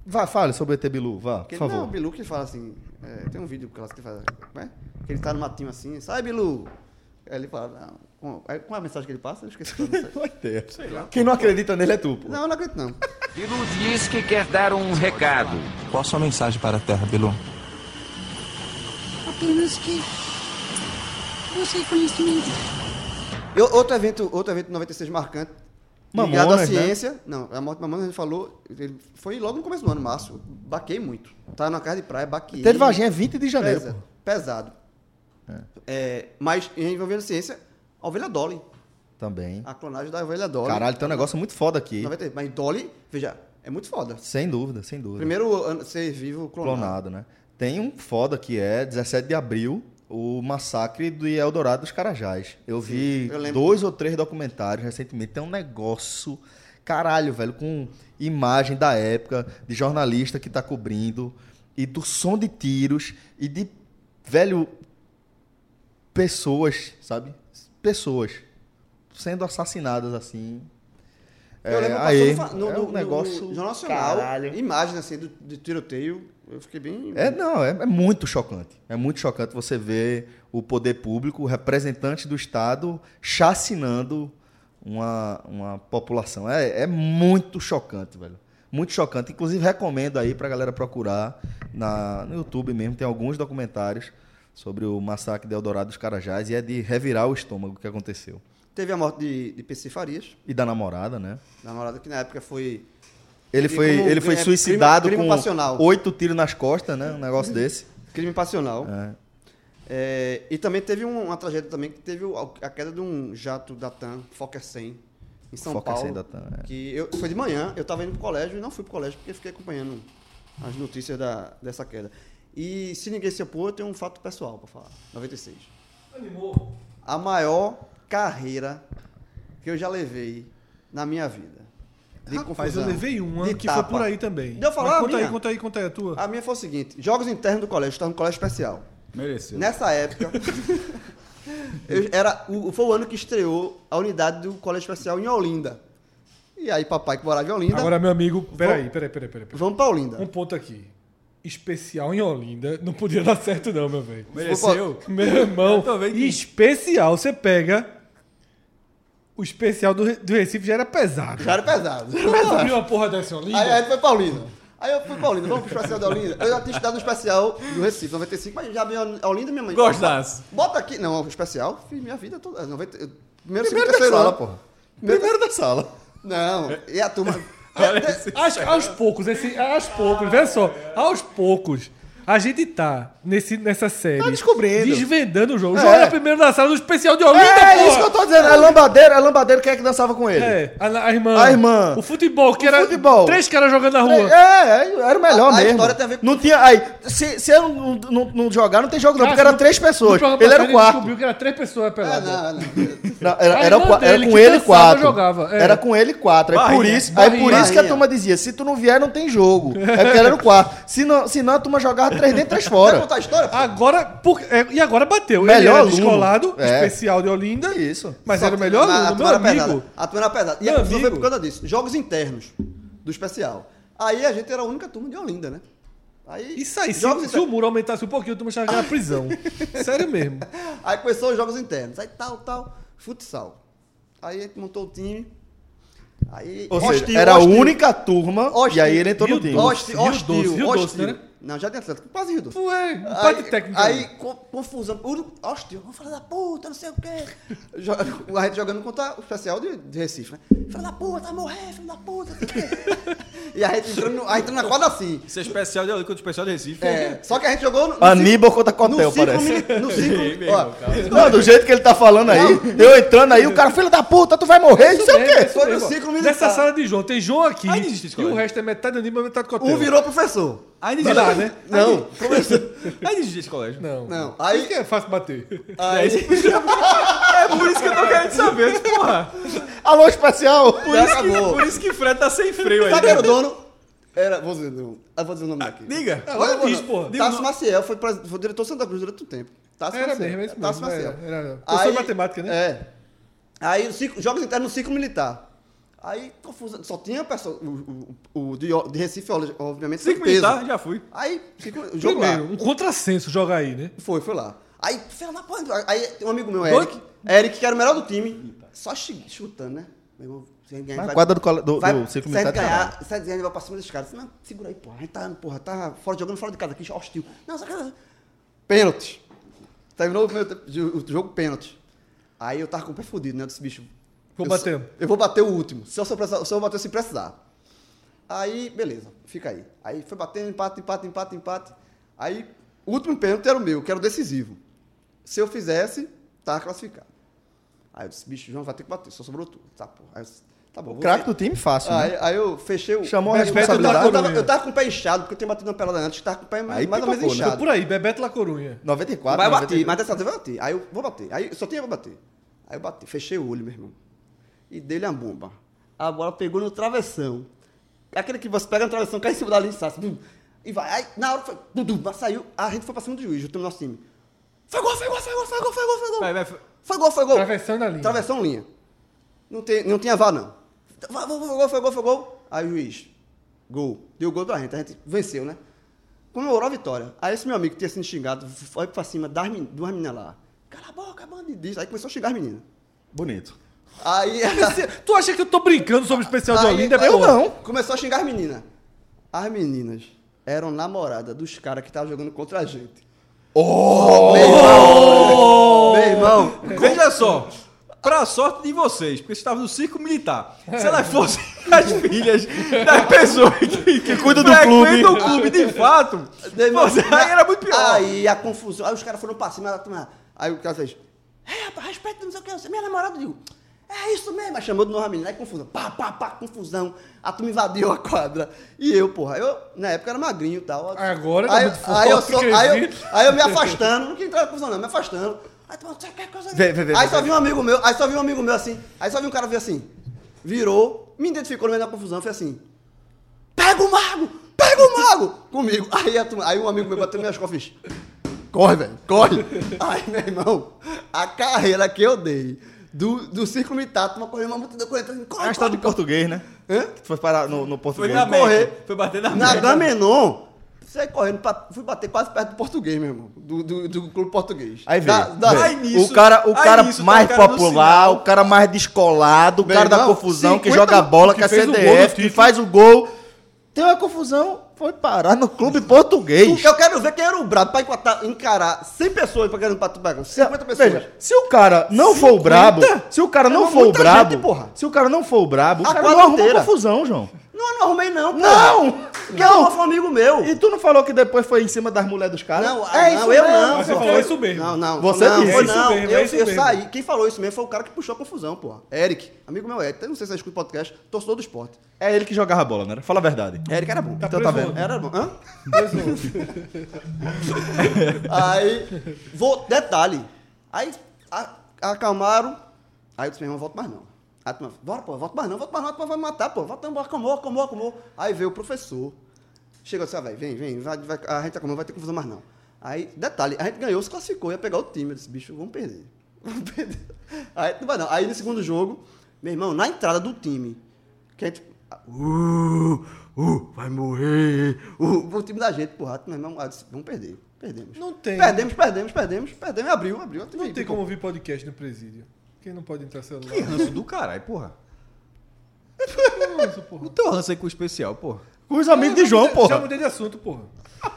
S2: Vá, fale sobre o ET Bilu, vá,
S3: Porque
S2: por
S3: ele- Não, o
S2: favor.
S3: Bilu que fala assim. é, tem um vídeo que ele fala. Como é? Que ele tá no matinho assim, sai Bilu! Aí ele fala. Não, com, aí, qual é a mensagem que ele passa? Eu esqueci qual é a mensagem.
S2: Vai ter. Quem não acredita nele é tu, pô.
S3: Não, eu não acredito não.
S7: Bilu diz que quer dar um recado.
S8: Qual a sua mensagem para a Terra, Bilu?
S9: apenas que você conhecimento.
S3: Eu- outro evento, outro evento 96 marcante. ligado
S2: Mamonas, né?
S3: à ciência. Não, a morte de Mamonas a gente falou. ele foi logo no começo do ano, março. Baquei muito. Tava na casa de praia, baquei.
S2: Teve vaginha 20 de janeiro,
S3: Pesa-
S2: pô.
S3: pesado. É, mas envolvendo ciência, a ovelha Dolly.
S2: Também.
S3: A clonagem da ovelha Dolly.
S2: Caralho, tem um negócio muito foda aqui.
S3: 90, mas Dolly, veja, é muito foda.
S2: Sem dúvida, sem dúvida.
S3: Primeiro ano- ser vivo clonado.
S2: clonado, né? Tem um foda que é 17 de abril, o massacre do Eldorado dos Carajás. Eu vi
S3: eu lembro.
S2: dois ou três documentários recentemente. Tem um negócio, caralho, velho, com imagem da época, de jornalista que tá cobrindo, e do som de tiros, e de, velho, pessoas, sabe? Pessoas sendo assassinadas assim.
S3: Eu lembro
S2: aí,
S3: passando fa- no,
S2: é
S3: no-
S2: um
S3: no
S2: negócio
S3: Jornal Nacional,
S2: caralho.
S3: imagens assim do, de tiroteio. Eu fiquei bem.
S2: É, não, é, é muito chocante. É muito chocante você ver o poder público, o representante do Estado, chacinando uma, uma população. É, é muito chocante, velho. Muito chocante. Inclusive, recomendo aí pra galera procurar na, no YouTube mesmo. Tem alguns documentários sobre o massacre de Eldorado dos Carajás e é de revirar o estômago o que aconteceu.
S3: Teve a morte de, de PC Farias,
S2: E da namorada, né?
S3: namorada que na época foi.
S2: Ele
S3: E
S2: foi,
S3: É como
S2: ele foi
S3: crime-
S2: suicidado
S3: crime
S2: com
S3: passional.
S2: oito tiros nas costas, né? Um negócio desse.
S3: Crime passional.
S2: É.
S3: É, e também teve um- uma tragédia também que teve o- a queda de um jato da TAM, Fokker 100, em São
S2: Foca
S3: Paulo.
S2: nessa ainda tá, é.
S3: Que eu, foi de manhã, eu estava indo pro colégio e não fui pro colégio porque fiquei acompanhando as notícias da, dessa queda. E se ninguém se opor, eu tenho um fato pessoal para falar. 96. A maior carreira que eu já levei na minha vida. De
S4: Mas
S3: confusão,
S4: eu levei uma
S3: de
S4: que
S3: tapa.
S4: foi por aí também.
S3: Deu falar
S4: Mas
S3: a
S4: conta
S3: minha?
S4: aí, conta aí, conta aí a tua.
S3: A minha foi o seguinte: jogos internos do colégio, estava no colégio especial.
S5: Mereceu.
S3: Nessa época, eu era, o, foi o ano que estreou a unidade do Colégio Especial em Olinda. E aí, papai que morava em Olinda,
S4: Agora, meu amigo, peraí, peraí, peraí, peraí. peraí.
S3: vamos pra
S4: Um
S3: Olinda.
S4: ponto aqui. Especial em Olinda, não podia dar certo não, meu velho.
S5: Mereceu.
S4: Meu irmão,
S5: Eu tô vendo que-
S4: especial, você pega... O especial do, Re- do Recife já era pesado.
S3: Já era é pesado.
S4: Tu viu uma porra dessa em Olinda?
S3: Aí, aí foi pra Olinda. Aí eu fui pra Olinda, vamos pro especial da Olinda. Eu já tinha estudado no especial do Recife, 95, mas já vi a Olinda minha mãe.
S5: Gostasse.
S3: Bota aqui. Não, o especial, fiz minha vida toda. 90, eu- primeiro, segundo,
S2: Primeiro da
S3: terceiro
S2: sala,
S3: ano.
S2: porra.
S3: Primeiro-
S2: Primeiro da sala.
S3: Não, e a turma.
S4: Aos, aos poucos, esse, aos poucos, vê só, aos poucos. A gente tá nesse, nessa série. Tá
S2: descobrindo.
S4: Desvendando o jogo. O
S2: É.
S4: jogo era primeiro da sala do especial de Olinda,
S2: É,
S4: porra!
S2: isso que eu tô dizendo. É lambadeiro, é lambadeiro. Quem é que dançava com ele?
S4: É, a, a irmã.
S2: A irmã.
S4: O futebol, que era
S2: futebol.
S4: três caras jogando na rua.
S2: É, é, era o melhor
S3: A- a
S2: mesmo.
S3: história tem a ver com-
S2: Não tinha. Aí, se, se eu não, não- não jogar, não tem jogo, não, porque
S4: Cássio,
S2: era três pessoas.
S4: No programa
S2: Ele era o
S4: passado,
S2: quarto. É,
S4: descobriu que era três pessoas
S3: Ah,
S4: peladas.
S3: não, não.
S2: Não, era,
S4: A
S2: era, o
S4: irmã
S2: qua- era
S4: dele,
S2: com
S4: que
S2: ele
S4: dançava,
S2: quatro.
S4: jogava, é.
S2: Era com ele quatro. Aí por
S5: Barrinha,
S2: isso, aí por
S3: barrinha.
S2: isso que a
S3: Barrinha.
S2: turma dizia: se tu não vier, não tem jogo. É porque ele era o quarto. Se não, se não a turma jogava três dentro, três
S3: Quer
S2: fora.
S3: contar a história? pô?
S4: Agora, por- é, e agora bateu. ele
S2: Melhor
S4: era
S2: aluno.
S4: descolado,
S2: É.
S4: especial de Olinda.
S2: Isso.
S4: Mas
S3: Só
S4: era o
S3: que
S4: melhor
S3: na- a
S4: aluno, meu
S3: turma era
S4: amigo.
S3: pesada. A turma era pesada. E a
S4: Meu
S3: confusão foi
S4: amigo.
S3: por conta disso. Jogos internos do especial. Aí a gente era a única turma de Olinda, né? Aí,
S4: Isso aí, se,
S3: jogos
S4: se o
S3: internos.
S4: muro aumentasse um pouquinho, tu me achava que era prisão. Sério mesmo.
S3: Aí começou os jogos internos. Aí tal, tal, futsal. Aí a gente montou o time. Aí
S2: Ou seja,
S3: hostil,
S2: era a
S3: hostil,
S2: única turma, e
S3: Hostil.
S2: aí ele entrou no
S4: Rio
S2: time.
S3: Hostil,
S4: Doce. Rio
S3: hostil,
S4: Doce, Rio
S3: hostil.
S4: Doce, né?
S3: Não, já de Atlético, quase Rio Doce.
S4: Ué, empate
S3: Aí,
S4: técnico.
S3: aí co- confusão, Uru- hostil, vamos falar da puta, não sei o quê. Jo- A gente jogando contra o especial de, de Recife, né? Filho da puta, vai morrer, filho da puta, não sei o quê. E a gente entrando, no- aí entrando na quadra assim.
S5: Isso é especial de Olinda contra o especial de Recife.
S3: É, só que a gente jogou no, no
S2: Aníbal contra Cotel,
S3: ciclo, no
S2: parece.
S3: ciclo, mili- no
S5: Ei, meu
S3: ciclo, ó,
S5: irmão,
S2: Não, do jeito que ele tá falando aí, eu entrando aí, o cara, filho da puta, tu vai morrer, não
S3: Então
S2: sei o
S4: É,
S2: quê.
S4: isso
S3: Foi
S4: mesmo.
S3: no ciclo militar.
S4: Nessa sala de João, tem João aqui.
S5: Aí existe
S4: e
S5: escola.
S4: o resto é metade Aníbal e metade Cotel.
S3: um virou professor.
S5: Aí
S4: De
S5: desiste.
S2: Tá,
S4: lá, né?
S3: Não,
S5: Aí desiste esse colégio.
S4: Não.
S3: não.
S4: Aí
S3: Aí,
S4: que é fácil bater.
S3: aí,
S5: É por isso que eu tô querendo saber, porra.
S2: Alô, especial.
S5: Por isso, que,
S3: Acabou.
S5: por isso que Fred tá sem freio aí.
S3: sabe quem era o dono? Era, vou dizer, não, eu vou dizer o nome daqui.
S5: Diga.
S4: Agora
S3: Olha,
S4: Ah, diz,
S3: mano,
S4: porra.
S3: Tássio Maciel foi, pres- foi diretor do Santa Cruz durante um tempo. Tássio
S4: Era
S3: Maciel.
S4: mesmo, é isso
S3: Tássio
S4: mesmo,
S3: Maciel.
S4: era- era. Professor de matemática, né?
S3: É. Aí, os ciclo- jogos internos no ciclo militar. Aí, confusão. Só tinha pessoa. O, o, o de, de Recife, obviamente,
S5: Cinco
S3: peso.
S5: militar, já fui.
S3: Aí, ciclo, o jogo lá.
S4: Primeiro, um contrassenso jogar aí, né?
S3: Foi, foi lá. Aí, filha da puta, aí um amigo meu,
S4: Dois?
S3: Eric, Eric, que era o melhor do time, só chi- chutando, né? Meu irmão, se a gente ganhar,
S2: Na
S3: vai-
S2: quadra do colo- do-
S3: vai,
S2: do ciclo
S3: se a gente
S2: militar de
S3: ganhar, se a gente ganhar, vai pra cima desses caras. Não, segura aí, porra, a gente tá, porra, tá fora, jogando fora de casa aqui, hostil. Não, só que... Pênalti. Terminou o, primeiro tempo de- o jogo pênalti. Aí eu tava com o pé fudido, né? Eu disse, bicho...
S4: Vou
S3: eu
S4: bater.
S3: só- eu vou bater o último, se eu, só precisar, se eu bater se precisar. Aí, beleza, fica aí. Aí foi batendo, empate, empate, empate, empate. Aí, o último pênalti era o meu, que era o decisivo. Se eu fizesse, tava classificado. Aí eu disse, bicho, João vai ter que bater, só sobrou tu. Tá, porra. Aí eu disse, tá bom. vou
S2: Craque do
S3: ver.
S2: time fácil, né?
S3: aí, aí eu fechei o.
S2: Chamou a
S3: Eu tava-
S2: responsabilidade.
S3: Eu tava, eu tava com o pé inchado, porque eu tinha batido uma pelada antes, tava com o pé mais,
S2: Aí
S3: mais ou menos
S2: pipocou, né?
S3: inchado.
S4: Por aí, Bebeto La Corunha.
S2: 94,
S3: Vai bater,
S2: 95.
S3: mas dessa vez vai bater. Aí eu vou bater. Aí eu só tinha pra bater. Aí eu bati, fechei o olho, meu irmão. E dei-lhe a bomba. A bola pegou no travessão. Aquele que você pega no travessão, cai em cima da linha e sai, bum. E vai. Aí na hora foi. Dum, dum, saiu. A gente foi pra cima do juiz, o nosso time. Foi gol, foi gol, foi gol, foi gol, foi gol, foi gol.
S5: Vai, vai, foi-
S3: Foi gol, foi gol.
S4: Travessão na linha.
S3: Travessão linha. Não, tem, não tinha vá, não. Foi gol, foi gol, foi gol, foi gol. Aí o juiz. Gol. Deu gol pra gente. A gente venceu, né? Comemorou a vitória. Aí esse meu amigo que tinha sido xingado foi pra cima das men- duas meninas lá. Cala a boca, bandido. Aí começou a xingar as meninas.
S2: Bonito.
S3: Aí.
S4: Tu acha que eu tô brincando sobre o especial de
S3: Aí-
S4: Olinda?
S3: aí-
S4: porra?
S3: Começou a xingar as meninas. As meninas eram namoradas dos caras que estavam jogando contra a gente. Oh! Meu irmão! Meu irmão!
S5: Veja só, pra sorte de vocês, porque vocês estavam no circo militar. Se elas fossem as filhas das pessoas que, que
S2: cuida do
S5: frequentam
S2: clube.
S5: o clube, de fato,
S3: Daí, meu-
S5: você- aí era muito pior.
S3: Aí a confusão. Aí os caras foram pra cima. ela- Aí o cara fez. É, rapaz, respeita, não sei o que. eu sei, Minha namorada, eu digo. É, É isso mesmo, mas chamou de novo a menina, aí confusão, pá, pá, pá, confusão, a turma invadiu a quadra, e eu, porra, eu, na época era magrinho e tal,
S4: Agora tá
S3: aí,
S4: muito
S3: aí, eu
S4: forte,
S3: só-
S4: acredito.
S3: aí, eu, aí eu me afastando, não queria entrar na confusão não, me afastando, aí, tu, você quer coisa
S2: Vê, vê, vê,
S3: aí
S2: vê,
S3: só
S2: vê.
S3: vi um amigo meu, aí só vi um amigo meu assim, aí só vi um cara vir assim, virou, me identificou no meio da confusão, foi assim, pega o mago, pega o mago, comigo, aí, a turma- aí um amigo meu bateu minhas costas, e fez, Corre, velho, corre. Aí, meu irmão, a carreira que eu dei do, do círculo Itato, uma corrida, uma multidão correndo,
S2: É
S3: corre,
S2: uma
S3: corre,
S2: história de português, né?
S3: Hã?
S2: Que tu foi parar no, no português.
S3: na merda. correr.
S5: Foi bater na
S3: Na
S5: merda.
S3: Gamenon, saí correndo, pra, fui bater quase perto do português, meu irmão, do, do, do clube português.
S2: Aí vê,
S3: Da- da-
S2: vê.
S5: Aí nisso,
S2: o cara, o
S5: aí
S2: cara
S5: nisso, tá
S2: mais
S5: o cara no
S2: popular,
S5: sinal.
S2: o cara mais descolado, o
S3: Meu
S2: cara da
S3: irmão,
S2: confusão, que
S3: 50
S2: joga bola,
S4: que
S2: que é
S4: fez o gol do
S2: CDF, que
S4: título.
S2: faz o gol. Tem uma confusão, foi parar no clube português.
S3: eu quero ver quem era o brabo pra enquadrar- encarar 100 pessoas pra querer empatar o bagulho, 50 pessoas.
S2: Veja, se o cara não for o brabo, se o cara não
S3: Irmão,
S2: for o
S3: muita
S2: brabo,
S3: gente, porra.
S2: se o cara não for o brabo, o
S3: A
S2: cara não
S3: quadra
S2: arruma
S3: inteira.
S2: confusão, João.
S3: Não, eu não arrumei não, pô.
S2: Não!
S3: Quem arrumou foi um amigo meu.
S2: E tu não falou que depois foi em cima das mulheres dos caras?
S3: Não,
S4: É
S3: ah, não, eu não.
S4: Você
S3: pô.
S4: falou isso mesmo.
S3: Não, não.
S2: é Você
S3: não,
S2: disse.
S3: foi
S4: É isso
S3: não.
S4: mesmo,
S3: eu
S4: é isso
S3: eu
S4: mesmo.
S3: saí. Quem falou isso mesmo foi o cara que puxou a confusão, porra. Eric, amigo meu Eric. Não sei se você escuta o podcast, torcedor do esporte.
S2: É ele que jogava bola, né? Fala a verdade.
S3: Eric era bom.
S2: então tá
S4: preso
S2: vendo.
S4: onde?
S3: Era bom. Hã? aí, vou, detalhe. Aí, a- acalmaram. Aí eu disse, meu irmão, volto mais não. Aí, a turma, bora, pô, volto mais não, volto mais não, a turma vai me matar, pô. Volta, bora, acalmou, acalmou, acalmou. Aí veio o professor. Chegou assim, ah, velho, vem, vem, vai, vai, a gente acalmou, vai ter confusão mais não. Aí, detalhe, a gente ganhou, se classificou, ia pegar o time. Eu disse, bicho, vamos perder. Vamos perder. Aí, não vai não. Aí, no segundo jogo, meu irmão, na entrada do time, que a gente... Uh, uh, vai morrer. Uh, o time da gente, porra, meu irmão, ah, disse, vamos perder. Perdemos.
S4: Não tem.
S3: Perdemos, perdemos, perdemos, perdemos. Abriu, abriu. a
S4: Não
S3: TV,
S4: tem
S3: pô.
S4: como ouvir podcast no presídio. Quem não pode entrar celular?
S5: Que ranço do caralho, porra. O teu ranço aí com o especial, porra.
S2: Com os amigos de João,
S4: Já
S2: porra.
S4: mudei de assunto, porra.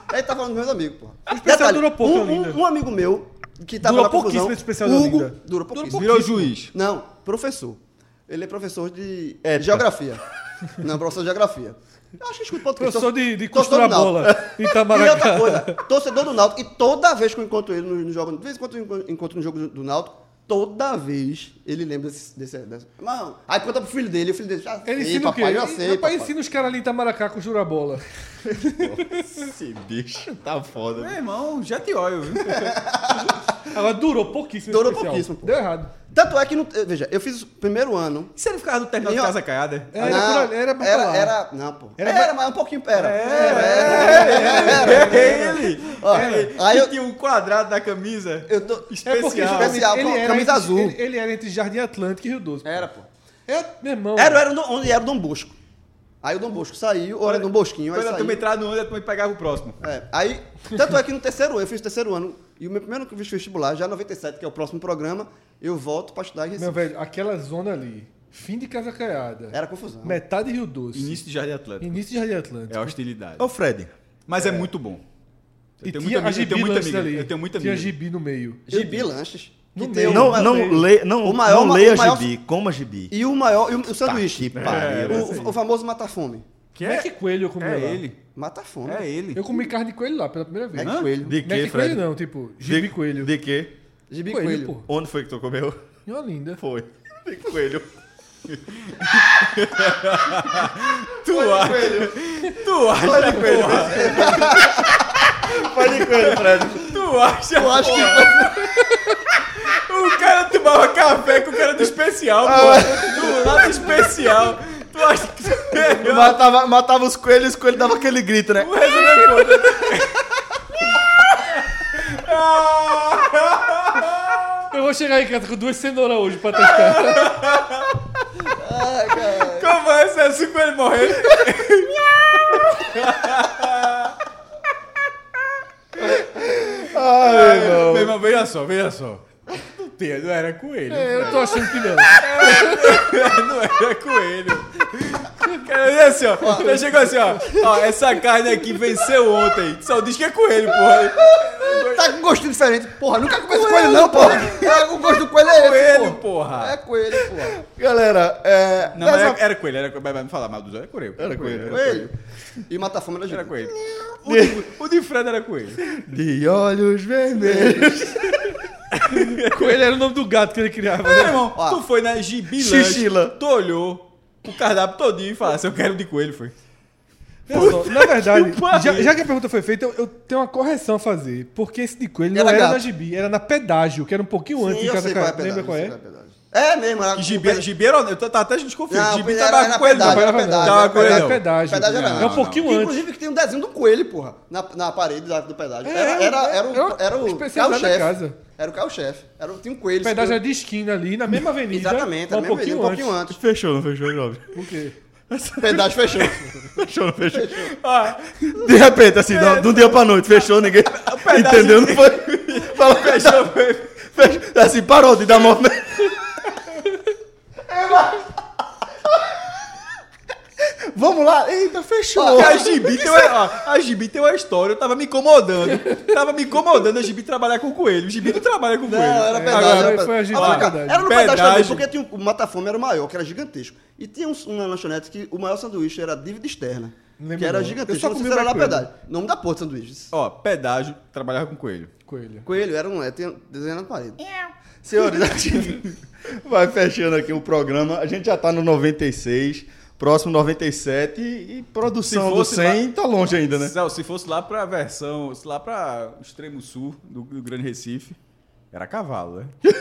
S3: Aí tá falando dos meus amigos, porra.
S4: O especial
S3: Detalhe,
S4: durou pouco,
S3: um,
S4: Olinda.
S3: um, um amigo meu que tava
S4: Durou
S3: na confusão,
S4: pouquíssimo esse especial da
S3: Hugo,
S4: Olinda.
S3: Durou pouquíssimo.
S5: Virou juiz.
S3: Não, professor. Ele é professor de
S2: Ética.
S3: geografia. Não, professor de geografia. Eu acho que escuto podcast.
S4: Professor de- de
S3: Torcedor
S4: costurar
S3: do Náutico.
S4: bola em Itamaracá.
S3: E outra coisa, torcedor do Náutico. E toda vez que eu encontro ele no, no jogo, de vez em quando eu encontro- encontro no jogo do, do Náutico, toda vez ele lembra desse... desse, desse- Não, aí conta pro filho dele, o filho dele... Já
S4: Ele
S3: sei,
S4: ensina
S3: papai,
S4: o quê?
S3: já
S4: Ele-
S3: sei,
S4: rapaz,
S3: papai.
S4: ensina os caras ali em Itamaracá com jura-bola.
S2: Esse bicho tá foda.
S5: Meu irmão, um jet oil, viu?
S4: Agora durou pouquíssimo esse
S3: Durou
S4: especial.
S3: pouquíssimo, pô.
S4: Deu errado.
S3: Tanto é que, não, veja, eu fiz o primeiro ano,
S5: E se ele ficava no terminal de
S3: Minha-
S5: casa caiada?
S4: Era
S3: Não,
S4: por ali, era pra
S3: era,
S4: falar.
S3: era- não, pô.
S4: Era
S3: Era,
S4: pra- É,
S3: mas um pouquinho, era. Era,
S5: Ele!
S3: Ó,
S5: ele.
S3: aí
S5: Aí
S3: eu-
S5: eu tinha um quadrado da camisa.
S3: Eu tô...
S4: É porque
S5: Especial.
S3: Especial,
S4: ele, ele
S3: pô,
S4: era
S3: camisa
S4: entre-
S3: azul.
S4: Ele, ele era entre Jardim Atlântico e Rio Doce. pô.
S3: Era, pô.
S4: É, meu irmão.
S3: Era, era do- onde era o Dom Bosco. Aí o Dom Bosco saiu, ou era Dom Bosquinho, aí
S5: Quando a
S3: saiu.
S5: turma
S4: tá-
S5: entrava no ônibus, a turma pegava o próximo.
S3: É, aí, tanto é que no terceiro ano, eu fiz o terceiro ano, e o meu primeiro ano que eu fiz vestibular, já em 97, que é o próximo programa, eu volto pra estudar em Recife.
S4: Meu velho, aquela zona ali, fim de Casa Caiada,
S3: Era confusão.
S4: metade Rio Doce, início,
S5: Início de Jardim Atlântico.
S4: de Jardim Atlântico.
S5: É hostilidade.
S2: Ô, Fred.
S5: Mas é, muito bom.
S4: E
S5: tenho
S4: tinha
S5: muito
S4: a
S5: amigo- eu
S4: Gibi
S5: tenho muito
S4: lanches
S5: amigo-
S4: ali.
S5: eu tenho muito
S4: Tinha
S5: amigo.
S4: Gibi no meio.
S3: Gibi Lanches. que
S4: No
S3: tem
S4: meio.
S3: o-
S2: Não,
S4: Eu
S2: não,
S4: passei.
S2: lê, não,
S3: O maior-
S2: não leia
S3: o maior-
S2: gibi, coma gibi.
S3: E o maior, e o, e o sanduíche.
S2: que pariu, assim.
S3: o- o, o famoso mata-fome.
S5: Que
S4: Mac Coelho eu comi
S5: É
S4: lá.
S5: ele.
S3: Mata-fome.
S5: É ele.
S4: Eu comi carne de coelho lá pela primeira vez.
S3: Mac
S4: Mac
S3: Coelho.
S2: De que,
S4: Coelho
S2: Fred?
S4: não, tipo, Gibi Coelho.
S2: De que?
S3: Gibi
S4: coelho,
S3: Coelho.
S4: pô.
S2: Onde foi que tu comeu?
S4: Em Olinda.
S2: Foi. De coelho.
S5: Tu acha? Tu acha, porra?
S2: Foi de coelho, Fred.
S5: Tu acha?
S3: Eu acho que
S5: O cara tomava café com o cara do especial, pô. Do lado especial. Tu acha que
S2: Eu matava, matava os coelhos e os coelhos davam aquele grito, né?
S5: o resumo é foda?
S4: Eu vou chegar em casa com duas cenouras hoje pra testar.
S5: Como é esse é assim pra ele morrer? Ai, meu irmão, veja só, veja só. Não tem, não era coelho.
S4: É, eu tô achando que não.
S5: Não era é coelho. Cara, olha assim, ó. Já chegou assim, ó. Ó, essa carne aqui venceu ontem. Só diz que é coelho, porra.
S3: tá com gostinho diferente. Porra, nunca comi esse coelho, não, porra. É, o gosto do coelho é esse,
S5: É Coelho,
S3: porra. É
S5: porra.
S3: coelho, porra.
S2: Galera, é.
S5: Não, mas
S2: nessa-
S5: era, era coelho, era coelho. Mas não falar mal dos olhos, era coelho. Era
S2: coelho.
S3: Coelho. E matar fome era
S5: Era
S3: gente.
S5: coelho. O de, o de Fred era coelho.
S2: De olhos vermelhos.
S4: Coelho era o nome do gato que ele criava.
S5: Meu
S4: né?
S5: irmão,
S3: Ó.
S5: tu foi na Gibilã,
S3: Xixila.
S5: tu olhou o cardápio todinho e falasse, eu quero de coelho, foi.
S4: Olha só, na verdade,
S5: que pariu.
S4: já, já que a pergunta foi feita, eu, eu tenho uma correção a fazer. Porque esse de coelho não
S3: Era
S4: era
S3: gato.
S4: na gibi, era na pedágio, que era um pouquinho antes
S3: Sim,
S4: de
S3: eu
S4: casa
S3: sei qual é a
S4: Ca- Lembra
S3: pedágio,
S4: qual
S3: eu
S4: é?
S3: sei qual é a pedágio. É mesmo, era
S5: Que Gibi, gibi era, eu tava até desconfiando,
S3: Não,
S5: gibi
S3: era-
S5: tava
S3: era
S5: com coelho não.
S3: pedágio,
S4: Era
S3: era
S4: verdade,
S5: Tava
S4: era
S5: com
S4: pedágio.
S5: coelho não.
S3: é. Pedágio era
S4: É um
S5: não,
S4: pouquinho
S3: Que,
S4: antes.
S3: Inclusive que tem um desenho do coelho, porra, na, na parede da- do pedágio.
S4: É,
S3: Era, era, era,
S4: era
S3: o,
S4: um
S3: era o
S4: especializado da
S3: carro-chefe.
S4: casa.
S3: Era o carro-chefe. Era o- Tinha um coelho.
S4: O pedágio era
S3: esse
S4: de esquina ali, na mesma avenida.
S3: Exatamente,
S4: mas
S3: era mesmo
S4: um
S3: ele,
S4: pouquinho
S3: um pouquinho
S4: antes.
S3: antes.
S2: Fechou, não fechou, jovem?
S4: Por quê?
S3: O pedágio fechou.
S2: Fechou, não fechou? Ah. De repente, assim, não, de um dia pra noite, fechou, ninguém entendeu, não foi? Fala, fechou, foi. Fechou. Assim, parou de dar movimento.
S3: Vamos lá. Eita, fechou.
S5: Porque a Gibi, tem uma, ó, a Gibi tem uma história, eu tava me incomodando. Tava me incomodando a Gibi trabalhar com coelho. O Gibi não trabalha com coelho.
S3: Não, É, era pedágio. era
S5: Agora,
S4: foi
S3: pedágio.
S4: a gente,
S3: Olha
S4: foi
S3: cá,
S4: pedágio.
S3: Era no pedágio também,
S5: Pedágio.
S3: porque tinha um- o mata-fome era maior, que era gigantesco. E tinha um, uma lanchonete que o maior sanduíche era a dívida externa.
S4: Não lembro
S3: que era
S4: não. Eu
S3: gigantesco.
S4: só
S3: Eu não sei
S4: comi
S3: se era lá
S4: McCoy.
S3: pedágio. Nome da porra de sanduíches.
S5: Ó, pedágio, trabalhava com coelho.
S4: Coelho.
S3: Coelho era um... É, tem desenho na parede.
S2: Senhores, a gente vai fechando aqui o programa. A gente já tá no 96, próximo 97 e, e produção
S5: Se
S2: do
S5: fosse
S2: 100 tá longe ainda, né?
S5: Não, se fosse lá pra versão, se lá pra extremo sul do, do Grande Recife, era cavalo, né? é,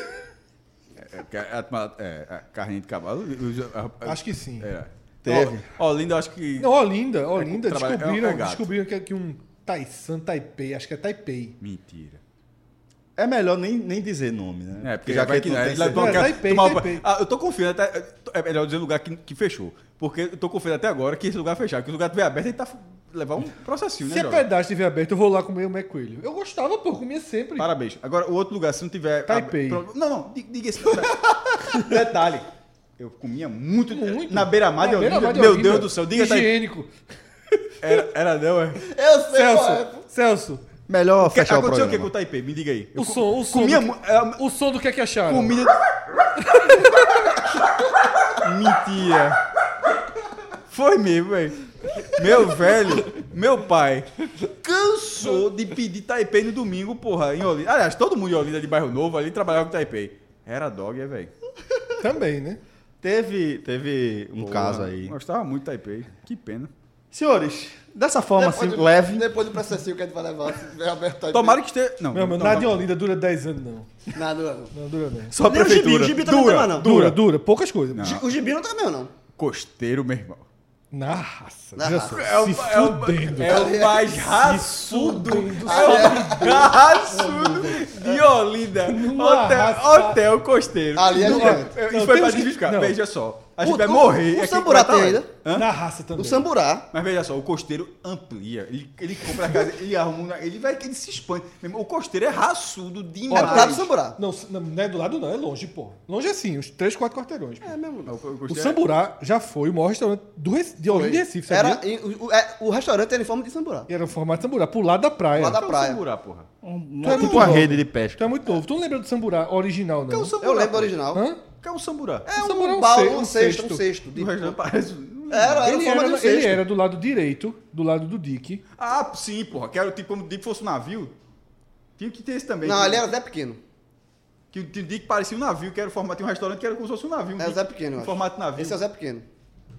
S5: é, porque a- a- é, a carninha de cavalo.
S4: Acho que sim.
S5: É.
S2: Teve.
S5: Ó, Olinda, eu acho que.
S4: Não, Olinda, Olinda,
S5: É, trabalha- é um-
S4: descobriram,
S5: é gato.
S4: descobriram que aqui um Taisan, Taipei, acho que é Taipei.
S5: Mentira.
S2: É melhor nem, nem dizer nome, né?
S5: É, porque já
S2: a
S5: vai que
S2: gente
S5: não.
S2: tem
S5: é, lá-
S2: certeza.
S5: não,
S4: É,
S5: quer
S4: Taipei,
S5: tomar-
S4: Taipei.
S5: Ah, eu tô confiando até. É melhor dizer lugar que, que fechou. Porque eu tô confiando até agora que esse lugar fechar. Que o lugar tiver aberto, ele tá f- levar um processinho,
S4: Se
S5: né,
S4: a
S5: jovem?
S4: pedaço estiver aberto, eu vou lá comer o Mac Coelho. Eu gostava, pô, comia sempre.
S5: Parabéns. Agora, o outro lugar, se não tiver.
S4: Taipei.
S5: Pro- Não, não, di- diga esse. Detalhe. Eu comia muito,
S4: Muito.
S5: na beira-mar de
S4: Na
S5: Olinda.
S4: beira-mar de
S5: Meu
S4: Olinda.
S5: Deus do céu, diga Taipei.
S4: Higiênico.
S5: Era, era não, é.
S3: Eu sei qual é.
S4: Celso, Celso,
S2: Melhor
S5: Que,
S2: fechar o
S5: aconteceu o que com
S2: programa.
S5: o Taipei? Me diga aí.
S4: o som, o som.
S5: comia
S4: do,
S5: mu- é,
S4: o som do que é que acharam?
S5: comida. Mentira. Foi mesmo, velho. Meu velho, meu pai, cansou de pedir Taipei no domingo, porra, em Olinda. Aliás, todo mundo em Olinda de bairro novo ali trabalhava com Taipei. Era dog, é, velho.
S4: Também, né?
S2: Teve, teve um caso aí.
S5: Gostava muito de Taipei. Que pena.
S2: Senhores, dessa forma, assim,
S3: do-
S2: leve.
S3: Depois do processinho que a gente vai levar, se tiver aberto aí.
S5: Tomara que esteja. Não,
S4: Meu irmão,
S5: não,
S4: nada em
S5: não.
S4: Olinda dura 10 anos, não.
S3: Nada, não.
S4: Não dura, não.
S2: Só a
S3: Nem o gibi,
S2: prefeitura.
S3: o gibi tá também não tem mais, não.
S4: Dura, dura, poucas coisas.
S5: Não.
S3: O gibi não tá meu, não.
S5: Costeiro, meu irmão.
S4: Na raça.
S3: Na
S4: veja
S3: raça.
S4: só,
S5: É o,
S4: se
S5: é o-
S4: fudendo.
S5: é o mais raçudo. É o raçudo de Olinda.
S4: Numa
S5: Hotel,
S4: raça.
S5: hotel costeiro.
S3: Ali é
S5: Não,
S3: gigante.
S5: é,
S4: Não,
S5: Isso foi pra
S4: temos que-
S5: desficar.
S4: não.
S5: Veja só. A gente
S3: O-
S5: vai
S3: o-
S5: morrer.
S3: o
S5: é que
S3: Samburá
S5: vai tá
S3: tem
S5: lá.
S3: ainda?
S5: Hã?
S4: Na raça também.
S3: O samburá.
S5: Mas veja só, o costeiro amplia. Ele, ele compra a casa, ele arruma. uma- Ele vai que ele se expande. Meu irmão, O costeiro é raçudo
S3: É do lado do
S5: demais.
S3: samburá.
S4: Não, se- não, não é do lado, não. É longe, pô. Longe assim, uns 3, 4 quarteirões.
S3: É,
S4: pô.
S5: Não, o
S4: O
S5: costeiro é-
S4: Samburá já foi o maior restaurante do Rec- de Olinda e Recife, sabia?
S3: Era, em- o, o- é, o restaurante era em forma de samburá.
S4: E era um formato de Samburá, pro lado da praia.
S3: Lá da
S5: é um
S3: praia.
S5: samburá, porra.
S4: Tu é
S2: Uma,
S4: muito
S2: uma
S4: bom.
S2: rede de pesca.
S4: Tu é muito novo. Tu não lembra do Samburá original, não?
S5: É um samburá,
S3: Eu lembro do
S5: porra.
S3: original.
S4: Hã?
S5: É um samburá.
S3: É
S4: O samburá é
S3: um,
S4: um
S3: pau,
S4: cesto,
S3: um
S4: um
S3: cesto, um
S4: cesto.
S3: cesto.
S5: O
S3: de-
S5: restaurante parece.
S3: Era, era em
S4: Ele,
S3: forma
S4: era,
S3: de um
S4: ele
S3: cesto.
S4: era do lado direito, do lado do Dick.
S5: Ah, sim, porra. Que era tipo como o Dick fosse um navio. Tinha que ter esse também. né?
S3: Não,
S5: que,
S3: ele era Zé Pequeno.
S5: Que o Dick parecia um navio, que era o formato de um restaurante que era como se fosse um navio. um
S3: É o
S5: Dick
S3: Zé Pequeno. eu
S5: Em
S3: acho.
S5: formato de navio.
S3: Esse é o Zé Pequeno.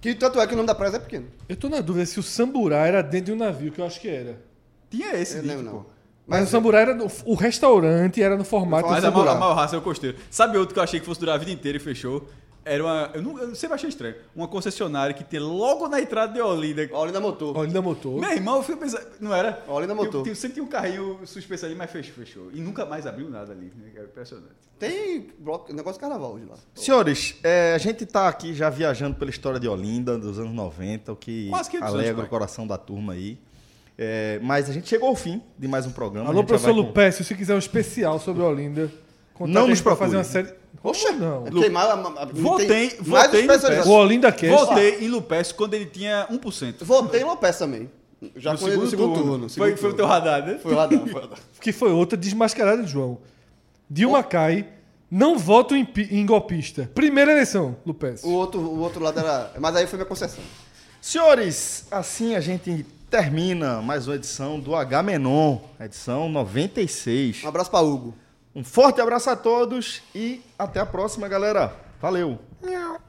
S3: Que tanto é que o nome da praia é Zé Pequeno.
S4: Eu tô na dúvida se o Samburá era dentro de um navio, que eu acho que era.
S5: Tinha esse tipo.
S3: Eu
S5: Dick,
S3: lembro, não.
S5: pô.
S4: Mas o Samburá era. no- O restaurante era no formato
S5: Mas
S4: do
S5: a maior,
S4: Samburá.
S5: a maior raça é o costeiro. Sabe outro que eu achei que fosse durar a vida inteira e fechou? Era uma. Eu, não, eu sempre achei estranho. Uma concessionária que tem logo na entrada de Olinda.
S3: Olinda é Motor.
S4: Olinda Motor.
S5: Meu irmão, eu fui pensar. Não era?
S3: Olinda Motor.
S5: Eu, eu sempre tinha um carrinho suspenso ali, mas fechou, fechou. E nunca mais abriu nada ali. né? É impressionante.
S3: Tem bloco- negócio de carnaval hoje lá.
S2: Senhores, é, a gente tá aqui já viajando pela história de Olinda, dos anos 90, o que
S5: Quase 500 anos,
S2: alegra
S5: pai.
S2: o coração da turma aí. É, mas a gente chegou ao fim de mais um programa.
S4: Alô,
S2: A gente já
S4: professor
S2: vai com-
S4: Lupécio, se quiser um especial sobre Olinda. contate
S2: Não
S4: a gente
S2: nos
S4: pra fazer
S2: procure.
S4: uma série. Oxa, não.
S3: Tem mais... a- a-
S5: Voltei-
S3: tem mais
S5: voltei no
S3: especializações.
S4: O Olinda Cast.
S5: Voltei em Lupécio quando ele tinha 1%.
S3: Voltei em Lopes também. Já
S5: No
S3: quando ele- no segundo turno.
S5: Foi,
S3: segundo
S5: foi o
S3: turno.
S5: teu radar, né?
S3: Foi lá, não, foi lá.
S4: Que foi outra desmascarada de João. Dilma cai. Não voto em, pi- em golpista. Primeira eleição,
S3: O
S4: Lupécio.
S3: outro, o outro lado era... Mas aí foi minha concessão.
S2: Senhores, assim a gente termina mais uma edição do H Menon, edição 96.
S3: Um abraço pra Hugo.
S2: Um, Um forte abraço a todos e até a próxima, galera. Valeu!
S9: Não.